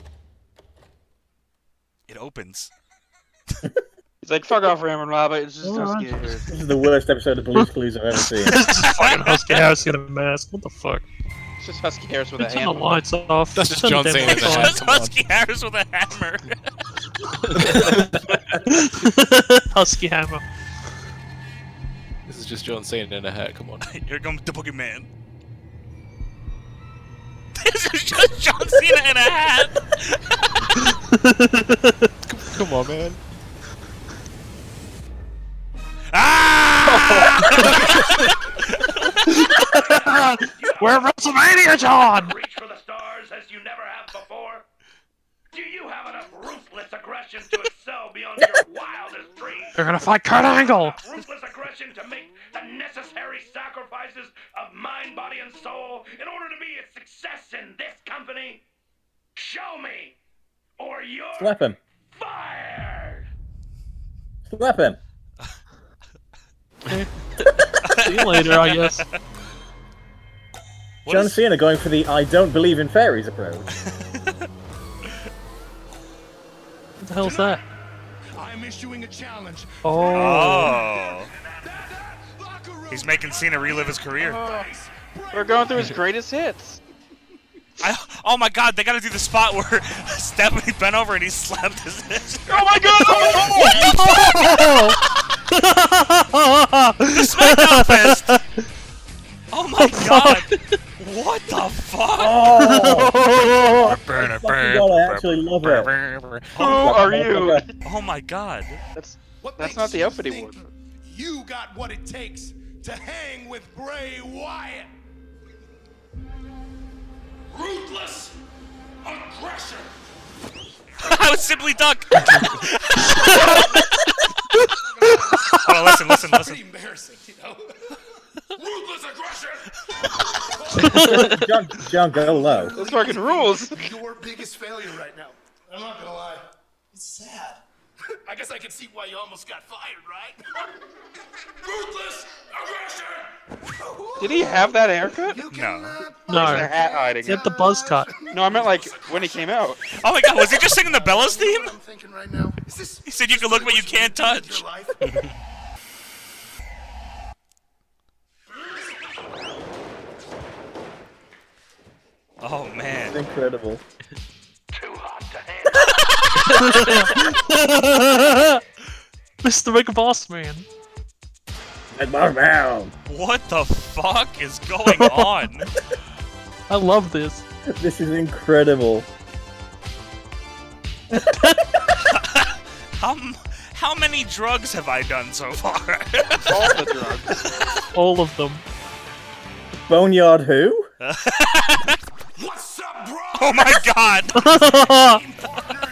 S1: It opens.
S2: He's like, fuck off, Ram and Rob. It's just us
S5: Alright.
S2: get here.
S4: this is the worst episode of Blue's Clues I've ever seen.
S5: This is fucking Husky House in a mask. What the fuck?
S2: It's just Husky Harris with a
S5: Turn the
S2: hand.
S5: lights off.
S8: That's just
S5: Turn the
S8: John
S5: damn
S8: Cena in
S5: lights
S8: the
S5: off.
S8: hat.
S1: Just
S8: Come on.
S1: Husky Harris with a hammer.
S5: Husky Hammer.
S8: This is just John Cena in a hat. Come on.
S1: Here comes the boogeyman. This is just John Cena in a hat.
S8: Come on, man.
S1: Ah!
S5: We're WrestleMania, John!
S7: Reach for the stars as you never have before. Do you have enough ruthless aggression to excel beyond your wildest dreams?
S5: They're gonna fight Kurt Angle!
S7: Ruthless aggression to make the necessary sacrifices of mind, body, and soul in order to be a success in this company? Show me, or you're
S4: Slap him.
S7: fired!
S4: Slap him.
S5: See you later, I guess.
S1: What
S4: John
S1: is-
S4: Cena going for the I don't believe in fairies approach.
S5: What the hell's that?
S7: I'm issuing a challenge.
S5: Oh.
S1: Oh. He's making Cena relive his career.
S2: We're going through his greatest hits.
S1: I, oh my god, they gotta do the spot where Stephanie bent over and he slapped his head.
S2: Oh my god!
S1: The SmackDown Fest! Oh my god! What the fuck?
S4: Oh,
S8: Burn,
S4: fucking God, I actually love it.
S2: Who are you?
S1: Oh my god.
S2: That's
S7: What
S2: that's
S7: makes
S2: not the
S7: you
S2: outfit he wore.
S7: think You got what it takes to hang with Bray Wyatt. Ruthless aggression.
S1: I was simply duck! oh, listen, listen,
S7: Pretty
S1: listen.
S7: embarrassing, you know. Ruthless aggression.
S4: John, John, go low.
S2: This fucking rules.
S7: Your biggest failure right now. I'm not gonna lie. It's sad. I guess I can see why you almost got fired, right? Ruthless aggression.
S2: Did he have that haircut?
S1: No.
S2: Their
S5: No.
S2: hat hiding.
S5: Is that the buzz cut?
S2: No, I meant like when he came out.
S1: Oh my god, was he just singing the Bellas theme?
S7: I'm thinking right now. Is this
S1: He said you can look but you can't touch.
S7: your life?
S1: Oh man.
S4: Incredible.
S1: Oh,
S7: Too hot to handle.
S5: Mr. Mega Boss Man.
S1: What the fuck is going on?
S5: I love this.
S4: This is incredible.
S1: How, m- how many drugs have I done so far?
S2: All the drugs.
S5: All of them.
S4: Boneyard who?
S1: Uh, What's up, bro? Oh my god!
S7: partner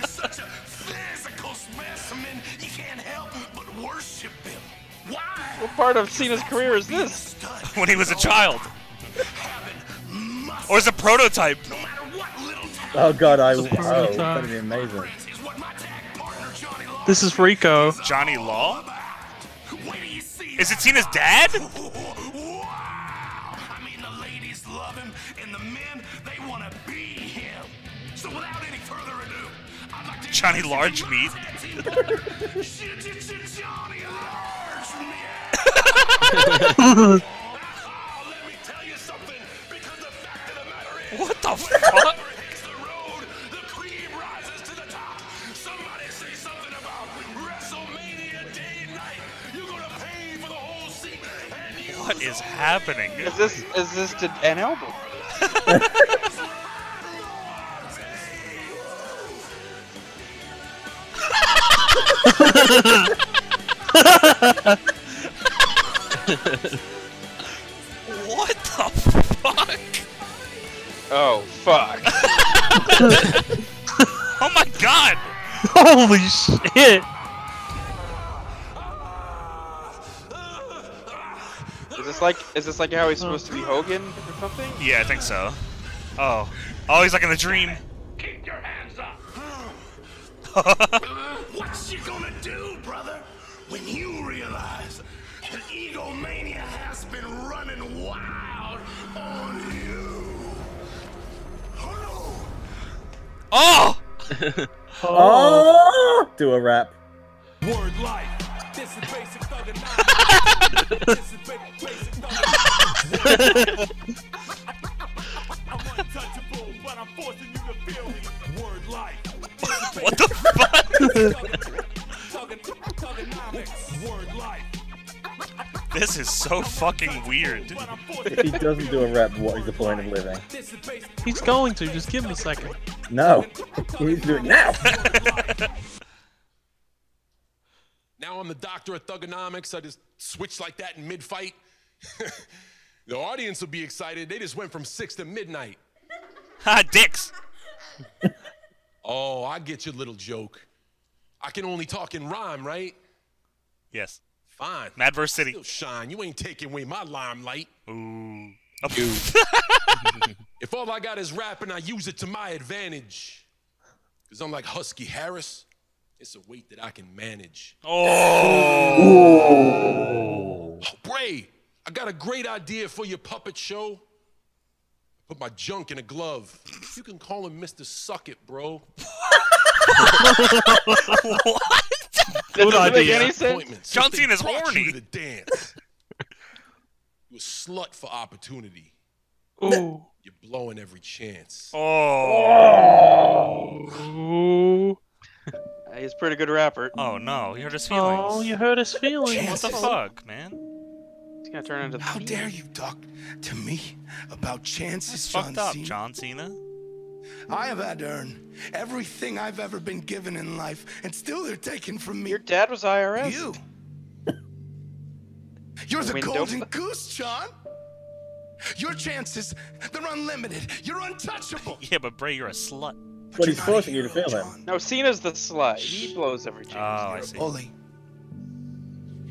S7: is such a physical specimen, you can't help but worship him. Why?
S2: What part of Cena's career is this?
S1: when he was a child. or as a prototype.
S4: Oh god, I. Oh, that'd be amazing.
S5: This is Rico.
S1: Johnny Law? Is it Cena's dad?
S7: I mean, the ladies love him, and the men, they want to be him. So without any further ado, I'd like to
S1: Johnny Large Meat?
S7: Johnny Large Meat. oh,
S1: What the fuck?
S7: Somebody say something about WrestleMania Day and Night. You're gonna pay for the whole seat, and you
S1: What is happening?
S2: Is this is this to, an album?
S1: What the fuck?
S2: Oh fuck!
S1: oh my god!
S5: Holy shit!
S2: Is this like is this like how he's supposed to be Hogan or something?
S1: Yeah, I think so. Oh. Oh, he's like in a dream.
S7: keep your hands up. what you gonna do, brother, when you realize that egomania has been running wild on you? Oh,
S1: Oh!
S4: Oh! Do a rap.
S7: word life. This is basic thugging. this is ba- basic thugging. I'm untouchable, but I'm forcing you to feel me. Word life.
S1: What the fuck?
S7: Word life.
S1: this is so fucking weird.
S4: If he doesn't do a rap, what is the point of living?
S5: He's going to, just give him a second.
S4: No. He needs to do it now!
S8: Now I'm the doctor of thugonomics. I just switched like that in mid fight. the audience will be excited. They just went from six to midnight.
S1: Ha, Ah, dicks!
S8: Oh, I get your little joke. I can only talk in rhyme, right?
S1: Yes.
S8: Fine.
S1: Mad vs. City.
S8: Still shine. You ain't taking away my limelight.
S1: Ooh.
S8: If all I got is rap and I use it to my advantage, because I'm like Husky Harris, it's a weight that I can manage.
S1: Oh.
S8: Bray, I got a great idea for your puppet show. Put my junk in a glove. You can call him Mr. Suck It, bro.
S1: what?
S2: That doesn't make any
S8: Appointments.
S2: sense.
S1: John
S8: They
S1: Cena's
S8: brought
S1: horny.
S8: You to the dance. you a slut for opportunity.
S5: Ooh.
S8: You're blowing every chance.
S1: Oh.
S5: Ooh.
S2: Uh, He's a pretty good rapper.
S1: Oh no, you hurt his feelings.
S5: Oh, you hurt his feelings.
S1: What the fuck, man?
S2: He's gonna turn into.
S7: How dare you talk to me about chances,
S1: It's
S7: John
S1: fucked up,
S7: Cena?
S1: John Cena.
S7: I have had to earn everything I've ever been given in life, and still they're taken from me.
S2: Your dad was IRS.
S7: You. You're the
S2: Window.
S7: golden goose, John. Your chances, they're unlimited. You're untouchable.
S1: Yeah, but Bray, you're a slut.
S4: But he's forcing you to feel him.
S2: No, Cena's the slut. He blows every
S1: Oh,
S2: chance.
S1: I see. I
S7: Bully,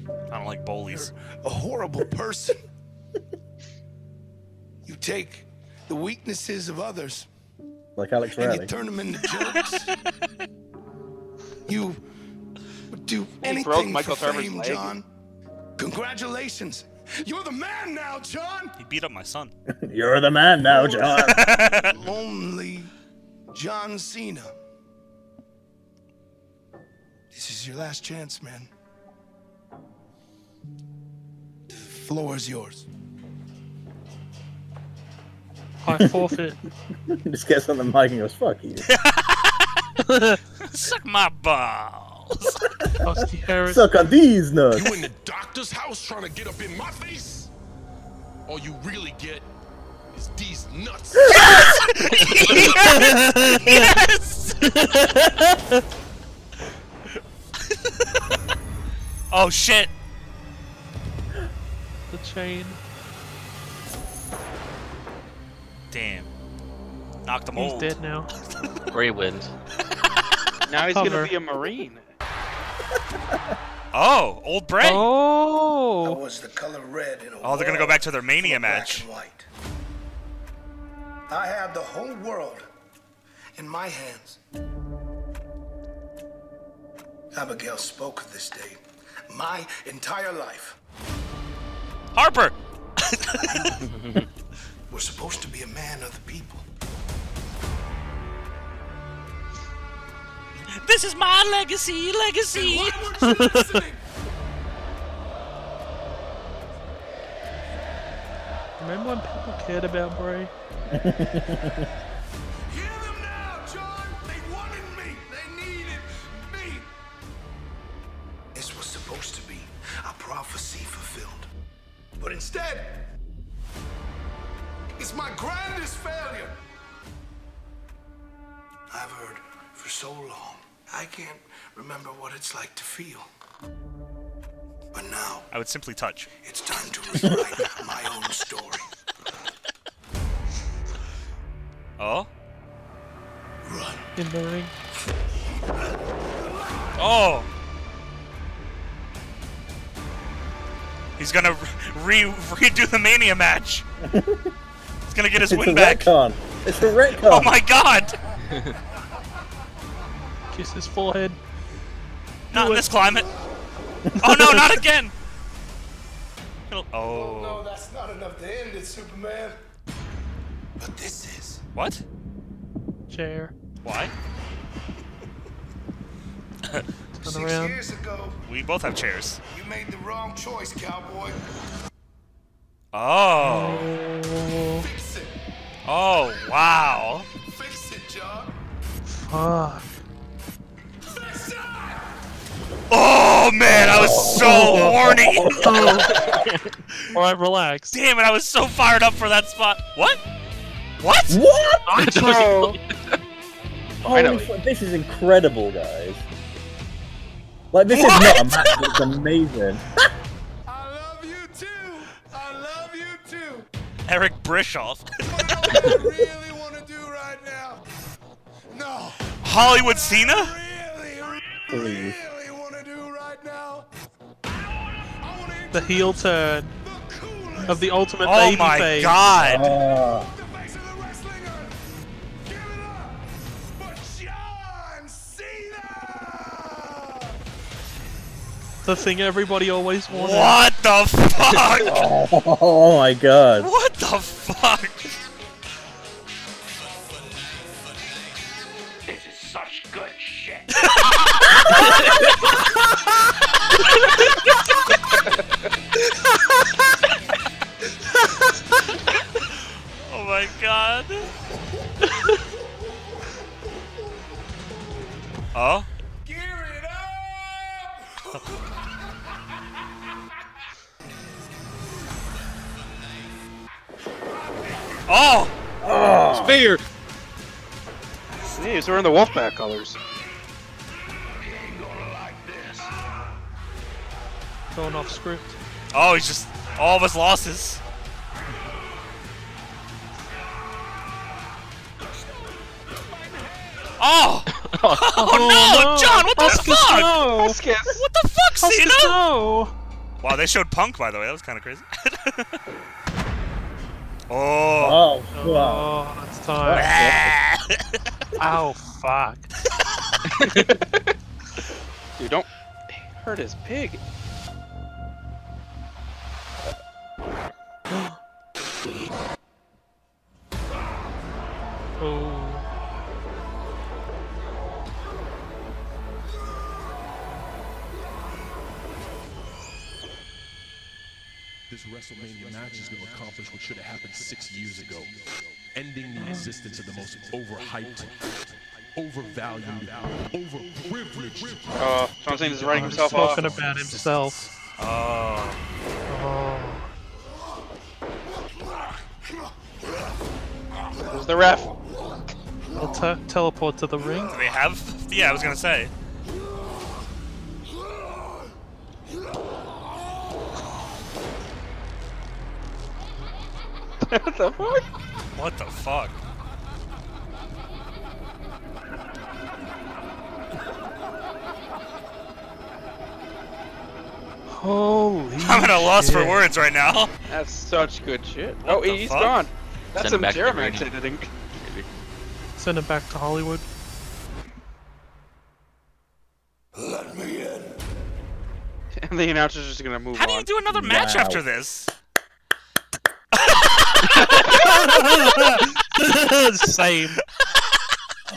S1: don't like bullies.
S7: a horrible person. you take the weaknesses of others
S4: Like Alex
S7: and you
S4: Riley.
S7: turn them into jokes. you would do
S2: He broke
S7: anything
S2: Michael
S7: for
S2: Tarver's
S7: fame,
S2: leg.
S7: John. Congratulations, you're the man now, John.
S1: He beat up my son.
S4: You're the man now, John.
S7: Only John Cena. This is your last chance, man. The floor is yours.
S5: I forfeit.
S4: Just gets on the mic and goes, fuck you.
S1: Suck my balls.
S4: Suck on these nuts.
S8: You in the doctor's house trying to get up in my face? All you really get is these nuts.
S1: Yes! Yes! oh shit.
S5: The chain.
S1: Damn. Knocked him
S5: He's
S1: old.
S5: dead now.
S10: Ray wins.
S2: Now he's
S5: Cover.
S2: gonna be a marine.
S1: Oh, old Bray.
S5: Oh.
S1: was the color red Oh, they're gonna go back to their Mania match.
S15: I have the whole world in my hands. Abigail spoke of this day. My entire life.
S1: Harper.
S15: We're supposed to be a man of the people.
S1: This is my legacy, legacy.
S5: Remember when people cared about Bray?
S15: This was supposed to be a prophecy fulfilled. But instead,
S7: It's my grandest failure.
S15: I've heard for so long, I can't remember what it's like to feel. But now,
S1: I would simply touch.
S15: it's time to rewrite my own story.
S1: Oh.
S5: In the ring.
S1: Oh. He's gonna re- redo the Mania match. He's gonna get his
S4: it's a
S1: win back.
S4: retcon. It's a retcon.
S1: Oh my god!
S5: Kiss his forehead.
S1: Not in this climate. Oh no, not again! It'll- Oh.
S15: No, that's not enough to end it, Superman. But this is.
S1: What?
S5: Chair.
S1: Why?
S5: Turn
S15: Six
S5: around.
S15: years ago,
S1: We both have chairs.
S15: you made the wrong choice, cowboy.
S1: Oh.
S15: Fix it.
S1: Oh, wow.
S15: Fix it, John.
S5: Fuck.
S1: Oh man, I was so horny.
S5: Alright, relax.
S1: Damn it, I was so fired up for that spot. What? What?
S4: What?
S1: Oh,
S4: Holy fu- this is incredible, guys. Like this is not a match. but It's amazing.
S1: Eric Brischoff.
S7: No.
S1: Hollywood Cena?
S4: Please.
S5: The heel turn of the ultimate
S1: Oh
S5: baby
S1: my
S5: face.
S1: God.
S4: Ah.
S5: The thing everybody always wanted.
S1: What the fuck?
S4: Oh, my god.
S1: What the fuck?
S7: This is such good shit.
S1: Oh my god. oh? Oh!
S2: Oh.
S5: Spear.
S2: Yeah, so we're in the Wolfpack colors.
S5: Going off script.
S1: Oh, he's just all of his losses. Oh!
S5: Oh,
S1: no, John, what the
S5: Huskis,
S1: fuck?
S5: No.
S1: What the fuck,
S5: Huskis,
S1: Cena?
S5: no.
S1: Wow, they showed Punk, by the way. That was kind of crazy. oh.
S4: Oh,
S5: Oh, it's time. oh, fuck.
S2: Dude, don't hurt his pig.
S5: Oh.
S8: This WrestleMania match is going to accomplish what should have happened six years ago, ending the existence of the most overhyped, overvalued, overprivileged.
S2: Oh, Sean Sayers is running
S5: I'm
S2: himself off.
S5: talking about himself.
S1: Oh.
S2: There's the ref.
S5: I'll te- teleport to the ring.
S1: Do they have? Yeah, I was gonna say.
S2: what the fuck?
S1: What the fuck?
S5: Holy.
S1: I'm at a loss for words right now.
S2: That's such good shit.
S1: What
S2: oh,
S1: the
S2: he's
S1: fuck?
S2: gone. That's
S1: Send him back to
S2: some
S1: the
S2: Jeremiah
S1: ring.
S2: editing.
S5: Send him back to Hollywood.
S2: And the announcer's just gonna move
S1: How
S2: on.
S1: do you do another match
S2: Wow.
S1: after this?
S5: Same.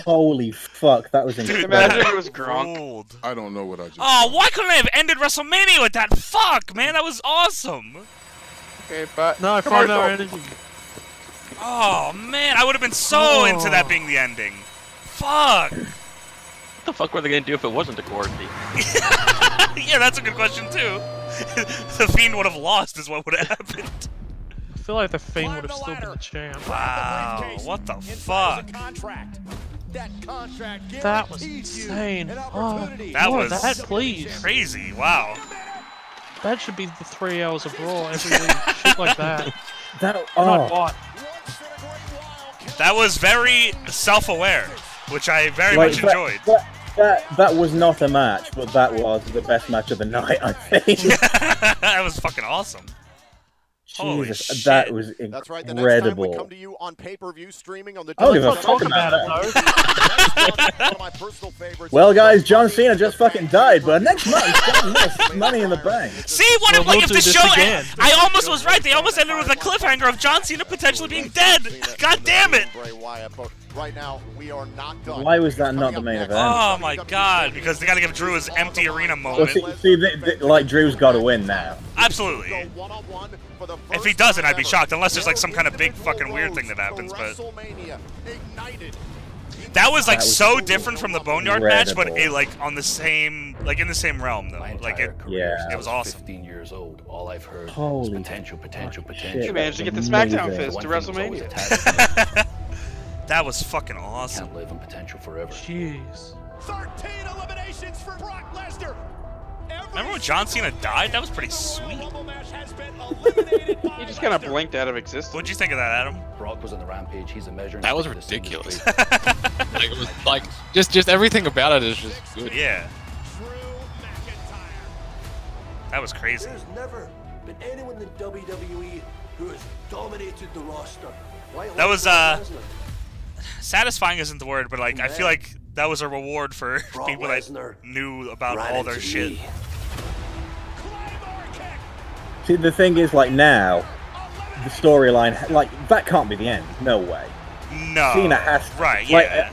S4: Holy fuck, that was incredible.
S17: I don't know what I just.
S1: Oh, why couldn't I have ended WrestleMania with that? Fuck, man, that was awesome.
S2: Okay,
S1: Uh,
S2: but
S5: no, five hour energy.
S1: Oh man, I would have been so into
S4: Oh.
S1: that being the ending. Fuck.
S10: What the fuck were they gonna do if it wasn't a quarantine?
S1: yeah, that's a good question too. the Fiend would have lost, is what would have happened.
S5: I feel like the Fiend would have still been the champ.
S1: Wow, Oh, what the fuck?
S11: Contract. That contract
S5: That was
S11: guarantees you
S5: insane.
S11: an
S5: Oh,
S11: opportunity.
S1: That
S5: more of
S1: was
S5: that, please.
S1: crazy. Wow.
S5: That should be the three hours of Raw every week. Shit like that.
S4: That
S5: Not
S4: oh,
S5: what?
S1: That was very self-aware, which I very
S4: like,
S1: much
S4: that-
S1: enjoyed.
S4: That, that that was not a match, but that was the best match of the night. I think.
S1: that was fucking awesome. Holy
S4: Jesus,
S1: shit.
S4: that was
S6: That's right. The next time we
S4: incredible.
S6: come to you on pay-per-view streaming on the.
S4: I don't give a
S6: WWE
S4: fuck
S6: network.
S4: about
S5: it,
S6: Next one, one of my personal favorites.
S4: Well, guys, John Cena just fucking died, but next month, God knows, money in the bank.
S1: See what if
S4: Well,
S1: like
S4: we'll
S1: if the
S4: do this
S1: show?
S4: again.
S1: End, I almost was right. They almost ended with a cliffhanger of John Cena potentially being dead. God damn it!
S6: Bray Wyatt, but right now we are not done.
S4: Why was that not the main event?
S1: Oh my god! Because they gotta give Drew his empty arena
S4: Well,
S1: moment.
S4: see, see th- th- like Drew's got to win now.
S1: Absolutely. If he doesn't, I'd be shocked. Unless there's like some kind of big fucking weird thing that happens. But that was like
S4: That was
S1: so different from the Boneyard match, but it
S10: incredible.
S1: like on the same, like in the same realm though. Like it,
S4: Yeah.
S1: it was awesome.
S13: 15 years old. All I've heard is
S4: Holy
S13: potential, potential, potential.
S2: He managed to get the
S4: Amazing.
S2: SmackDown fist to
S13: One thing that's always
S2: WrestleMania.
S1: That was fucking awesome.
S13: Can't live in potential forever.
S5: Jeez.
S11: 13 eliminations for Brock Lesnar.
S1: Remember when John Cena died? That was pretty sweet.
S2: He just kind of blinked out of existence.
S1: What'd you think of that, Adam?
S13: Brock was on the rampage. He's a measuring.
S23: That was
S13: stick of this
S23: ridiculous.
S13: industry.
S23: like, it was like just just everything about it is just good.
S1: Yeah. That was crazy.
S15: There's never been anyone in WWE who has dominated the roster. Right
S1: That
S15: like
S1: was,
S15: Brock
S1: uh,
S15: Lesnar.
S1: Satisfying isn't the word, but like I feel like that was a reward for
S15: Brock
S1: people that
S15: Lesnar
S1: knew about
S15: ran
S1: all their
S15: into
S1: shit.
S4: See, the thing is, like now, the storyline, like that can't be the end. No way.
S1: No.
S4: Cena has to-
S1: Oh, Right,
S4: like,
S1: yeah.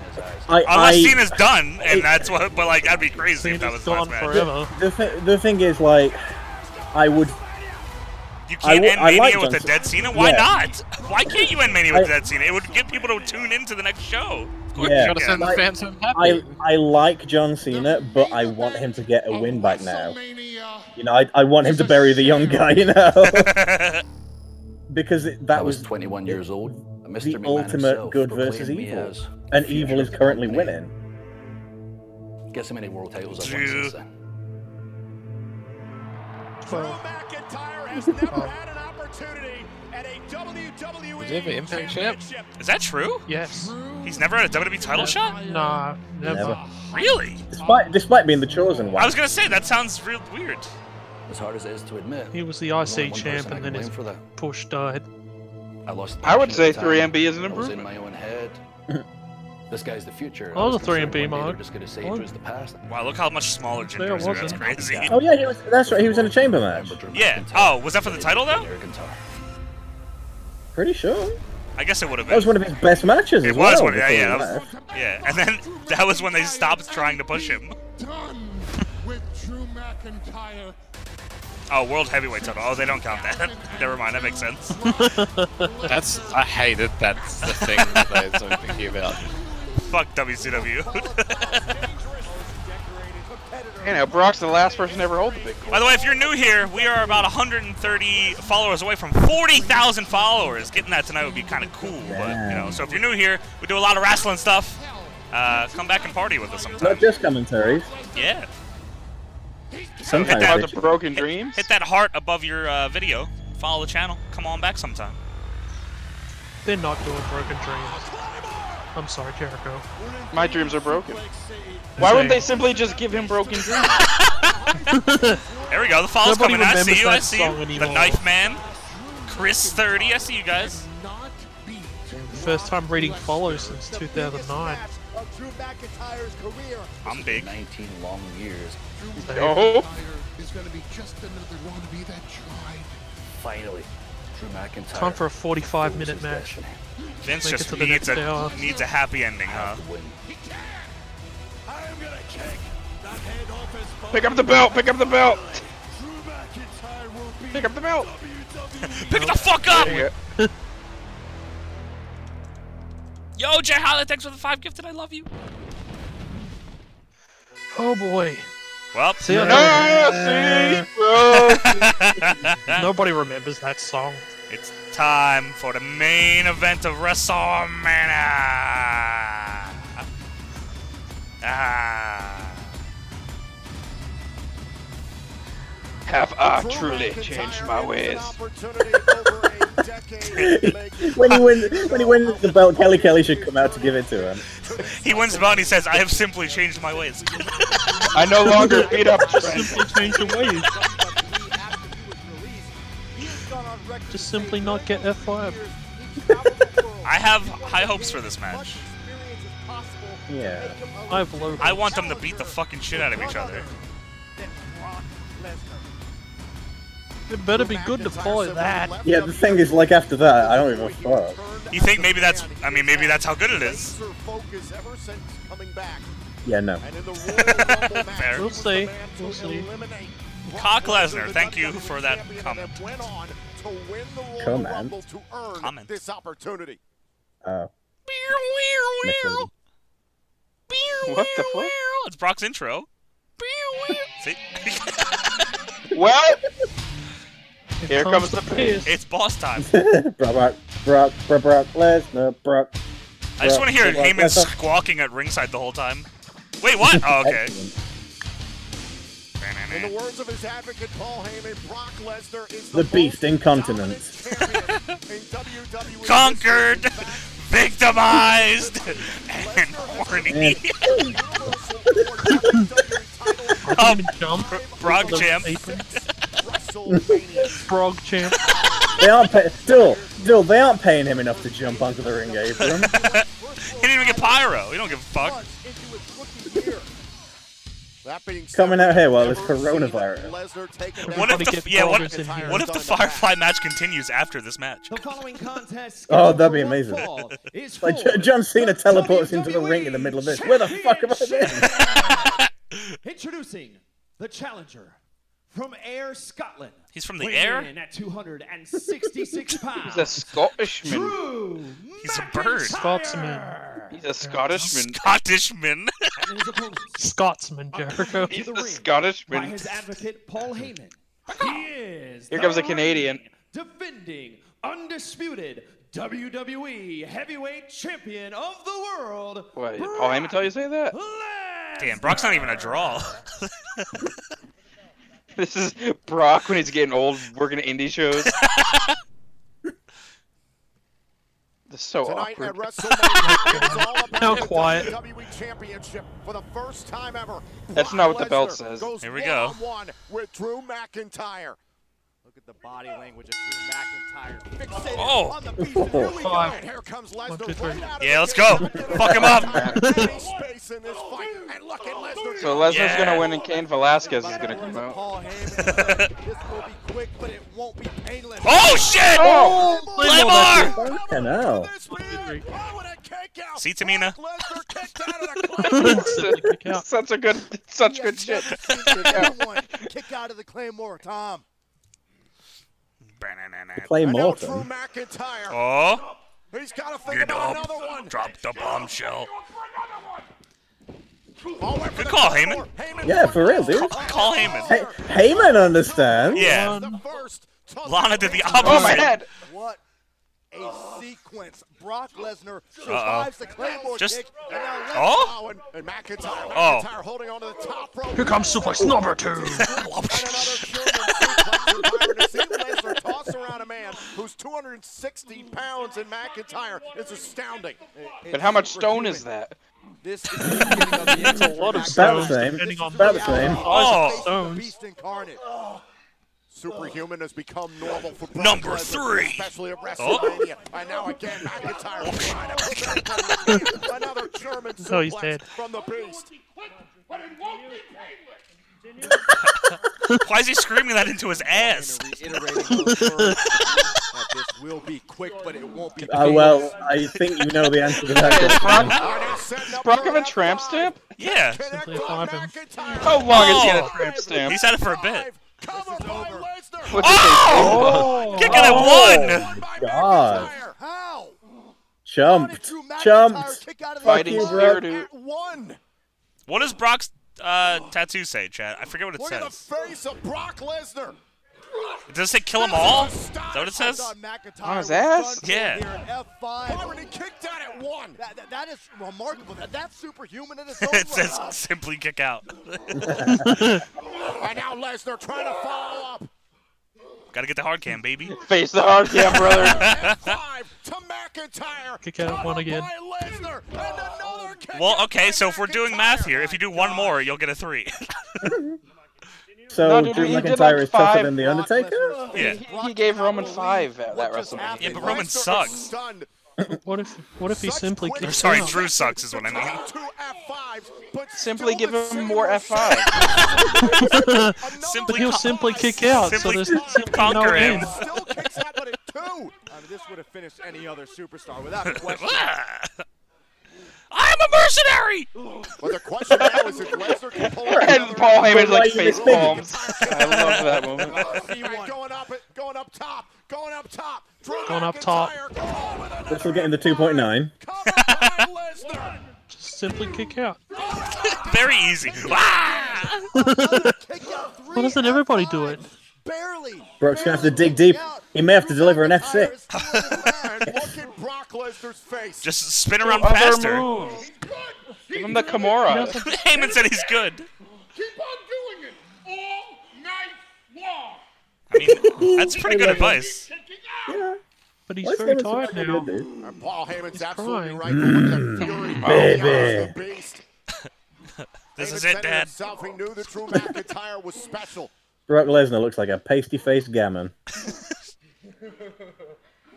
S4: I,
S1: Unless
S4: I-
S1: Cena's done, and
S4: I-
S1: that's what. But like, that'd be crazy if that was the last match.
S4: The, thi- the thing is, like, I would.
S1: You
S4: I
S1: can't
S4: would-
S1: end
S4: I
S1: Mania
S4: like
S1: with a
S4: John
S1: dead
S4: Cena.
S1: Cena. Why
S4: Yeah.
S1: not? Why can't you end Mania with
S4: I-
S1: a dead Cena? It would get people to tune into the next show. Of course
S4: Yeah.
S1: you can.
S4: Like, I, I like John Cena, but I want him to get a win back now. You know, I, I want him to bury the young guy. You know, because it, that
S13: I was
S4: was
S13: 21 years old. A Mr.
S4: the
S13: McMahon
S4: ultimate
S13: himself
S4: good
S13: proclaimed
S4: versus
S13: me
S4: evil,
S13: as
S4: and
S13: the future
S4: evil is
S13: of the
S4: currently
S13: company.
S4: winning.
S13: Guess how many world titles I've won
S1: Drew.
S13: since then.
S11: Has never had an opportunity at a
S6: E?
S11: WWE
S1: he have an Impact champ? Is that true?
S5: Yes.
S1: He's never had a WWE title shot.
S5: Nah, never.
S4: Never.
S1: Really?
S4: Despite despite being the chosen one.
S1: I was gonna say that sounds real weird.
S13: As hard as it is to admit.
S5: He was the
S13: there's only
S5: IC
S13: one
S5: champ,
S13: person I
S5: and
S13: can
S5: then his
S13: blame for that.
S5: push died.
S13: I lost.
S2: I would
S13: passion at the
S2: say
S13: time.
S2: 3MB is an
S13: I was in
S2: improvement.
S13: my own head. this guy's the future.
S5: I was a 3MB
S13: concerned one day
S5: mod.
S13: They're just gonna say
S5: What?
S13: it was the past.
S1: Wow, look how much smaller Jim
S13: There
S1: Drew's are. That's
S13: wasn't.
S1: crazy.
S4: Oh yeah, he was, that's right. He was in a chamber match.
S1: Yeah. Oh, was that for the title though?
S4: Pretty sure.
S1: I guess it would have
S4: That was
S1: been.
S4: one of his best matches.
S1: It
S4: as
S1: was
S4: well
S1: one. Yeah, yeah.
S4: before he
S1: that
S4: left.
S1: was- yeah. And then that was when they stopped trying to push him.
S17: With Drew McIntyre.
S1: Oh, world heavyweight title. Oh, they don't count that. Never mind. That makes sense.
S23: That's I hated that's the thing that I was thinking about.
S1: Fuck WCW.
S2: You know, Brock's the last person to ever hold the big
S1: By the way, if you're new here, we are about 130 followers away from 40,000 followers. Getting that tonight would be kind of cool, but you know. So if you're new here, we do a lot of wrestling stuff. Uh, come back and party with us sometime.
S4: Not just commentaries.
S1: Yeah. So
S4: Sometimes they
S1: hit-
S4: do.
S1: hit- Hit that heart above your uh, video. Follow the channel. Come on back sometime.
S5: They're not doing broken dreams. I'm sorry, Jericho.
S2: My dreams are broken. Why wouldn't they simply just give him broken dreams?
S1: There we go. The follow's
S2: Nobody
S1: coming. I
S2: remembers
S1: see you. I
S2: that
S1: see
S2: song
S1: you.
S2: anymore.
S1: The Knife Man. Chris 30. I see you guys.
S5: First time reading follow since 2009.
S11: of Drew McIntyre's career.
S1: I'm big.
S13: 19 long years.
S5: Oh.
S17: It's gonna be just another wannabe that tried.
S13: Finally, Drew McIntyre.
S5: Time for a 45 minute match.
S1: Vince
S5: Make it
S1: just
S5: to the
S1: needs
S5: next
S1: a
S5: hour.
S1: needs a happy ending, huh?
S2: pick up the belt. Pick up the belt. Pick up the belt.
S1: Pick the fuck up!
S2: There
S1: Yo, Jay Holly, thanks for the five gifted. I love you.
S5: Oh boy.
S1: Well,
S5: See ya. Nobody remembers that song.
S1: It's time for the main event of WrestleMania. Ah.
S2: Have
S1: Ah,
S2: I truly changed my ways?
S4: when he wins, when he wins the belt, Kelly Kelly should come out to give it to him.
S1: He wins the belt and he says, I have simply changed my ways.
S2: I no longer beat up
S5: Simply change the ways. Just simply not get F5.
S1: I have high hopes for this match.
S4: Yeah.
S5: I have low
S1: I want them to beat the fucking shit out of each other.
S5: It better be good to follow that.
S4: Yeah, the thing is, like after that, I don't even fuck.
S1: You think maybe that's, I mean, maybe that's how good it is.
S6: Laser focus ever since coming back.
S4: Yeah, no.
S6: And in the Royal Rumble match,
S1: Fair.
S6: he
S1: We'll
S6: was
S1: see.
S6: the man to
S1: We'll see.
S6: eliminate Brock
S1: Cock
S6: Lesnar,
S1: Lesnar,
S6: the
S1: thank you
S6: WWE
S1: for that
S6: champion,
S1: comment.
S6: And went on to win the Royal
S4: Comment.
S6: Rumble to earn this opportunity.
S4: Oh.
S1: What the fuck? It's Brock's intro. See?
S2: Well, Here comes the piss.
S1: It's boss time.
S4: Brock, Brock, Brock, Brock Lesnar, Brock.
S1: I just
S4: Brock,
S1: want to hear
S4: Brock
S1: Heyman
S4: Lesnar.
S1: squawking at ringside the whole time. Wait, what? Oh, okay.
S6: In the words of his advocate Paul Heyman, Brock Lesnar is
S4: The beast incontinent.
S6: E
S1: Conquered, victimized, and horny.
S6: E
S5: I can even jump.
S1: Brock champ.
S5: Frog champ.
S4: They aren't pay- Dill, Dill, they aren't paying him enough to jump onto the ring apron.
S1: He didn't even get pyro. He don't give a fuck.
S6: That being said,
S4: Coming out here while there's
S6: seen
S4: coronavirus.
S6: Lesnar taken down.
S1: What if the yeah? What, what if the Firefly match continues after this match?
S14: The following contest
S4: Oh, that'd be amazing.
S14: is
S4: Like J- John Cena teleports into the ring in the middle of this. Where the fuck am I been?
S14: introducing the challenger from Air Scotland.
S1: He's from the
S14: weighing
S1: air?
S14: in at 266 pounds.
S2: He's a Scottishman.
S14: Drew
S1: He's a bird.
S5: Scotsman.
S2: He's a Scottishman.
S1: Scottishman.
S14: and his opponent
S5: Scotsman, Jericho.
S2: He's a
S14: by
S2: Scottishman.
S14: his advocate Paul Heyman. He is
S2: Here
S14: the
S2: comes a Canadian.
S14: defending undisputed WWE heavyweight champion of the world.
S2: What? Did Paul Heyman tell you to say that?
S1: Damn, Brock's not even a draw.
S2: This is Brock when he's getting old, working at indie shows. this is so
S6: Tonight
S2: awkward.
S6: at WrestleMania, it is all about
S2: How
S6: the
S2: quiet.
S6: WWE Championship for the first time ever.
S2: That's not what the
S6: Brock
S2: belt
S6: Lesnar
S2: says.
S6: goes
S2: Here we go.
S6: One with Drew McIntyre.
S11: Look at the body language of Drew McIntyre. Fixated
S6: Oh.
S11: on the beast. Here we go.
S6: Five.
S11: And here comes Lesnar.
S1: Yeah, let's go. Fuck him up.
S6: Any space in this fight. And look at Lesnar.
S2: So Lesnar's
S1: Yeah.
S2: gonna win and Kane Velasquez is gonna come out.
S1: oh shit!
S2: Oh!
S1: Claymore!
S4: Fucking hell.
S1: See Tamina.
S2: such a good, such good shit.
S6: Everyone, kick out of the Claymore, Tom.
S4: Clay
S6: Now
S4: Morton.
S6: Drew McIntyre
S1: Oh.
S6: He's got to
S1: You
S6: think about
S1: dumb.
S6: another one.
S1: Dropped the bombshell.
S6: Ball went for
S1: Good
S6: the
S1: call,
S6: top
S1: Heyman.
S6: four. Heyman
S4: Yeah, for real, dude.
S1: Call Heyman.
S4: Hey, Heyman understands.
S1: Yeah. Lana did the
S4: Oh, my
S1: opposite.
S4: head.
S6: What a sequence. Brock Lesnar survives the Claymore
S1: Just-
S6: kick. And now Lynch
S1: Oh?
S6: Owen and McIntyre.
S1: Oh.
S6: McIntyre holding onto the top rope.
S5: Here comes suplex number two.
S6: Lesnar toss around a man who's 260 pounds in McIntyre. It's astounding.
S2: But how much stone is that?
S6: This is the beginning of the
S5: That's a lot of
S4: About
S5: stones.
S4: the same.
S5: Depending on
S4: About the same.
S5: Oh,
S6: Face of the
S5: stones.
S6: beast incarnate. Superhuman has become normal for Brock
S1: Number
S6: Lesnar,
S1: three.
S6: especially at
S1: Oh.
S6: WrestleMania. And now again, McIntyre trying to put
S1: Oh.
S6: that on him. another German
S5: So he's
S6: suplex
S5: dead.
S6: from the Beast.
S1: Why is he screaming that into his ass?
S6: Reiterating those words that this will be quick, but it won't be.
S4: Uh, well, I think you know the answer to that question.
S2: Brock have a tramp stamp?
S1: Yeah.
S5: Simply five him.
S2: How long has he had a
S1: Oh.
S2: tramp stamp?
S1: He's had it for a bit.
S2: What's his
S1: Oh! Kicking at one!
S4: Oh, God.
S6: How?
S4: Chumped. Chumped. Fuck
S2: Fighting
S4: you, bro.
S2: spirit who-
S6: One.
S1: What does Brock's uh, tattoo say, Chad? I forget what it
S6: Look at the
S1: says.
S6: face of Brock Lesnar.
S1: Does it say kill them all? Is that what it says?
S11: Oh,
S2: On his ass?
S1: Yeah.
S6: Byron, he kicked out at one.
S11: That, that, that is remarkable. That, that's superhuman in
S6: Oh
S11: its own
S1: it
S11: right.
S1: says simply kick out.
S6: And now Lesnar trying to follow up.
S1: Gotta get the hard cam, baby.
S2: Face the hard cam, brother.
S6: Five to McIntyre.
S5: Kick out at one again.
S6: By Lesnar. And another kick.
S1: Well, okay, so if we're doing math here, if you do one more, you'll get a three.
S4: So
S2: No, dude,
S4: Drew
S2: he did
S4: McIntyre
S2: like
S4: is tougher
S2: five
S4: than The Undertaker?
S1: Yeah.
S2: He, he gave Roman five at that WrestleMania.
S1: Yeah, but Roman sucks.
S6: Stunned.
S5: What if what if he simply
S6: quick-
S1: Or
S5: kicks
S1: sorry,
S5: out?
S1: Drew sucks is what I mean.
S6: Two F5s, but
S2: Simply
S6: still
S2: give
S6: the
S2: him
S6: same
S2: more F5.
S6: Another
S1: Simply
S5: But he'll
S1: con-
S5: simply kick out,
S1: Simply
S5: so there's simply
S1: conquer
S5: no
S1: him.
S5: end.
S6: Still kicks out, but at two. I mean, Uh, this would have finished any other superstar without a question.
S1: I'm a mercenary!
S6: But the question now is if Lesnar can pull out
S2: And
S6: another
S2: Paul
S6: round.
S2: Heyman's
S4: Why
S2: like
S4: you
S2: face
S4: think-
S2: palms. I love that moment.
S6: C1 Uh, going up, going up top, going up top. Drew
S5: Going up top.
S6: McIntyre, goal with another
S4: This will get in the 2.9.
S6: cover by Lesnar.
S5: Just simply kick out.
S1: Very easy. Ah!
S6: Kick out three
S5: Why doesn't everybody do it?
S6: barely.
S4: Brock's gonna have to dig deep. He may have to deliver an F6.
S6: and look at Brock Lesnar's face.
S1: Just spin around
S2: Other
S1: faster.
S2: moves. Give him the Kimura.
S1: Heyman said he's good.
S17: Keep on doing it all night long.
S1: I mean, that's pretty good advice.
S17: Kicking out.
S5: But he's
S4: Why is
S5: very
S4: Heyman so
S5: tired
S4: fucking
S5: now.
S4: good, dude?
S6: And Uh, Paul Heyman's
S5: crying.
S6: absolutely right. Look at Fury.
S4: Mm. Baby.
S6: The beast.
S1: This
S6: Heyman
S1: is
S6: said
S1: it, Dad.
S6: Himself, he knew that Drew McIntyre was special.
S4: Brock Lesnar looks like a pasty-faced gammon.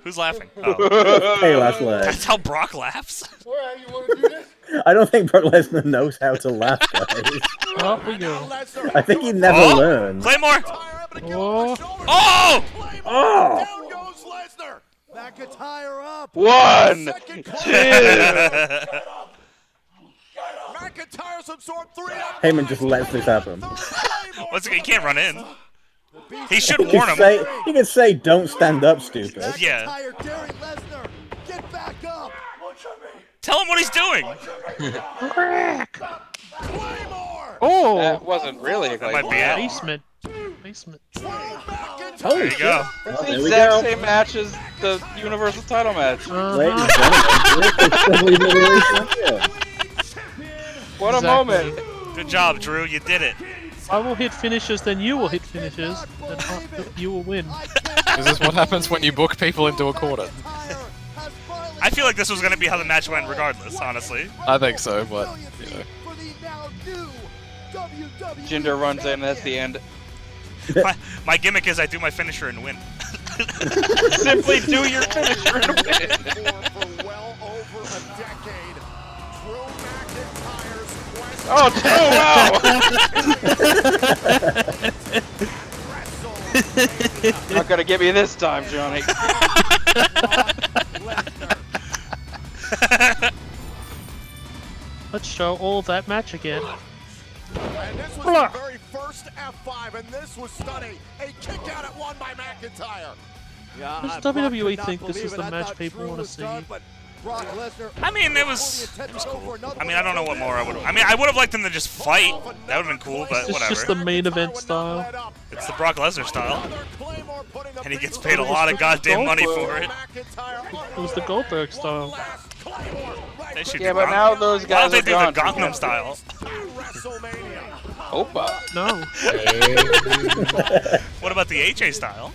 S1: Who's laughing? Oh.
S4: Hey, last leg.
S1: That's how Brock laughs?
S17: Well, you want to do this?
S4: I don't think Brock Lesnar knows how to laugh, guys.
S5: Up we go.
S4: I
S6: Lesnar.
S4: think he never
S1: Oh!
S4: learns.
S1: Claymore!
S6: McIntyre able to get
S5: Oh,
S6: over the shoulder.
S1: Oh!
S4: Oh!
S6: Down goes Lesnar.
S11: McIntyre up.
S2: One.
S6: Second claw. McIntyre's absorbed three.
S4: Heyman just lets this happen.
S1: Once again, he can't run in. He should
S4: He
S1: warn
S4: can,
S1: him.
S4: say, he can say, don't stand up, stupid.
S1: Yeah.
S11: McIntyre daring Lesnar. Get back up.
S1: Tell him what he's doing.
S6: Claymore.
S5: Oh,
S2: That wasn't really a
S1: That might be
S2: Claymore.
S1: it.
S5: basement. Basement.
S4: Holy
S1: There you go.
S4: shit.
S2: It's
S4: Oh, there
S2: the
S4: we
S2: exact
S4: go.
S2: same match as the Universal title match.
S4: Ladies
S5: Uh-huh.
S4: and gentlemen, this is Simply the Elite Warrior.
S2: What a
S5: Exactly.
S2: moment.
S1: Good job, Drew. You did it.
S5: I will hit finishes, then you will hit finishes, then I- you will win.
S11: Is
S23: Is this what happens when you book people into a quarter?
S1: I feel like this was going to be how the match went, regardless, honestly.
S11: I think so, but you know.
S6: E
S2: Jinder runs in, that's the end.
S1: My, my gimmick is I do my finisher and win.
S2: Simply do your finisher and win.
S6: for well over a decade. Drew McIntyre's quest
S2: Oh, Drew, wow! Not gonna get me this time, Johnny.
S5: Let's show all that match again.
S6: And this was the very first F5, and this was stunning. A kick out at one by McIntyre.
S11: Yeah,
S5: Does
S11: I- Brock
S5: WWE
S11: could not
S5: think this
S11: believe
S5: is
S11: it.
S5: the
S11: I
S5: match
S11: thought
S5: people
S11: Drew
S5: want to
S11: was
S5: see?
S11: done, but Brock Lesnar-
S1: I mean, it was, it was cool. I mean, I don't know what more I would. I mean, I would have liked them to just fight. That would have been cool, but
S5: It's
S1: whatever.
S5: just the main event style.
S1: It's the Brock Lesnar style, and he gets paid a lot of goddamn money for it.
S5: It was the Goldberg style.
S1: They should
S20: Yeah,
S1: do
S20: but
S1: Gangnam-
S20: now those
S1: Why don't
S20: guys
S1: they
S20: are
S1: do the
S20: gone.
S1: Gangnam style?
S20: Opa.
S5: No.
S1: What about the AJ style?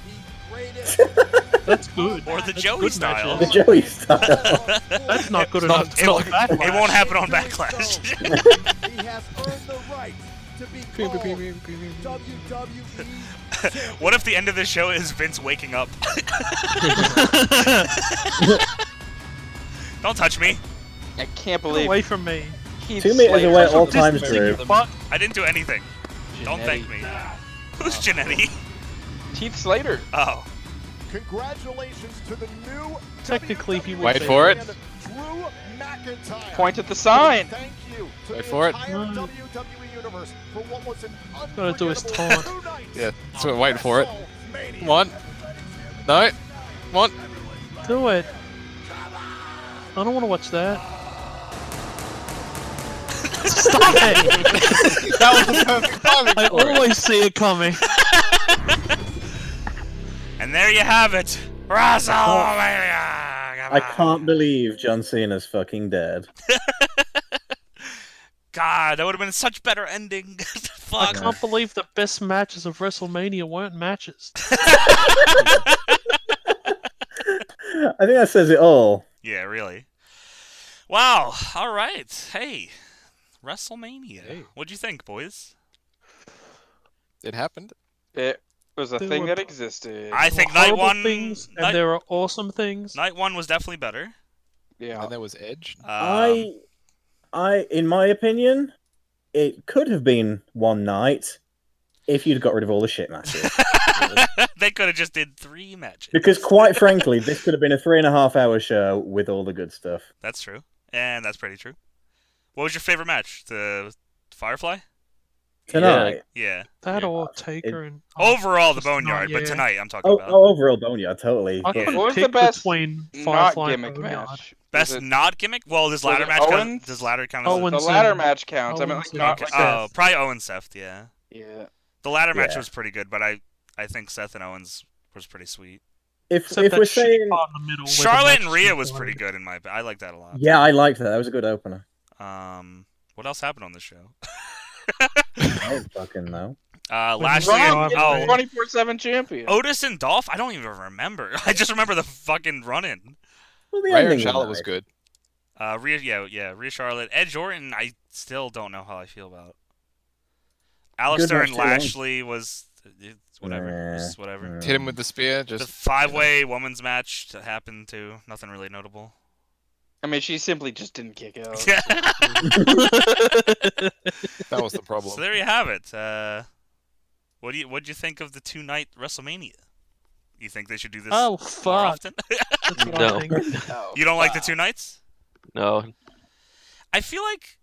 S5: That's good.
S1: Or the
S5: That's
S1: Joey
S5: good
S1: style.
S5: matches.
S4: The Joey style.
S5: That's not good
S1: It-
S5: enough.
S1: It,
S5: to
S1: won't-
S5: stop
S1: it won't
S5: Backlash.
S1: happen on Backlash.
S11: He has earned the right to be called
S6: E.
S11: WWE
S1: what if the end of the show is Vince waking up? Don't touch me.
S20: I can't
S5: Get
S20: believe
S5: away from me.
S20: Keith
S4: Two meters
S20: Slater-
S4: away at all times,
S5: Distancing
S4: Drew.
S5: the fuck.
S1: I didn't do anything. Don't thank me. Who's Janetti?
S20: Keith Slater.
S1: Oh.
S6: Congratulations to the new E
S5: Technically, he would.
S23: Wait
S5: say
S23: for it.
S6: Drew McIntyre.
S20: Point at the sign.
S6: Thank you to
S23: Wait
S6: the
S23: for it.
S6: entire WWE universe for what was an
S5: Gotta do his
S6: unforgettable
S5: taunt.
S6: two nights
S23: Yeah,
S6: of
S23: that's what waiting for it.
S6: WrestleMania.
S23: Come on. No. Come on.
S5: Do it. I don't want to watch that. Stop it!
S23: That was the perfect timing
S5: I
S23: for it.
S5: always see it coming.
S1: And there you have it. WrestleMania.
S4: I can't believe John Cena's fucking dead.
S1: God, that would have been such better ending.
S5: I
S1: Fuck.
S5: can't believe the best matches of WrestleMania weren't matches.
S4: I think that says it all.
S1: Yeah, really. Wow. All right. Hey, WrestleMania.
S23: Hey.
S1: What'd you think, boys?
S23: It happened.
S20: It was a
S5: They
S20: thing
S5: were
S20: that
S5: bu-
S20: existed.
S1: I think night
S5: Horrible
S1: one.
S5: things, and
S1: night,
S5: there are awesome things.
S1: night one was definitely better.
S20: yeah.
S23: And there was Edge.
S1: Um,
S4: I, I, in my opinion, it could have been one night if you'd got rid of all the shit matches.
S1: Um, they could have just did three matches.
S4: because quite frankly, this could have been a three and a half hour show with all the good stuff.
S1: That's true, and that's pretty true. What was your favorite match? The Firefly?
S4: Tonight,
S1: Yeah.
S5: That
S23: Yeah.
S5: or Taker and
S1: Overall, the
S5: Oh, just not-
S1: Boneyard, but
S5: yeah.
S1: tonight I'm talking
S4: oh,
S1: about
S4: oh, overall Boneyard, totally.
S5: I
S4: But
S5: couldn't
S20: What was the
S5: pick
S20: best
S5: between
S20: Not
S5: Firefly
S20: gimmick
S2: oh
S5: and Boneyard.
S20: match.
S1: best
S20: Was it-
S1: not gimmick. Well, does ladder
S20: it
S1: match count?
S20: Owens?
S1: Does ladder count? As a-
S5: Owens
S20: the ladder
S5: and-
S20: match counts. I mean, like,
S5: Owens and
S20: not
S1: Okay.
S20: like
S1: Oh,
S5: Seth.
S1: probably Owens Seth. Yeah.
S20: yeah.
S1: The ladder match
S4: Yeah.
S1: was pretty good, but I I think Seth and Owens was pretty sweet.
S4: if
S5: Except
S4: if
S5: that
S4: we're
S5: shit
S4: saying,
S5: part in the middle where the
S1: Charlotte and
S5: match
S1: Rhea
S5: is
S1: was pretty
S5: divided.
S1: good in my. I like that a lot.
S4: yeah, I liked that. That was a good opener.
S1: Um, what else happened on the show?
S4: I don't fucking know.
S1: Uh,
S5: When
S1: Lashley
S5: Rob
S1: and
S5: gets
S1: oh,
S5: ready.
S20: Twenty four seven champion.
S1: Otis and Dolph. I don't even remember. I just remember the fucking run-in.
S4: Well, the
S23: Ray
S4: ending
S23: and Charlotte was
S4: nice.
S23: good.
S1: Uh, Rhea, yeah, yeah, Rhea Charlotte, Edge Orton. I still don't know how I feel about. Alistair
S4: match
S1: and
S4: too, right?
S1: Lashley was it's whatever. it was
S4: Nah,
S1: whatever.
S4: nah.
S23: Hit him with the spear.
S1: The
S23: Just
S1: five-way women's match that happened too. Nothing really notable.
S20: I mean, she simply just didn't kick out.
S1: Yeah.
S23: that was the problem.
S1: so there you have it. Uh, what do you what do you think of the two-night WrestleMania? You think they should do this
S5: Oh
S1: more
S5: fuck!
S1: often?
S5: That's what
S23: No.
S5: I'm thinking.
S20: Oh,
S1: you don't like the two nights?
S23: No.
S1: I feel like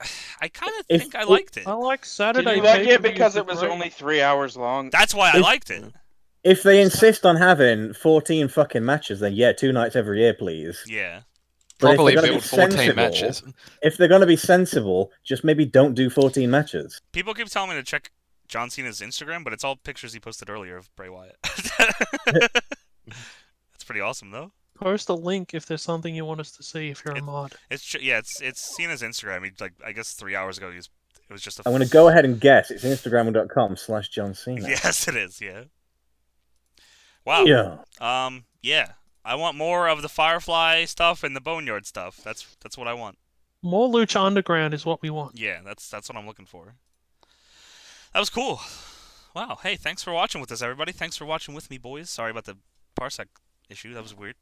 S1: I kind of
S4: If-
S1: think I
S4: if-
S1: liked it.
S5: I like
S20: Did
S5: Saturday.
S20: you like
S5: Taker
S20: it because
S5: is a
S20: it was
S5: great-
S20: only three hours long?
S1: That's why I
S4: if-
S1: liked it.
S4: If they insist on having 14 fucking matches, then yeah, two nights every year, please.
S1: Yeah.
S4: But if
S23: Properly
S4: they're gonna
S23: build
S4: be
S23: 14
S4: sensible-
S23: matches.
S4: If they're going to be sensible, just maybe don't do 14 matches.
S1: People keep telling me to check John Cena's Instagram, but it's all pictures he posted earlier of Bray Wyatt. That's pretty awesome, though.
S5: Post a link if there's something you want us to see. If you're a mod,
S1: It's ju- yeah, it's it's Cena's Instagram. He like I guess three hours ago he was it was just a.
S4: I'm going to go ahead and guess it's Instagram.com slash John Cena.
S1: Yes, it is. Yeah. Wow.
S4: Yeah.
S1: Um. Yeah. I want more of the Firefly stuff and the Boneyard stuff. That's that's what I want.
S5: more Lucha Underground is what we want.
S1: Yeah, that's that's what I'm looking for. That was cool. Wow. Hey, thanks for watching with us, everybody. Thanks for watching with me, boys. Sorry about the parsec issue. That was weird.